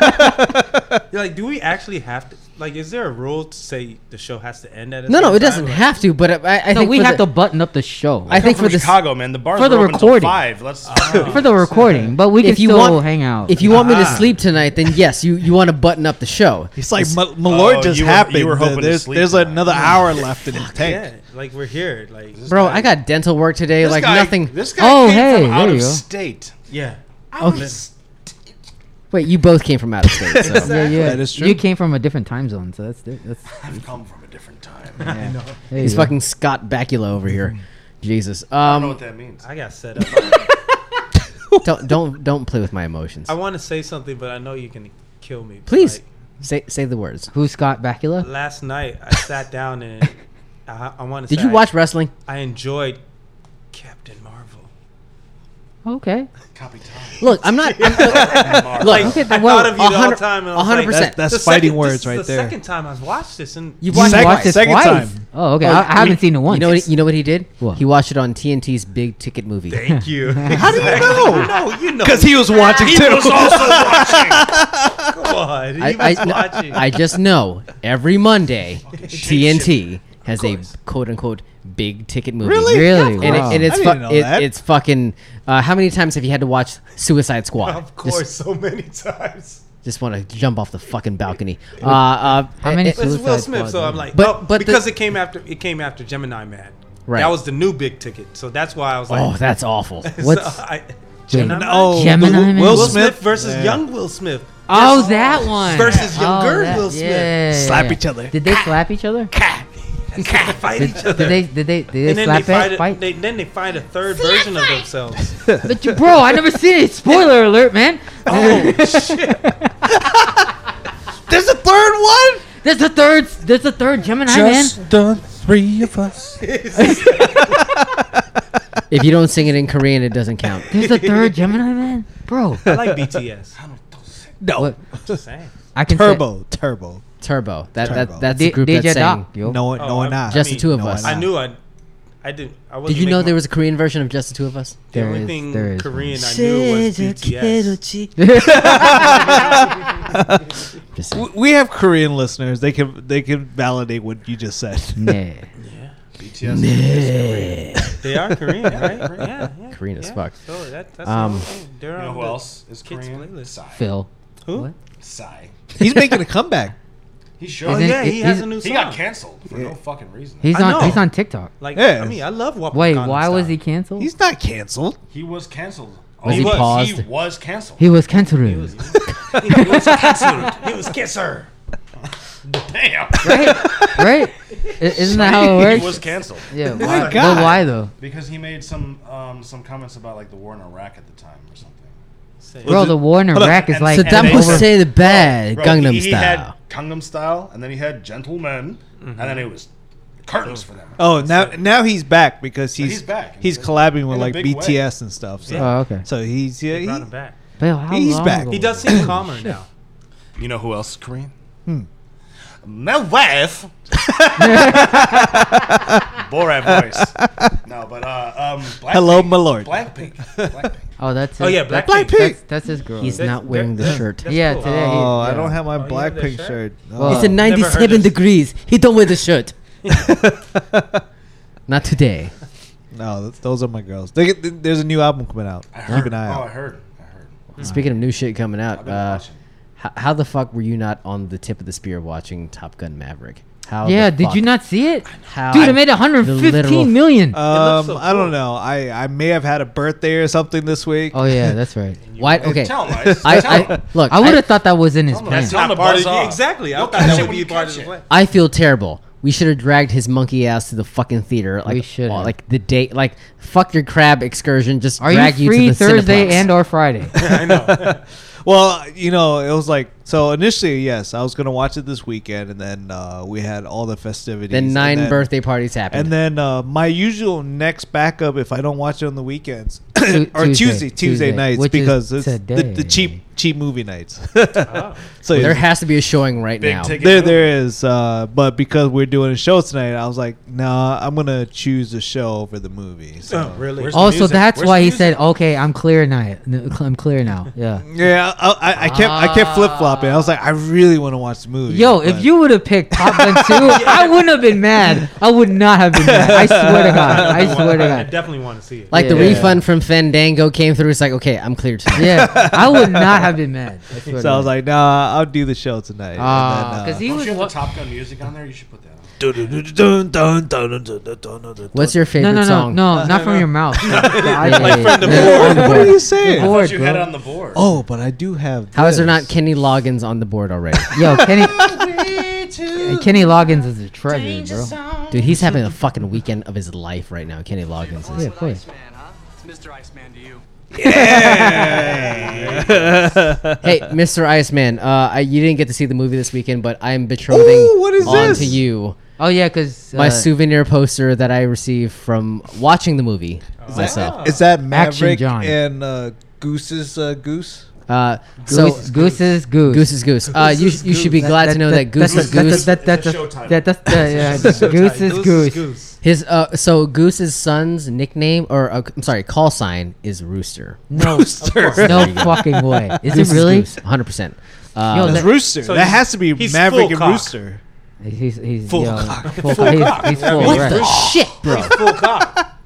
[SPEAKER 2] You're like, do we actually have to? Like, is there a rule to say the show has to end at? A
[SPEAKER 3] No, no,
[SPEAKER 2] certain
[SPEAKER 3] it doesn't
[SPEAKER 2] time?
[SPEAKER 3] have to. But I, I
[SPEAKER 4] no,
[SPEAKER 3] think
[SPEAKER 4] we
[SPEAKER 3] for
[SPEAKER 4] have
[SPEAKER 3] the-
[SPEAKER 4] to button up the show.
[SPEAKER 3] I think
[SPEAKER 1] from
[SPEAKER 3] for the
[SPEAKER 1] Chicago, man. The bars
[SPEAKER 4] for the
[SPEAKER 1] were open till
[SPEAKER 4] recording.
[SPEAKER 1] five. Let's.
[SPEAKER 4] for the recording, but we can
[SPEAKER 3] if you
[SPEAKER 4] still
[SPEAKER 3] want
[SPEAKER 4] hang out.
[SPEAKER 3] If you want me to sleep tonight, then yes, you, you want to button up the show.
[SPEAKER 5] He's like, my, my lord
[SPEAKER 1] Oh,
[SPEAKER 5] just
[SPEAKER 1] you were- you
[SPEAKER 5] happened.
[SPEAKER 1] were hoping to
[SPEAKER 5] there's
[SPEAKER 1] sleep
[SPEAKER 5] there's
[SPEAKER 1] tonight.
[SPEAKER 5] another hour left in the tank.
[SPEAKER 2] Yeah, like we're here. Like,
[SPEAKER 3] Bro, I got dental work today.
[SPEAKER 1] This
[SPEAKER 3] like
[SPEAKER 1] guy-
[SPEAKER 3] nothing.
[SPEAKER 1] This guy
[SPEAKER 4] Oh,
[SPEAKER 1] came
[SPEAKER 4] hey,
[SPEAKER 1] from out
[SPEAKER 4] there
[SPEAKER 1] of
[SPEAKER 4] you go.
[SPEAKER 1] state.
[SPEAKER 2] yeah.
[SPEAKER 3] Okay. Wait, you both came from out of state. So.
[SPEAKER 4] yeah, yeah.
[SPEAKER 5] That is true.
[SPEAKER 4] You came from a different time zone, so that's di- that's.
[SPEAKER 1] I've come from a different time. I
[SPEAKER 4] Yeah. There you
[SPEAKER 3] He's
[SPEAKER 4] go.
[SPEAKER 3] fucking Scott Bakula over here. Jesus.
[SPEAKER 1] don't know
[SPEAKER 3] Um,
[SPEAKER 1] what that means.
[SPEAKER 2] I got set up.
[SPEAKER 3] don't don't don't play with my emotions.
[SPEAKER 2] I want to say something, but I know you can kill me. but,
[SPEAKER 3] Please
[SPEAKER 2] like,
[SPEAKER 3] say say the words.
[SPEAKER 4] Who's Scott Bakula?
[SPEAKER 2] last night, I sat down and I, I want to.
[SPEAKER 3] Did you watch wrestling?
[SPEAKER 2] I enjoyed Captain Marvel.
[SPEAKER 4] Okay.
[SPEAKER 1] Copy time.
[SPEAKER 3] Look, I'm not. I'm,
[SPEAKER 1] Mark.
[SPEAKER 3] look,
[SPEAKER 2] Like,
[SPEAKER 4] Okay,
[SPEAKER 2] I
[SPEAKER 4] then, well,
[SPEAKER 2] thought of you the whole
[SPEAKER 3] 100
[SPEAKER 2] time. and I was
[SPEAKER 3] 100%.
[SPEAKER 2] Like,
[SPEAKER 5] That's
[SPEAKER 2] the
[SPEAKER 5] fighting
[SPEAKER 2] second-
[SPEAKER 5] words
[SPEAKER 2] this is
[SPEAKER 5] right
[SPEAKER 2] the
[SPEAKER 5] there.
[SPEAKER 2] Second time I've watched this, and
[SPEAKER 3] you watched
[SPEAKER 5] Second-
[SPEAKER 3] watched it
[SPEAKER 5] second
[SPEAKER 3] twice.
[SPEAKER 5] time.
[SPEAKER 4] Oh, okay. I, I haven't seen it once.
[SPEAKER 3] You know what? You know what he did?
[SPEAKER 4] What?
[SPEAKER 3] He watched it on TNT's big ticket movie.
[SPEAKER 2] thank you.
[SPEAKER 5] How do you know?
[SPEAKER 2] no, you know.
[SPEAKER 5] Because he was watching too.
[SPEAKER 2] Come on, he
[SPEAKER 3] I,
[SPEAKER 2] was
[SPEAKER 3] I- no,
[SPEAKER 2] watching.
[SPEAKER 3] I just know every Monday TNT has a
[SPEAKER 2] course.
[SPEAKER 3] quote unquote big ticket movie.
[SPEAKER 5] Really?
[SPEAKER 4] Really?
[SPEAKER 3] And, it,
[SPEAKER 4] Wow.
[SPEAKER 3] and
[SPEAKER 5] I
[SPEAKER 3] it's
[SPEAKER 5] didn't
[SPEAKER 3] fu-
[SPEAKER 5] know
[SPEAKER 3] it-
[SPEAKER 5] that.
[SPEAKER 3] it's fucking. Uh, how many times have you had to watch Suicide Squad?
[SPEAKER 2] of course, so many times.
[SPEAKER 3] Just, just want to jump off the fucking balcony. Uh, uh,
[SPEAKER 4] How many
[SPEAKER 3] it-
[SPEAKER 4] Suicide
[SPEAKER 2] It's Will
[SPEAKER 4] Squad,
[SPEAKER 2] Smith, so I'm
[SPEAKER 4] yeah.
[SPEAKER 2] like,
[SPEAKER 3] But-
[SPEAKER 2] oh,
[SPEAKER 3] but the-
[SPEAKER 2] because it came after it came after Gemini Man.
[SPEAKER 3] Right.
[SPEAKER 2] That was the new big ticket, so that's why I was like,
[SPEAKER 3] oh, that's awful.
[SPEAKER 2] so
[SPEAKER 4] what's-
[SPEAKER 2] I, Gemini?
[SPEAKER 5] Oh,
[SPEAKER 4] Gemini
[SPEAKER 5] Will,
[SPEAKER 4] Man.
[SPEAKER 5] Will
[SPEAKER 2] Will
[SPEAKER 5] Smith
[SPEAKER 2] Smith versus
[SPEAKER 5] Yeah.
[SPEAKER 2] young Will Smith.
[SPEAKER 4] Oh,
[SPEAKER 2] Yes.
[SPEAKER 4] that one Oh,
[SPEAKER 2] Versus younger
[SPEAKER 4] that-
[SPEAKER 2] Will Smith.
[SPEAKER 4] yeah, yeah,
[SPEAKER 5] Slap
[SPEAKER 4] yeah.
[SPEAKER 5] each other.
[SPEAKER 4] Did they slap each other?
[SPEAKER 2] fight
[SPEAKER 4] Did,
[SPEAKER 2] each other.
[SPEAKER 4] did they? Did they? Did
[SPEAKER 2] and
[SPEAKER 4] they
[SPEAKER 2] then
[SPEAKER 4] slap
[SPEAKER 2] they find
[SPEAKER 4] it?
[SPEAKER 2] a,
[SPEAKER 4] Fight?
[SPEAKER 2] They, then they find a third version of themselves.
[SPEAKER 4] But you- bro, I never seen it. Spoiler alert, man.
[SPEAKER 5] There's a third one.
[SPEAKER 4] There's a third. There's a third Gemini man.
[SPEAKER 5] the three of us.
[SPEAKER 3] if you don't sing it in Korean, it doesn't count.
[SPEAKER 4] There's a third Gemini man, bro.
[SPEAKER 2] I like BTS. I'm
[SPEAKER 5] No.
[SPEAKER 4] What?
[SPEAKER 2] just saying.
[SPEAKER 4] I can
[SPEAKER 5] Turbo. Turbo.
[SPEAKER 3] Turbo. That
[SPEAKER 5] Turbo.
[SPEAKER 3] that that's
[SPEAKER 4] Say,
[SPEAKER 3] the group
[SPEAKER 4] DJ
[SPEAKER 3] that's sang.
[SPEAKER 4] Doc, yo.
[SPEAKER 5] No one.
[SPEAKER 2] Oh,
[SPEAKER 5] No one.
[SPEAKER 2] I'm-
[SPEAKER 5] not.
[SPEAKER 3] Just the
[SPEAKER 2] mean,
[SPEAKER 3] two of
[SPEAKER 5] no,
[SPEAKER 3] us.
[SPEAKER 2] I knew I, I didn't. I
[SPEAKER 3] Did
[SPEAKER 2] wasn't
[SPEAKER 3] you know
[SPEAKER 2] making-
[SPEAKER 3] there was a Korean version of Just the Two of Us?
[SPEAKER 2] the
[SPEAKER 4] There
[SPEAKER 2] only
[SPEAKER 4] is-
[SPEAKER 2] thing
[SPEAKER 4] there is
[SPEAKER 2] Korean I knew was BTS?
[SPEAKER 3] Just
[SPEAKER 5] W- We have Korean listeners. They can they can validate what you just said.
[SPEAKER 4] Yeah.
[SPEAKER 1] BTS.
[SPEAKER 2] They are Korean, right? Yeah, yeah.
[SPEAKER 3] Korean as
[SPEAKER 2] yeah.
[SPEAKER 3] fuck.
[SPEAKER 2] So that, that's
[SPEAKER 3] Um,
[SPEAKER 2] the only thing. They're
[SPEAKER 1] You know
[SPEAKER 2] on
[SPEAKER 1] who
[SPEAKER 2] the-
[SPEAKER 1] else is
[SPEAKER 2] Kids
[SPEAKER 1] Korean?
[SPEAKER 2] playlist.
[SPEAKER 1] Psy.
[SPEAKER 4] Phil.
[SPEAKER 2] Who?
[SPEAKER 4] What?
[SPEAKER 1] Psy.
[SPEAKER 5] He's making a comeback.
[SPEAKER 1] He
[SPEAKER 2] Oh,
[SPEAKER 1] sure.
[SPEAKER 4] Isn't-
[SPEAKER 2] yeah, he
[SPEAKER 4] he's-
[SPEAKER 2] has a new song.
[SPEAKER 1] He got canceled for no fucking reason.
[SPEAKER 4] He's
[SPEAKER 2] I
[SPEAKER 4] on.
[SPEAKER 2] know.
[SPEAKER 4] He's on TikTok.
[SPEAKER 2] Like,
[SPEAKER 5] Yeah.
[SPEAKER 2] I mean, I love Wapakana
[SPEAKER 4] Wait, why
[SPEAKER 2] style.
[SPEAKER 4] was he canceled?
[SPEAKER 5] He's not canceled.
[SPEAKER 1] He was canceled. Oh,
[SPEAKER 3] Was he paused?
[SPEAKER 1] He was canceled.
[SPEAKER 4] he was canceled.
[SPEAKER 2] he was canceled. He was kisser.
[SPEAKER 1] Damn.
[SPEAKER 4] right? Right? I- Isn't that how
[SPEAKER 1] he
[SPEAKER 4] it
[SPEAKER 1] was
[SPEAKER 4] works?
[SPEAKER 1] canceled
[SPEAKER 4] Yeah. Why?
[SPEAKER 5] God.
[SPEAKER 4] But why though?
[SPEAKER 1] because he made some um, some comments about like the war in Iraq at the time or something.
[SPEAKER 4] Bro,
[SPEAKER 5] Was it-
[SPEAKER 4] the war in
[SPEAKER 5] Hold on.
[SPEAKER 4] Iraq is
[SPEAKER 1] And-
[SPEAKER 4] like
[SPEAKER 1] and
[SPEAKER 3] Saddam
[SPEAKER 1] they-
[SPEAKER 4] over.
[SPEAKER 3] Hussein the bad
[SPEAKER 1] Bro,
[SPEAKER 3] Gangnam
[SPEAKER 1] he, he had
[SPEAKER 3] Style.
[SPEAKER 1] Gangnam Style, and then he had Gentlemen, and then it was curtains for them.
[SPEAKER 5] Oh, now now he's back because he's
[SPEAKER 1] he's back.
[SPEAKER 5] He's
[SPEAKER 1] In a-
[SPEAKER 5] collabing with
[SPEAKER 1] in a
[SPEAKER 5] like
[SPEAKER 1] big way.
[SPEAKER 5] BTS and stuff. So,
[SPEAKER 4] Oh, okay.
[SPEAKER 5] so he's yeah,
[SPEAKER 2] They
[SPEAKER 5] he,
[SPEAKER 2] brought him back.
[SPEAKER 4] Bill, how
[SPEAKER 5] He's
[SPEAKER 4] long
[SPEAKER 5] back.
[SPEAKER 4] ago
[SPEAKER 2] He
[SPEAKER 4] was
[SPEAKER 2] does
[SPEAKER 4] that?
[SPEAKER 2] seem calmer now.
[SPEAKER 1] You know who else is Korean? Hmm. My wife. Borat voice. No, but uh, um, Blackpink.
[SPEAKER 5] hello, my lord.
[SPEAKER 1] Blackpink. Blackpink.
[SPEAKER 4] Oh, that's.
[SPEAKER 2] Oh
[SPEAKER 4] his-
[SPEAKER 2] yeah,
[SPEAKER 4] that-
[SPEAKER 2] Blackpink.
[SPEAKER 4] That's,
[SPEAKER 5] Blackpink.
[SPEAKER 4] that's his girl.
[SPEAKER 3] He's
[SPEAKER 4] yeah,
[SPEAKER 3] not wearing the
[SPEAKER 2] that's-
[SPEAKER 3] shirt.
[SPEAKER 2] that's cool.
[SPEAKER 4] today. he-
[SPEAKER 5] Oh, I
[SPEAKER 4] yeah.
[SPEAKER 5] don't have my
[SPEAKER 2] you have that
[SPEAKER 5] Blackpink
[SPEAKER 2] shirt?
[SPEAKER 5] shirt.
[SPEAKER 4] Well,
[SPEAKER 5] Oh.
[SPEAKER 3] It's at
[SPEAKER 2] never heard
[SPEAKER 3] 97
[SPEAKER 2] of this.
[SPEAKER 3] degrees. He don't wear the shirt. Not today.
[SPEAKER 5] No, th- those are my girls. They get, th- there's a new album coming out.
[SPEAKER 1] I
[SPEAKER 5] Keep
[SPEAKER 1] heard.
[SPEAKER 5] an eye
[SPEAKER 1] oh, I
[SPEAKER 5] out.
[SPEAKER 1] heard. I heard.
[SPEAKER 3] Speaking of new shit coming
[SPEAKER 1] I've
[SPEAKER 3] out,
[SPEAKER 1] been
[SPEAKER 3] uh,
[SPEAKER 1] watching.
[SPEAKER 3] h- how the fuck were you not on the tip of the spear watching Top Gun Maverick? How?
[SPEAKER 4] Yeah,
[SPEAKER 3] the
[SPEAKER 4] did
[SPEAKER 3] fuck-
[SPEAKER 4] you not see it?
[SPEAKER 3] How
[SPEAKER 4] Dude, it made
[SPEAKER 3] the literal-
[SPEAKER 4] 115 million.
[SPEAKER 5] Um,
[SPEAKER 2] looks so
[SPEAKER 5] I don't
[SPEAKER 2] cool.
[SPEAKER 5] know. I, I may have had a birthday or something this week.
[SPEAKER 4] oh yeah, that's right.
[SPEAKER 3] Why? Okay.
[SPEAKER 1] Tell him. Ice.
[SPEAKER 3] I,
[SPEAKER 1] Tell him.
[SPEAKER 3] I look.
[SPEAKER 4] I would have thought that was in his
[SPEAKER 1] Tell him
[SPEAKER 4] plan.
[SPEAKER 1] that's not- Tell him to
[SPEAKER 2] part
[SPEAKER 1] buzz
[SPEAKER 2] of,
[SPEAKER 1] off.
[SPEAKER 2] exactly. I
[SPEAKER 1] You'll
[SPEAKER 2] thought
[SPEAKER 1] catch
[SPEAKER 2] that
[SPEAKER 1] it
[SPEAKER 2] would
[SPEAKER 1] when
[SPEAKER 2] be
[SPEAKER 1] you
[SPEAKER 2] part
[SPEAKER 1] catch
[SPEAKER 2] of the
[SPEAKER 1] it.
[SPEAKER 2] plan.
[SPEAKER 3] I feel terrible. We should have dragged his monkey ass to the fucking theater. Like,
[SPEAKER 4] should
[SPEAKER 3] all-
[SPEAKER 4] have.
[SPEAKER 3] like the date. Like fuck your crab excursion. Just
[SPEAKER 4] Are
[SPEAKER 3] drag
[SPEAKER 4] you free
[SPEAKER 3] to the
[SPEAKER 4] Thursday
[SPEAKER 3] Cineplex.
[SPEAKER 4] and or Friday?
[SPEAKER 2] I know.
[SPEAKER 5] Well, you know, it was like so initially. Yes, I was gonna watch it this weekend, and then uh, we had all the festivities.
[SPEAKER 3] Then
[SPEAKER 5] and
[SPEAKER 3] nine birthday parties happened.
[SPEAKER 5] And then uh, my usual next backup, if I don't watch it on the weekends or Tuesday, Tuesday,
[SPEAKER 4] Tuesday,
[SPEAKER 5] nights,
[SPEAKER 4] which is
[SPEAKER 5] because it's the,
[SPEAKER 4] today.
[SPEAKER 5] the cheap cheap movie nights. so
[SPEAKER 3] there
[SPEAKER 5] it's-
[SPEAKER 3] has to be a showing right
[SPEAKER 1] Big
[SPEAKER 3] now.
[SPEAKER 1] ticket.
[SPEAKER 5] there there is, uh, but because we're doing a show tonight, I was like, nah, I'm gonna choose the show over the movie. So.
[SPEAKER 2] Oh, really?
[SPEAKER 1] Where's the
[SPEAKER 4] Also,
[SPEAKER 1] music?
[SPEAKER 4] that's
[SPEAKER 1] Where's
[SPEAKER 4] why
[SPEAKER 1] the
[SPEAKER 4] he
[SPEAKER 1] music?
[SPEAKER 4] said, "Okay, I'm clear now. No, I'm clear now." Yeah.
[SPEAKER 5] Yeah, I, I, I kept I kept flip flopping. I was like, I really want to watch the movie.
[SPEAKER 4] Yo, if
[SPEAKER 5] but-
[SPEAKER 4] you would have picked Top Gun 2, I wouldn't have been mad. I would not have been mad. I swear to God. I swear to
[SPEAKER 2] I
[SPEAKER 4] God.
[SPEAKER 2] definitely want to see it.
[SPEAKER 3] Like the
[SPEAKER 4] Yeah.
[SPEAKER 3] refund from Fandango came through. It's like, okay, I'm clear tonight.
[SPEAKER 4] Yeah, I would not have been mad. I swear to
[SPEAKER 5] so I
[SPEAKER 4] God.
[SPEAKER 5] was like, nah, I'll do the show tonight. And
[SPEAKER 4] Ah,
[SPEAKER 5] then,
[SPEAKER 4] because he
[SPEAKER 1] Don't
[SPEAKER 4] was.
[SPEAKER 1] you have
[SPEAKER 4] wa-
[SPEAKER 1] the Top Gun music on there? You should put that on.
[SPEAKER 3] What's your favorite
[SPEAKER 4] no, no, no,
[SPEAKER 3] song?
[SPEAKER 4] no, not from your mouth.
[SPEAKER 3] My friend, the
[SPEAKER 5] uh, what are you saying?
[SPEAKER 1] I
[SPEAKER 4] Board,
[SPEAKER 1] thought you
[SPEAKER 4] bro.
[SPEAKER 1] had it on the board.
[SPEAKER 5] Oh, but I do have.
[SPEAKER 3] How is there
[SPEAKER 5] this.
[SPEAKER 3] not Kenny Loggins on the board already?
[SPEAKER 4] Yo, Kenny. Kenny Loggins is a treasure, bro.
[SPEAKER 3] Dude, he's having a fucking weekend of his life right now. Kenny Loggins is.
[SPEAKER 4] Yeah, of course.
[SPEAKER 8] Iceman, huh? It's Mr. Iceman to you.
[SPEAKER 3] Hey, Mr. Iceman, uh, I, you didn't get to see the movie this weekend, but I'm betrothing
[SPEAKER 5] Ooh, what is
[SPEAKER 3] on
[SPEAKER 5] this?
[SPEAKER 3] to you
[SPEAKER 4] Oh yeah, because
[SPEAKER 3] my souvenir poster that I received from watching the movie myself.
[SPEAKER 5] Is that Maverick
[SPEAKER 4] John.
[SPEAKER 5] and uh, Goose's uh, goose?
[SPEAKER 3] Uh, so,
[SPEAKER 4] Goose, goose is goose.
[SPEAKER 3] Goose is Goose. Uh, you, you should be glad to know that Goose
[SPEAKER 4] that's
[SPEAKER 3] is
[SPEAKER 4] a-
[SPEAKER 3] Goose.
[SPEAKER 4] That, that,
[SPEAKER 1] It's a
[SPEAKER 4] that's a-
[SPEAKER 1] showtime.
[SPEAKER 4] that, that's yeah, yeah, Goose is goose.
[SPEAKER 3] His uh, so Goose's son's nickname or uh, I'm sorry, call sign is Rooster.
[SPEAKER 4] No, no fucking way. Is it really?
[SPEAKER 3] 100. percent Uh,
[SPEAKER 4] Yo,
[SPEAKER 5] That's
[SPEAKER 4] that-
[SPEAKER 5] Rooster.
[SPEAKER 2] so
[SPEAKER 5] that
[SPEAKER 2] he's-
[SPEAKER 5] has to be
[SPEAKER 2] he's
[SPEAKER 5] Maverick
[SPEAKER 2] full
[SPEAKER 5] and
[SPEAKER 2] cock.
[SPEAKER 5] Rooster.
[SPEAKER 4] He's he's
[SPEAKER 5] Full
[SPEAKER 4] yo,
[SPEAKER 5] cock.
[SPEAKER 4] Full cock. He's, he's full.
[SPEAKER 3] What
[SPEAKER 4] right.
[SPEAKER 3] the shit, bro?
[SPEAKER 2] full cock.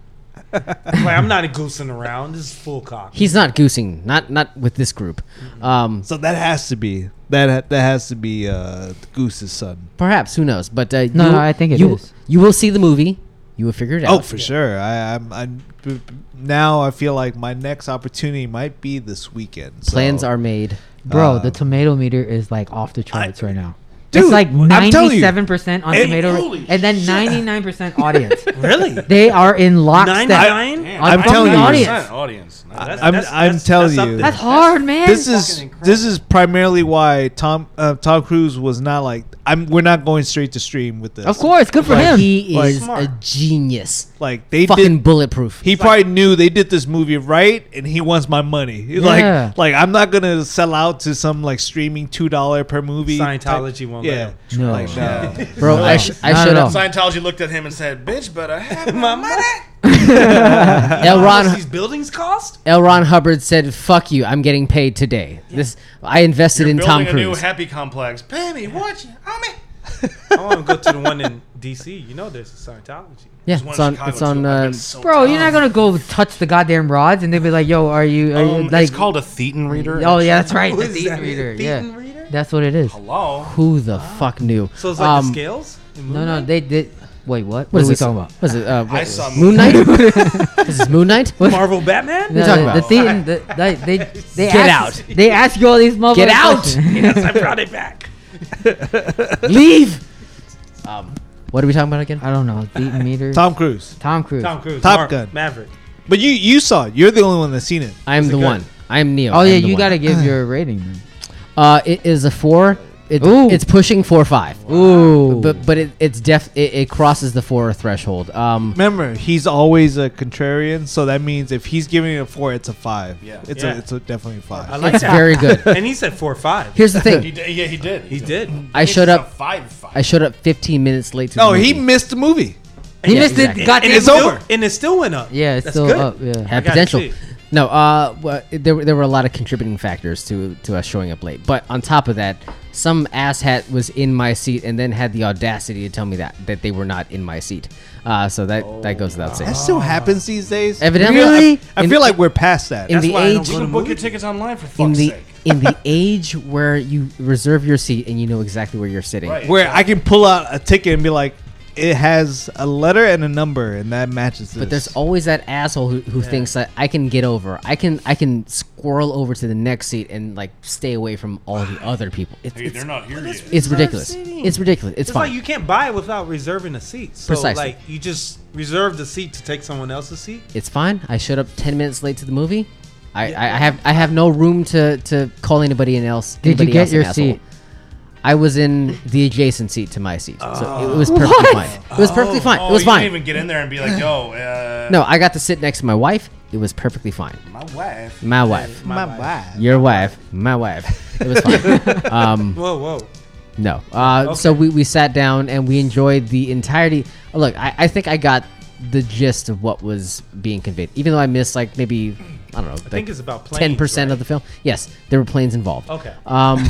[SPEAKER 2] like, I'm not goosing around. This is full cock.
[SPEAKER 3] He's not goosing. Not not with this group. Um,
[SPEAKER 5] So that has to be that. ha- That has to be uh, Goose's son.
[SPEAKER 3] Perhaps who knows? But uh,
[SPEAKER 4] No,
[SPEAKER 3] you,
[SPEAKER 4] no, I think it
[SPEAKER 3] you,
[SPEAKER 4] is.
[SPEAKER 3] You will see the movie. You will figure it out.
[SPEAKER 5] Oh, for sure. I, I'm. I, b- b- now I feel like my next opportunity might be this weekend. So.
[SPEAKER 3] Plans are made.
[SPEAKER 4] Bro,
[SPEAKER 5] Uh,
[SPEAKER 4] the tomato meter is like off the charts right now.
[SPEAKER 5] Dude,
[SPEAKER 4] it's like
[SPEAKER 5] I'm telling you.
[SPEAKER 4] ninety-seven percent on
[SPEAKER 5] And-
[SPEAKER 4] tomato,
[SPEAKER 1] holy
[SPEAKER 4] and then ninety-nine percent audience.
[SPEAKER 2] Really?
[SPEAKER 4] They are in lockstep.
[SPEAKER 2] 99?
[SPEAKER 1] Damn,
[SPEAKER 4] on
[SPEAKER 5] I'm
[SPEAKER 4] fucking
[SPEAKER 5] telling you.
[SPEAKER 4] audience.
[SPEAKER 1] Percent audience. No, that's-
[SPEAKER 5] I'm-
[SPEAKER 1] that's-
[SPEAKER 5] I'm
[SPEAKER 1] that's-
[SPEAKER 5] telling
[SPEAKER 1] that's up
[SPEAKER 5] you.
[SPEAKER 1] there.
[SPEAKER 4] That's hard, man.
[SPEAKER 5] this is this is primarily why Tom uh, Tom Cruise was not like I'm. We're not going straight to stream with this.
[SPEAKER 4] of course good for
[SPEAKER 5] Like,
[SPEAKER 4] him.
[SPEAKER 3] He
[SPEAKER 5] Like,
[SPEAKER 3] is a genius.
[SPEAKER 5] like they
[SPEAKER 3] Fucking
[SPEAKER 5] did.
[SPEAKER 3] bulletproof.
[SPEAKER 5] He probably knew they did this movie right, and he wants my money. He's
[SPEAKER 4] Yeah.
[SPEAKER 5] Like, like I'm not gonna sell out to some like streaming two dollar per movie. type-
[SPEAKER 2] Scientology won't
[SPEAKER 5] Yeah,
[SPEAKER 2] let
[SPEAKER 4] no,
[SPEAKER 5] like no.
[SPEAKER 3] Bro, I, sh- I
[SPEAKER 4] Not at
[SPEAKER 3] should
[SPEAKER 4] all.
[SPEAKER 3] have.
[SPEAKER 1] Scientology looked at him and said, "Bitch, better have my money."
[SPEAKER 3] L. Ron,
[SPEAKER 2] these buildings cost?
[SPEAKER 3] L. Ron Hubbard said, "Fuck you. I'm getting paid today. This I invested
[SPEAKER 1] You're
[SPEAKER 3] in
[SPEAKER 1] building
[SPEAKER 3] Tom
[SPEAKER 1] a new
[SPEAKER 3] Cruise.
[SPEAKER 1] happy complex. Pay me, what you owe me?
[SPEAKER 2] I want to go to the one in D.C. You know there's a Scientology.
[SPEAKER 3] yeah,
[SPEAKER 1] There's one
[SPEAKER 3] it's
[SPEAKER 1] in
[SPEAKER 3] on.
[SPEAKER 1] Chicago,
[SPEAKER 3] It's on.
[SPEAKER 1] too. I've
[SPEAKER 3] Uh,
[SPEAKER 1] been so
[SPEAKER 4] bro, you're
[SPEAKER 1] tired.
[SPEAKER 4] not gonna go touch the goddamn rods, and they'd be like, "Yo, are you? Are you
[SPEAKER 1] Um,
[SPEAKER 4] like?"
[SPEAKER 1] it's called a Thetan reader.
[SPEAKER 4] oh yeah, that's right.
[SPEAKER 2] What
[SPEAKER 4] the
[SPEAKER 2] is
[SPEAKER 4] Thetan
[SPEAKER 2] that, a
[SPEAKER 4] reader.
[SPEAKER 2] Thetan
[SPEAKER 4] yeah,
[SPEAKER 2] reader?
[SPEAKER 4] that's what it is.
[SPEAKER 3] Oh,
[SPEAKER 1] Hello.
[SPEAKER 3] who the fuck knew?
[SPEAKER 2] So it's like
[SPEAKER 3] Um,
[SPEAKER 2] the scales? in
[SPEAKER 4] No, no,
[SPEAKER 2] Moonlight?
[SPEAKER 4] they did. Wait, what? What,
[SPEAKER 3] What
[SPEAKER 4] are
[SPEAKER 3] is
[SPEAKER 4] we
[SPEAKER 3] this
[SPEAKER 4] talking about?
[SPEAKER 3] What is it? Uh,
[SPEAKER 1] I
[SPEAKER 3] what,
[SPEAKER 1] saw
[SPEAKER 3] Moon Knight. is this Moon Knight? What?
[SPEAKER 2] Marvel Batman?
[SPEAKER 4] No,
[SPEAKER 3] talking
[SPEAKER 4] the-
[SPEAKER 3] about?
[SPEAKER 4] The Thetan, the, they, they, they
[SPEAKER 3] Get
[SPEAKER 4] ask, out. They ask you all these motherfuckers.
[SPEAKER 3] Get out!
[SPEAKER 4] questions.
[SPEAKER 2] yes, I brought it back.
[SPEAKER 3] Leave. Um, what are we talking about again?
[SPEAKER 4] I don't know. Thetan meter. Tom,
[SPEAKER 5] Tom Cruise.
[SPEAKER 4] Cruise.
[SPEAKER 2] Tom Cruise.
[SPEAKER 5] Top
[SPEAKER 2] Mar-
[SPEAKER 5] Gun.
[SPEAKER 2] Maverick.
[SPEAKER 5] But you you saw. it. You're the only one that's seen it.
[SPEAKER 3] I'm
[SPEAKER 5] Is it
[SPEAKER 3] the
[SPEAKER 5] good?
[SPEAKER 3] one. I'm Neo.
[SPEAKER 4] Oh
[SPEAKER 3] I'm
[SPEAKER 4] yeah,
[SPEAKER 3] the
[SPEAKER 4] you
[SPEAKER 3] one.
[SPEAKER 4] gotta give your rating. Then.
[SPEAKER 3] Uh, it is a four. It,
[SPEAKER 4] Ooh.
[SPEAKER 3] it's pushing four five,
[SPEAKER 4] Ooh.
[SPEAKER 3] but but it, it's def it, it crosses the four threshold. Um,
[SPEAKER 5] Remember, he's always a contrarian, so that means if he's giving it a four, it's a five.
[SPEAKER 1] Yeah.
[SPEAKER 5] it's
[SPEAKER 2] Yeah.
[SPEAKER 5] a it's a definitely a five.
[SPEAKER 2] I like
[SPEAKER 3] it's
[SPEAKER 2] that.
[SPEAKER 3] very good.
[SPEAKER 2] and he said four or five.
[SPEAKER 3] Here's the
[SPEAKER 1] He
[SPEAKER 3] thing:
[SPEAKER 1] did. Yeah, he did.
[SPEAKER 2] He did.
[SPEAKER 3] I showed up.
[SPEAKER 1] Five. Five.
[SPEAKER 3] I showed up 15 minutes late to. the
[SPEAKER 5] no, Oh, he
[SPEAKER 3] movie.
[SPEAKER 5] missed the movie.
[SPEAKER 4] he
[SPEAKER 3] yeah,
[SPEAKER 4] missed
[SPEAKER 3] exactly.
[SPEAKER 4] it. Goddamn.
[SPEAKER 5] It's
[SPEAKER 2] still-
[SPEAKER 5] over.
[SPEAKER 2] And it still went up.
[SPEAKER 4] Yeah, it's
[SPEAKER 2] That's
[SPEAKER 4] still
[SPEAKER 2] good.
[SPEAKER 4] up. Yeah.
[SPEAKER 3] had
[SPEAKER 2] I gotta
[SPEAKER 3] potential.
[SPEAKER 2] see.
[SPEAKER 3] No, uh, well, it- there, were- there were a lot of contributing factors to to us showing up late. But on top of that, some asshat was in my seat and then had the audacity to tell me that that they were not in my seat. Uh, so that that goes without saying.
[SPEAKER 5] That still happens these days.
[SPEAKER 3] Evidently,
[SPEAKER 5] I, I
[SPEAKER 3] In-
[SPEAKER 5] feel like we're past that.
[SPEAKER 3] in
[SPEAKER 5] That's-
[SPEAKER 3] the
[SPEAKER 2] why I don't
[SPEAKER 3] age
[SPEAKER 1] You
[SPEAKER 2] Go to
[SPEAKER 1] can book your
[SPEAKER 2] movies?
[SPEAKER 1] tickets online for fuck's
[SPEAKER 3] in the
[SPEAKER 1] sake.
[SPEAKER 3] in the age where you reserve your seat and you know exactly where you're sitting.
[SPEAKER 1] Right.
[SPEAKER 5] where I can pull out a ticket and be like, it has a letter and a number, and that matches. This.
[SPEAKER 3] But there's always that asshole who, who thinks that I can get over. I can I can squirrel over to the next seat and like stay away from all the other people. It's
[SPEAKER 1] Hey,
[SPEAKER 3] it's,
[SPEAKER 1] they're not here yet.
[SPEAKER 3] it's ridiculous.
[SPEAKER 2] seating.
[SPEAKER 3] It's ridiculous. It's,
[SPEAKER 2] It's
[SPEAKER 3] fine.
[SPEAKER 2] like you can't buy it without reserving a seat. So
[SPEAKER 3] Precisely.
[SPEAKER 2] like you just reserve the seat to take someone else's seat.
[SPEAKER 3] it's fine. I showed up 10 minutes late to the movie. I, I I have I have no room to to call anybody in else.
[SPEAKER 4] Did you
[SPEAKER 3] anybody
[SPEAKER 4] get
[SPEAKER 3] else an
[SPEAKER 4] your
[SPEAKER 3] asshole.
[SPEAKER 4] seat?
[SPEAKER 3] I was in the adjacent seat to my seat, so it was perfectly fine. It was perfectly fine.
[SPEAKER 1] Oh,
[SPEAKER 3] it was
[SPEAKER 1] you
[SPEAKER 3] fine.
[SPEAKER 1] didn't even get in there and be like, yo, uh,
[SPEAKER 3] no, I got to sit next to my wife. It was perfectly fine.
[SPEAKER 1] my wife.
[SPEAKER 3] My wife,
[SPEAKER 5] My wife.
[SPEAKER 3] your wife, my wife. It was fine. um,
[SPEAKER 2] Whoa, whoa.
[SPEAKER 3] no. Uh, So we, we sat down and we enjoyed the entirety. Look, I, I think I got the gist of what was being conveyed, even though I missed like maybe I don't know. I
[SPEAKER 7] think it's about planes,
[SPEAKER 3] ten percent of the film. Yes, there were planes involved.
[SPEAKER 7] Okay.
[SPEAKER 3] Um,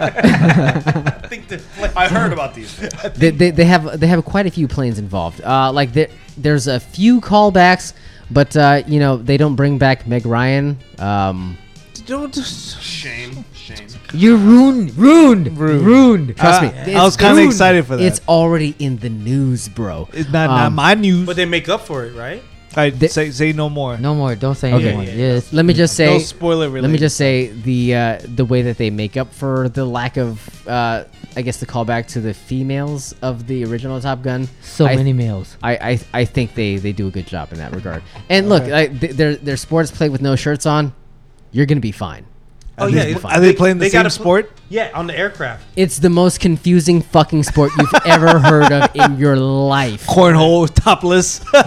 [SPEAKER 7] I think the fl-
[SPEAKER 1] I heard about these. things.
[SPEAKER 3] they, they, they have they have quite a few planes involved. Uh, like there, there's a few callbacks, but uh, you know they don't bring back Meg Ryan. Um,
[SPEAKER 5] Don't.
[SPEAKER 1] Shame, shame.
[SPEAKER 4] You ruined, ruined, ruined. Uh,
[SPEAKER 3] trust me,
[SPEAKER 5] Uh,
[SPEAKER 3] it's
[SPEAKER 5] I was kinda
[SPEAKER 3] ruined.
[SPEAKER 5] excited for that.
[SPEAKER 3] It's already in the news, bro.
[SPEAKER 5] It's not, not
[SPEAKER 3] Um,
[SPEAKER 5] my news.
[SPEAKER 7] but they make up for it, right?
[SPEAKER 5] I
[SPEAKER 3] they-
[SPEAKER 5] say say no more.
[SPEAKER 4] No more. Don't say
[SPEAKER 3] Okay.
[SPEAKER 4] anymore. Yes.
[SPEAKER 3] Let me just say.
[SPEAKER 5] no spoiler. Related.
[SPEAKER 3] Let me just say the uh, the way that they make up for the lack of, uh, I guess, the callback to the females of the original Top Gun.
[SPEAKER 4] So
[SPEAKER 3] I-
[SPEAKER 4] many males.
[SPEAKER 3] I, I, I think they, they do a good job in that regard. And look, I, th- their their sports play with no shirts on, you're gonna be fine.
[SPEAKER 7] Oh
[SPEAKER 3] least
[SPEAKER 7] yeah,
[SPEAKER 3] we're
[SPEAKER 7] it-
[SPEAKER 3] fine.
[SPEAKER 5] Are they playing the
[SPEAKER 7] they
[SPEAKER 5] same
[SPEAKER 7] gotta pl-
[SPEAKER 5] sport?
[SPEAKER 7] Yeah, on the aircraft.
[SPEAKER 3] It's the most confusing fucking sport you've ever heard of in your life.
[SPEAKER 5] cornhole topless.
[SPEAKER 1] It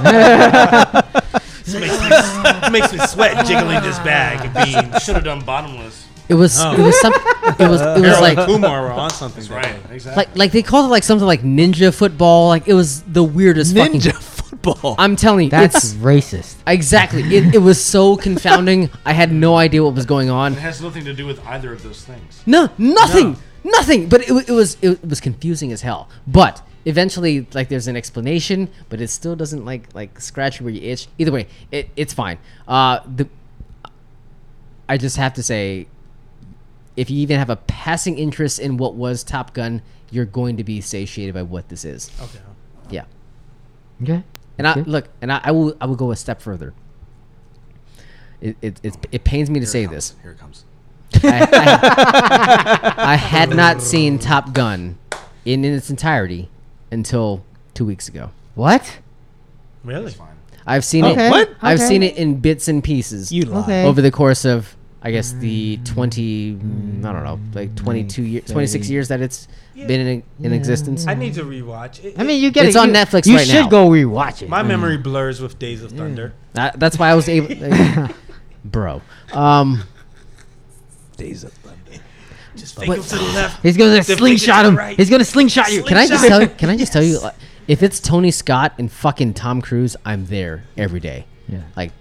[SPEAKER 1] makes me, it makes me sweat jiggling this bag of beans. Should have done bottomless.
[SPEAKER 3] It was
[SPEAKER 5] Oh.
[SPEAKER 3] it was some it was it was
[SPEAKER 7] Harold
[SPEAKER 3] like
[SPEAKER 7] and Kumar were on something.
[SPEAKER 1] That's right. Exactly.
[SPEAKER 3] like like they called it like something like ninja football. Like it was the weirdest fucking.
[SPEAKER 5] Ninja football.
[SPEAKER 3] I'm telling you,
[SPEAKER 4] That's
[SPEAKER 3] it's
[SPEAKER 4] racist.
[SPEAKER 3] exactly it. It was so confounding. I had no idea what was going on.
[SPEAKER 1] It has nothing to do with either of those things.
[SPEAKER 3] No, nothing, nothing. But it, wa- it was it was confusing as hell. But eventually, like, there's an explanation, but it still doesn't like like scratch where you itch. Either way, it, it's fine. Uh, the I just have to say, if you even have a passing interest in what was Top Gun, you're going to be satiated by what this is.
[SPEAKER 7] Okay.
[SPEAKER 3] Yeah.
[SPEAKER 4] Okay.
[SPEAKER 3] And I
[SPEAKER 4] Okay.
[SPEAKER 3] look, and I, I will I will go a step further. It it it, it pains me to say this.
[SPEAKER 1] Here it comes.
[SPEAKER 3] I, I, I had not seen Top Gun in, in its entirety until two weeks ago.
[SPEAKER 4] What?
[SPEAKER 7] Really?
[SPEAKER 1] It's fine.
[SPEAKER 3] I've seen
[SPEAKER 4] Okay,
[SPEAKER 3] it.
[SPEAKER 4] what?
[SPEAKER 3] I've
[SPEAKER 4] okay.
[SPEAKER 3] seen it in bits and pieces
[SPEAKER 5] you lie.
[SPEAKER 4] Okay.
[SPEAKER 3] over the course of, I guess, the twenty. mm, I don't know, like twenty-two years, twenty-six years that it's been in, in existence.
[SPEAKER 7] I need to rewatch. It,
[SPEAKER 4] I mean, you get
[SPEAKER 3] It's
[SPEAKER 4] it.
[SPEAKER 3] on
[SPEAKER 4] you,
[SPEAKER 3] Netflix
[SPEAKER 4] You
[SPEAKER 3] right
[SPEAKER 4] should
[SPEAKER 3] now.
[SPEAKER 4] go rewatch it.
[SPEAKER 1] Mm.
[SPEAKER 7] my memory blurs with Days of Thunder.
[SPEAKER 3] That- that's why I was able, like, bro. Um,
[SPEAKER 5] Days of Thunder.
[SPEAKER 7] Just fake him to the left.
[SPEAKER 4] He's gonna
[SPEAKER 7] The
[SPEAKER 4] slingshot
[SPEAKER 7] fidget's
[SPEAKER 4] him.
[SPEAKER 7] right.
[SPEAKER 4] He's gonna slingshot you.
[SPEAKER 3] can I just tell? you? Can I just tell you? like, If it's Tony Scott and fucking Tom Cruise, I'm there every day.
[SPEAKER 4] Yeah.
[SPEAKER 3] Like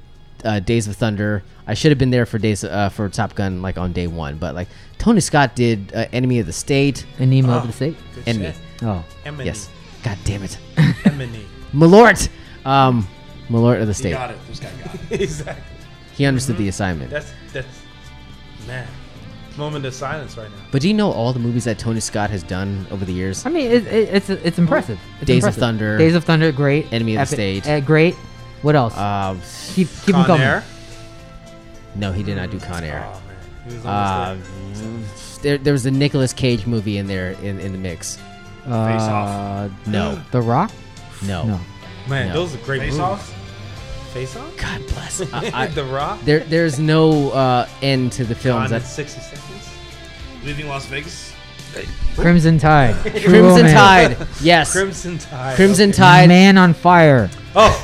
[SPEAKER 3] uh, Days of Thunder. I should have been there for Days uh, for Top Gun like on day one, but like Tony Scott did uh, Enemy of the State.
[SPEAKER 4] An email of the state.
[SPEAKER 3] Enemy.
[SPEAKER 4] Oh.
[SPEAKER 7] Emily.
[SPEAKER 3] Yes. God damn it,
[SPEAKER 7] Emily.
[SPEAKER 3] Malort. Um, Malort of the
[SPEAKER 1] He
[SPEAKER 3] State.
[SPEAKER 1] got it. This guy got it.
[SPEAKER 7] exactly.
[SPEAKER 3] He understood the assignment.
[SPEAKER 7] That's that's man. Moment of silence right now.
[SPEAKER 3] But do you know all the movies that Tony Scott has done over the years?
[SPEAKER 4] I mean, it, it, it's it's impressive. It's
[SPEAKER 3] Days of
[SPEAKER 4] impressive.
[SPEAKER 3] Thunder.
[SPEAKER 4] Days of Thunder. Great.
[SPEAKER 3] Enemy of the
[SPEAKER 4] Epic-
[SPEAKER 3] State.
[SPEAKER 4] eh, great. What else?
[SPEAKER 3] Uh,
[SPEAKER 4] keep keep him
[SPEAKER 7] Con
[SPEAKER 4] coming.
[SPEAKER 7] Air?
[SPEAKER 3] no, he did not do Con Air.
[SPEAKER 7] Oh man. He was almost
[SPEAKER 3] Uh,
[SPEAKER 7] there.
[SPEAKER 3] there, there was the Nicolas Cage movie in there in, in the mix.
[SPEAKER 1] Face off.
[SPEAKER 4] Uh,
[SPEAKER 3] No,
[SPEAKER 4] the Rock.
[SPEAKER 3] no.
[SPEAKER 4] No.
[SPEAKER 7] Man,
[SPEAKER 3] no.
[SPEAKER 7] those are great
[SPEAKER 1] Face
[SPEAKER 7] movies.
[SPEAKER 1] off.
[SPEAKER 7] Face off?
[SPEAKER 3] God bless. I, I-
[SPEAKER 7] the Rock?
[SPEAKER 3] there, there's no uh, end to the films.
[SPEAKER 7] Gone in
[SPEAKER 3] That's
[SPEAKER 7] 60 seconds?
[SPEAKER 1] Leaving Las Vegas.
[SPEAKER 4] Crimson Tide. True
[SPEAKER 3] Crimson
[SPEAKER 4] Romance.
[SPEAKER 3] Tide. Yes.
[SPEAKER 7] Crimson Tide.
[SPEAKER 3] Crimson
[SPEAKER 7] okay.
[SPEAKER 3] Tide.
[SPEAKER 4] Man on Fire.
[SPEAKER 7] Oh,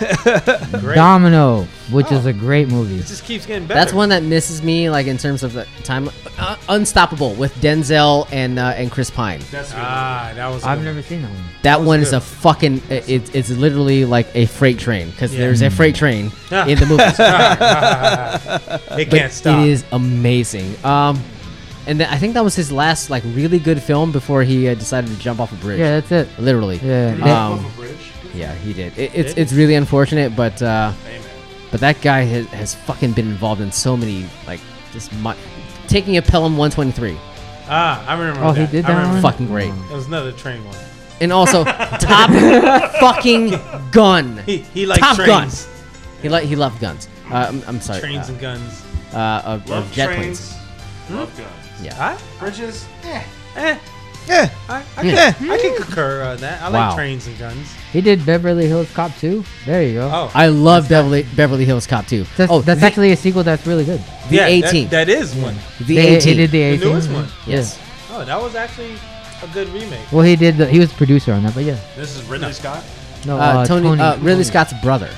[SPEAKER 7] great. Oh.
[SPEAKER 4] Domino, which is a great movie.
[SPEAKER 7] It just keeps getting better.
[SPEAKER 3] That's one that misses me, like in terms of the time. Uh, Unstoppable with Denzel and uh, and Chris Pine.
[SPEAKER 1] That's good.
[SPEAKER 7] Ah, that was. a
[SPEAKER 4] I've
[SPEAKER 7] good
[SPEAKER 4] never seen that one.
[SPEAKER 3] That one is
[SPEAKER 7] good.
[SPEAKER 3] a fucking. It, it- it's literally like a freight train because
[SPEAKER 7] Yeah.
[SPEAKER 4] Mm.
[SPEAKER 3] there's a freight train
[SPEAKER 7] Ah.
[SPEAKER 3] in the movie.
[SPEAKER 7] one. It
[SPEAKER 3] But
[SPEAKER 7] can't stop.
[SPEAKER 3] It is amazing. Um, and th- I think that was his last like really good film before he uh, decided to jump off a bridge.
[SPEAKER 4] Yeah, that's it.
[SPEAKER 3] literally.
[SPEAKER 4] Yeah. They-
[SPEAKER 3] Um, yeah, he did. It, it's it's really unfortunate, but uh,
[SPEAKER 1] Hey, man.
[SPEAKER 3] but that guy has, has fucking been involved in so many like just mi- taking a Pelham 123,
[SPEAKER 7] ah, I remember.
[SPEAKER 4] Oh,
[SPEAKER 7] that.
[SPEAKER 4] he did
[SPEAKER 7] I
[SPEAKER 4] that
[SPEAKER 7] remember
[SPEAKER 4] one?
[SPEAKER 3] fucking great,
[SPEAKER 7] It was another train one.
[SPEAKER 3] and also top fucking gun.
[SPEAKER 7] He he likes
[SPEAKER 3] Top
[SPEAKER 7] trains,
[SPEAKER 3] He lo- he loved guns. Uh, I'm, I'm sorry.
[SPEAKER 7] trains
[SPEAKER 3] uh,
[SPEAKER 7] and guns.
[SPEAKER 3] uh, uh, uh,
[SPEAKER 1] Love
[SPEAKER 3] jet
[SPEAKER 1] trains.
[SPEAKER 3] planes.
[SPEAKER 1] Love guns.
[SPEAKER 3] Yeah.
[SPEAKER 7] Huh?
[SPEAKER 1] Bridges. Eh.
[SPEAKER 7] Eh.
[SPEAKER 5] Yeah.
[SPEAKER 7] I, I,
[SPEAKER 3] Yeah.
[SPEAKER 7] can, I can concur on that. I
[SPEAKER 3] Hmm. Wow.
[SPEAKER 7] like trains and guns.
[SPEAKER 4] He did Beverly Hills Cop 2. There you go.
[SPEAKER 7] Oh,
[SPEAKER 3] I love Beverly, Beverly Hills Cop 2.
[SPEAKER 4] That's,
[SPEAKER 3] oh,
[SPEAKER 4] that's
[SPEAKER 3] the,
[SPEAKER 4] actually a sequel that's really good.
[SPEAKER 3] the Hmm.
[SPEAKER 7] yeah,
[SPEAKER 3] 18.
[SPEAKER 7] That, that is one.
[SPEAKER 3] the Uh,
[SPEAKER 4] They-
[SPEAKER 3] 18.
[SPEAKER 4] He did the 18.
[SPEAKER 7] The newest one.
[SPEAKER 3] yes.
[SPEAKER 7] Oh, that was actually a good remake.
[SPEAKER 4] Well, he did. The, he was producer on that, but yeah.
[SPEAKER 1] This is Ridley Scott.
[SPEAKER 4] No,
[SPEAKER 3] Uh, Tony, uh, Ridley Scott's brother.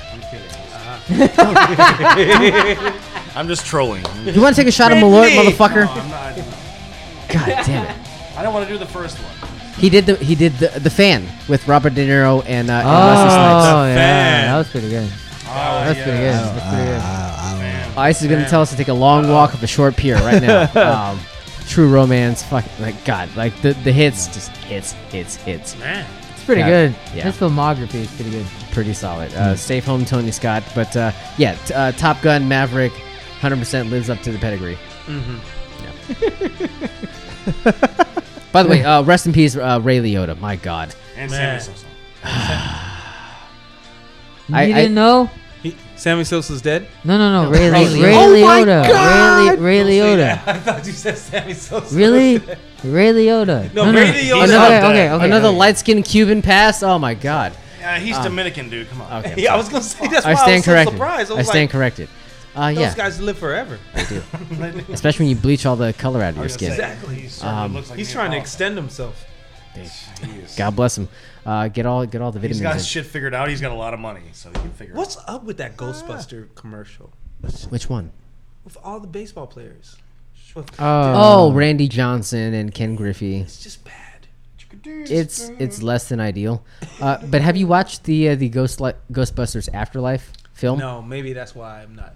[SPEAKER 1] I'm just trolling.
[SPEAKER 3] You want to take a shot of Malort, motherfucker?
[SPEAKER 1] I'm not, I
[SPEAKER 3] God damn it.
[SPEAKER 1] don't want to do the first one.
[SPEAKER 3] He did the he did the, the fan with Robert De Niro and, uh, and
[SPEAKER 4] Oh,
[SPEAKER 3] Wesley Snipes.
[SPEAKER 4] yeah,
[SPEAKER 7] fan. Oh, Uh,
[SPEAKER 4] that was pretty good. That's pretty good. That's pretty good.
[SPEAKER 3] Ice is going to tell us to take a long walk of a short pier right now. um, True Romance, fuck, like God, like the, the hits, just hits, hits, hits.
[SPEAKER 4] It's pretty
[SPEAKER 3] Yeah.
[SPEAKER 4] good.
[SPEAKER 3] Yeah.
[SPEAKER 4] His filmography is pretty good.
[SPEAKER 3] Pretty solid. Uh, Safe home, Tony Scott. But uh, yeah, t- uh, Top Gun, Maverick, 100% lives up to the pedigree. Mm-hmm. Yeah. By the way, uh, rest in peace, uh, Ray Liotta. My God.
[SPEAKER 1] And Sammy Simpson.
[SPEAKER 3] I-
[SPEAKER 4] you
[SPEAKER 3] I-
[SPEAKER 4] didn't know?
[SPEAKER 7] He, Sammy Sosa's dead.
[SPEAKER 4] No, no, no. Ray,
[SPEAKER 3] Ray
[SPEAKER 4] Lee- Ray
[SPEAKER 3] Liotta.
[SPEAKER 4] Liotta. Ray, Lee- Ray Liotta.
[SPEAKER 7] I thought you said Sammy Sosa.
[SPEAKER 4] Really? Ray Liotta.
[SPEAKER 7] No, Ray Liotta's
[SPEAKER 4] Another,
[SPEAKER 1] not
[SPEAKER 4] okay,
[SPEAKER 1] dead.
[SPEAKER 4] okay.
[SPEAKER 3] Another
[SPEAKER 4] okay.
[SPEAKER 3] light skinned Cuban pass. Oh, my God.
[SPEAKER 1] Yeah, he's Dominican, dude. Come on.
[SPEAKER 3] Okay.
[SPEAKER 7] Yeah, I was gonna say that's why
[SPEAKER 3] I
[SPEAKER 7] I,
[SPEAKER 3] stand
[SPEAKER 7] was so
[SPEAKER 3] corrected.
[SPEAKER 7] surprised. I
[SPEAKER 3] I,
[SPEAKER 7] was
[SPEAKER 3] stand
[SPEAKER 7] like,
[SPEAKER 3] corrected. Uh,
[SPEAKER 7] those
[SPEAKER 3] yeah,
[SPEAKER 7] guys live forever.
[SPEAKER 3] especially when you bleach all the color out of your
[SPEAKER 1] I was gonna
[SPEAKER 3] skin.
[SPEAKER 1] say, he certainly looks like
[SPEAKER 7] He's
[SPEAKER 1] me.
[SPEAKER 7] trying to
[SPEAKER 1] Oh,
[SPEAKER 7] extend himself.
[SPEAKER 1] jeez.
[SPEAKER 3] Um, God bless him. Uh, get all get all the
[SPEAKER 1] He's got
[SPEAKER 3] vitamins.
[SPEAKER 1] shit figured out. He's got a lot of money, so he can figure it out.
[SPEAKER 7] What's up with that Ghostbuster commercial
[SPEAKER 3] in. Which one?
[SPEAKER 7] with all the baseball players? With- uh,
[SPEAKER 3] Oh, Randy Johnson and Ken Griffey.
[SPEAKER 7] it's just bad.
[SPEAKER 3] It's it's less than ideal. Uh, but have you watched the uh, the Ghost Li- Ghostbusters Afterlife film?
[SPEAKER 7] No, maybe that's why I'm not.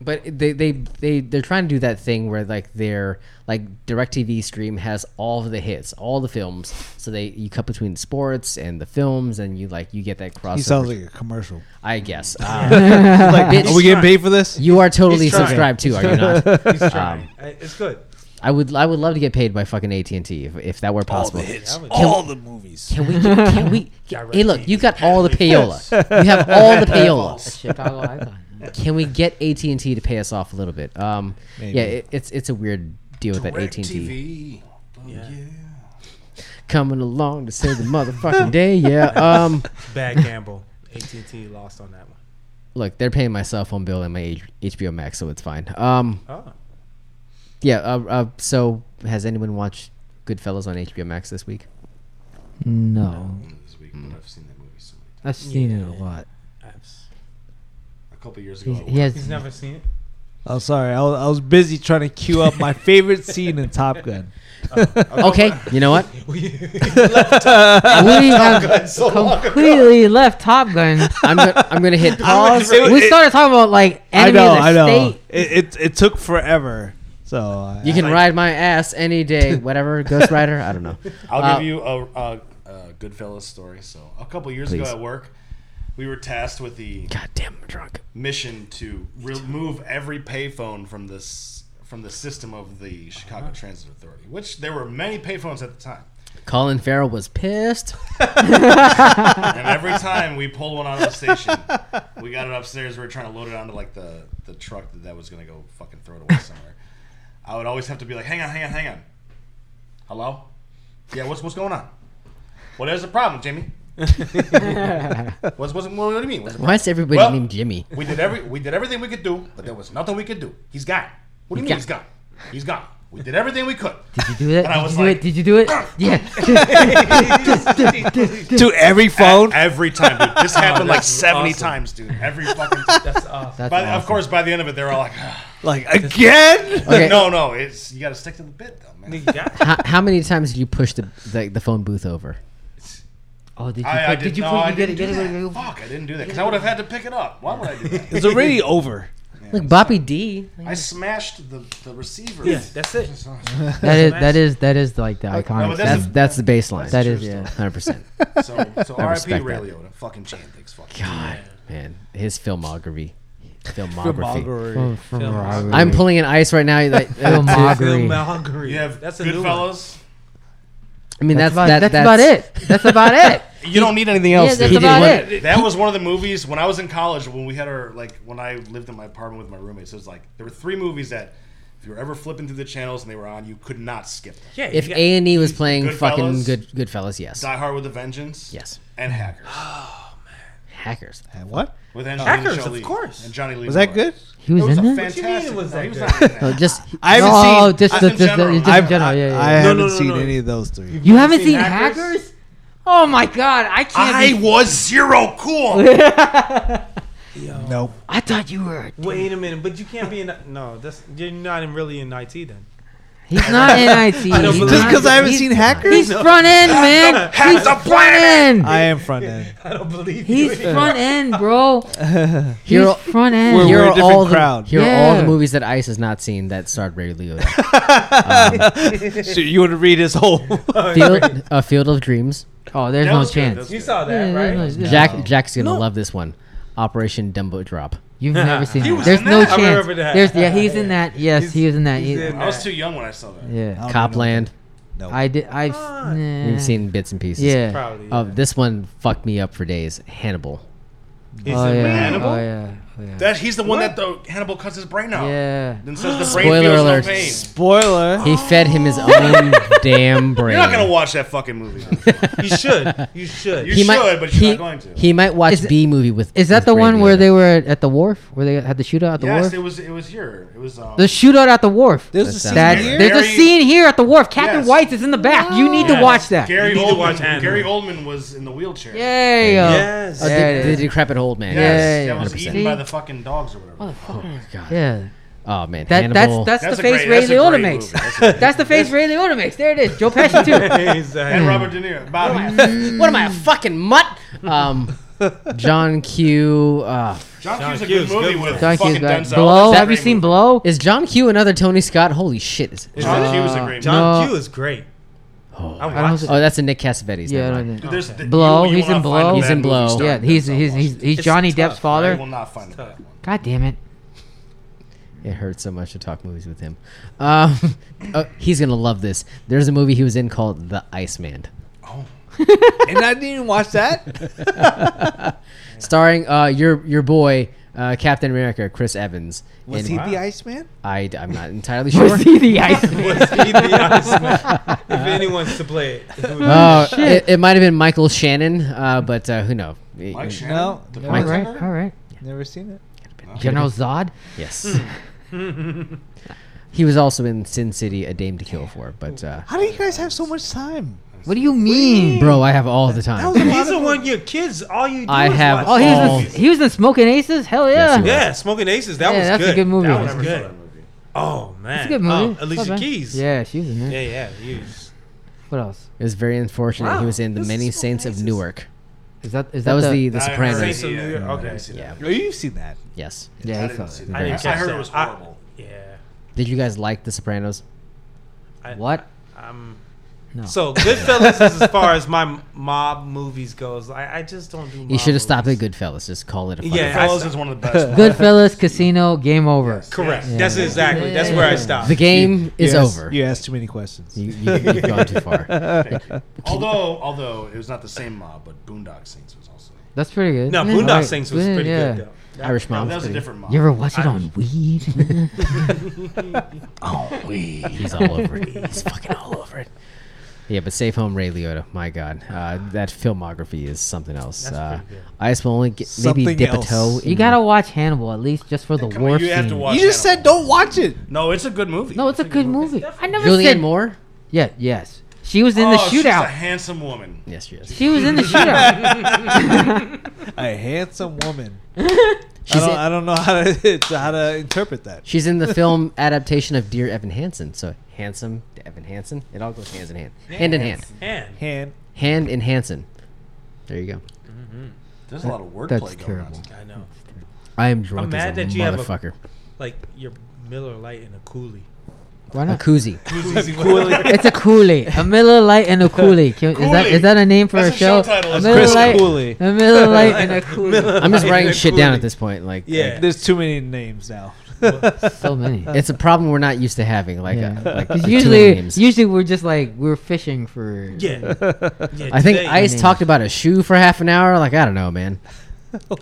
[SPEAKER 3] But they they they they're trying to do that thing where like their like Directv stream has all of the hits, all the films. So they you cut between the sports and the films, and you like you get that crossover.
[SPEAKER 5] He sounds like a commercial.
[SPEAKER 3] I guess. Uh,
[SPEAKER 5] like,
[SPEAKER 3] bitch.
[SPEAKER 5] are we getting paid for this?
[SPEAKER 3] you are totally
[SPEAKER 7] He's trying.
[SPEAKER 3] subscribed too, are you not? Um,
[SPEAKER 7] He's trying. I- it's good.
[SPEAKER 3] I would I would love to get paid by fucking AT and T if, if that were possible.
[SPEAKER 7] I would-
[SPEAKER 5] all the movies.
[SPEAKER 3] Can we? Can, can we? hey, look, you got all the payola. You have all the payola.
[SPEAKER 4] Chicago icon.
[SPEAKER 3] Can we get AT and T to pay us off a little bit? Um, yeah, it, it's it's a weird deal with that AT and
[SPEAKER 1] TV.
[SPEAKER 3] T
[SPEAKER 7] Yeah.
[SPEAKER 3] coming along to save the motherfucking day. Yeah. Um,
[SPEAKER 7] Bad gamble. AT&T lost on that one.
[SPEAKER 3] look, they're paying my cell phone bill and my H- HBO Max, so it's fine. Um,
[SPEAKER 7] Oh.
[SPEAKER 3] yeah. Uh, uh, so has anyone watched Goodfellas on HBO Max this week? Oh.
[SPEAKER 4] No.
[SPEAKER 1] This week, but I've seen that movie so many
[SPEAKER 4] I've seen it a lot.
[SPEAKER 7] Abs.
[SPEAKER 1] times. A couple years ago.
[SPEAKER 4] He's,
[SPEAKER 1] at
[SPEAKER 4] he
[SPEAKER 1] work,
[SPEAKER 4] has.
[SPEAKER 7] Oh, He's never seen it.
[SPEAKER 5] Oh, sorry. I was, I was busy trying to queue up my favorite scene in Top Gun.
[SPEAKER 1] Oh.
[SPEAKER 3] Okay, you know what?
[SPEAKER 4] we have completely left Top Gun.
[SPEAKER 3] I'm gonna, I'm gonna hit pause.
[SPEAKER 4] we started talking about like
[SPEAKER 5] I
[SPEAKER 4] enemy
[SPEAKER 5] know.
[SPEAKER 4] of the
[SPEAKER 5] I know.
[SPEAKER 4] state.
[SPEAKER 5] It, it it took forever. So uh, I,
[SPEAKER 3] You can ride my ass any day, whatever. Ghost Rider, I don't know.
[SPEAKER 1] I'll
[SPEAKER 3] Uh,
[SPEAKER 1] give you a, a, a Goodfellas story. So, a couple years
[SPEAKER 3] Please.
[SPEAKER 1] ago at work, we were tasked with the
[SPEAKER 3] God damn, I'm drunk.
[SPEAKER 1] mission to remove every payphone from this from the system of the
[SPEAKER 3] Uh-huh.
[SPEAKER 1] Chicago Transit Authority, which there were many payphones at the time.
[SPEAKER 3] Colin Farrell was pissed.
[SPEAKER 1] And every time we pulled one out of the station, we got it upstairs. We were trying to load it onto like the the truck that, that was gonna go fucking throw it away somewhere. I would always have to be like, hang on, hang on, hang on. Hello? Yeah, what's what's going on? Well, there's a problem, Jimmy. what's, what's, what do you mean? What's the problem?
[SPEAKER 3] Why is everybody
[SPEAKER 1] Well-
[SPEAKER 3] named Jimmy?
[SPEAKER 1] We did every we did everything we could do, but there was nothing we could do. He's gone. What do you mean
[SPEAKER 3] He's
[SPEAKER 1] he's gone? He's gone. We did everything we could.
[SPEAKER 4] Did you do that?
[SPEAKER 1] And I
[SPEAKER 4] Did
[SPEAKER 1] was
[SPEAKER 4] you do
[SPEAKER 1] like-
[SPEAKER 4] it? Did you do it? Yeah.
[SPEAKER 5] to every phone.
[SPEAKER 1] Every time, dude. This happened like
[SPEAKER 7] that's
[SPEAKER 1] 70
[SPEAKER 7] awesome.
[SPEAKER 1] times, dude. Oh, Every fucking time.
[SPEAKER 7] That's awesome.
[SPEAKER 4] That's
[SPEAKER 1] By,
[SPEAKER 4] awesome.
[SPEAKER 1] Of course, by the end of it, they were all like,
[SPEAKER 5] like again.
[SPEAKER 3] Okay.
[SPEAKER 1] no, no. It's You got to stick to the bit, though, man.
[SPEAKER 7] You got it.
[SPEAKER 3] How, how many times did you push the, the the phone booth over?
[SPEAKER 4] Oh, did you?
[SPEAKER 1] I, I
[SPEAKER 4] put- did
[SPEAKER 1] didn't,
[SPEAKER 4] you?
[SPEAKER 1] no,
[SPEAKER 4] put-
[SPEAKER 1] I
[SPEAKER 4] you get it?
[SPEAKER 1] didn't
[SPEAKER 4] Get
[SPEAKER 1] do
[SPEAKER 4] it?
[SPEAKER 1] that.
[SPEAKER 4] get it-
[SPEAKER 1] Fuck, I didn't do that because I would have had to pick it up. Why would I do that?
[SPEAKER 5] It's already over.
[SPEAKER 3] Like Bobby D.
[SPEAKER 1] I smashed the, the receiver.
[SPEAKER 7] Yeah, that's it.
[SPEAKER 4] That is. That is. That is like the
[SPEAKER 1] no,
[SPEAKER 4] iconic.
[SPEAKER 1] but
[SPEAKER 4] That's
[SPEAKER 3] That's that's the baseline.
[SPEAKER 4] that
[SPEAKER 3] That
[SPEAKER 4] is
[SPEAKER 3] is
[SPEAKER 4] yeah.
[SPEAKER 3] 100. percent
[SPEAKER 1] So, so RIP
[SPEAKER 3] respect
[SPEAKER 1] Ray
[SPEAKER 3] that.
[SPEAKER 1] Liotta. Fucking Chantix. Fucking.
[SPEAKER 3] God, man, his filmography, filmography.
[SPEAKER 5] Filmography.
[SPEAKER 3] I'm pulling an ice right now. Like, I
[SPEAKER 4] Filmography.
[SPEAKER 7] Filmography.
[SPEAKER 1] You have
[SPEAKER 7] that's a new one.
[SPEAKER 1] Goodfellas.
[SPEAKER 3] mean, that's
[SPEAKER 4] That's about,
[SPEAKER 3] that,
[SPEAKER 4] that's about it. That's about it.
[SPEAKER 1] You don't need anything else,
[SPEAKER 4] Yeah, that's
[SPEAKER 1] dude.
[SPEAKER 4] about
[SPEAKER 3] one-
[SPEAKER 4] it.
[SPEAKER 1] That was one of the movies when I was in college when we had our like when I lived in my apartment with my roommates. It was like there were three movies that you were ever flipping through the channels and they were on, you could not skip them.
[SPEAKER 7] Yeah,
[SPEAKER 3] If
[SPEAKER 7] you got-
[SPEAKER 3] A and E was playing
[SPEAKER 1] Goodfellas?
[SPEAKER 3] fucking good Goodfellas, yes,
[SPEAKER 1] Die Hard with a Vengeance.
[SPEAKER 3] Yes.
[SPEAKER 1] And Hackers.
[SPEAKER 3] hackers.
[SPEAKER 5] What?
[SPEAKER 1] With Angelina
[SPEAKER 7] Hackers, of
[SPEAKER 1] Jolie
[SPEAKER 7] course. Mhm.
[SPEAKER 1] And Johnny Lee.
[SPEAKER 5] Was that
[SPEAKER 1] Miller.
[SPEAKER 5] good?
[SPEAKER 4] He was,
[SPEAKER 1] It was a
[SPEAKER 4] in there.
[SPEAKER 1] fantastic.
[SPEAKER 7] you mean it was
[SPEAKER 1] no,
[SPEAKER 7] that
[SPEAKER 1] he was
[SPEAKER 7] good?
[SPEAKER 1] not in that.
[SPEAKER 4] Oh, just
[SPEAKER 5] I haven't
[SPEAKER 4] no,
[SPEAKER 5] seen-
[SPEAKER 4] just,
[SPEAKER 1] I-
[SPEAKER 4] just,
[SPEAKER 1] in
[SPEAKER 4] just,
[SPEAKER 1] general.
[SPEAKER 4] just in
[SPEAKER 1] I've-
[SPEAKER 4] general. Yeah, yeah.
[SPEAKER 5] I
[SPEAKER 7] No,
[SPEAKER 5] haven't
[SPEAKER 7] no, no,
[SPEAKER 5] seen
[SPEAKER 7] no.
[SPEAKER 5] any of those three.
[SPEAKER 4] you haven't
[SPEAKER 7] seen
[SPEAKER 4] seen
[SPEAKER 7] Hackers?
[SPEAKER 4] hackers? Oh my god, I can't.
[SPEAKER 1] I
[SPEAKER 4] I,
[SPEAKER 1] was zero cool.
[SPEAKER 5] Nope.
[SPEAKER 4] I thought you were.
[SPEAKER 7] Wait a minute, but you can't be in. No, that's you're not in, really in IT then.
[SPEAKER 4] He's not in IT.
[SPEAKER 7] don't
[SPEAKER 4] He's
[SPEAKER 7] believe
[SPEAKER 5] Just
[SPEAKER 4] not-
[SPEAKER 5] because I haven't
[SPEAKER 4] he's-
[SPEAKER 5] seen Hackers?
[SPEAKER 4] He's front end, man. He's front end.
[SPEAKER 5] I am front end.
[SPEAKER 7] I don't believe you.
[SPEAKER 4] He's front end, bro.
[SPEAKER 3] You're-
[SPEAKER 4] He's front end.
[SPEAKER 5] We're-
[SPEAKER 3] Here
[SPEAKER 5] a
[SPEAKER 3] are
[SPEAKER 5] different
[SPEAKER 3] all the,
[SPEAKER 5] crowd.
[SPEAKER 3] Here are all the
[SPEAKER 4] Yeah.
[SPEAKER 3] movies that Ice has not seen that starred Ray Liotta.
[SPEAKER 5] So you want to read his whole?
[SPEAKER 3] Field, uh, Field of Dreams.
[SPEAKER 4] oh, there's
[SPEAKER 1] That
[SPEAKER 4] no
[SPEAKER 1] was good,
[SPEAKER 4] chance.
[SPEAKER 1] that's
[SPEAKER 7] You
[SPEAKER 1] good.
[SPEAKER 7] saw that,
[SPEAKER 4] Yeah,
[SPEAKER 7] right?
[SPEAKER 4] there's no-
[SPEAKER 3] Jack Jack's gonna love this one. Operation Dumbo Drop.
[SPEAKER 4] You've never seen
[SPEAKER 1] He
[SPEAKER 4] that.
[SPEAKER 1] was
[SPEAKER 4] There's
[SPEAKER 1] in
[SPEAKER 4] no
[SPEAKER 1] that? I
[SPEAKER 4] chance.
[SPEAKER 7] remember that.
[SPEAKER 4] There's yeah, he's in that. Yes, he was in that.
[SPEAKER 7] he's
[SPEAKER 4] He-
[SPEAKER 7] in-
[SPEAKER 1] I was too young when I saw that.
[SPEAKER 4] yeah.
[SPEAKER 3] Copland.
[SPEAKER 4] I did. I.
[SPEAKER 7] Ah.
[SPEAKER 4] nah.
[SPEAKER 3] We've seen bits and pieces.
[SPEAKER 4] Yeah.
[SPEAKER 7] Probably.
[SPEAKER 3] Oh, this one fucked me up for days. Hannibal.
[SPEAKER 7] He's
[SPEAKER 4] Oh
[SPEAKER 7] in
[SPEAKER 4] yeah.
[SPEAKER 1] Hannibal?
[SPEAKER 4] Oh yeah. Oh, yeah.
[SPEAKER 1] That he's the one that the Hannibal cuts his brain out.
[SPEAKER 4] Yeah.
[SPEAKER 1] Then says the brain
[SPEAKER 3] Spoiler
[SPEAKER 1] feels
[SPEAKER 3] alert.
[SPEAKER 1] no pain.
[SPEAKER 5] Spoiler.
[SPEAKER 3] He fed him his own damn brain.
[SPEAKER 1] Oh. You're not gonna watch that fucking movie.
[SPEAKER 7] You should. You should.
[SPEAKER 1] You
[SPEAKER 3] He
[SPEAKER 1] should,
[SPEAKER 3] might-
[SPEAKER 1] but you're
[SPEAKER 3] he,
[SPEAKER 1] not going to.
[SPEAKER 3] He might watch
[SPEAKER 4] Is it-
[SPEAKER 3] B movie with.
[SPEAKER 4] Is that
[SPEAKER 3] with
[SPEAKER 4] the
[SPEAKER 3] Ray
[SPEAKER 4] one where
[SPEAKER 3] Liotta.
[SPEAKER 4] they were at, at the wharf, where they had the shootout at the
[SPEAKER 1] yes,
[SPEAKER 4] wharf?
[SPEAKER 1] it was. It was your. It was. Um,
[SPEAKER 4] the shootout at the wharf.
[SPEAKER 5] There's
[SPEAKER 3] That
[SPEAKER 5] a
[SPEAKER 3] sounds
[SPEAKER 5] scene
[SPEAKER 4] That's,
[SPEAKER 1] There-
[SPEAKER 5] here.
[SPEAKER 4] there's a
[SPEAKER 1] Gary-
[SPEAKER 4] scene here at the wharf. Captain
[SPEAKER 1] Yes.
[SPEAKER 4] White's is in the back. You need to
[SPEAKER 1] Yes.
[SPEAKER 4] watch that.
[SPEAKER 1] Gary
[SPEAKER 7] You need to watch
[SPEAKER 1] Oldman.
[SPEAKER 7] Hannibal.
[SPEAKER 1] Gary Oldman was in the wheelchair.
[SPEAKER 4] Yay.
[SPEAKER 7] Yes.
[SPEAKER 3] Oh,
[SPEAKER 4] There it
[SPEAKER 3] the, the
[SPEAKER 4] is.
[SPEAKER 3] decrepit old man.
[SPEAKER 1] Yes,
[SPEAKER 4] Yeah,
[SPEAKER 1] that was
[SPEAKER 3] 100%.
[SPEAKER 1] eaten by the fucking dogs or whatever.
[SPEAKER 4] Yeah.
[SPEAKER 3] Oh man,
[SPEAKER 4] That,
[SPEAKER 3] Hannibal.
[SPEAKER 4] that's that's,
[SPEAKER 1] That's
[SPEAKER 4] the
[SPEAKER 1] a
[SPEAKER 4] face
[SPEAKER 1] great-
[SPEAKER 4] Ray
[SPEAKER 1] that's a
[SPEAKER 4] Liotta
[SPEAKER 1] great
[SPEAKER 4] makes.
[SPEAKER 1] movie. That's a great-
[SPEAKER 4] That's the face Ray Liotta makes. There it is. Joe Pesci too.
[SPEAKER 7] exactly.
[SPEAKER 1] and Robert De Niro. Bobby.
[SPEAKER 3] what am I a fucking mutt? Um, John Q. Uh,
[SPEAKER 1] John Q's a
[SPEAKER 7] Q's
[SPEAKER 1] good movie
[SPEAKER 7] good
[SPEAKER 1] with
[SPEAKER 4] John
[SPEAKER 1] fucking
[SPEAKER 4] Hughes got
[SPEAKER 1] Denzel.
[SPEAKER 4] Blow.
[SPEAKER 1] That's a
[SPEAKER 4] Have you
[SPEAKER 1] great
[SPEAKER 4] seen
[SPEAKER 1] movie.
[SPEAKER 4] Blow?
[SPEAKER 3] is John Q another Tony Scott? Holy shit! is-
[SPEAKER 1] John Q was a great movie.
[SPEAKER 7] John
[SPEAKER 4] No.
[SPEAKER 7] Q is great.
[SPEAKER 3] Oh,
[SPEAKER 7] I
[SPEAKER 4] I
[SPEAKER 7] watched
[SPEAKER 4] don't-
[SPEAKER 7] it.
[SPEAKER 3] oh, that's a Nick Cassavetes.
[SPEAKER 4] Yeah. I
[SPEAKER 3] never
[SPEAKER 4] don't
[SPEAKER 3] mind.
[SPEAKER 4] know.
[SPEAKER 1] Dude, there's- th-
[SPEAKER 4] Blow,
[SPEAKER 1] you- you
[SPEAKER 4] he's
[SPEAKER 1] will
[SPEAKER 4] in
[SPEAKER 1] not find
[SPEAKER 4] Blow.
[SPEAKER 1] a
[SPEAKER 3] He's
[SPEAKER 1] bad
[SPEAKER 3] in
[SPEAKER 1] movie
[SPEAKER 3] Blow.
[SPEAKER 1] starring
[SPEAKER 4] Yeah. He's
[SPEAKER 1] Denzel
[SPEAKER 4] he's he's, he's
[SPEAKER 7] It's
[SPEAKER 4] Johnny
[SPEAKER 7] tough,
[SPEAKER 1] Washington.
[SPEAKER 4] Depp's father.
[SPEAKER 1] You will not find a bad one.
[SPEAKER 4] God damn it.
[SPEAKER 3] It hurts so much to talk movies with him. Um, oh, he's gonna love this. There's a movie he was in called The Iceman,
[SPEAKER 5] and I didn't even watch that.
[SPEAKER 3] starring uh, your your boy uh, Captain America, Chris Evans. And
[SPEAKER 5] Was he the Iceman?
[SPEAKER 3] I am not entirely sure.
[SPEAKER 4] See the ice.
[SPEAKER 7] Was he the honest man? If anyone's to play it, it would be-
[SPEAKER 3] Oh, it, it might have been Michael Shannon, uh, but uh, who knows?
[SPEAKER 1] Mike Shannon?
[SPEAKER 5] No.
[SPEAKER 1] The
[SPEAKER 4] All
[SPEAKER 1] Prisoner?
[SPEAKER 4] right. All right.
[SPEAKER 5] Never seen it.
[SPEAKER 4] General Zod.
[SPEAKER 3] Yes. he was also in Sin City, A Dame to Kill For, but uh,
[SPEAKER 5] How do you guys have so much time?
[SPEAKER 4] What do you mean?
[SPEAKER 3] bro, I have all the
[SPEAKER 5] That was a
[SPEAKER 3] time.
[SPEAKER 5] lot
[SPEAKER 7] He's the
[SPEAKER 5] of
[SPEAKER 7] one your kids. All you do
[SPEAKER 3] I
[SPEAKER 7] is
[SPEAKER 3] have
[SPEAKER 7] watch
[SPEAKER 4] Oh, he
[SPEAKER 3] all-
[SPEAKER 7] movies.
[SPEAKER 4] was in, he was in Smoking Aces. Hell yeah.
[SPEAKER 3] Yes, he was.
[SPEAKER 7] Yeah, Smoking Aces. That
[SPEAKER 4] Yeah,
[SPEAKER 7] was
[SPEAKER 4] that's a
[SPEAKER 7] good.
[SPEAKER 4] good movie.
[SPEAKER 7] That was
[SPEAKER 4] That's
[SPEAKER 1] Never saw that
[SPEAKER 7] good.
[SPEAKER 1] movie.
[SPEAKER 7] Oh man,
[SPEAKER 4] It's a good movie.
[SPEAKER 7] Oh, Alicia
[SPEAKER 4] Not bad.
[SPEAKER 7] Keys.
[SPEAKER 4] Yeah, she was in there.
[SPEAKER 7] yeah, yeah. he was-
[SPEAKER 4] What else?
[SPEAKER 3] It was very unfortunate.
[SPEAKER 7] Wow,
[SPEAKER 3] he was in The
[SPEAKER 7] this is
[SPEAKER 3] Many
[SPEAKER 7] so
[SPEAKER 3] Saints of
[SPEAKER 7] racist.
[SPEAKER 3] Newark.
[SPEAKER 4] Is that is
[SPEAKER 3] That
[SPEAKER 4] that,
[SPEAKER 3] was the The
[SPEAKER 1] I heard
[SPEAKER 3] Sopranos.
[SPEAKER 1] he,
[SPEAKER 7] So
[SPEAKER 1] uh,
[SPEAKER 7] New York- okay.
[SPEAKER 1] I see that.
[SPEAKER 3] Yeah.
[SPEAKER 5] Oh, you've seen that.
[SPEAKER 3] Yes.
[SPEAKER 1] I
[SPEAKER 4] Yeah, he
[SPEAKER 1] didn't
[SPEAKER 4] saw
[SPEAKER 1] see
[SPEAKER 4] it.
[SPEAKER 1] that.
[SPEAKER 3] Very
[SPEAKER 1] I-
[SPEAKER 3] good.
[SPEAKER 1] I heard it was
[SPEAKER 7] I-
[SPEAKER 1] horrible.
[SPEAKER 7] Yeah.
[SPEAKER 3] Did you guys like The Sopranos?
[SPEAKER 7] I-
[SPEAKER 4] What? Oh.
[SPEAKER 7] Um,
[SPEAKER 4] No.
[SPEAKER 7] So Goodfellas is as far as my mob movies goes. I, I just don't do. Mob
[SPEAKER 3] You should have stopped at
[SPEAKER 7] movies.
[SPEAKER 3] Goodfellas. Just call it a fucking
[SPEAKER 7] Yeah, I
[SPEAKER 1] Goodfellas
[SPEAKER 7] saw-
[SPEAKER 1] is one of the best.
[SPEAKER 4] Goodfellas, Casino, Game Over.
[SPEAKER 7] Correct. That's exactly. That's where I stopped.
[SPEAKER 3] The game is
[SPEAKER 5] You asked-
[SPEAKER 3] over.
[SPEAKER 5] You asked too many questions.
[SPEAKER 3] You, you, have gone too far.
[SPEAKER 1] although, although it was not the same mob, but Boondock Saints was also.
[SPEAKER 4] That's pretty good.
[SPEAKER 7] no,
[SPEAKER 4] Yeah.
[SPEAKER 7] Boondock
[SPEAKER 4] Alright,
[SPEAKER 7] Saints was pretty good though.
[SPEAKER 3] Irish
[SPEAKER 1] No,
[SPEAKER 3] Mom.
[SPEAKER 1] that was a different mob.
[SPEAKER 4] You ever watch it on weed?
[SPEAKER 3] He's all over it. He's fucking all over it. Yeah, but Safe Home Ray Liotta. My God, uh, that filmography is something else. uh, I just will only get, maybe
[SPEAKER 5] Something
[SPEAKER 3] dip
[SPEAKER 5] else.
[SPEAKER 3] a toe.
[SPEAKER 4] you
[SPEAKER 3] in-
[SPEAKER 4] gotta watch Hannibal at least just for the
[SPEAKER 1] Come on,
[SPEAKER 4] war
[SPEAKER 1] you have to
[SPEAKER 4] scene.
[SPEAKER 1] watch.
[SPEAKER 5] You just said
[SPEAKER 1] Hannibal.
[SPEAKER 5] don't watch it.
[SPEAKER 1] No, it's a good movie.
[SPEAKER 4] No, it's a good movie. I never said
[SPEAKER 3] Julianne Moore.
[SPEAKER 4] Yeah, yes. She was in
[SPEAKER 1] oh,
[SPEAKER 4] the
[SPEAKER 1] She's a
[SPEAKER 4] shootout.
[SPEAKER 1] handsome woman.
[SPEAKER 3] Yes, she is.
[SPEAKER 4] She was in the shootout.
[SPEAKER 5] A handsome woman. I
[SPEAKER 3] She's
[SPEAKER 5] don't,
[SPEAKER 3] in,
[SPEAKER 5] I don't know how to how to interpret that.
[SPEAKER 3] she's in the film adaptation of Dear Evan Hansen. So handsome to Evan Hansen. It all goes hands in hand, hand in hand,
[SPEAKER 7] And
[SPEAKER 5] Hand.
[SPEAKER 3] hand in Hansen. There you go.
[SPEAKER 1] There's a lot of wordplay
[SPEAKER 4] That's
[SPEAKER 1] going
[SPEAKER 4] terrible.
[SPEAKER 1] on.
[SPEAKER 7] I know,
[SPEAKER 3] I am drunk
[SPEAKER 7] I'm
[SPEAKER 3] as
[SPEAKER 7] mad
[SPEAKER 3] a
[SPEAKER 7] that you have a-
[SPEAKER 3] motherfucker.
[SPEAKER 7] like your Miller Light and a coolie.
[SPEAKER 4] Why
[SPEAKER 3] A
[SPEAKER 4] not?
[SPEAKER 3] koozie.
[SPEAKER 4] It's a coolie. A Miller Light and a coolie. Can- Is that is that a name for
[SPEAKER 1] That's
[SPEAKER 4] a
[SPEAKER 1] a
[SPEAKER 4] show?
[SPEAKER 1] show title.
[SPEAKER 4] A
[SPEAKER 1] It's
[SPEAKER 4] Miller
[SPEAKER 5] Chris
[SPEAKER 4] Light.
[SPEAKER 5] Cooley.
[SPEAKER 4] A Miller Light and a coolie.
[SPEAKER 3] I'm just writing
[SPEAKER 7] a
[SPEAKER 3] shit down at
[SPEAKER 7] coolie.
[SPEAKER 3] this point. Like,
[SPEAKER 7] Yeah.
[SPEAKER 5] There's too many names now.
[SPEAKER 4] So many.
[SPEAKER 3] it's a problem we're not used to having. Like,
[SPEAKER 4] Yeah.
[SPEAKER 3] uh, like
[SPEAKER 4] 'Cause
[SPEAKER 3] the
[SPEAKER 4] usually,
[SPEAKER 3] names.
[SPEAKER 4] usually we're just like we're fishing for.
[SPEAKER 7] Yeah. yeah
[SPEAKER 3] I think
[SPEAKER 7] today-
[SPEAKER 3] Ice
[SPEAKER 4] name.
[SPEAKER 3] talked about a shoe for half an hour. Like, I don't know, man.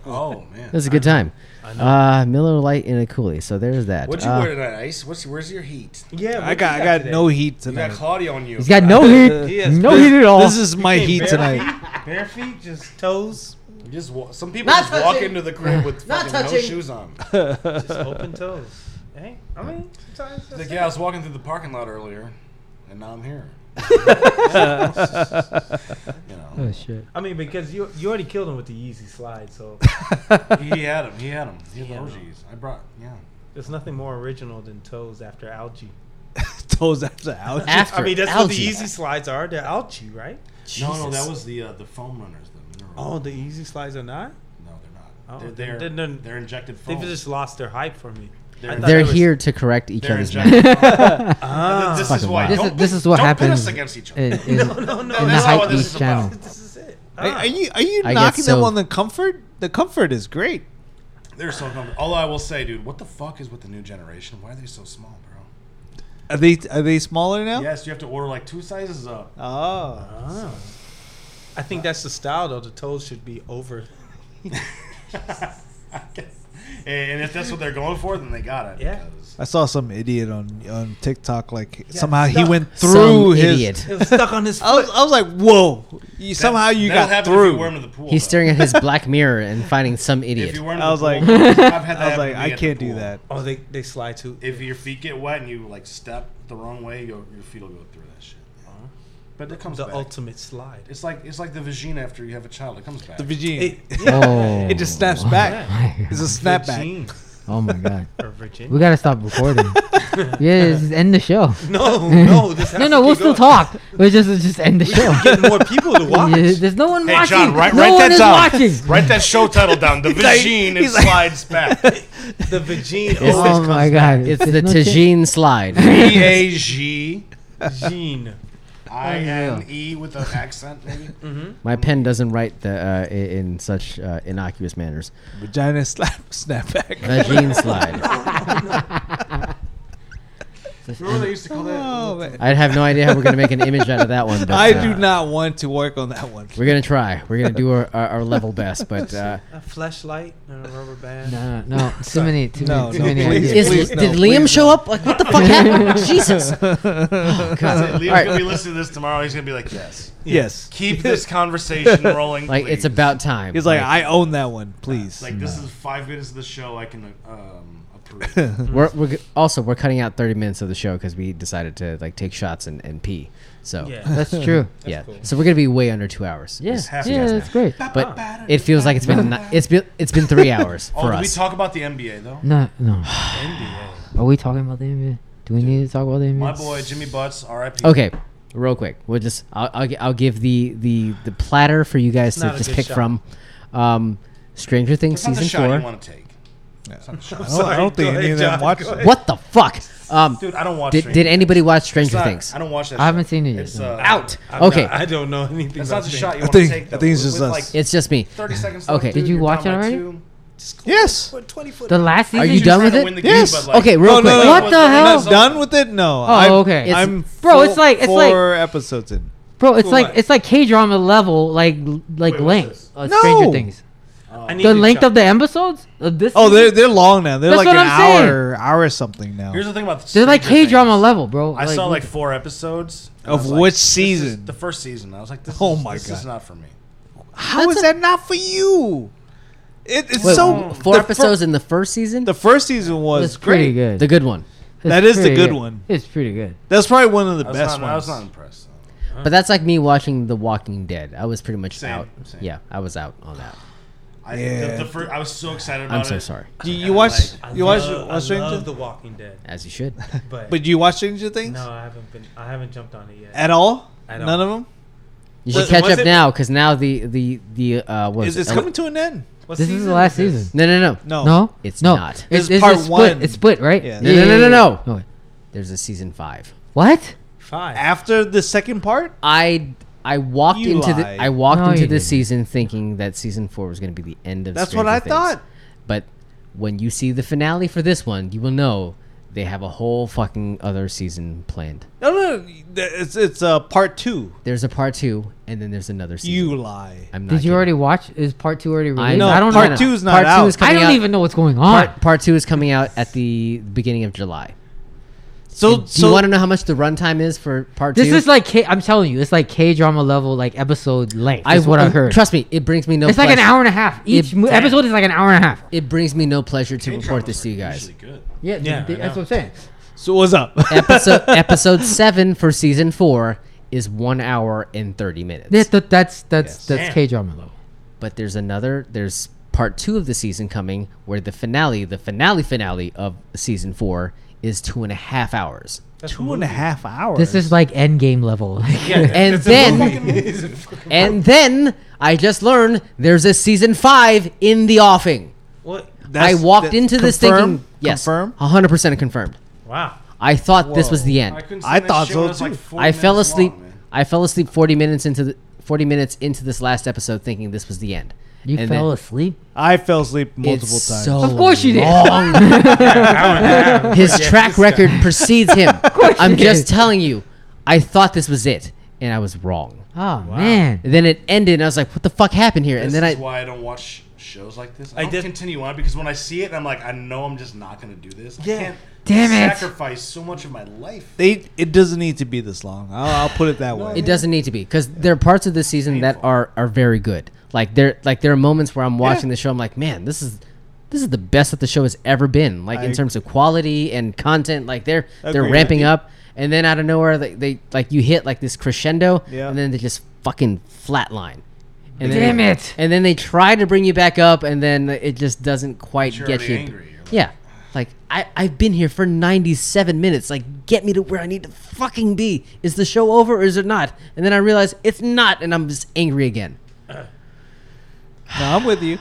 [SPEAKER 1] Oh man.
[SPEAKER 3] That's a good time. Uh, Miller Lite in a coolie. So there's that.
[SPEAKER 1] What'd you
[SPEAKER 3] Uh,
[SPEAKER 1] wear tonight, Ice? What's where's your heat? You
[SPEAKER 2] Yeah,
[SPEAKER 5] I got I got no heat
[SPEAKER 1] got
[SPEAKER 5] tonight.
[SPEAKER 1] Claudia on you.
[SPEAKER 4] uh, He's got no heat.
[SPEAKER 2] He has-
[SPEAKER 4] no heat at all.
[SPEAKER 5] This is my heat
[SPEAKER 2] bare
[SPEAKER 5] tonight.
[SPEAKER 2] Feet, bare feet, just toes,
[SPEAKER 1] You just wa- some people
[SPEAKER 3] Not
[SPEAKER 1] just walk
[SPEAKER 3] touching.
[SPEAKER 1] into the crib with
[SPEAKER 3] Not
[SPEAKER 1] fucking no
[SPEAKER 3] touching.
[SPEAKER 1] shoes on.
[SPEAKER 2] just open toes. Hey, I mean, sometimes
[SPEAKER 1] Like,
[SPEAKER 2] that's
[SPEAKER 1] yeah, I was walking through the parking lot earlier, and now I'm here. you know,
[SPEAKER 4] Oh shit.
[SPEAKER 2] I mean, because you you already killed him with the Yeezy slide, so
[SPEAKER 1] he had him. He had him. He had the OGs. I brought. Yeah.
[SPEAKER 2] there's nothing more original than toes after algae.
[SPEAKER 5] Toes after out.
[SPEAKER 3] After
[SPEAKER 2] I mean, that's what the
[SPEAKER 3] algae.
[SPEAKER 2] Yeezy slides are. They're algae, right?
[SPEAKER 1] No, no,
[SPEAKER 3] Jesus.
[SPEAKER 1] that was the uh, the foam runners. The mineral.
[SPEAKER 2] Oh, the Yeezy slides are not.
[SPEAKER 1] No, they're not.
[SPEAKER 2] Oh,
[SPEAKER 1] they're,
[SPEAKER 2] then-
[SPEAKER 1] they're,
[SPEAKER 2] then- then-
[SPEAKER 1] they're injected foam.
[SPEAKER 2] They've just lost their hype for me.
[SPEAKER 1] They're-
[SPEAKER 2] I thought
[SPEAKER 3] They're
[SPEAKER 2] there was-
[SPEAKER 3] here to correct each
[SPEAKER 1] they're
[SPEAKER 3] other's
[SPEAKER 1] injected
[SPEAKER 3] mouth.
[SPEAKER 1] foam.
[SPEAKER 2] Ah,
[SPEAKER 1] this is why.
[SPEAKER 3] This is-
[SPEAKER 1] don't,
[SPEAKER 4] this is what
[SPEAKER 1] don't
[SPEAKER 4] happens
[SPEAKER 1] Pit us against each other.
[SPEAKER 4] In, in-
[SPEAKER 2] no, no,
[SPEAKER 4] in the
[SPEAKER 1] not
[SPEAKER 2] that's
[SPEAKER 4] hype
[SPEAKER 1] what this
[SPEAKER 4] beast
[SPEAKER 1] is
[SPEAKER 4] channel.
[SPEAKER 1] about.
[SPEAKER 2] this is it.
[SPEAKER 5] Are, are you are you
[SPEAKER 3] I get
[SPEAKER 5] knocking them
[SPEAKER 3] so-
[SPEAKER 5] on the comfort? The comfort is great.
[SPEAKER 1] They're so comfortable. All I will say, dude, what the fuck is with the new generation? Why are they so small, bro?
[SPEAKER 5] Are they are they smaller now?
[SPEAKER 1] Yes, you have to order like two sizes up.
[SPEAKER 5] Oh,
[SPEAKER 2] Ah. I think that's the style, though. The toes should be over.
[SPEAKER 1] And if that's what they're going for, then they got it.
[SPEAKER 2] Yeah.
[SPEAKER 1] because-
[SPEAKER 5] I saw some idiot on on TikTok like
[SPEAKER 2] Yeah,
[SPEAKER 5] somehow he
[SPEAKER 2] stop.
[SPEAKER 5] went
[SPEAKER 3] Some
[SPEAKER 5] through his.
[SPEAKER 3] idiot.
[SPEAKER 2] It was stuck on his
[SPEAKER 5] I was, I was like, whoa! You, somehow you
[SPEAKER 1] That'll
[SPEAKER 5] got
[SPEAKER 1] happen if you
[SPEAKER 5] through.
[SPEAKER 1] wear 'em in the pool,
[SPEAKER 3] He's
[SPEAKER 1] though.
[SPEAKER 3] staring at his black mirror and finding some
[SPEAKER 1] If
[SPEAKER 3] idiot.
[SPEAKER 1] you wear 'em in
[SPEAKER 5] I
[SPEAKER 1] the
[SPEAKER 5] was
[SPEAKER 1] pool,
[SPEAKER 5] like-
[SPEAKER 1] I've had that
[SPEAKER 5] I was
[SPEAKER 1] happen
[SPEAKER 5] like,
[SPEAKER 1] to me
[SPEAKER 5] I
[SPEAKER 1] at the
[SPEAKER 5] can't do
[SPEAKER 1] pool.
[SPEAKER 5] that.
[SPEAKER 2] Oh, they they slide too.
[SPEAKER 1] If your feet get wet and you like step the wrong way, your, your feet will go through that shit. But it comes
[SPEAKER 2] the
[SPEAKER 1] back.
[SPEAKER 2] ultimate slide.
[SPEAKER 1] It's like it's like the vagina after you have a child. It comes back.
[SPEAKER 5] The Virginia.
[SPEAKER 2] It-
[SPEAKER 5] It,
[SPEAKER 4] Oh.
[SPEAKER 5] just snaps back. It's a snapback.
[SPEAKER 2] Virgin-
[SPEAKER 4] Oh my god.
[SPEAKER 2] or
[SPEAKER 4] We
[SPEAKER 2] Virginia.
[SPEAKER 4] gotta stop recording. yeah, just end the show.
[SPEAKER 2] No, no, this has
[SPEAKER 4] No,
[SPEAKER 2] to
[SPEAKER 4] no,
[SPEAKER 2] keep
[SPEAKER 4] we'll still
[SPEAKER 2] going.
[SPEAKER 4] talk. We'll just just end the show.
[SPEAKER 2] Get more people to watch.
[SPEAKER 4] Yeah, There's no one
[SPEAKER 1] Hey,
[SPEAKER 4] watching.
[SPEAKER 1] John, write-
[SPEAKER 4] no
[SPEAKER 1] write
[SPEAKER 4] one
[SPEAKER 1] that
[SPEAKER 4] is
[SPEAKER 1] down.
[SPEAKER 4] watching.
[SPEAKER 1] Write that show title down. The vagine it slides back.
[SPEAKER 2] The Virgin
[SPEAKER 4] Oh
[SPEAKER 2] always
[SPEAKER 4] my god.
[SPEAKER 3] it's
[SPEAKER 4] There's
[SPEAKER 3] the
[SPEAKER 4] no shit.
[SPEAKER 3] Tajine slide.
[SPEAKER 1] V A G
[SPEAKER 2] comes
[SPEAKER 4] Um,
[SPEAKER 2] Jean.
[SPEAKER 1] I N E with an accent, maybe.
[SPEAKER 3] My pen doesn't write the uh, i- in such uh, innocuous manners.
[SPEAKER 5] Vagina slap snapback.
[SPEAKER 3] Vagine slide.
[SPEAKER 1] Remember they used to call that.
[SPEAKER 5] Oh, man.
[SPEAKER 3] I have no idea how we're gonna make an image out of that one. But,
[SPEAKER 5] I
[SPEAKER 3] uh,
[SPEAKER 5] do not want to work on that one.
[SPEAKER 3] We're gonna try. We're gonna do our, our, our level best, but uh,
[SPEAKER 2] A flashlight and a rubber band.
[SPEAKER 4] No, no, no. Too many, too
[SPEAKER 5] No,
[SPEAKER 4] many, too
[SPEAKER 5] no,
[SPEAKER 4] many.
[SPEAKER 5] please,
[SPEAKER 4] ideas.
[SPEAKER 3] Is-
[SPEAKER 5] please,
[SPEAKER 3] did
[SPEAKER 5] no,
[SPEAKER 3] Liam
[SPEAKER 5] please,
[SPEAKER 3] show up? Like, what the fuck happened? Jesus. Oh, God.
[SPEAKER 1] Leo's
[SPEAKER 3] All right.
[SPEAKER 1] gonna be listening to this tomorrow. He's gonna be like, "Yes,
[SPEAKER 5] Yes.
[SPEAKER 1] keep this conversation rolling."
[SPEAKER 3] Like, it's
[SPEAKER 1] please."
[SPEAKER 3] about time.
[SPEAKER 5] He's like, I own that one, please.
[SPEAKER 1] Like this is five minutes of the show I can um, approve.
[SPEAKER 3] we're, we're g- also we're cutting out 30 minutes of the show because we decided to like take shots and, and pee. So yeah,
[SPEAKER 2] Yeah.
[SPEAKER 4] That's true.
[SPEAKER 3] so we're gonna be way under two hours.
[SPEAKER 4] Yeah,
[SPEAKER 3] Yes,
[SPEAKER 1] half
[SPEAKER 4] yeah,
[SPEAKER 1] gas
[SPEAKER 4] that's great.
[SPEAKER 3] but it feels like it's been ni- it's been it's been three hours
[SPEAKER 1] oh,
[SPEAKER 3] for
[SPEAKER 1] did we
[SPEAKER 3] us. Mm.
[SPEAKER 1] talk about the NBA though?
[SPEAKER 4] No, no. Are we talking about the NBA? Do we need to talk about the NBA?
[SPEAKER 1] My boy Jimmy Butts, R.I.P.
[SPEAKER 3] Okay, real quick, we'll just I'll I'll, gi- I'll give the the the platter for you guys
[SPEAKER 2] not
[SPEAKER 3] to
[SPEAKER 2] a
[SPEAKER 3] just
[SPEAKER 2] good
[SPEAKER 3] pick
[SPEAKER 2] shot.
[SPEAKER 3] from. Um, Stranger Things
[SPEAKER 1] It's not the
[SPEAKER 3] season
[SPEAKER 1] shot you
[SPEAKER 3] four.
[SPEAKER 1] want to take.
[SPEAKER 5] Oh, I don't, I don't think
[SPEAKER 2] Sorry,
[SPEAKER 5] any of them
[SPEAKER 2] go ahead, John,
[SPEAKER 5] watch
[SPEAKER 2] go
[SPEAKER 5] it.
[SPEAKER 2] ahead.
[SPEAKER 3] What the fuck? Um,
[SPEAKER 1] Dude, I don't watch.
[SPEAKER 3] did
[SPEAKER 1] Stranger
[SPEAKER 3] did
[SPEAKER 1] Things.
[SPEAKER 3] anybody watch
[SPEAKER 1] It's
[SPEAKER 3] Stranger
[SPEAKER 1] not-
[SPEAKER 3] Things?
[SPEAKER 1] I don't watch that.
[SPEAKER 4] I haven't
[SPEAKER 1] show.
[SPEAKER 4] seen it yet,
[SPEAKER 1] It's
[SPEAKER 4] no.
[SPEAKER 1] uh,
[SPEAKER 3] Out.
[SPEAKER 2] I'm
[SPEAKER 3] Okay,
[SPEAKER 2] not- I don't know anything.
[SPEAKER 1] It's
[SPEAKER 2] about
[SPEAKER 1] not the
[SPEAKER 2] this.
[SPEAKER 1] shot you
[SPEAKER 5] I
[SPEAKER 1] want to
[SPEAKER 5] think-
[SPEAKER 1] take.
[SPEAKER 5] I
[SPEAKER 1] Though.
[SPEAKER 5] think it's
[SPEAKER 1] With-
[SPEAKER 5] just
[SPEAKER 1] with,
[SPEAKER 5] us.
[SPEAKER 1] Like
[SPEAKER 3] it's just me.
[SPEAKER 1] Thirty seconds. Left,
[SPEAKER 3] Okay.
[SPEAKER 1] dude,
[SPEAKER 4] Did you
[SPEAKER 1] you're
[SPEAKER 4] watch
[SPEAKER 1] down
[SPEAKER 4] it
[SPEAKER 1] by
[SPEAKER 4] already?
[SPEAKER 1] two.
[SPEAKER 5] Yes.
[SPEAKER 4] The last season.
[SPEAKER 3] Are you
[SPEAKER 1] You're
[SPEAKER 3] done
[SPEAKER 1] trying
[SPEAKER 3] with
[SPEAKER 1] to
[SPEAKER 3] it?
[SPEAKER 1] win the
[SPEAKER 5] Yes.
[SPEAKER 1] game, but, like,
[SPEAKER 3] okay, real
[SPEAKER 5] No, no,
[SPEAKER 3] quick.
[SPEAKER 5] no,
[SPEAKER 4] What the hell?
[SPEAKER 5] Not done with it? No. Oh,
[SPEAKER 4] Oh, okay. It's-
[SPEAKER 5] I'm
[SPEAKER 4] bro, it's
[SPEAKER 5] full
[SPEAKER 4] like- it's like-
[SPEAKER 5] four episodes in.
[SPEAKER 4] Bro, it's
[SPEAKER 2] Cool,
[SPEAKER 4] like
[SPEAKER 2] what?
[SPEAKER 4] it's like K drama level, like like
[SPEAKER 1] Wait, what's
[SPEAKER 4] length
[SPEAKER 1] this?
[SPEAKER 4] of
[SPEAKER 5] No!
[SPEAKER 4] Stranger Things.
[SPEAKER 2] I need
[SPEAKER 4] The
[SPEAKER 2] to
[SPEAKER 4] length
[SPEAKER 2] check.
[SPEAKER 4] of the episodes of this.
[SPEAKER 5] Oh, they're
[SPEAKER 4] season?
[SPEAKER 5] they're long now. They're
[SPEAKER 4] That's
[SPEAKER 5] like
[SPEAKER 4] what
[SPEAKER 5] an
[SPEAKER 4] I'm saying.
[SPEAKER 5] hour, hour something now.
[SPEAKER 1] Here's the thing about.
[SPEAKER 4] they're like
[SPEAKER 1] Stranger
[SPEAKER 4] K drama
[SPEAKER 1] Things.
[SPEAKER 4] level, bro.
[SPEAKER 1] I saw like four episodes and I
[SPEAKER 5] Of
[SPEAKER 1] was
[SPEAKER 5] which
[SPEAKER 1] this is
[SPEAKER 5] season?
[SPEAKER 1] The first season. I was like, this
[SPEAKER 5] Oh
[SPEAKER 1] is,
[SPEAKER 5] my
[SPEAKER 1] this
[SPEAKER 5] God.
[SPEAKER 1] is not for me.
[SPEAKER 5] How is that not for you? It, it's
[SPEAKER 3] Wait,
[SPEAKER 5] so
[SPEAKER 3] four
[SPEAKER 5] the fir-
[SPEAKER 3] episodes in the first season.
[SPEAKER 5] the first season was
[SPEAKER 4] it's pretty
[SPEAKER 5] great.
[SPEAKER 4] good.
[SPEAKER 3] the good one.
[SPEAKER 5] That
[SPEAKER 4] It's
[SPEAKER 5] is the
[SPEAKER 4] pretty
[SPEAKER 5] good one.
[SPEAKER 4] It's pretty good.
[SPEAKER 5] That's probably one of the
[SPEAKER 1] I was,
[SPEAKER 5] best
[SPEAKER 1] not, I was not
[SPEAKER 5] ones.
[SPEAKER 1] impressed.
[SPEAKER 3] But that's like me watching The Walking Dead. I was pretty much
[SPEAKER 1] Same,
[SPEAKER 3] out.
[SPEAKER 1] same.
[SPEAKER 3] Yeah, I was out on that.
[SPEAKER 1] I,
[SPEAKER 5] Yeah.
[SPEAKER 1] the, the fir- I was so excited about
[SPEAKER 3] I'm
[SPEAKER 1] it.
[SPEAKER 3] so sorry,
[SPEAKER 5] Do you watch?
[SPEAKER 2] I
[SPEAKER 5] You watch?
[SPEAKER 2] love-
[SPEAKER 5] watch
[SPEAKER 2] I
[SPEAKER 5] Stranger
[SPEAKER 2] love The
[SPEAKER 5] Things?
[SPEAKER 2] Walking Dead,
[SPEAKER 3] as you should.
[SPEAKER 2] but,
[SPEAKER 5] But do you watch Stranger Things
[SPEAKER 2] no, I haven't been. I haven't jumped on it yet.
[SPEAKER 5] at all?
[SPEAKER 2] I don't.
[SPEAKER 5] None of them.
[SPEAKER 3] You should
[SPEAKER 2] Was-
[SPEAKER 3] catch
[SPEAKER 2] was
[SPEAKER 3] up
[SPEAKER 2] it-
[SPEAKER 3] now because now the the the uh, what
[SPEAKER 5] Is
[SPEAKER 3] is
[SPEAKER 5] it's
[SPEAKER 3] it?
[SPEAKER 5] coming to an end?
[SPEAKER 2] What
[SPEAKER 4] This is
[SPEAKER 2] season
[SPEAKER 4] the last
[SPEAKER 2] this?
[SPEAKER 4] season.
[SPEAKER 3] No, no, no.
[SPEAKER 5] No.
[SPEAKER 4] No,
[SPEAKER 3] It's
[SPEAKER 4] no.
[SPEAKER 3] not.
[SPEAKER 4] It's,
[SPEAKER 5] It's
[SPEAKER 4] it's
[SPEAKER 5] Oh. part
[SPEAKER 4] just split.
[SPEAKER 5] one.
[SPEAKER 4] It's split, right?
[SPEAKER 5] Yeah.
[SPEAKER 3] No, no, no, no, no.
[SPEAKER 4] No, wait.
[SPEAKER 3] There's a season five.
[SPEAKER 4] What?
[SPEAKER 2] Five.
[SPEAKER 5] After the second part?
[SPEAKER 3] I I walked
[SPEAKER 5] You
[SPEAKER 3] into
[SPEAKER 5] lied.
[SPEAKER 3] the I walked
[SPEAKER 4] No,
[SPEAKER 3] into
[SPEAKER 4] you
[SPEAKER 3] this
[SPEAKER 4] didn't.
[SPEAKER 3] season thinking that season four was going to be the end of.
[SPEAKER 5] That's
[SPEAKER 3] Stranger
[SPEAKER 5] what I
[SPEAKER 3] Things.
[SPEAKER 5] thought.
[SPEAKER 3] But when you see the finale for this one, you will know They have a whole fucking other season planned.
[SPEAKER 5] No, no, it's it's uh, part two.
[SPEAKER 3] There's a part two, and then there's another season.
[SPEAKER 5] You lie.
[SPEAKER 3] I'm not
[SPEAKER 4] Did you
[SPEAKER 3] kidding.
[SPEAKER 4] already watch? Is part two already released?
[SPEAKER 3] know.
[SPEAKER 4] I don't
[SPEAKER 3] Part
[SPEAKER 4] know.
[SPEAKER 5] two's not
[SPEAKER 3] Part
[SPEAKER 5] out.
[SPEAKER 3] two is
[SPEAKER 4] I
[SPEAKER 3] coming
[SPEAKER 4] don't
[SPEAKER 3] out.
[SPEAKER 4] even know what's going on.
[SPEAKER 3] Part, part two is coming out at the beginning of July.
[SPEAKER 5] So
[SPEAKER 3] Do
[SPEAKER 5] so
[SPEAKER 3] you want to know how much the runtime is for part
[SPEAKER 4] this
[SPEAKER 3] two?
[SPEAKER 4] is like K, I'm telling you, it's like K drama level, like episode length. Is what I heard.
[SPEAKER 3] um, Trust me, it brings me no.
[SPEAKER 4] it's like an
[SPEAKER 3] pleasure-
[SPEAKER 4] hour and a half. Each
[SPEAKER 3] It-
[SPEAKER 4] mo- episode is like an hour and a half.
[SPEAKER 3] It brings me no pleasure to report this to you guys.
[SPEAKER 1] Usually good.
[SPEAKER 4] Yeah, that's what I'm saying.
[SPEAKER 5] so what's up?
[SPEAKER 3] episode episode seven for season four is one hour and thirty minutes.
[SPEAKER 4] That, that- that's that's
[SPEAKER 3] Yes.
[SPEAKER 4] that's
[SPEAKER 7] Damn.
[SPEAKER 4] K drama level.
[SPEAKER 3] but there's another there's part two of the season coming where the finale, the finale finale of season four is two and a half hours.
[SPEAKER 5] two and a half hours.
[SPEAKER 4] This is like end game level.
[SPEAKER 3] And then and then I just learned there's a season five in the offing.
[SPEAKER 7] What?
[SPEAKER 3] I
[SPEAKER 5] That's-
[SPEAKER 3] walked
[SPEAKER 5] that-
[SPEAKER 3] into this
[SPEAKER 5] confirm?
[SPEAKER 3] thinking yes,
[SPEAKER 5] Confirm?
[SPEAKER 3] hundred percent confirmed.
[SPEAKER 7] Wow.
[SPEAKER 3] I thought this was
[SPEAKER 5] Whoa.
[SPEAKER 3] the end.
[SPEAKER 1] couldn't
[SPEAKER 5] I thought so, too.
[SPEAKER 3] I fell asleep. I fell asleep 40 minutes into the 40 minutes into this last episode, thinking this was the end.
[SPEAKER 4] you
[SPEAKER 3] And
[SPEAKER 4] fell
[SPEAKER 3] then
[SPEAKER 4] asleep. Oh,
[SPEAKER 5] I fell asleep multiple
[SPEAKER 3] it's
[SPEAKER 5] times.
[SPEAKER 3] So
[SPEAKER 4] Of course you did. Oh,
[SPEAKER 3] His track record precedes him. I'm just telling you. I thought this was it, and I was wrong.
[SPEAKER 4] Oh man.
[SPEAKER 3] And then it ended, and I was like, "What the fuck happened here?"
[SPEAKER 1] This
[SPEAKER 3] And then
[SPEAKER 1] is
[SPEAKER 3] I
[SPEAKER 1] why I don't watch shows like this. I,
[SPEAKER 7] I
[SPEAKER 1] don't
[SPEAKER 7] did-
[SPEAKER 1] continue on because when I see it, I'm like, I know I'm just not going to do this.
[SPEAKER 5] Yeah.
[SPEAKER 1] I can't
[SPEAKER 4] Damn it.
[SPEAKER 1] sacrifice so much of my life.
[SPEAKER 5] They it doesn't need to be this long. I'll, I'll put it that way.
[SPEAKER 3] it doesn't need to be because there are parts of this season that
[SPEAKER 1] Painful.
[SPEAKER 3] are are very good. Like there like there are moments where I'm watching the show, I'm like, man, this is this is the best that the show has ever been. Like in
[SPEAKER 5] I-
[SPEAKER 3] terms of quality and content, like they're they're
[SPEAKER 5] Agree.
[SPEAKER 3] ramping up, and then out of nowhere they, they like you hit like this crescendo,
[SPEAKER 5] Yeah.
[SPEAKER 3] and then they just fucking flatline. And
[SPEAKER 4] Damn
[SPEAKER 3] they-
[SPEAKER 4] it.
[SPEAKER 3] And then they try to bring you back up, and then it just doesn't quite
[SPEAKER 1] You're
[SPEAKER 3] get
[SPEAKER 1] already
[SPEAKER 3] you.
[SPEAKER 1] angry. You're like,
[SPEAKER 3] Yeah. Like I, I've been here for ninety seven minutes. Like get me to where I need to fucking be. Is the show over or is it not? And then I realize it's not and I'm just angry again.
[SPEAKER 5] No, I'm with you.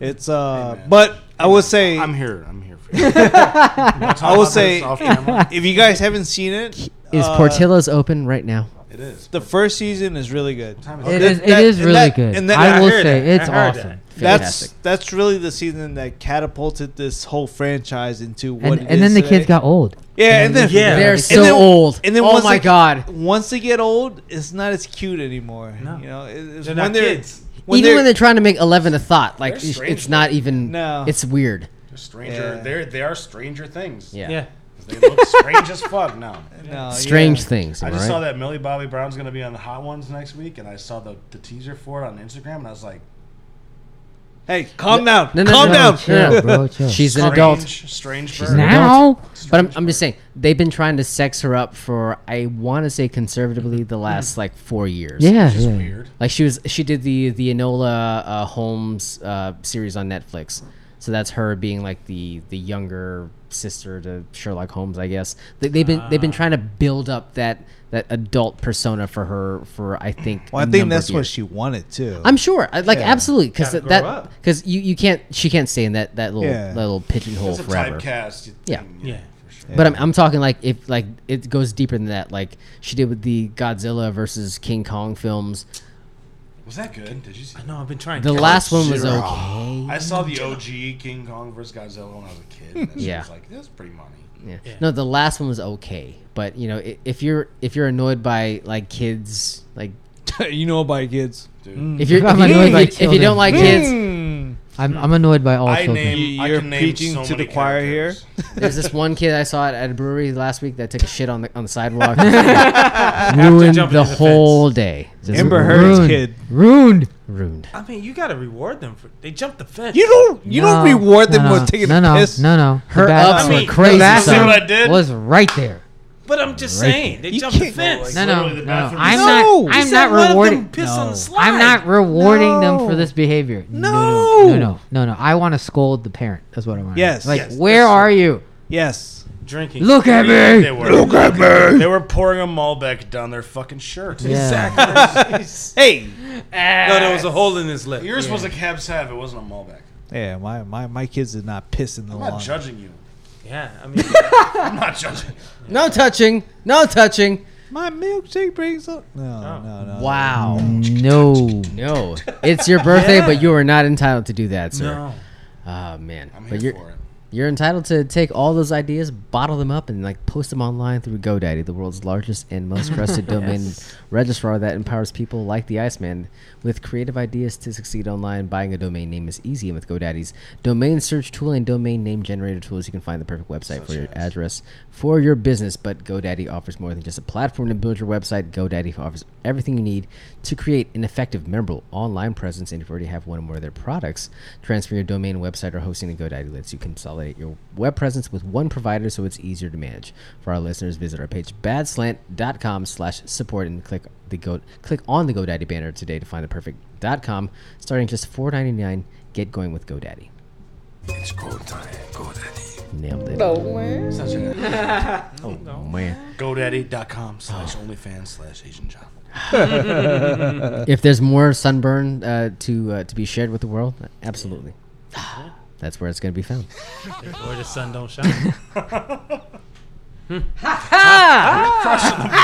[SPEAKER 5] It's uh, but I will say
[SPEAKER 1] I'm here. I'm here for you.
[SPEAKER 5] I will say
[SPEAKER 1] off camera.
[SPEAKER 5] if you guys haven't seen it,
[SPEAKER 3] Is
[SPEAKER 5] uh,
[SPEAKER 3] Portillo's open right now?
[SPEAKER 1] It is.
[SPEAKER 5] the first season is really good.
[SPEAKER 4] It
[SPEAKER 5] That-
[SPEAKER 4] is. It
[SPEAKER 5] that-
[SPEAKER 4] is
[SPEAKER 5] and
[SPEAKER 4] really
[SPEAKER 5] that-
[SPEAKER 4] good.
[SPEAKER 5] and that-
[SPEAKER 4] I
[SPEAKER 5] I
[SPEAKER 4] will
[SPEAKER 5] heard
[SPEAKER 4] say
[SPEAKER 7] that. I
[SPEAKER 4] it's
[SPEAKER 7] heard
[SPEAKER 4] awesome.
[SPEAKER 5] That's
[SPEAKER 3] Fantastic.
[SPEAKER 5] that's really the season that catapulted this whole franchise into what.
[SPEAKER 4] And,
[SPEAKER 5] it
[SPEAKER 4] and
[SPEAKER 5] is eh?
[SPEAKER 4] then the
[SPEAKER 5] today.
[SPEAKER 4] kids got old.
[SPEAKER 5] yeah, and then
[SPEAKER 7] Yeah.
[SPEAKER 3] They're
[SPEAKER 7] And
[SPEAKER 3] so
[SPEAKER 5] then-
[SPEAKER 3] old.
[SPEAKER 5] and then
[SPEAKER 3] oh
[SPEAKER 5] once
[SPEAKER 3] my
[SPEAKER 5] it-
[SPEAKER 3] god.
[SPEAKER 5] Once they get old, it's not as cute anymore. You know, it- it's
[SPEAKER 7] They're
[SPEAKER 5] when
[SPEAKER 7] not
[SPEAKER 5] they're
[SPEAKER 7] kids.
[SPEAKER 5] when
[SPEAKER 3] even
[SPEAKER 5] they're,
[SPEAKER 3] when they're trying to make eleven a thought, like
[SPEAKER 1] They're
[SPEAKER 3] it's,
[SPEAKER 1] strange
[SPEAKER 3] it's not even.
[SPEAKER 5] No.
[SPEAKER 3] It's weird.
[SPEAKER 1] They're stranger.
[SPEAKER 5] Yeah.
[SPEAKER 1] They're, they are stranger things.
[SPEAKER 3] Yeah.
[SPEAKER 7] Yeah.
[SPEAKER 1] They look strange as fuck now.
[SPEAKER 5] no,
[SPEAKER 3] Strange
[SPEAKER 5] yeah.
[SPEAKER 3] things.
[SPEAKER 1] I
[SPEAKER 3] am
[SPEAKER 1] just
[SPEAKER 3] I
[SPEAKER 1] saw
[SPEAKER 3] right?
[SPEAKER 1] that Millie Bobby Brown's going to be on the Hot Ones next week, and I saw the, the teaser for it on Instagram, and I was like,
[SPEAKER 5] Hey, calm down.
[SPEAKER 3] no, no,
[SPEAKER 5] calm
[SPEAKER 3] no,
[SPEAKER 5] down.
[SPEAKER 4] Chill, bro. Chill.
[SPEAKER 3] She's an
[SPEAKER 1] strange,
[SPEAKER 3] adult.
[SPEAKER 1] strange
[SPEAKER 3] She's
[SPEAKER 1] bird.
[SPEAKER 3] an
[SPEAKER 4] now.
[SPEAKER 3] But I'm, I'm just saying they've been trying to sex her up for I want to say conservatively
[SPEAKER 5] Hmm.
[SPEAKER 3] the last like four years.
[SPEAKER 4] Yeah.
[SPEAKER 1] It's
[SPEAKER 4] yeah.
[SPEAKER 1] weird.
[SPEAKER 3] Like she was, she did the the Enola uh, Holmes uh, series on Netflix. So that's her being like the the younger sister to Sherlock Holmes, I guess. They, they've been they've been
[SPEAKER 5] Ah.
[SPEAKER 3] trying to build up that that adult persona for her for I think.
[SPEAKER 5] Well, I
[SPEAKER 3] a
[SPEAKER 5] think
[SPEAKER 3] number of
[SPEAKER 5] that's what
[SPEAKER 3] years.
[SPEAKER 5] she wanted too.
[SPEAKER 3] I'm sure, I- like
[SPEAKER 5] Yeah.
[SPEAKER 3] absolutely, because
[SPEAKER 7] Gotta grow
[SPEAKER 3] that
[SPEAKER 7] up.
[SPEAKER 3] because you, you can't she can't stay in that that little
[SPEAKER 5] Yeah.
[SPEAKER 3] that little pigeonhole
[SPEAKER 1] It's a
[SPEAKER 3] forever.
[SPEAKER 1] typecast.
[SPEAKER 3] Yeah.
[SPEAKER 7] Yeah.
[SPEAKER 1] For sure.
[SPEAKER 3] But I'm, I'm talking like if like it goes deeper than that. Like she did with the Godzilla versus King Kong films.
[SPEAKER 1] Was that good? Did you see?
[SPEAKER 7] No, I've been trying.
[SPEAKER 3] The
[SPEAKER 7] to-
[SPEAKER 3] last one was okay.
[SPEAKER 1] I saw the OG King Kong vs Godzilla when I was a kid. And that shit
[SPEAKER 3] Yeah.
[SPEAKER 1] was like that's pretty money.
[SPEAKER 3] Yeah.
[SPEAKER 7] Yeah.
[SPEAKER 3] No, the last one was okay, but you know, i- if you're if you're annoyed by like kids, like
[SPEAKER 5] you know by kids.
[SPEAKER 1] Dude,
[SPEAKER 3] if you're
[SPEAKER 4] I'm
[SPEAKER 3] if you,
[SPEAKER 4] annoyed by
[SPEAKER 3] if you- if you
[SPEAKER 4] children.
[SPEAKER 3] don't like kids,
[SPEAKER 5] Hmm.
[SPEAKER 4] I'm, I'm annoyed by all
[SPEAKER 1] I
[SPEAKER 4] children.
[SPEAKER 1] name. I
[SPEAKER 5] You're
[SPEAKER 1] can name
[SPEAKER 5] preaching
[SPEAKER 1] so
[SPEAKER 5] to
[SPEAKER 1] many
[SPEAKER 5] the choir here.
[SPEAKER 1] characters.
[SPEAKER 3] there's this one kid I saw at, at a brewery last week that took a shit on the on the sidewalk, ruined
[SPEAKER 7] jumping
[SPEAKER 3] the
[SPEAKER 7] in the
[SPEAKER 3] whole day. Just
[SPEAKER 5] Amber Heard's
[SPEAKER 4] ruined.
[SPEAKER 5] kid.
[SPEAKER 4] Ruined.
[SPEAKER 3] ruined.
[SPEAKER 7] I mean, you gotta reward them for. They jumped the fence.
[SPEAKER 5] You don't. You don't
[SPEAKER 4] No,
[SPEAKER 5] reward them
[SPEAKER 4] no,
[SPEAKER 5] with taking
[SPEAKER 4] no,
[SPEAKER 5] a
[SPEAKER 4] no,
[SPEAKER 5] piss.
[SPEAKER 4] No, no, The
[SPEAKER 3] Her
[SPEAKER 4] bad
[SPEAKER 3] ups
[SPEAKER 4] ups
[SPEAKER 7] were
[SPEAKER 4] were
[SPEAKER 3] crazy,
[SPEAKER 4] crazy.
[SPEAKER 3] son. See
[SPEAKER 1] what I did?
[SPEAKER 4] Was right there.
[SPEAKER 7] But I'm just saying, they
[SPEAKER 5] You
[SPEAKER 7] jumped the
[SPEAKER 5] can't-
[SPEAKER 7] fence.
[SPEAKER 4] No, no,
[SPEAKER 1] Literally, the
[SPEAKER 4] no.
[SPEAKER 1] bathroom
[SPEAKER 4] I'm
[SPEAKER 5] is- No.
[SPEAKER 4] not.
[SPEAKER 5] You
[SPEAKER 4] I'm
[SPEAKER 7] said
[SPEAKER 4] not
[SPEAKER 7] one of them
[SPEAKER 4] rewarding.
[SPEAKER 7] pissed on the slide.
[SPEAKER 4] I'm not rewarding them for
[SPEAKER 5] No.
[SPEAKER 4] this behavior. no, no,
[SPEAKER 5] No.
[SPEAKER 4] no, no, no. I want to scold the parent. That's what I want.
[SPEAKER 5] Yes.
[SPEAKER 4] Like,
[SPEAKER 5] Yes,
[SPEAKER 4] where
[SPEAKER 7] that's
[SPEAKER 4] are you?
[SPEAKER 5] Yes.
[SPEAKER 7] Drinking.
[SPEAKER 4] Look at
[SPEAKER 1] They
[SPEAKER 4] me.
[SPEAKER 1] were. Look at me. They were pouring a Malbec down their fucking shirt.
[SPEAKER 4] Yeah.
[SPEAKER 5] Hey.
[SPEAKER 2] Ah.
[SPEAKER 7] No, there was a hole in his lip.
[SPEAKER 1] Yours was a cab sav. It wasn't a Malbec.
[SPEAKER 5] Yeah. My my my kids did not piss in the
[SPEAKER 1] I'm
[SPEAKER 5] lawn.
[SPEAKER 1] not judging you.
[SPEAKER 7] Yeah, I mean,
[SPEAKER 1] I'm not judging. you.
[SPEAKER 3] No touching, no touching.
[SPEAKER 5] My milkshake brings up. No, no,
[SPEAKER 1] uh,
[SPEAKER 5] no.
[SPEAKER 3] Wow.
[SPEAKER 4] No.
[SPEAKER 3] No, it's your birthday, but you are not entitled to do that, sir.
[SPEAKER 7] no.
[SPEAKER 3] Oh man,
[SPEAKER 1] I'm
[SPEAKER 3] but
[SPEAKER 1] here
[SPEAKER 3] you're
[SPEAKER 1] for it.
[SPEAKER 3] You're entitled to take all those ideas, bottle them up, and like post them online through GoDaddy, the world's largest and most trusted domain registrar that empowers people like the Iceman with creative ideas to succeed online. Buying a domain name is easy, and with GoDaddy's domain search tool and domain name generator tools, you can find the perfect website for your address for your business. But GoDaddy offers more than just a platform to build your website. GoDaddy offers everything you need to create an effective, memorable online presence. And if you already have one or more of their products, transfer your domain, website, or hosting to GoDaddy lets you consolidate your web presence with one provider, so it's easier to manage. For our listeners, visit our page badslant.com/support and click the go click on the GoDaddy banner today to find the perfect .com. Starting just $4.99, get going with GoDaddy.
[SPEAKER 6] It's go time, go daddy.
[SPEAKER 3] Nailed it. Oh man.
[SPEAKER 1] GoDaddy.com slash
[SPEAKER 3] Oh.
[SPEAKER 1] OnlyFans slash Asian John.
[SPEAKER 3] if there's more sunburn uh, to uh, to be shared with the world, absolutely. That's where it's going to be found.
[SPEAKER 7] Or the sun don't shine.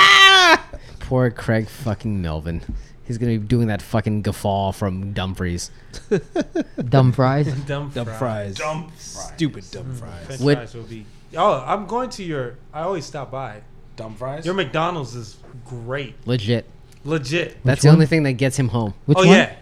[SPEAKER 3] Poor Craig fucking Melvin. He's going to be doing that fucking guffaw from Dumfries.
[SPEAKER 4] Dumb fries.
[SPEAKER 7] Dumb,
[SPEAKER 5] Dumb
[SPEAKER 7] fry.
[SPEAKER 5] fries.
[SPEAKER 1] Dumb
[SPEAKER 5] Stupid dumb fries.
[SPEAKER 7] French
[SPEAKER 3] What-
[SPEAKER 7] fries will be. Oh, I'm going to your. I always stop by.
[SPEAKER 1] Dumb fries?
[SPEAKER 7] Your McDonald's is great,
[SPEAKER 3] Legit.
[SPEAKER 7] legit.
[SPEAKER 3] That's the only thing that gets him home.
[SPEAKER 4] Which
[SPEAKER 7] oh
[SPEAKER 4] one?
[SPEAKER 7] yeah,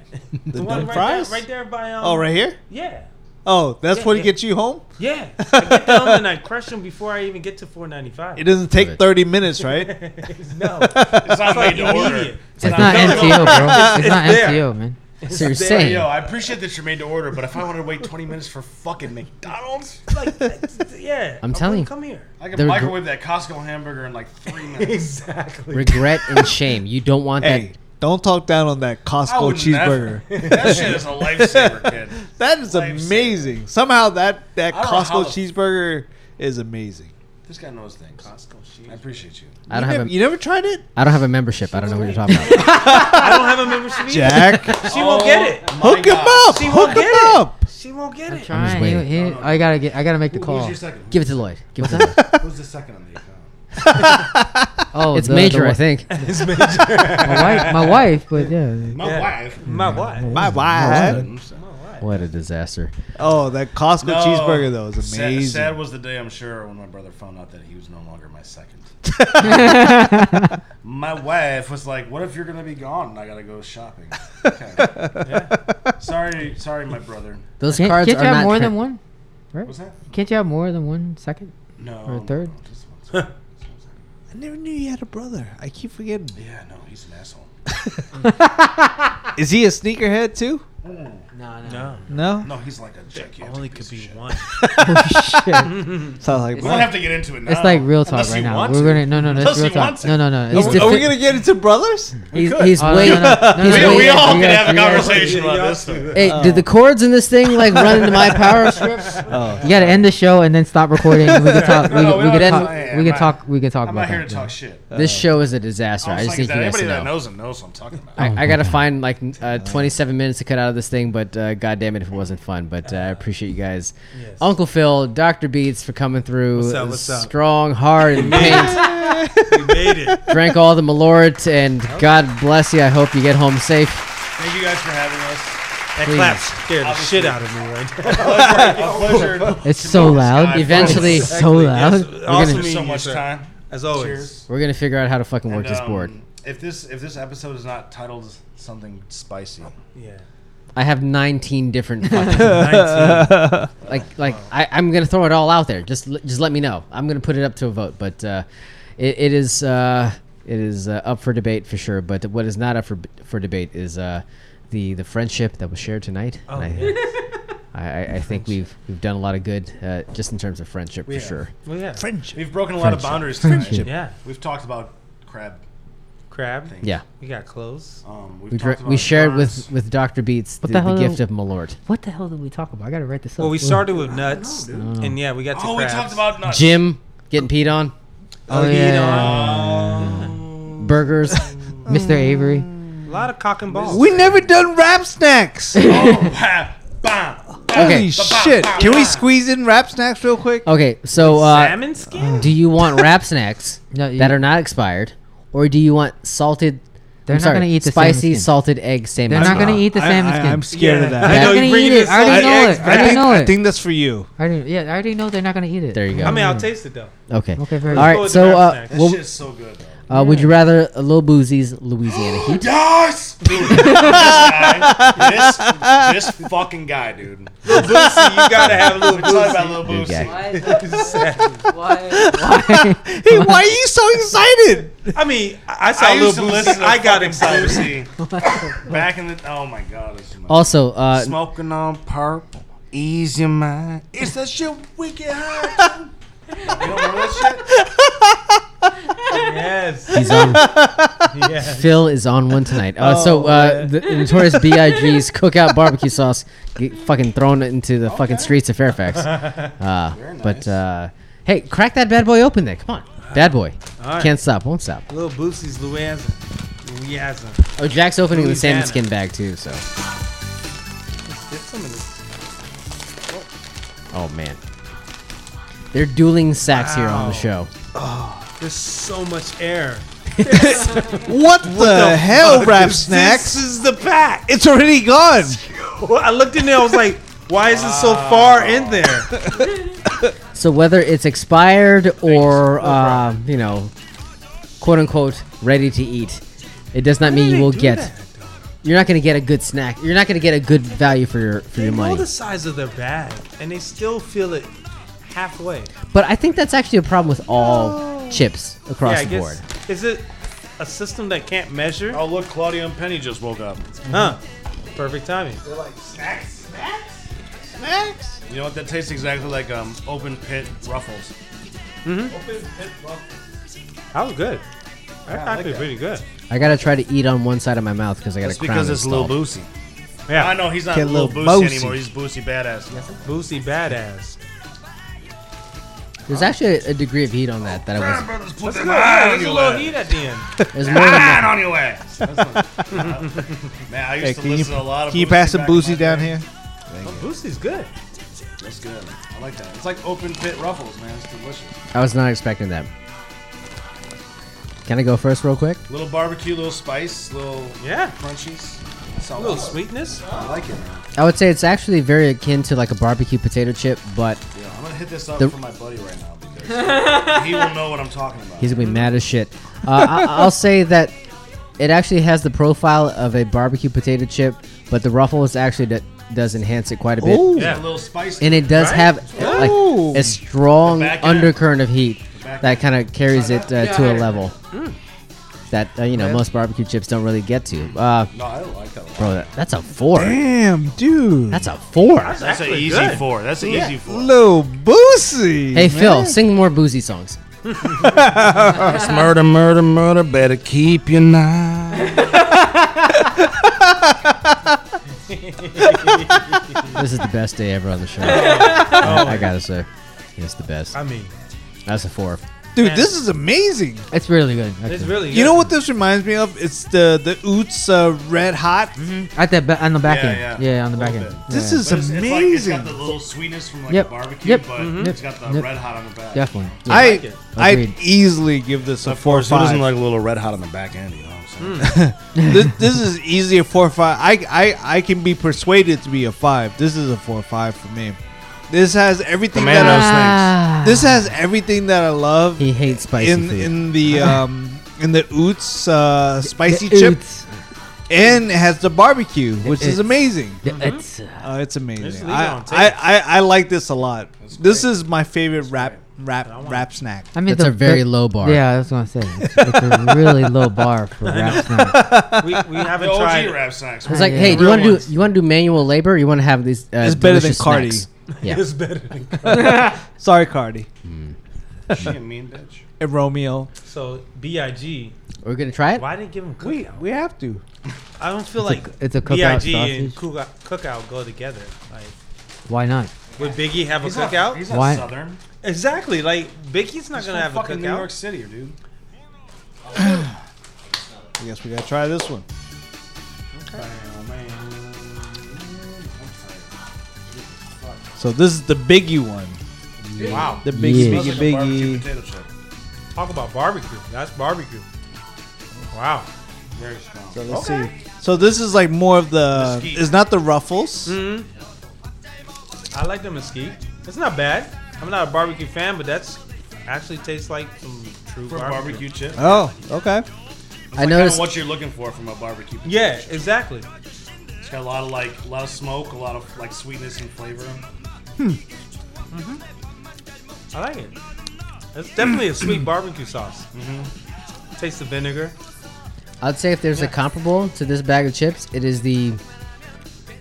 [SPEAKER 7] the,
[SPEAKER 5] dumb
[SPEAKER 7] right
[SPEAKER 5] fries?
[SPEAKER 7] there, right there by um.
[SPEAKER 5] Oh, right here?
[SPEAKER 7] Yeah,
[SPEAKER 5] Oh, that's
[SPEAKER 7] Yeah,
[SPEAKER 5] what
[SPEAKER 7] yeah.
[SPEAKER 5] gets you home?
[SPEAKER 7] yeah. I get them and I crush them before I even get to 495.
[SPEAKER 5] It doesn't take
[SPEAKER 3] Good.
[SPEAKER 5] 30 minutes, right?
[SPEAKER 7] no,
[SPEAKER 1] it's not made to order.
[SPEAKER 7] immediate.
[SPEAKER 4] It's not MTO, bro. It's not
[SPEAKER 7] there.
[SPEAKER 4] MTO, man.
[SPEAKER 3] So you're
[SPEAKER 1] Hey,
[SPEAKER 3] saying
[SPEAKER 1] yo, I appreciate that you're made to order, but if I wanted to wait 20 minutes for fucking McDonald's,
[SPEAKER 7] Like, that's- yeah.
[SPEAKER 3] I'm telling you.
[SPEAKER 7] come here.
[SPEAKER 1] I can
[SPEAKER 3] They're gr-
[SPEAKER 1] microwave that Costco hamburger in like three minutes.
[SPEAKER 7] Exactly.
[SPEAKER 3] regret and shame. You don't want that.
[SPEAKER 5] hey, don't talk down on that
[SPEAKER 1] I
[SPEAKER 5] Costco
[SPEAKER 1] would
[SPEAKER 5] cheeseburger.
[SPEAKER 1] Oh, never- that shit is a lifesaver, kid.
[SPEAKER 5] That is
[SPEAKER 1] Lifesaver.
[SPEAKER 5] amazing. Somehow that, that
[SPEAKER 1] I don't know how
[SPEAKER 5] Costco
[SPEAKER 1] the-
[SPEAKER 5] cheeseburger is amazing.
[SPEAKER 1] This guy knows things. Costco cheese. I appreciate you.
[SPEAKER 3] I don't
[SPEAKER 5] you,
[SPEAKER 3] have
[SPEAKER 5] never,
[SPEAKER 3] a
[SPEAKER 5] you never tried it?
[SPEAKER 3] I don't have a membership. I don't know what you're talking about.
[SPEAKER 7] I don't have a membership. either.
[SPEAKER 5] Jack,
[SPEAKER 7] She won't get it.
[SPEAKER 1] Oh.
[SPEAKER 5] hook him up.
[SPEAKER 7] She
[SPEAKER 5] Hook
[SPEAKER 7] won't
[SPEAKER 5] him
[SPEAKER 7] get it.
[SPEAKER 5] up.
[SPEAKER 7] She won't get it.
[SPEAKER 3] just
[SPEAKER 4] Trying.
[SPEAKER 3] waiting.
[SPEAKER 4] He, he, I gotta get. I gotta make the call.
[SPEAKER 1] Who's your second?
[SPEAKER 3] Give it to Lloyd. Give it to Lloyd.
[SPEAKER 1] Who's the second on the account?
[SPEAKER 4] Oh,
[SPEAKER 3] It's
[SPEAKER 4] the-
[SPEAKER 3] major,
[SPEAKER 4] the-
[SPEAKER 3] I think.
[SPEAKER 4] My wife, my wife, but yeah.
[SPEAKER 1] My wife.
[SPEAKER 7] My wife.
[SPEAKER 5] My wife.
[SPEAKER 3] What a disaster.
[SPEAKER 5] Oh, that Costco
[SPEAKER 1] No.
[SPEAKER 5] cheeseburger though is
[SPEAKER 1] Sa-
[SPEAKER 5] amazing.
[SPEAKER 1] Sad, was the day, I'm sure, when my brother found out that he was no longer my second. my wife was like, "What if you're gonna be gone and I gotta go shopping?" Okay. Yeah. Sorry, sorry, my brother.
[SPEAKER 3] Those
[SPEAKER 4] Can't,
[SPEAKER 3] cards
[SPEAKER 4] can't
[SPEAKER 3] are
[SPEAKER 4] you have
[SPEAKER 3] not
[SPEAKER 4] more
[SPEAKER 3] tra-
[SPEAKER 4] than one?
[SPEAKER 1] What's that?
[SPEAKER 4] Can't you have more than one second?
[SPEAKER 1] No.
[SPEAKER 4] Or a third?
[SPEAKER 1] no, just one second. Just one second.
[SPEAKER 5] I never knew you had a brother. I keep forgetting.
[SPEAKER 1] yeah, no, he's an asshole.
[SPEAKER 5] Is he a sneakerhead too?
[SPEAKER 7] No,
[SPEAKER 5] No.
[SPEAKER 1] No, he's like a gigantic.
[SPEAKER 7] Hmm. only
[SPEAKER 1] piece
[SPEAKER 7] could
[SPEAKER 1] of
[SPEAKER 7] be
[SPEAKER 1] shit.
[SPEAKER 7] one.
[SPEAKER 5] Sounds like
[SPEAKER 1] We don't have to get into it now.
[SPEAKER 4] It's like real talk
[SPEAKER 1] Unless
[SPEAKER 4] right
[SPEAKER 1] you
[SPEAKER 4] now.
[SPEAKER 1] want
[SPEAKER 4] We're
[SPEAKER 1] to.
[SPEAKER 4] gonna no no no.
[SPEAKER 1] Unless
[SPEAKER 4] It's real
[SPEAKER 1] you
[SPEAKER 4] talk.
[SPEAKER 1] want to.
[SPEAKER 4] No no no.
[SPEAKER 3] He's
[SPEAKER 4] it's
[SPEAKER 5] Are we
[SPEAKER 3] different.
[SPEAKER 5] gonna get into brothers?
[SPEAKER 3] He's,
[SPEAKER 1] could.
[SPEAKER 3] he's
[SPEAKER 4] Oh, no,
[SPEAKER 3] way.
[SPEAKER 4] no, no.
[SPEAKER 3] he's
[SPEAKER 4] We-
[SPEAKER 1] We,
[SPEAKER 3] way-
[SPEAKER 1] we all can
[SPEAKER 4] you guys-
[SPEAKER 1] have a
[SPEAKER 4] you guys-
[SPEAKER 1] conversation about
[SPEAKER 7] Yeah,
[SPEAKER 1] this.
[SPEAKER 7] yeah.
[SPEAKER 1] though.
[SPEAKER 3] Hey, did the chords in this thing like run into my power strip?
[SPEAKER 4] You gotta end the show and then stop recording. and We can talk. We,
[SPEAKER 1] No, no,
[SPEAKER 4] we,
[SPEAKER 1] we
[SPEAKER 4] can
[SPEAKER 1] don't-
[SPEAKER 4] talk.
[SPEAKER 1] I'm
[SPEAKER 4] We can
[SPEAKER 1] not-
[SPEAKER 4] talk. We can talk
[SPEAKER 1] I'm
[SPEAKER 4] about
[SPEAKER 1] not here to
[SPEAKER 4] that.
[SPEAKER 1] talk shit.
[SPEAKER 3] This show is a disaster.
[SPEAKER 1] I
[SPEAKER 3] I
[SPEAKER 1] was
[SPEAKER 3] just
[SPEAKER 1] like, is
[SPEAKER 3] need you
[SPEAKER 1] that
[SPEAKER 3] guys
[SPEAKER 1] anybody
[SPEAKER 3] to
[SPEAKER 1] that
[SPEAKER 3] know.
[SPEAKER 1] knows him knows what I'm talking about?
[SPEAKER 3] I, I gotta find like n- uh, 27 minutes to cut out of this thing, but uh, god damn it if it wasn't fun. But uh, I appreciate you guys, Uncle Phil, Doctor Beats for coming through.
[SPEAKER 7] What's up, what's up?
[SPEAKER 3] Strong, hard, and paint.
[SPEAKER 7] We made it.
[SPEAKER 3] Drank all the Malort, and God bless you. I hope you get home safe.
[SPEAKER 1] Thank you guys for having us.
[SPEAKER 7] That
[SPEAKER 3] Please.
[SPEAKER 7] clap scared the
[SPEAKER 1] Obviously.
[SPEAKER 7] shit out of me right
[SPEAKER 1] A
[SPEAKER 7] now.
[SPEAKER 1] pleasure.
[SPEAKER 4] It's so loud.
[SPEAKER 3] Eventually,
[SPEAKER 4] so
[SPEAKER 7] Yes,
[SPEAKER 4] loud.
[SPEAKER 7] awesome
[SPEAKER 3] gonna-
[SPEAKER 7] meeting
[SPEAKER 1] so
[SPEAKER 7] you,
[SPEAKER 1] much
[SPEAKER 7] sir.
[SPEAKER 1] time.
[SPEAKER 7] As always.
[SPEAKER 1] Cheers.
[SPEAKER 3] we're gonna figure out how to fucking work
[SPEAKER 1] And,
[SPEAKER 3] this
[SPEAKER 1] um,
[SPEAKER 3] board.
[SPEAKER 1] If this if this episode is not titled something spicy,
[SPEAKER 7] Yeah.
[SPEAKER 3] I have 19 different fucking,
[SPEAKER 7] 19.
[SPEAKER 3] like like I, I'm gonna throw it all out there. Just l- just let me know. I'm gonna put it up to a vote, but uh, it, it is uh, it is uh, up for debate for sure. But what is not up for for debate is uh, the the friendship that was shared tonight.
[SPEAKER 7] Oh,
[SPEAKER 3] And I,
[SPEAKER 7] yeah.
[SPEAKER 3] I, I, I think we've we've done a lot of good uh, just in terms of friendship for
[SPEAKER 1] have.
[SPEAKER 3] sure.
[SPEAKER 7] Well, yeah.
[SPEAKER 5] Friendship.
[SPEAKER 1] we've broken a lot of boundaries. Tonight.
[SPEAKER 7] Yeah.
[SPEAKER 1] We've talked about crab.
[SPEAKER 7] Crab.
[SPEAKER 1] Thing.
[SPEAKER 3] Yeah,
[SPEAKER 7] We got clothes.
[SPEAKER 1] Um, we've
[SPEAKER 3] we
[SPEAKER 1] talked
[SPEAKER 3] dr-
[SPEAKER 1] about
[SPEAKER 3] we shared
[SPEAKER 1] burns.
[SPEAKER 3] with with Doctor Beats the,
[SPEAKER 4] the
[SPEAKER 3] the
[SPEAKER 4] hell-
[SPEAKER 3] gift of Malort.
[SPEAKER 4] What the hell did we talk about? I gotta write this up.
[SPEAKER 7] Well, we
[SPEAKER 4] Ooh.
[SPEAKER 7] started with nuts.
[SPEAKER 4] Mm.
[SPEAKER 7] and yeah, we got to
[SPEAKER 1] Oh, we
[SPEAKER 7] crabs.
[SPEAKER 1] talked about nuts.
[SPEAKER 3] Jim getting peed on,
[SPEAKER 4] Oh
[SPEAKER 7] Lead
[SPEAKER 4] yeah.
[SPEAKER 7] on.
[SPEAKER 3] burgers.
[SPEAKER 4] Mr. Avery.
[SPEAKER 7] A lot of cock and balls.
[SPEAKER 5] We never done rap snacks. Holy
[SPEAKER 1] Oh, bah, bah.
[SPEAKER 3] Okay.
[SPEAKER 5] shit! Can we squeeze in rap snacks real quick?
[SPEAKER 3] Okay, so uh,
[SPEAKER 7] Salmon skin?
[SPEAKER 3] do you want wrap snacks?
[SPEAKER 4] No, you,
[SPEAKER 3] that are not expired, or do you want salted
[SPEAKER 4] They're
[SPEAKER 3] I'm
[SPEAKER 4] not
[SPEAKER 3] sorry,
[SPEAKER 4] gonna eat the salmon
[SPEAKER 3] spicy
[SPEAKER 4] skin.
[SPEAKER 3] salted egg Oh, salmon.
[SPEAKER 4] They're not
[SPEAKER 3] skin.
[SPEAKER 4] gonna eat the
[SPEAKER 5] I-
[SPEAKER 4] salmon
[SPEAKER 5] I-
[SPEAKER 4] skin.
[SPEAKER 5] I'm scared of
[SPEAKER 2] Yeah.
[SPEAKER 5] that.
[SPEAKER 2] I
[SPEAKER 4] They're
[SPEAKER 2] know
[SPEAKER 4] not
[SPEAKER 2] you
[SPEAKER 4] gonna
[SPEAKER 2] bring
[SPEAKER 4] eat
[SPEAKER 2] this
[SPEAKER 4] it. I already
[SPEAKER 2] up.
[SPEAKER 4] know it. I already
[SPEAKER 5] think,
[SPEAKER 4] know
[SPEAKER 5] I
[SPEAKER 4] it.
[SPEAKER 5] think that's for you.
[SPEAKER 4] I already, yeah, I already know they're not gonna eat it.
[SPEAKER 3] There you go.
[SPEAKER 2] I mean, I'll taste it though.
[SPEAKER 3] okay.
[SPEAKER 4] Okay, very
[SPEAKER 3] All
[SPEAKER 4] good.
[SPEAKER 3] right.
[SPEAKER 2] Go with
[SPEAKER 3] So,
[SPEAKER 2] the crab
[SPEAKER 3] uh,
[SPEAKER 2] snacks.
[SPEAKER 1] That
[SPEAKER 3] well,
[SPEAKER 1] shit's so good. Though.
[SPEAKER 3] uh, would you rather Lil Boozy's Louisiana Heat?
[SPEAKER 1] Yes, dude. this guy, this, this fucking guy, dude.
[SPEAKER 2] Lil Boosie, you gotta have Lil
[SPEAKER 1] We're talking about
[SPEAKER 2] Boosie.
[SPEAKER 1] Lil
[SPEAKER 3] Good guy.
[SPEAKER 1] Boosie.
[SPEAKER 5] Hey, why are you so excited?
[SPEAKER 2] I mean, I I saw
[SPEAKER 1] I
[SPEAKER 2] Lil
[SPEAKER 1] used to
[SPEAKER 2] Boosie.
[SPEAKER 1] listen to
[SPEAKER 2] I got
[SPEAKER 1] fucking
[SPEAKER 2] excited.
[SPEAKER 1] Boosie back in the. Oh my god, this is my
[SPEAKER 3] Also, uh,
[SPEAKER 1] smoking on purple. Ease your mind. It's that shit wicked high. you don't remember that shit?
[SPEAKER 2] Yes.
[SPEAKER 3] he's on.
[SPEAKER 2] yes. Oh,
[SPEAKER 3] Phil is on one tonight. Uh, so uh, the notorious Big's cookout barbecue sauce get fucking thrown into the fucking streets of Fairfax. Uh, But uh, hey, crack that bad boy open there. Come on, bad boy.
[SPEAKER 2] Alright.
[SPEAKER 3] Can't stop, won't stop.
[SPEAKER 2] Lil Boosie's Louisiana. Louisiana.
[SPEAKER 3] Oh, Jack's opening the salmon
[SPEAKER 2] Louisiana.
[SPEAKER 3] skin bag too. So. Oh man, they're dueling sacks here on
[SPEAKER 2] Wow.
[SPEAKER 3] the show.
[SPEAKER 2] There's so much air.
[SPEAKER 5] What, the, hell, Rap
[SPEAKER 2] This-
[SPEAKER 5] Snacks?
[SPEAKER 2] This is the pack.
[SPEAKER 5] It's already gone.
[SPEAKER 2] Well, I looked in there. I was like, why is it so far in there?
[SPEAKER 3] So whether it's expired or uh, you know, quote unquote, ready to eat, it does not mean you will get. You're not going to get a good snack. You're not going to get a good value for your for
[SPEAKER 2] They
[SPEAKER 3] your
[SPEAKER 2] know
[SPEAKER 3] money.
[SPEAKER 2] the size of their bag, and they still feel it halfway.
[SPEAKER 3] But I think that's actually a problem with all chips across
[SPEAKER 2] I
[SPEAKER 3] the board.
[SPEAKER 2] guess. Is it a system that can't measure?
[SPEAKER 1] Oh look, Claudia and Penny just woke up.
[SPEAKER 2] Huh. Perfect timing.
[SPEAKER 1] You know what? That tastes exactly like um open pit ruffles.
[SPEAKER 2] That was good. That's actually pretty good.
[SPEAKER 3] I gotta try to eat on one side of my mouth because I got
[SPEAKER 1] That's
[SPEAKER 3] a crown
[SPEAKER 1] because it's Lil
[SPEAKER 3] installed.
[SPEAKER 1] Boosie.
[SPEAKER 2] Yeah.
[SPEAKER 1] I know he's not
[SPEAKER 5] Get
[SPEAKER 1] Lil
[SPEAKER 5] Lil
[SPEAKER 1] Boosie,
[SPEAKER 5] Boosie.
[SPEAKER 1] anymore. He's Boosie Badass.
[SPEAKER 2] Boosie badass.
[SPEAKER 3] There's actually a, a degree of heat on that that I
[SPEAKER 1] Brown
[SPEAKER 3] was.
[SPEAKER 1] brothers put
[SPEAKER 2] That's
[SPEAKER 1] their
[SPEAKER 2] good. Yeah,
[SPEAKER 1] mind on
[SPEAKER 2] there's a
[SPEAKER 1] your
[SPEAKER 2] little
[SPEAKER 1] ass.
[SPEAKER 2] heat Ah, at the end.
[SPEAKER 3] There's more than that.
[SPEAKER 1] Mind on your ass. Man, I used
[SPEAKER 5] Hey,
[SPEAKER 1] to
[SPEAKER 5] can you-
[SPEAKER 1] listen to a lot of.
[SPEAKER 5] Can you
[SPEAKER 1] Boosie
[SPEAKER 5] pass some
[SPEAKER 1] back in my
[SPEAKER 5] boozy down
[SPEAKER 1] day.
[SPEAKER 5] here?
[SPEAKER 2] Oh, Boosie's good.
[SPEAKER 1] That's good. I like that. It's like open pit ruffles, man. It's delicious.
[SPEAKER 3] I was not expecting that. Can I go first, real quick?
[SPEAKER 1] Little barbecue, little spice, little
[SPEAKER 2] Yeah.
[SPEAKER 1] crunchies.
[SPEAKER 2] A
[SPEAKER 1] Solid.
[SPEAKER 2] little sweetness.
[SPEAKER 1] I like it, man.
[SPEAKER 3] I would say it's actually very akin to like a barbecue potato chip, but
[SPEAKER 1] Yeah, I'm gonna hit this up
[SPEAKER 3] The-
[SPEAKER 1] for my buddy right now because he will know what I'm talking about.
[SPEAKER 3] He's gonna be mad as shit. Uh, I, I'll say that it actually has the profile of a barbecue potato chip, but the ruffles actually d- does enhance it quite a bit,
[SPEAKER 5] Ooh.
[SPEAKER 1] yeah, a little spice.
[SPEAKER 3] and it does
[SPEAKER 2] Right?
[SPEAKER 3] have uh, like a strong
[SPEAKER 1] The back end.
[SPEAKER 3] undercurrent of heat
[SPEAKER 1] back
[SPEAKER 3] that kind of carries it uh, to a level that uh, you know
[SPEAKER 5] Yeah.
[SPEAKER 3] most barbecue chips don't really get to. Uh,
[SPEAKER 1] no, I don't like that. A lot.
[SPEAKER 3] bro, that, that's a four.
[SPEAKER 5] Damn, dude.
[SPEAKER 3] That's a four.
[SPEAKER 1] That's an
[SPEAKER 2] Actually
[SPEAKER 1] easy
[SPEAKER 2] good.
[SPEAKER 1] four. That's an easy four.
[SPEAKER 5] Lil Boosie.
[SPEAKER 3] Hey
[SPEAKER 5] man.
[SPEAKER 3] Phil, sing more boozy songs.
[SPEAKER 1] murder, murder, murder. Better keep your knife.
[SPEAKER 3] This is the best day ever on the show. I, I gotta say, it's the best.
[SPEAKER 2] I mean,
[SPEAKER 3] That's a four.
[SPEAKER 5] Dude, this is amazing.
[SPEAKER 3] It's really good.
[SPEAKER 2] it's
[SPEAKER 3] actually.
[SPEAKER 2] really good.
[SPEAKER 5] You know what this reminds me of? It's the the Oots uh, Red Hot.
[SPEAKER 4] At the ba- on the back
[SPEAKER 1] Yeah,
[SPEAKER 4] end.
[SPEAKER 1] yeah.
[SPEAKER 4] Yeah, on the back
[SPEAKER 1] Little
[SPEAKER 4] end.
[SPEAKER 1] bit.
[SPEAKER 5] This
[SPEAKER 4] Yeah.
[SPEAKER 5] is
[SPEAKER 1] Mm-hmm. But it's, it's like it's
[SPEAKER 5] amazing.
[SPEAKER 1] got the little sweetness from like
[SPEAKER 4] Yep.
[SPEAKER 1] a barbecue,
[SPEAKER 4] Yep.
[SPEAKER 1] but
[SPEAKER 4] Mhm.
[SPEAKER 1] it's got the
[SPEAKER 4] Yep.
[SPEAKER 1] red hot on the back.
[SPEAKER 4] definitely. Yeah.
[SPEAKER 5] I
[SPEAKER 2] like it.
[SPEAKER 5] I
[SPEAKER 4] Agreed.
[SPEAKER 5] would easily give this a four five.
[SPEAKER 1] a little red hot on the back end? You know what I'm saying?
[SPEAKER 5] this, this is easy a four five. I, I I can be persuaded to be a five. This is a four five for me. This has everything
[SPEAKER 1] Commando.
[SPEAKER 5] that
[SPEAKER 4] Ah.
[SPEAKER 5] I, this has everything that I love
[SPEAKER 3] He hates spicy
[SPEAKER 5] in
[SPEAKER 3] food.
[SPEAKER 5] in the um in the Oots uh, spicy
[SPEAKER 4] The
[SPEAKER 5] chip
[SPEAKER 4] oots.
[SPEAKER 5] and it has the barbecue, which is
[SPEAKER 4] Oots.
[SPEAKER 5] amazing.
[SPEAKER 4] The oots.
[SPEAKER 3] Mm-hmm.
[SPEAKER 5] Uh, it's
[SPEAKER 2] Just
[SPEAKER 5] amazing.
[SPEAKER 2] leave it
[SPEAKER 5] I,
[SPEAKER 2] on tape.
[SPEAKER 5] I, I I like this a lot.
[SPEAKER 1] That's
[SPEAKER 5] This
[SPEAKER 1] great.
[SPEAKER 5] is my favorite rap rap
[SPEAKER 2] I want-
[SPEAKER 5] rap snack.
[SPEAKER 4] I mean,
[SPEAKER 3] It's
[SPEAKER 4] the-
[SPEAKER 3] a very
[SPEAKER 4] the-
[SPEAKER 3] low bar.
[SPEAKER 4] Yeah, that's what I'm saying. It's, it's a really low bar for rap snack.
[SPEAKER 2] We, we haven't
[SPEAKER 1] The OG
[SPEAKER 2] tried. it.
[SPEAKER 1] rap snacks.
[SPEAKER 3] It's like,
[SPEAKER 4] Yeah.
[SPEAKER 3] hey,
[SPEAKER 1] Real
[SPEAKER 3] do you want to
[SPEAKER 1] ones.
[SPEAKER 3] do you want to do manual labor? Or you want to have these? Uh,
[SPEAKER 5] It's better than
[SPEAKER 3] delicious
[SPEAKER 5] Cardi.
[SPEAKER 3] snacks? Yeah.
[SPEAKER 2] It's better than
[SPEAKER 5] Sorry, Cardi
[SPEAKER 1] she a mean bitch.
[SPEAKER 5] and Romeo.
[SPEAKER 2] So, B.I.G.
[SPEAKER 3] We're gonna try it.
[SPEAKER 2] Why didn't give him cookout?
[SPEAKER 5] We we have to.
[SPEAKER 2] I don't feel
[SPEAKER 4] It's a-
[SPEAKER 2] like
[SPEAKER 4] it's a cookout
[SPEAKER 2] B.I.G. and
[SPEAKER 4] sausage.
[SPEAKER 2] cookout, cookout go together. Like,
[SPEAKER 4] Why not?
[SPEAKER 2] would Biggie have a
[SPEAKER 1] He's
[SPEAKER 2] cookout?
[SPEAKER 1] not, he's not
[SPEAKER 4] Why-
[SPEAKER 1] southern.
[SPEAKER 2] Exactly. Like Biggie's not
[SPEAKER 1] He's from
[SPEAKER 2] gonna have a
[SPEAKER 1] fucking New York
[SPEAKER 2] cookout.
[SPEAKER 1] City, dude.
[SPEAKER 5] I guess we gotta try this one. So this is the biggie one.
[SPEAKER 2] Wow.
[SPEAKER 5] The biggie,
[SPEAKER 4] Yeah.
[SPEAKER 5] biggie,
[SPEAKER 1] Smells like a barbecue
[SPEAKER 5] biggie.
[SPEAKER 1] potato chip.
[SPEAKER 2] Talk about barbecue. That's barbecue. Wow.
[SPEAKER 1] Very strong.
[SPEAKER 5] So let's see. So this is like more of the.
[SPEAKER 1] Mesquite.
[SPEAKER 5] It's not the ruffles.
[SPEAKER 2] Mm-hmm. I like the mesquite. It's not bad. I'm not a barbecue fan, but that's actually tastes like some true
[SPEAKER 1] For a
[SPEAKER 2] barbecue.
[SPEAKER 1] barbecue chip.
[SPEAKER 5] Oh, okay.
[SPEAKER 1] It's
[SPEAKER 3] I
[SPEAKER 1] like
[SPEAKER 3] noticed-
[SPEAKER 1] kinda what you're looking for from a barbecue.
[SPEAKER 2] Yeah, exactly.
[SPEAKER 1] It's got a lot of like a lot of smoke, a lot of like sweetness and flavor.
[SPEAKER 2] I like it. It's definitely a sweet barbecue sauce. Taste the vinegar.
[SPEAKER 3] I'd say if there's a comparable to this bag of chips, it is the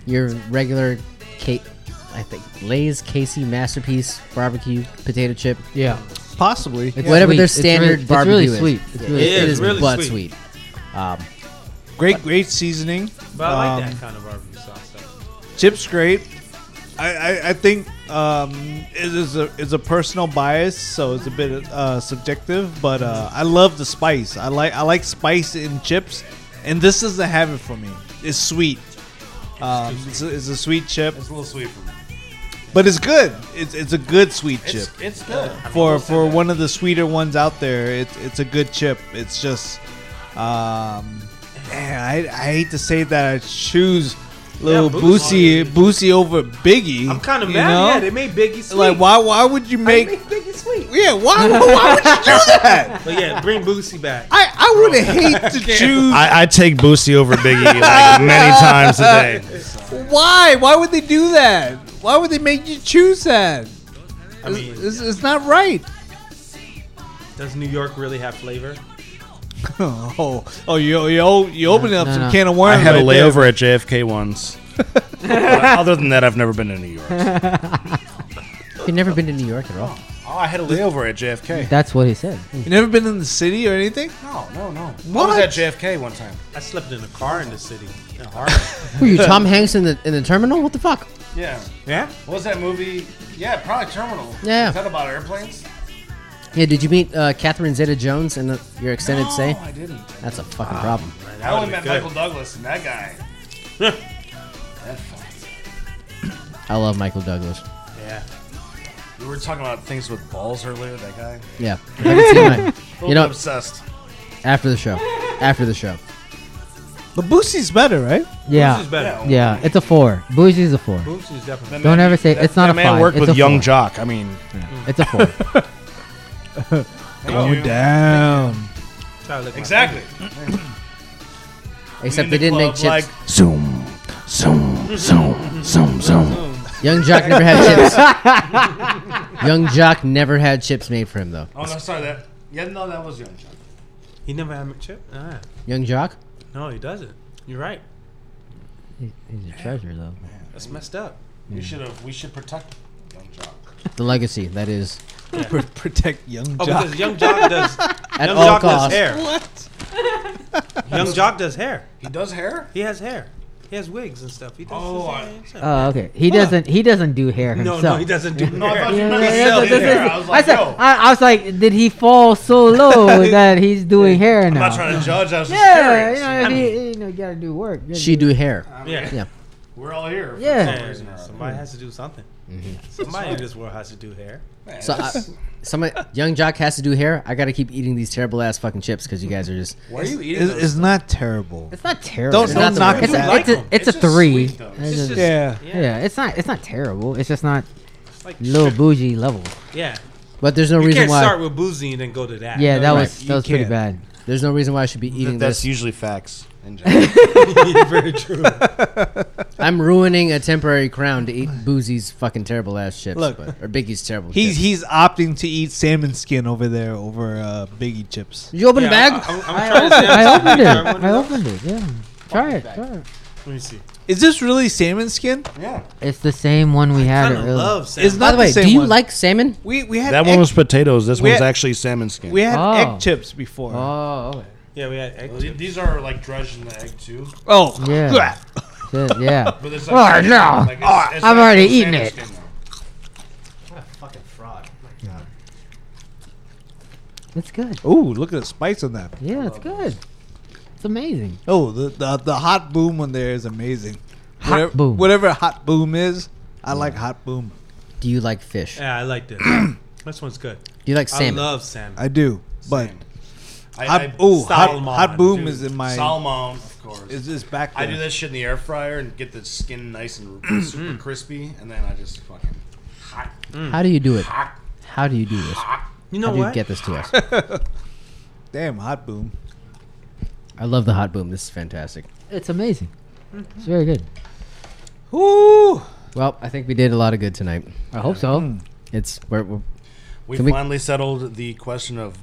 [SPEAKER 3] your regular Kate, I think Lay's Casey masterpiece barbecue potato chip.
[SPEAKER 4] Yeah.
[SPEAKER 5] Possibly.
[SPEAKER 4] It's
[SPEAKER 3] Whatever
[SPEAKER 4] sweet.
[SPEAKER 3] their
[SPEAKER 4] It's really-
[SPEAKER 3] standard
[SPEAKER 4] it's
[SPEAKER 3] barbecue
[SPEAKER 4] really
[SPEAKER 3] is.
[SPEAKER 4] sweet.
[SPEAKER 3] It's
[SPEAKER 4] Yeah.
[SPEAKER 3] really,
[SPEAKER 2] It
[SPEAKER 3] it
[SPEAKER 2] is
[SPEAKER 3] is
[SPEAKER 2] really
[SPEAKER 3] blood
[SPEAKER 2] sweet.
[SPEAKER 3] sweet.
[SPEAKER 5] Great, great seasoning.
[SPEAKER 2] But I like
[SPEAKER 5] Um,
[SPEAKER 2] that kind of barbecue sauce. Though.
[SPEAKER 5] Chips great. I, I, I think um, it is a it's a personal bias, so it's a bit uh, subjective. But uh, I love the spice. I like I like spice in chips, and this doesn't have it for me. It's sweet. Um, it's, a, it's a sweet chip,
[SPEAKER 1] It's a little sweet for me.
[SPEAKER 5] but it's good. It's, it's a good sweet chip.
[SPEAKER 1] It's, it's good.
[SPEAKER 5] for for one of the sweeter ones out there. It's it's a good chip. It's just, um, man, I, I hate to say that I choose little Boosie
[SPEAKER 2] Boosie.
[SPEAKER 5] Boosie over Biggie.
[SPEAKER 2] I'm kind of
[SPEAKER 5] you
[SPEAKER 2] mad.
[SPEAKER 5] know?
[SPEAKER 2] Yeah, they made Biggie sweet.
[SPEAKER 5] like why why would you
[SPEAKER 2] They
[SPEAKER 5] make?
[SPEAKER 2] made Biggie sweet.
[SPEAKER 5] yeah, why why would you do that?
[SPEAKER 2] But yeah, bring Boosie back.
[SPEAKER 5] I I would hate to choose.
[SPEAKER 1] I, I take Boosie over Biggie like many times a day.
[SPEAKER 5] Why why would they do that? Why would they make you choose that?
[SPEAKER 2] I mean,
[SPEAKER 5] It's, it's not right.
[SPEAKER 2] does New York really have flavor?
[SPEAKER 5] Oh, oh, you you you opening up
[SPEAKER 4] no,
[SPEAKER 5] some
[SPEAKER 4] no.
[SPEAKER 5] can of worms.
[SPEAKER 1] I had a
[SPEAKER 5] right there.
[SPEAKER 1] layover at JFK once. But other than that, I've never been to New York. Oh,
[SPEAKER 3] You've never been to New York at all.
[SPEAKER 1] I had a layover at JFK.
[SPEAKER 4] That's what he said.
[SPEAKER 5] You never been in the city or anything?
[SPEAKER 1] No, no, no.
[SPEAKER 5] What?
[SPEAKER 1] I was at JFK one time.
[SPEAKER 2] I slept in a car in the city. In Harlem.
[SPEAKER 3] Who are you, Tom Hanks in the in the terminal? What the fuck?
[SPEAKER 1] Yeah.
[SPEAKER 2] yeah.
[SPEAKER 1] What was that movie? Yeah, probably Terminal.
[SPEAKER 3] Yeah.
[SPEAKER 1] Is that about airplanes?
[SPEAKER 3] Yeah, did you meet uh, Catherine Zeta-Jones in the, your extended stay?
[SPEAKER 1] No, I didn't.
[SPEAKER 3] That's a fucking problem.
[SPEAKER 1] I only met
[SPEAKER 2] good.
[SPEAKER 1] Michael Douglas and that guy. that fucking-
[SPEAKER 3] I love Michael Douglas.
[SPEAKER 2] Yeah.
[SPEAKER 1] we were talking about things with balls earlier. That guy.
[SPEAKER 3] Yeah, I haven't seen my-
[SPEAKER 1] A
[SPEAKER 3] You
[SPEAKER 1] little
[SPEAKER 3] know,
[SPEAKER 1] obsessed.
[SPEAKER 3] after the show, after the show.
[SPEAKER 5] But Boosie's better, right?
[SPEAKER 4] Yeah.
[SPEAKER 2] Boosie's better.
[SPEAKER 4] Yeah. It's a four. Boosie's a four.
[SPEAKER 2] Boosie's definitely.
[SPEAKER 1] That
[SPEAKER 4] Don't
[SPEAKER 1] man-
[SPEAKER 4] ever say
[SPEAKER 1] that-
[SPEAKER 4] it's not
[SPEAKER 1] that
[SPEAKER 4] a
[SPEAKER 1] man
[SPEAKER 4] five.
[SPEAKER 1] worked
[SPEAKER 4] It's
[SPEAKER 1] with
[SPEAKER 4] a
[SPEAKER 1] Young
[SPEAKER 4] four.
[SPEAKER 1] Jock. I mean,
[SPEAKER 4] It's a four.
[SPEAKER 1] thank you.
[SPEAKER 5] Oh, Damn.
[SPEAKER 2] Try to lick my
[SPEAKER 1] Exactly.
[SPEAKER 3] Except
[SPEAKER 1] We
[SPEAKER 3] they
[SPEAKER 1] in the
[SPEAKER 3] didn't make
[SPEAKER 1] club,
[SPEAKER 3] chips.
[SPEAKER 1] like,
[SPEAKER 9] Zoom, zoom, zoom, zoom, zoom.
[SPEAKER 3] Young Jock never had chips. Young Jock never had chips made for him though.
[SPEAKER 1] oh no, sorry. That yeah, no, that was Young Jock.
[SPEAKER 2] finger. He never had a chip. Ah.
[SPEAKER 3] Young Jock.
[SPEAKER 2] No, he doesn't. You're right.
[SPEAKER 4] He's a treasure though.
[SPEAKER 2] That's messed up.
[SPEAKER 1] We should have. We should protect Young Jock.
[SPEAKER 3] The legacy that is
[SPEAKER 5] Pr- protect young
[SPEAKER 2] Oh,
[SPEAKER 5] Jock.
[SPEAKER 2] because Young Jock does.
[SPEAKER 3] at
[SPEAKER 2] Young
[SPEAKER 3] all
[SPEAKER 2] Jock does
[SPEAKER 3] costs.
[SPEAKER 2] hair.
[SPEAKER 5] What?
[SPEAKER 2] Young Jock does hair.
[SPEAKER 1] He does hair.
[SPEAKER 2] He has hair. He has wigs and stuff. He does
[SPEAKER 1] Oh, I-
[SPEAKER 2] his own stuff.
[SPEAKER 4] Oh, okay. He doesn't. He doesn't do hair
[SPEAKER 2] no,
[SPEAKER 4] himself.
[SPEAKER 2] no, he doesn't do
[SPEAKER 1] No, I
[SPEAKER 2] hair.
[SPEAKER 1] thought you meant
[SPEAKER 4] Yeah,
[SPEAKER 1] he
[SPEAKER 4] yeah,
[SPEAKER 1] sells
[SPEAKER 4] yeah,
[SPEAKER 1] hair.
[SPEAKER 4] yeah.
[SPEAKER 1] I was like,
[SPEAKER 4] I, said, "Ah,
[SPEAKER 1] yo.
[SPEAKER 4] I, I was like, did he fall so low that he's doing hair
[SPEAKER 1] I'm
[SPEAKER 4] now?
[SPEAKER 1] not trying to judge. I was just
[SPEAKER 4] yeah,
[SPEAKER 1] curious.
[SPEAKER 4] you know, if he, you know, you gotta do work. You gotta
[SPEAKER 3] She
[SPEAKER 4] do
[SPEAKER 3] do hair.
[SPEAKER 2] Yeah.
[SPEAKER 3] Yeah.
[SPEAKER 1] We're all here. for
[SPEAKER 4] Yeah.
[SPEAKER 1] some
[SPEAKER 2] Yeah,
[SPEAKER 1] reason or other.
[SPEAKER 2] Somebody has to do something. Somebody in this world has to do hair.
[SPEAKER 1] Man,
[SPEAKER 3] So I,
[SPEAKER 1] this-
[SPEAKER 3] somebody, Young Jock has to do hair. I gotta keep eating these terrible ass fucking chips because you guys are just.
[SPEAKER 1] why are you eating?
[SPEAKER 5] It's,
[SPEAKER 1] those?
[SPEAKER 5] it's not terrible.
[SPEAKER 4] It's not terrible.
[SPEAKER 5] Don't-
[SPEAKER 4] It's
[SPEAKER 5] don't
[SPEAKER 4] not
[SPEAKER 5] knock
[SPEAKER 4] terrible.
[SPEAKER 5] it
[SPEAKER 4] it's,
[SPEAKER 5] down.
[SPEAKER 4] a,
[SPEAKER 1] It's
[SPEAKER 4] it's, a, it's, a
[SPEAKER 1] just
[SPEAKER 4] three.
[SPEAKER 1] sweet, though.
[SPEAKER 4] It's
[SPEAKER 1] It's
[SPEAKER 4] just-
[SPEAKER 2] just-
[SPEAKER 5] yeah.
[SPEAKER 4] yeah, it's not. It's not terrible. It's just not
[SPEAKER 2] It's like
[SPEAKER 4] little
[SPEAKER 2] shit.
[SPEAKER 4] bougie level.
[SPEAKER 2] Yeah.
[SPEAKER 3] But there's no
[SPEAKER 2] You
[SPEAKER 3] reason
[SPEAKER 2] can't
[SPEAKER 3] why.
[SPEAKER 2] start with boozy and then go to that.
[SPEAKER 4] Yeah, that
[SPEAKER 5] right.
[SPEAKER 4] was
[SPEAKER 5] You
[SPEAKER 4] that was pretty
[SPEAKER 5] can't.
[SPEAKER 4] bad.
[SPEAKER 3] There's no reason why I should be eating this.
[SPEAKER 1] usually facts. In general.
[SPEAKER 2] very true.
[SPEAKER 3] I'm ruining a temporary crown to eat Boozy's fucking terrible ass chips.
[SPEAKER 5] Look.
[SPEAKER 3] but, or Biggie's terrible.
[SPEAKER 5] He's
[SPEAKER 3] chips.
[SPEAKER 5] he's opting to eat salmon skin over there over uh, Biggie chips.
[SPEAKER 3] you open
[SPEAKER 2] Yeah,
[SPEAKER 3] the bag.
[SPEAKER 2] I, am
[SPEAKER 4] I,
[SPEAKER 2] trying to say
[SPEAKER 4] I
[SPEAKER 2] I'm
[SPEAKER 4] opened
[SPEAKER 2] sorry.
[SPEAKER 4] it. I opened it. Yeah. Try it. Try it.
[SPEAKER 2] Let me see.
[SPEAKER 5] Is this really salmon skin?
[SPEAKER 1] yeah,
[SPEAKER 4] It's the same one we had
[SPEAKER 2] Kind of
[SPEAKER 4] earlier.
[SPEAKER 2] love Sam.
[SPEAKER 5] It's
[SPEAKER 3] By
[SPEAKER 5] not
[SPEAKER 3] the way,
[SPEAKER 5] same
[SPEAKER 3] do you
[SPEAKER 5] one.
[SPEAKER 3] like salmon?
[SPEAKER 5] We we had
[SPEAKER 1] that
[SPEAKER 5] egg,
[SPEAKER 1] one was potatoes. This
[SPEAKER 5] we
[SPEAKER 1] one's
[SPEAKER 5] had-
[SPEAKER 1] actually salmon skin.
[SPEAKER 5] we had
[SPEAKER 4] Oh.
[SPEAKER 5] egg chips before.
[SPEAKER 4] Oh, okay.
[SPEAKER 2] yeah, we had egg
[SPEAKER 1] Well,
[SPEAKER 2] chips.
[SPEAKER 1] These are like drudged in the egg too.
[SPEAKER 5] oh
[SPEAKER 4] Yeah.
[SPEAKER 5] yeah.
[SPEAKER 4] Shit, yeah.
[SPEAKER 1] But it's
[SPEAKER 4] Oh, no.
[SPEAKER 1] Like it's, it's
[SPEAKER 4] I've
[SPEAKER 1] not
[SPEAKER 4] already
[SPEAKER 1] salmon
[SPEAKER 4] eaten it.
[SPEAKER 1] skin, though.
[SPEAKER 4] It's good.
[SPEAKER 5] Ooh, look at the spice on that.
[SPEAKER 4] Yeah, it's good. It's amazing.
[SPEAKER 5] Oh, the, the the hot boom on there is amazing.
[SPEAKER 4] Hot
[SPEAKER 5] whatever,
[SPEAKER 4] boom.
[SPEAKER 5] Whatever hot boom is, I like hot boom.
[SPEAKER 3] Do you like fish?
[SPEAKER 2] Yeah, I liked it. this one's good.
[SPEAKER 3] Do you like
[SPEAKER 2] I
[SPEAKER 3] salmon?
[SPEAKER 2] love salmon.
[SPEAKER 5] I do, but Hot, ooh, hot, hot boom is in my.
[SPEAKER 1] Salmon, of course.
[SPEAKER 5] is this back? There.
[SPEAKER 1] I do that shit in the air fryer and get the skin nice and super crispy, and then I just fucking hot.
[SPEAKER 3] How do you do it? How do you do this?
[SPEAKER 7] You
[SPEAKER 3] How
[SPEAKER 7] know
[SPEAKER 3] do you
[SPEAKER 7] what?
[SPEAKER 3] get this to us?
[SPEAKER 5] Damn, hot boom.
[SPEAKER 3] I love the hot boom. This is fantastic.
[SPEAKER 4] It's amazing. It's very good.
[SPEAKER 5] Ooh,
[SPEAKER 3] Well, I think we did a lot of good tonight.
[SPEAKER 4] I hope so.
[SPEAKER 3] It's we're, we're
[SPEAKER 1] We
[SPEAKER 3] Can we-
[SPEAKER 1] finally settled the question of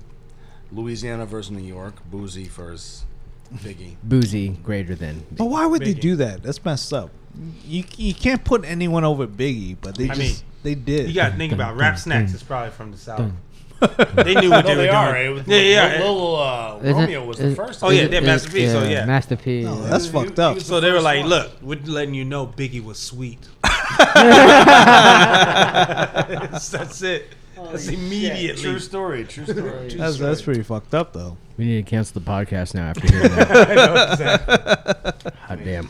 [SPEAKER 1] Louisiana versus New York, boozy versus Biggie.
[SPEAKER 3] boozy greater than.
[SPEAKER 5] but why would they do that? That's messed up. You you can't put anyone over Biggie, but they
[SPEAKER 7] I
[SPEAKER 5] just
[SPEAKER 7] mean,
[SPEAKER 5] they did.
[SPEAKER 7] You gotta think about rap snacks is probably from the south. they knew what
[SPEAKER 1] No,
[SPEAKER 7] they were
[SPEAKER 1] they are. Eh?
[SPEAKER 7] doing.
[SPEAKER 1] With
[SPEAKER 7] Yeah, yeah.
[SPEAKER 1] Lil, Lil, uh,
[SPEAKER 4] Isn't-
[SPEAKER 1] Romeo was the
[SPEAKER 4] is-
[SPEAKER 1] first.
[SPEAKER 7] Oh,
[SPEAKER 1] one.
[SPEAKER 7] yeah,
[SPEAKER 4] is-
[SPEAKER 7] they're
[SPEAKER 4] is-
[SPEAKER 7] Master P,
[SPEAKER 3] uh,
[SPEAKER 7] so yeah.
[SPEAKER 4] Master P.
[SPEAKER 5] No, that's
[SPEAKER 1] You-
[SPEAKER 5] fucked
[SPEAKER 1] you-
[SPEAKER 5] up.
[SPEAKER 1] you-
[SPEAKER 7] So they were
[SPEAKER 1] First
[SPEAKER 7] like,
[SPEAKER 1] one.
[SPEAKER 7] "Look, we're letting you know Biggie was sweet." that's it. That's immediately.
[SPEAKER 1] True story. True story.
[SPEAKER 5] That's that's pretty fucked up though.
[SPEAKER 3] We need to cancel the podcast now after hearing that. Hot damn.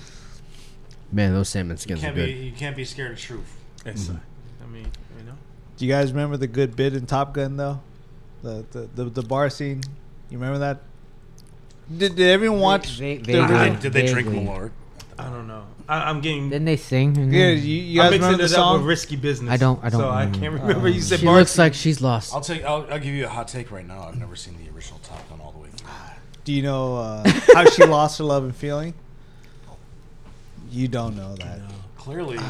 [SPEAKER 3] Man, those salmon skins are
[SPEAKER 1] Can't be,
[SPEAKER 3] good.
[SPEAKER 1] you can't be scared of truth. Mm-hmm.
[SPEAKER 7] It's, I mean, you know.
[SPEAKER 5] Do you guys remember the good bit in Top Gun though? The the the, the bar scene. You remember that? Did, did everyone watch?
[SPEAKER 4] They- they-
[SPEAKER 5] the
[SPEAKER 4] they-
[SPEAKER 5] original-
[SPEAKER 1] Did they drink
[SPEAKER 4] Vaguely.
[SPEAKER 1] Malort?
[SPEAKER 7] I don't know. I, I'm getting.
[SPEAKER 4] Didn't they sing? And
[SPEAKER 5] Yeah,
[SPEAKER 4] then-
[SPEAKER 5] you, you guys
[SPEAKER 7] I'm mixing
[SPEAKER 5] remember the
[SPEAKER 7] it up with
[SPEAKER 5] song?
[SPEAKER 7] risky business.
[SPEAKER 4] I don't- I don't
[SPEAKER 7] So I
[SPEAKER 4] remember.
[SPEAKER 7] can't remember. you said
[SPEAKER 3] She
[SPEAKER 7] Bar-
[SPEAKER 3] looks like she's lost.
[SPEAKER 1] I'll take. I'll, I'll give you a hot take right now. I've never seen the original Top Gun all the way through.
[SPEAKER 5] Do you know uh, how she lost her love and feeling? You don't know that.
[SPEAKER 1] Clearly, no.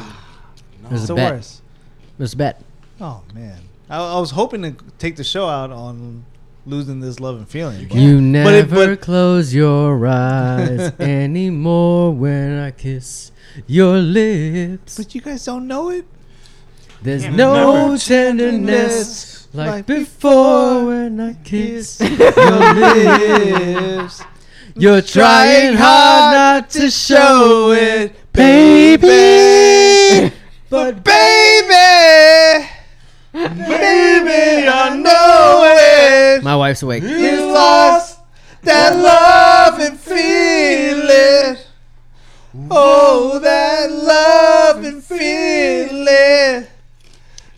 [SPEAKER 3] There's
[SPEAKER 5] It's
[SPEAKER 3] a
[SPEAKER 5] the
[SPEAKER 3] bet.
[SPEAKER 5] worst.
[SPEAKER 3] There's a bet.
[SPEAKER 5] Oh man, I, I was hoping to take the show out on losing this love and feeling. but-
[SPEAKER 3] You
[SPEAKER 5] But
[SPEAKER 3] never
[SPEAKER 5] it- but-
[SPEAKER 3] close your eyes anymore when I kiss your lips.
[SPEAKER 5] But you guys don't know it.
[SPEAKER 3] There's
[SPEAKER 1] Can't
[SPEAKER 3] no
[SPEAKER 1] remember.
[SPEAKER 3] tenderness
[SPEAKER 5] Tenderness
[SPEAKER 3] like
[SPEAKER 5] like
[SPEAKER 3] before
[SPEAKER 5] before
[SPEAKER 3] when I kiss your lips.
[SPEAKER 5] lives.
[SPEAKER 3] You're trying hard not to show it, baby. But
[SPEAKER 5] baby, baby, I know it.
[SPEAKER 3] my wife's awake.
[SPEAKER 5] You lost that love and feeling. Oh, that love and feeling.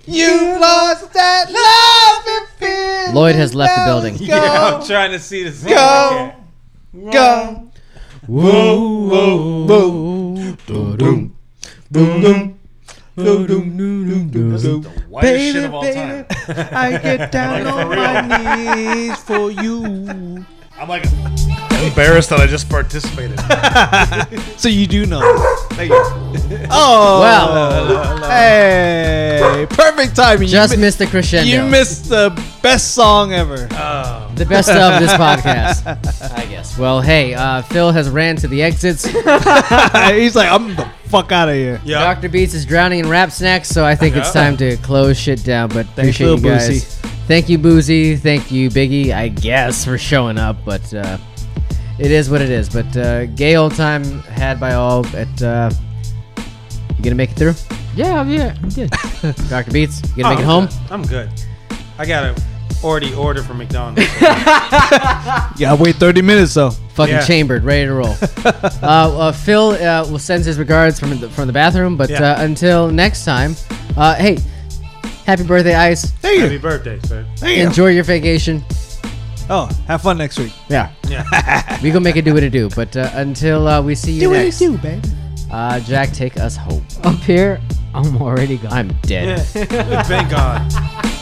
[SPEAKER 5] You lost that love and feeling.
[SPEAKER 3] Lloyd has left the building.
[SPEAKER 5] Go,
[SPEAKER 7] Yeah, I'm trying to see this.
[SPEAKER 5] go, go.
[SPEAKER 3] Whoa, whoa, whoa. Boom, boom, boom, boom, boom.
[SPEAKER 1] the whitest shit
[SPEAKER 5] Baby,
[SPEAKER 1] of all time.
[SPEAKER 5] I get down
[SPEAKER 1] Like,
[SPEAKER 5] on
[SPEAKER 1] for
[SPEAKER 5] my knees for you.
[SPEAKER 1] I'm like embarrassed that I just participated.
[SPEAKER 5] So you do know. Thank you. Oh,
[SPEAKER 3] Wow.
[SPEAKER 5] hey, perfect timing.
[SPEAKER 3] Just
[SPEAKER 5] you, mi-
[SPEAKER 3] missed the crescendo.
[SPEAKER 5] you missed the best song ever.
[SPEAKER 3] the best of this podcast, I guess. Well, hey, uh, Phil has ran to the exits.
[SPEAKER 5] He's like, I'm the fuck out of here.
[SPEAKER 7] Yeah.
[SPEAKER 3] Dr. Beats is drowning in rap snacks, so I think it's
[SPEAKER 7] Yeah.
[SPEAKER 3] time to close shit down. But appreciate you
[SPEAKER 5] Lil
[SPEAKER 3] guys.
[SPEAKER 5] Boozy.
[SPEAKER 3] Thank you, Boozy. Thank you, Biggie. I guess for showing up, but uh, it is what it is. But uh, gay old time had by all. But uh, you gonna make it through,
[SPEAKER 4] yeah, I'm here. I'm good.
[SPEAKER 3] Dr. Beats? You gonna
[SPEAKER 7] Oh,
[SPEAKER 3] make it
[SPEAKER 7] I'm
[SPEAKER 3] home?
[SPEAKER 7] good. I'm good. I got to already order from McDonald's.
[SPEAKER 5] Yeah, I wait 30 minutes though.
[SPEAKER 3] Fucking
[SPEAKER 7] Yeah.
[SPEAKER 3] chambered, ready to roll. uh, uh, Phil uh, will send his regards from the, from the bathroom. But
[SPEAKER 7] Yeah.
[SPEAKER 3] uh, until next time, uh, hey, happy birthday, Ice.
[SPEAKER 5] Thank
[SPEAKER 7] Happy
[SPEAKER 5] you.
[SPEAKER 7] birthday, sir.
[SPEAKER 5] Thank you.
[SPEAKER 3] Enjoy your vacation.
[SPEAKER 5] Oh, have fun next week.
[SPEAKER 3] Yeah.
[SPEAKER 7] Yeah.
[SPEAKER 3] we gonna make it do what it do. But uh, until uh, we see you next,
[SPEAKER 5] do, baby.
[SPEAKER 3] uh, Jack, take us home.
[SPEAKER 4] Up here, I'm already gone.
[SPEAKER 3] I'm dead.
[SPEAKER 7] Thank God.